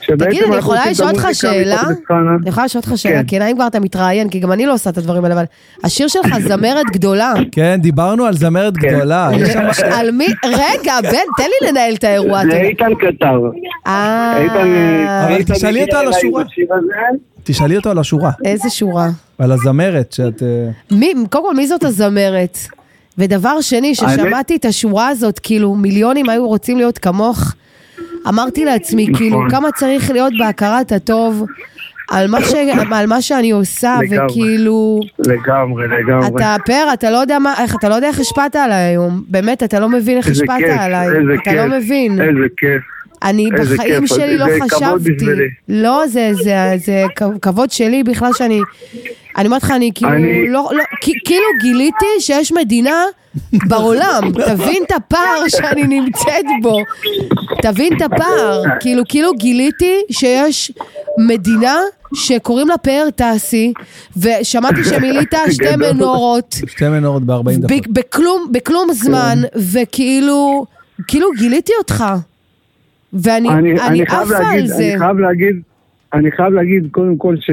Speaker 6: שבעצם
Speaker 2: תגיד, אני
Speaker 6: אנחנו
Speaker 2: יכולה
Speaker 6: עושים
Speaker 2: לשאול
Speaker 6: את
Speaker 2: אותך
Speaker 6: המוזיקה
Speaker 2: שאלה?
Speaker 6: מתוך מבחן ה-
Speaker 2: אני יכולה לשאול אותך שאלה,
Speaker 6: כן.
Speaker 2: כי אם כבר אתה מתראיין, כי גם אני לא עושה את הדברים האלה, אבל השיר שלך זמרת גדולה.
Speaker 1: כן, דיברנו על זמרת גדולה. יש שם-
Speaker 2: על מי? רגע, בן, תן לי לנהל את האירוע.
Speaker 6: זה
Speaker 2: אתה-
Speaker 6: איתן כתב.
Speaker 2: אה,
Speaker 6: איתן... אה,
Speaker 1: אבל
Speaker 6: איתן
Speaker 1: תשאלי אותו
Speaker 6: הגיע
Speaker 1: על
Speaker 6: אליי
Speaker 1: השורה.
Speaker 6: עם השיר הזה.
Speaker 1: תשאלי אותו על השורה,
Speaker 2: איזה שורה.
Speaker 1: על הזמרת שאת... אה,
Speaker 2: מי, קודם כל, מי זאת הזמרת? ודבר שני, ששמעתי את השורה הזאת, כאילו, מיליונים היו רוצים להיות כמוך. אמרתי לעצמי,
Speaker 6: נכון.
Speaker 2: כאילו, כמה צריך להיות בהכרת הטוב על מה, ש, על מה שאני עושה,
Speaker 6: לגמרי.
Speaker 2: וכאילו,
Speaker 6: לגמרי, לגמרי.
Speaker 2: אתה פר, אתה לא יודע מה, איך, אתה לא יודע איך השפעת עליי היום. באמת, אתה לא מבין איך
Speaker 6: איזה
Speaker 2: השפעת
Speaker 6: כיף,
Speaker 2: עליי.
Speaker 6: איזה
Speaker 2: אתה
Speaker 6: כיף,
Speaker 2: לא מבין.
Speaker 6: איזה כיף.
Speaker 2: אני
Speaker 6: איזה
Speaker 2: בחיים
Speaker 6: כיף,
Speaker 2: שלי
Speaker 6: אז
Speaker 2: לא
Speaker 6: זה כבוד
Speaker 2: חשבתי.
Speaker 6: בשבילי.
Speaker 2: לא, זה, זה, זה כ- כבוד שלי בכלל שאני... אני אומרת לך, אני כאילו
Speaker 6: אני-
Speaker 2: לא... לא כ- כאילו גיליתי שיש מדינה בעולם. תבין את הפער שאני נמצאת בו. תבין את הפער. כאילו, כאילו גיליתי שיש מדינה שקוראים לה פאר טאסי, ושמעתי שמילאת שתי
Speaker 6: גדול.
Speaker 2: מנורות.
Speaker 1: שתי מנורות ב-40 דקות. כן.
Speaker 2: ב- בכלום, בכלום זמן, וכאילו, כאילו גיליתי אותך. ואני
Speaker 6: אני,
Speaker 2: אני
Speaker 6: אני חייב
Speaker 2: עפה על
Speaker 6: להגיד,
Speaker 2: זה.
Speaker 6: אני חייב להגיד, אני חייב להגיד קודם כל, ש,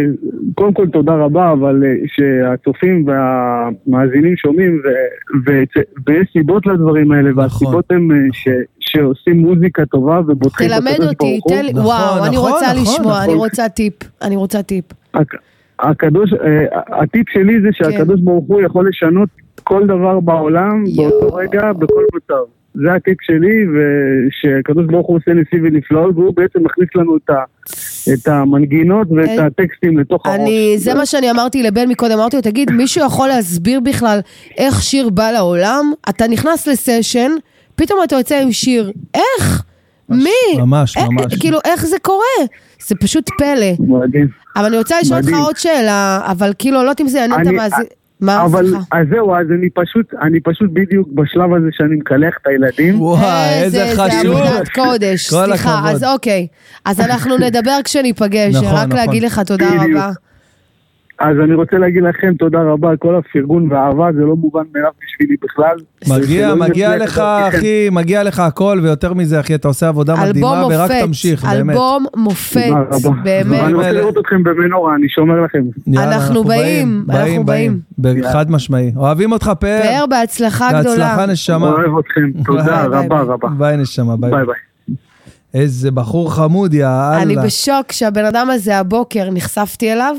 Speaker 6: קודם כל תודה רבה, אבל אה, שהצופים והמאזינים שומעים, ו, ו, ויש סיבות לדברים האלה,
Speaker 1: נכון.
Speaker 6: והסיבות הן אה, ש, שעושים מוזיקה טובה ובוטחים
Speaker 2: תלמד
Speaker 6: בקדוש
Speaker 2: אותי,
Speaker 6: ברוך הוא.
Speaker 2: תן לי,
Speaker 1: נכון,
Speaker 2: וואו, אני
Speaker 1: נכון,
Speaker 2: רוצה
Speaker 1: נכון,
Speaker 2: לשמוע, אני
Speaker 6: נכון.
Speaker 2: רוצה טיפ, אני רוצה טיפ.
Speaker 6: הק- הקדוש, אה, הטיפ שלי זה
Speaker 2: כן.
Speaker 6: שהקדוש ברוך הוא יכול לשנות כל דבר בעולם באותו רגע, בכל מצב. זה הטיפ שלי, ושהקדוש ברוך הוא עושה ניסי ונפלאות, והוא בעצם מכניס לנו את, ה, את המנגינות ואת
Speaker 2: אה,
Speaker 6: הטקסטים לתוך הראש.
Speaker 2: אני, זה מה שאני אמרתי לבן מקודם, אמרתי לו, תגיד, מישהו יכול להסביר בכלל איך שיר בא לעולם? אתה נכנס לסשן, פתאום אתה יוצא עם שיר, איך? מי?
Speaker 1: ממש,
Speaker 2: אה, אה,
Speaker 1: ממש.
Speaker 2: כאילו, איך זה קורה? זה פשוט פלא.
Speaker 6: מדהים.
Speaker 2: אבל אני רוצה לשאול אותך
Speaker 6: מדהים.
Speaker 2: עוד שאלה, אבל כאילו, לא יודעת אם זה יעניין את
Speaker 6: אני-
Speaker 2: המאזין. מה
Speaker 6: אבל,
Speaker 2: ההצלחה?
Speaker 6: אז זהו, אז אני פשוט, אני פשוט בדיוק בשלב הזה שאני מקלח את הילדים.
Speaker 1: וואי, איזה
Speaker 2: זה
Speaker 1: חשוב.
Speaker 2: עבודת קודש,
Speaker 1: כל
Speaker 2: סליחה.
Speaker 1: הכבוד.
Speaker 2: אז אוקיי, אז אנחנו נדבר כשניפגש,
Speaker 1: נכון,
Speaker 2: רק
Speaker 1: נכון.
Speaker 2: להגיד לך תודה
Speaker 6: בדיוק.
Speaker 2: רבה.
Speaker 6: אז אני רוצה להגיד לכם תודה רבה על כל הפרגון והאהבה, זה לא מובן מאליו בשבילי בכלל.
Speaker 1: מגיע,
Speaker 6: ושלא
Speaker 1: מגיע
Speaker 6: יפנה
Speaker 1: לך,
Speaker 6: לדרככם.
Speaker 1: אחי, מגיע לך הכל, ויותר מזה, אחי, אתה עושה עבודה
Speaker 2: אלבום
Speaker 1: מדהימה, ורק
Speaker 2: מופת,
Speaker 1: תמשיך, באמת.
Speaker 2: אלבום מופת,
Speaker 6: תודה רבה.
Speaker 2: באמת.
Speaker 6: אני רוצה לראות אתכם במנורה, אני שומר לכם.
Speaker 1: יאללה,
Speaker 2: אנחנו באים, אנחנו
Speaker 1: חד משמעי. אוהבים אותך, פאר.
Speaker 2: פאר בהצלחה גדולה.
Speaker 1: בהצלחה, נשמה.
Speaker 6: אוהב אתכם, תודה
Speaker 1: ביי,
Speaker 2: ביי,
Speaker 6: רבה
Speaker 2: ביי.
Speaker 6: רבה.
Speaker 1: ביי, נשמה, ביי.
Speaker 6: ביי ביי.
Speaker 1: איזה בחור חמוד, יא
Speaker 2: אני
Speaker 1: אללה.
Speaker 2: בשוק שהבן אדם הזה הבוקר נחשפתי אליו,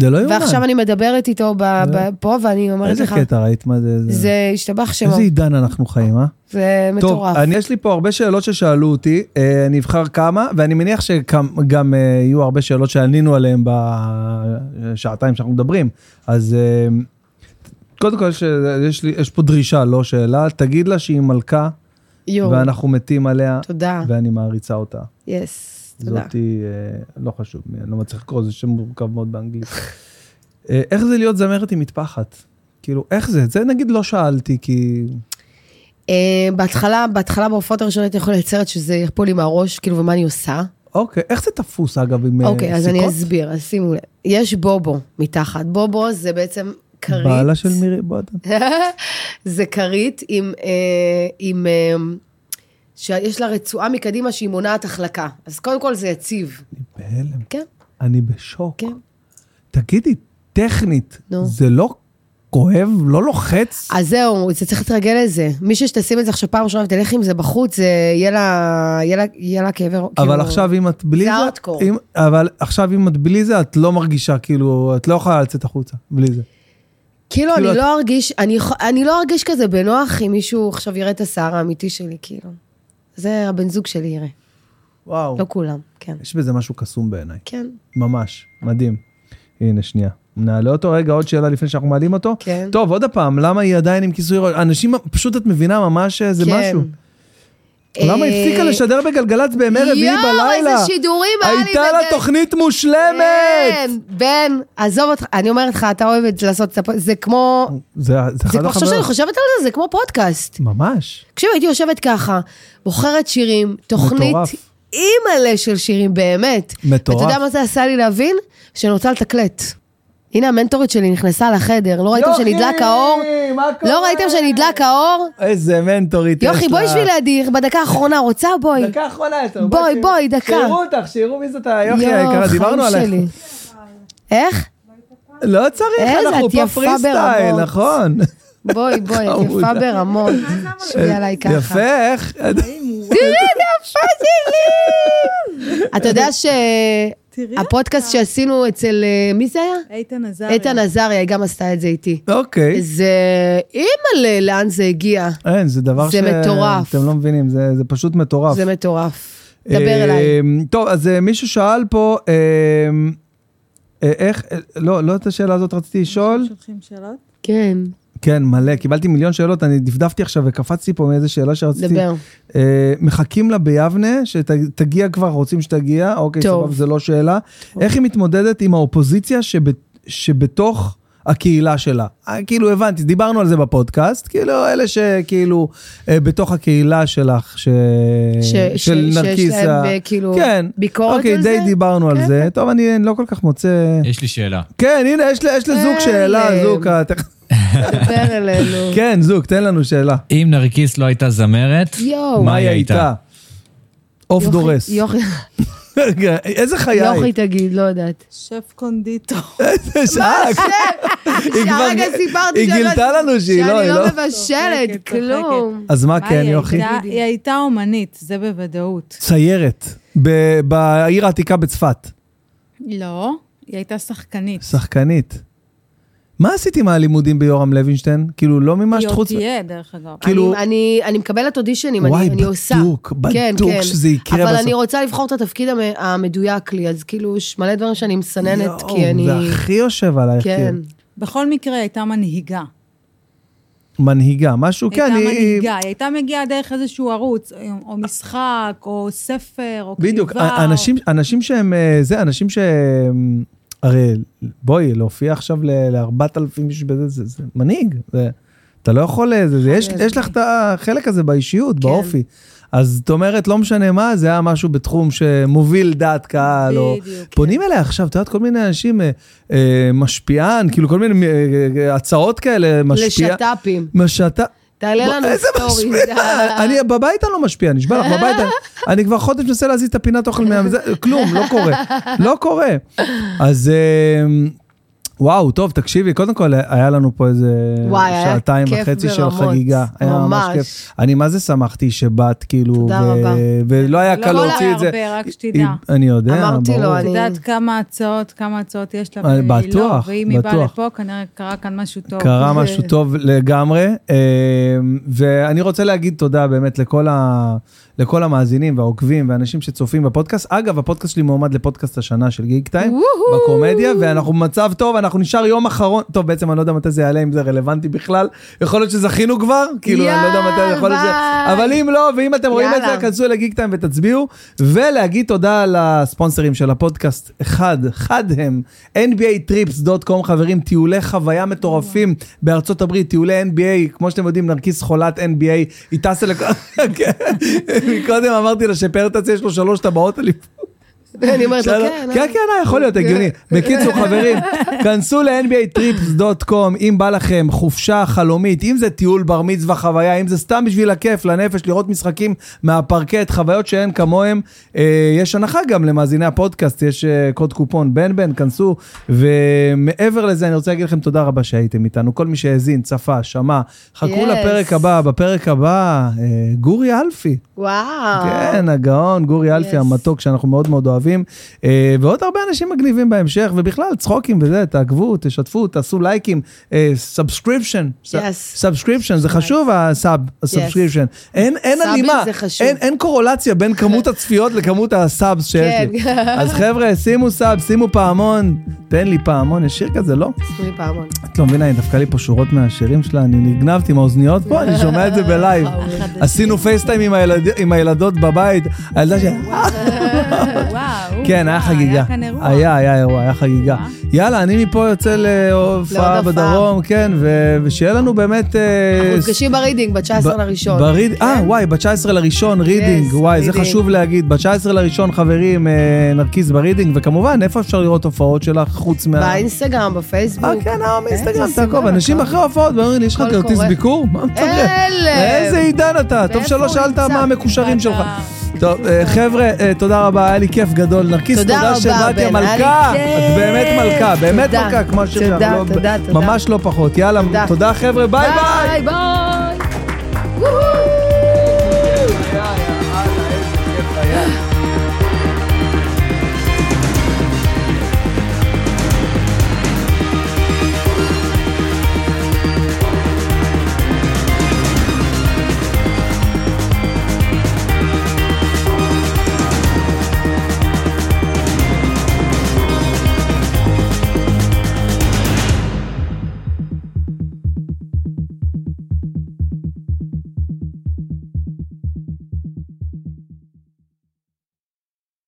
Speaker 1: זה לא יאומן.
Speaker 2: ועכשיו אני מדברת איתו ב- ב- פה, ואני אומרת
Speaker 1: אה? איזה
Speaker 2: לך,
Speaker 1: קטע ראית? מה זה? זה-
Speaker 2: זה השתבח שמו,
Speaker 1: איזה עידן אנחנו חיים, אה?
Speaker 2: זה מטורף.
Speaker 1: טוב, אני, יש לי פה הרבה שאלות ששאלו אותי, אה, אני אבחר כמה, ואני מניח שגם אה, יהיו הרבה שאלות שענינו עליהן בשעתיים שאנחנו מדברים. אז אה, קודם כל, יש, יש, לי, יש פה דרישה, לא שאלה, תגיד לה שהיא מלכה,
Speaker 2: יואו,
Speaker 1: ואנחנו מתים עליה,
Speaker 2: תודה,
Speaker 1: ואני מעריצה אותה.
Speaker 2: יס, תודה.
Speaker 1: זאתי, אה, לא חשוב, אני לא מצליח לקרוא, זה שם מורכב מאוד באנגלית. אה, איך זה להיות זמרת עם מטפחת? כאילו, איך זה? זה נגיד לא שאלתי, כי...
Speaker 2: אה, בהתחלה, בהתחלה בהופעות הראשונות הייתי יכולה לייצרת שזה יחפול לי מהראש, כאילו, ומה אני עושה?
Speaker 1: אוקיי, איך זה תפוס אגב עם אה, סיכות?
Speaker 2: אוקיי, אז אני אסביר, אז שימו לב. יש בובו מתחת. בובו זה בעצם כרית.
Speaker 1: בעלה של מירי בועטן.
Speaker 2: זה כרית עם... אה, עם אה, שיש לה רצועה מקדימה שהיא מונעת החלקה. אז קודם כל זה יציב.
Speaker 1: אני בהלם.
Speaker 2: כן.
Speaker 1: אני בשוק.
Speaker 2: כן.
Speaker 1: תגידי, טכנית,
Speaker 2: נו. אה,
Speaker 1: זה לא כואב? לא לוחץ?
Speaker 2: אז זהו, זה צריך להתרגל לזה. מישהי שתשים את זה עכשיו פעם ראשונה ותלך עם זה בחוץ, זה יהיה לה, יהיה לה, יהיה לה כאבי... רו-
Speaker 1: אבל
Speaker 2: כאילו-
Speaker 1: עכשיו אם את בלי
Speaker 2: זה
Speaker 1: זה,
Speaker 2: הארדקור.
Speaker 1: אם- אבל עכשיו אם את בלי זה, את לא מרגישה כאילו, את לא יכולה לצאת החוצה בלי זה.
Speaker 2: כאילו,
Speaker 1: כאילו
Speaker 2: אני
Speaker 1: את-
Speaker 2: לא ארגיש, אני, יכול- אני לא ארגיש כזה בנוח אם מישהו עכשיו יראה את השיער האמיתי שלי, כאילו. זה הבן זוג שלי יראה,
Speaker 1: וואו.
Speaker 2: לא כולם, כן.
Speaker 1: יש בזה משהו קסום בעיניי.
Speaker 2: כן,
Speaker 1: ממש, מדהים. הנה, שנייה. נעלה אותו רגע, עוד שאלה לפני שאנחנו מעלים אותו.
Speaker 2: כן.
Speaker 1: טוב, עוד פעם, למה היא עדיין עם כיסוי ראש? אנשים, פשוט את מבינה ממש איזה
Speaker 2: כן.
Speaker 1: משהו. למה
Speaker 2: אה,
Speaker 1: הפסיקה לשדר בגלגלצ בימי רביעי בלילה?
Speaker 2: יואו, איזה שידורים היה לי כן.
Speaker 1: הייתה לה
Speaker 2: בגל-
Speaker 1: תוכנית מושלמת!
Speaker 2: בן, בן, עזוב אותך, אני אומרת לך, אתה אוהב את זה לעשות את הפ... זה כמו...
Speaker 1: זה זה
Speaker 2: זה
Speaker 1: אחד לא
Speaker 2: כמו, עכשיו שאני
Speaker 1: החברות.
Speaker 2: חושבת על זה, זה כמו פודקאסט.
Speaker 1: ממש.
Speaker 2: תקשיב, הייתי יושבת ככה, בוחרת שירים, תוכנית
Speaker 1: מטורף.
Speaker 2: אימא'לה של שירים, באמת.
Speaker 1: מטורף.
Speaker 2: ואתה יודע מה זה עשה לי להבין? שאני רוצה לתקלט. הנה המנטורית שלי נכנסה לחדר, לא ראיתם
Speaker 1: יוכי,
Speaker 2: שנדלק האור?
Speaker 1: מה קורה?
Speaker 2: לא ראיתם שנדלק האור?
Speaker 1: איזה מנטורית יש לה.
Speaker 2: יוכי, בואי שביל אדיר, בדקה האחרונה, רוצה בואי.
Speaker 1: דקה אחרונה יותר.
Speaker 2: בואי,
Speaker 1: שיר-
Speaker 2: בואי, דקה.
Speaker 1: שיראו אותך, שיראו מי זאת היוכי
Speaker 2: יואו,
Speaker 1: היקרה,
Speaker 2: חיים
Speaker 1: דיברנו עלייך.
Speaker 2: שלי. איך?
Speaker 1: לא צריך,
Speaker 2: איזה,
Speaker 1: אנחנו
Speaker 2: את
Speaker 1: פה
Speaker 2: יפה
Speaker 1: פריסטייל,
Speaker 2: ברמות.
Speaker 1: נכון.
Speaker 2: בואי, בואי, את יפה
Speaker 1: חמודה.
Speaker 2: ברמות.
Speaker 1: לא?
Speaker 2: שבי עליי ככה.
Speaker 1: יפה, איך?
Speaker 2: תראי את היפה שלי! אתה יודע שהפודקאסט שעשינו אצל, אה, מי זה היה?
Speaker 7: איתן עזריה.
Speaker 2: איתן עזריה, היא גם עשתה את זה איתי.
Speaker 1: אוקיי.
Speaker 2: זה, אימא'לה, לאן זה הגיע?
Speaker 1: אין, זה דבר
Speaker 2: זה מטורף.
Speaker 1: אתם לא מבינים, זה זה פשוט מטורף.
Speaker 2: זה מטורף. דבר אליי.
Speaker 1: אמ, טוב, אז אה, מישהו שאל פה, אמ, אה, איך, אה, לא, לא את השאלה הזאת רציתי לשאול.
Speaker 7: שולחים שאלות?
Speaker 2: כן,
Speaker 1: כן, מלא, קיבלתי מיליון שאלות, אני דפדפתי עכשיו וקפצתי פה מאיזה שאלה שרציתי.
Speaker 2: דבר.
Speaker 1: אה, מחכים לה ביבנה, שתגיע כבר, רוצים שתגיע, אוקיי,
Speaker 2: טוב. אוקיי.
Speaker 1: סבבה, זה לא שאלה. איך היא מתמודדת עם האופוזיציה שב- שבתוך הקהילה שלה? אה, כאילו, הבנתי, דיברנו על זה בפודקאסט, כאילו, אלה שכאילו אה, בתוך הקהילה שלך, ש-
Speaker 2: ש- ש-
Speaker 1: של
Speaker 2: שיש
Speaker 1: נרקיסה.
Speaker 2: להם, אה, כאילו,
Speaker 1: כן.
Speaker 2: ביקורת
Speaker 1: אוקיי,
Speaker 2: על
Speaker 1: די
Speaker 2: זה?
Speaker 1: דיברנו על
Speaker 2: כן.
Speaker 1: זה. טוב, אני אני לא כל כך מוצא...
Speaker 4: יש לי שאלה.
Speaker 1: כן, הנה, יש ל- יש לזוג
Speaker 2: אה, אלה.
Speaker 1: שאלה, זוג, ה-
Speaker 2: דבר אלינו.
Speaker 1: כן, זוג, תן לנו שאלה.
Speaker 4: אם נרקיס לא הייתה זמרת,
Speaker 2: יואו.
Speaker 1: מה היא הייתה? עוף
Speaker 2: יוכי-
Speaker 1: דורס.
Speaker 2: יוכי-
Speaker 1: רגע, איזה חיה
Speaker 2: יוכי
Speaker 1: היא?
Speaker 2: תגיד, לא יודעת.
Speaker 7: שף קונדיטור.
Speaker 1: שק. היא כבר-
Speaker 2: שהרגע סיפרתי
Speaker 1: היא
Speaker 2: שאני לא-
Speaker 1: גילתה לנו שהיא לא,
Speaker 2: שאני
Speaker 1: היא לא.
Speaker 2: לא מבשלת,
Speaker 7: צוחקת,
Speaker 2: כלום.
Speaker 1: אז מה כן,
Speaker 7: היא
Speaker 1: יוכי?
Speaker 7: הייתה-
Speaker 2: תגידי.
Speaker 7: היא הייתה אומנית, זה בוודאות.
Speaker 1: ציירת, ב- בעיר העתיקה בצפת,
Speaker 7: לא, היא הייתה שחקנית.
Speaker 1: שחקנית. מה עשית עם הלימודים ביורם לוינשטיין? כאילו, לא
Speaker 7: היא
Speaker 1: ממש
Speaker 7: עוד
Speaker 1: חוץ...
Speaker 7: תהיה, דרך אגב.
Speaker 1: כאילו-
Speaker 2: אני- אני- אני מקבלת אודישנים, אני-
Speaker 1: וואי,
Speaker 2: אני עושה.
Speaker 1: בדוק,
Speaker 2: כן,
Speaker 1: בדוק
Speaker 2: כן.
Speaker 1: שזה יקרה
Speaker 2: אבל
Speaker 1: בסוף.
Speaker 2: אני רוצה לבחור את התפקיד המ- המדויק לי, אז כאילו, יש מלא דברים שאני מסננת, כי אני...
Speaker 1: זה הכי יושב עלייך.
Speaker 2: כן.
Speaker 1: כאילו.
Speaker 7: בכל מקרה, היא הייתה מנהיגה.
Speaker 1: מנהיגה, משהו,
Speaker 7: היא
Speaker 1: כן,
Speaker 7: הייתה
Speaker 1: היא...
Speaker 7: מנהיגה, היא הייתה מגיעה דרך איזשהו ערוץ, או משחק, או ספר, או כתיבה.
Speaker 1: בדיוק,
Speaker 7: או-
Speaker 1: אנשים, אנשים שהם, אה, זה, אנשים שהם הרי בואי, להופיע עכשיו ל-4,000 איש בזה, זה, זה מנהיג. זה, אתה לא יכול, אה, זה, זה, יש,
Speaker 2: חייב.
Speaker 1: יש לך את החלק הזה באישיות,
Speaker 2: כן.
Speaker 1: באופי. אז זאת אומרת, לא משנה מה, זה היה משהו בתחום שמוביל דעת קהל, או...
Speaker 7: בדיוק,
Speaker 1: פונים אליה עכשיו, את יודעת, כל מיני אנשים, אה, אה, משפיען, כאילו כל מיני אה, אה, הצעות כאלה, משפיע...
Speaker 2: לשת"פים.
Speaker 1: משתה...
Speaker 2: תעלה לנו
Speaker 1: איזה
Speaker 2: סטורי.
Speaker 1: משפיע? אני בבית אני לא משפיע, נשבע לך, בבית אני... אני כבר חודש מנסה להזיז את הפינת אוכל מה... זה- כלום, לא קורה. לא קורה. אז... אה, וואו, טוב, תקשיבי, קודם כל היה לנו פה איזה
Speaker 2: וואי, היה
Speaker 1: שעתיים
Speaker 2: כיף
Speaker 1: וחצי של
Speaker 2: ברמות.
Speaker 1: חגיגה. היה ממש
Speaker 2: ממש.
Speaker 1: כיף. אני מה זה שמחתי שבאת, כאילו,
Speaker 2: תודה
Speaker 1: ו-
Speaker 2: רבה.
Speaker 1: ולא היה
Speaker 7: לא
Speaker 1: קל להוציא את זה.
Speaker 7: הרבה, רק שתדע.
Speaker 1: היא- אני יודע,
Speaker 2: אמרתי לו,
Speaker 1: ברור.
Speaker 7: את
Speaker 2: אני-
Speaker 7: יודעת כמה הצעות, כמה הצעות יש לה,
Speaker 1: אה,
Speaker 7: והיא לא,
Speaker 1: בטוח,
Speaker 7: ואם היא באה
Speaker 1: בטוח.
Speaker 7: לפה, כנראה קרה כאן משהו טוב.
Speaker 1: קרה
Speaker 2: זה-
Speaker 1: משהו טוב לגמרי, אה, ואני רוצה להגיד תודה באמת לכל, ה... לכל המאזינים והעוקבים והאנשים שצופים בפודקאסט. אגב, הפודקאסט שלי מועמד לפודקאסט השנה של גיק טיים, בקומדיה, ואנחנו במצב טוב, אנחנו נשאר יום אחרון, טוב, בעצם אני לא יודע מתי זה יעלה, אם זה רלוונטי בכלל, יכול להיות שזכינו כבר, כאילו, אני לא יודע מתי, יכול להיות ש...
Speaker 2: יאללה.
Speaker 1: אבל אם לא, ואם אתם רואים את
Speaker 2: יאללה.
Speaker 1: זה, כנסו לגיק טיים ותצביעו, ולהגיד תודה לספונסרים של הפודקאסט, אחד, חד הם, nbatrips.com, חברים, טיולי חוויה מטורפים בארצות הברית, טיולי NBA, כמו שאתם יודעים, נרקיס חולת NBA, היא טסה לכל... כן. מקודם אמרתי לה שפרטס יש לו שלוש טבעות אליפות.
Speaker 2: אני אומרת לו,
Speaker 1: שלום.
Speaker 2: כן.
Speaker 1: כן, כן, אה, יכול להיות הגיוני. בקיצור, חברים, כנסו ל-nbatrips.com, אם בא לכם חופשה חלומית, אם זה טיול בר מצווה חוויה, אם זה סתם בשביל הכיף, לנפש, לראות משחקים מהפרקט, חוויות שאין כמוהם. אה, יש הנחה גם למאזיני הפודקאסט, יש אה, קוד קופון בן בן, כנסו. ומעבר לזה, אני רוצה להגיד לכם תודה רבה שהייתם איתנו. כל מי שהאזין, צפה, שמע, חכו
Speaker 2: Yes.
Speaker 1: לפרק הבא, בפרק הבא, אה, גורי אלפי.
Speaker 2: וואו.
Speaker 1: כן, הגאון, גורי אלפי
Speaker 2: Yes.
Speaker 1: המתוק שאנחנו מאוד מאוד אוהבים, אה, ועוד הרבה אנשים מגניבים בהמשך, ובכלל צחוקים וזה, תעקבו, תשתפו, תעשו לייקים, אה, סאבסקריפשן,
Speaker 2: Yes.
Speaker 1: סאבסקריפשן, זה חשוב הסאב, הסאבסקריפשן. אין אין
Speaker 2: סאבים
Speaker 1: הלימה,
Speaker 2: זה חשוב.
Speaker 1: אין אין קורולציה בין כמות הצפיות לכמות הסאבס שיש לי.
Speaker 2: כן.
Speaker 1: אז חבר'ה, שימו סאב, שימו פעמון, תן לי פעמון, יש שיר כזה, לא?
Speaker 2: שמי פעמון.
Speaker 1: את לא מבינה, היא דפקה לי פה שורות מהשירים שלה, אני נגנבתי עם האוזניות פה, אני שומע את זה בלייב. עשינו פייסטיים עם הילד- עם הילדות בבית, הילדה ש...
Speaker 2: אה,
Speaker 7: וואו.
Speaker 1: כן, היה
Speaker 7: וואו,
Speaker 1: חגיגה.
Speaker 7: היה כאן אירוע.
Speaker 1: היה, היה אירוע, היה חגיגה. יאללה, אני מפה יוצא להופעה
Speaker 2: אה. לעוד הופעה.
Speaker 1: בדרום, כן, ו- ושיהיה לנו באמת... אה,
Speaker 2: אנחנו נפגשים ברידינג ב-19
Speaker 1: ב-
Speaker 2: לראשון. כן.
Speaker 1: בריד... אה, וואי, ב-19 לראשון, רידינג,
Speaker 2: Yes,
Speaker 1: וואי, זה
Speaker 2: רידינג.
Speaker 1: חשוב להגיד. ב-19 לראשון, חברים, אה, נרכיז ברידינג, וכמובן, איפה אפשר לראות הופעות שלך חוץ מה...
Speaker 2: באינסטגרם, בפייסבוק.
Speaker 1: אה, כן, אה, מאינסטגרם,
Speaker 2: איזה
Speaker 1: תעקוב,
Speaker 2: סבבה,
Speaker 1: אנשים
Speaker 2: טוב.
Speaker 1: אחרי ההופעות, ואומרים לי, יש לך
Speaker 2: הכל
Speaker 1: כרטיס
Speaker 2: קורה.
Speaker 1: ביקור? מה מדבר?
Speaker 2: אלה.
Speaker 1: איזה עידן אתה, טוב
Speaker 2: ואיפה
Speaker 1: שלא
Speaker 2: הוא
Speaker 1: שאלת
Speaker 2: נמצא?
Speaker 1: מה המקושרים שלך.
Speaker 7: ואתה-
Speaker 1: טוב, אה, חבר'ה, אה, תודה רבה, היה לי כיף גדול. נרקיס,
Speaker 2: תודה
Speaker 1: תודה
Speaker 2: רבה,
Speaker 1: שבאת,
Speaker 2: בן,
Speaker 1: יא
Speaker 2: היה לי
Speaker 1: מלכה. את
Speaker 2: כיף.
Speaker 1: באמת מלכה, באמת
Speaker 2: תודה.
Speaker 1: מלכה, כמו השיר
Speaker 2: תודה,
Speaker 1: שלך, לא-
Speaker 2: תודה, תודה.
Speaker 1: ממש לא פחות. יאללה,
Speaker 2: תודה.
Speaker 1: תודה חבר'ה, ביי ביי.
Speaker 2: ביי. ביי. וואו.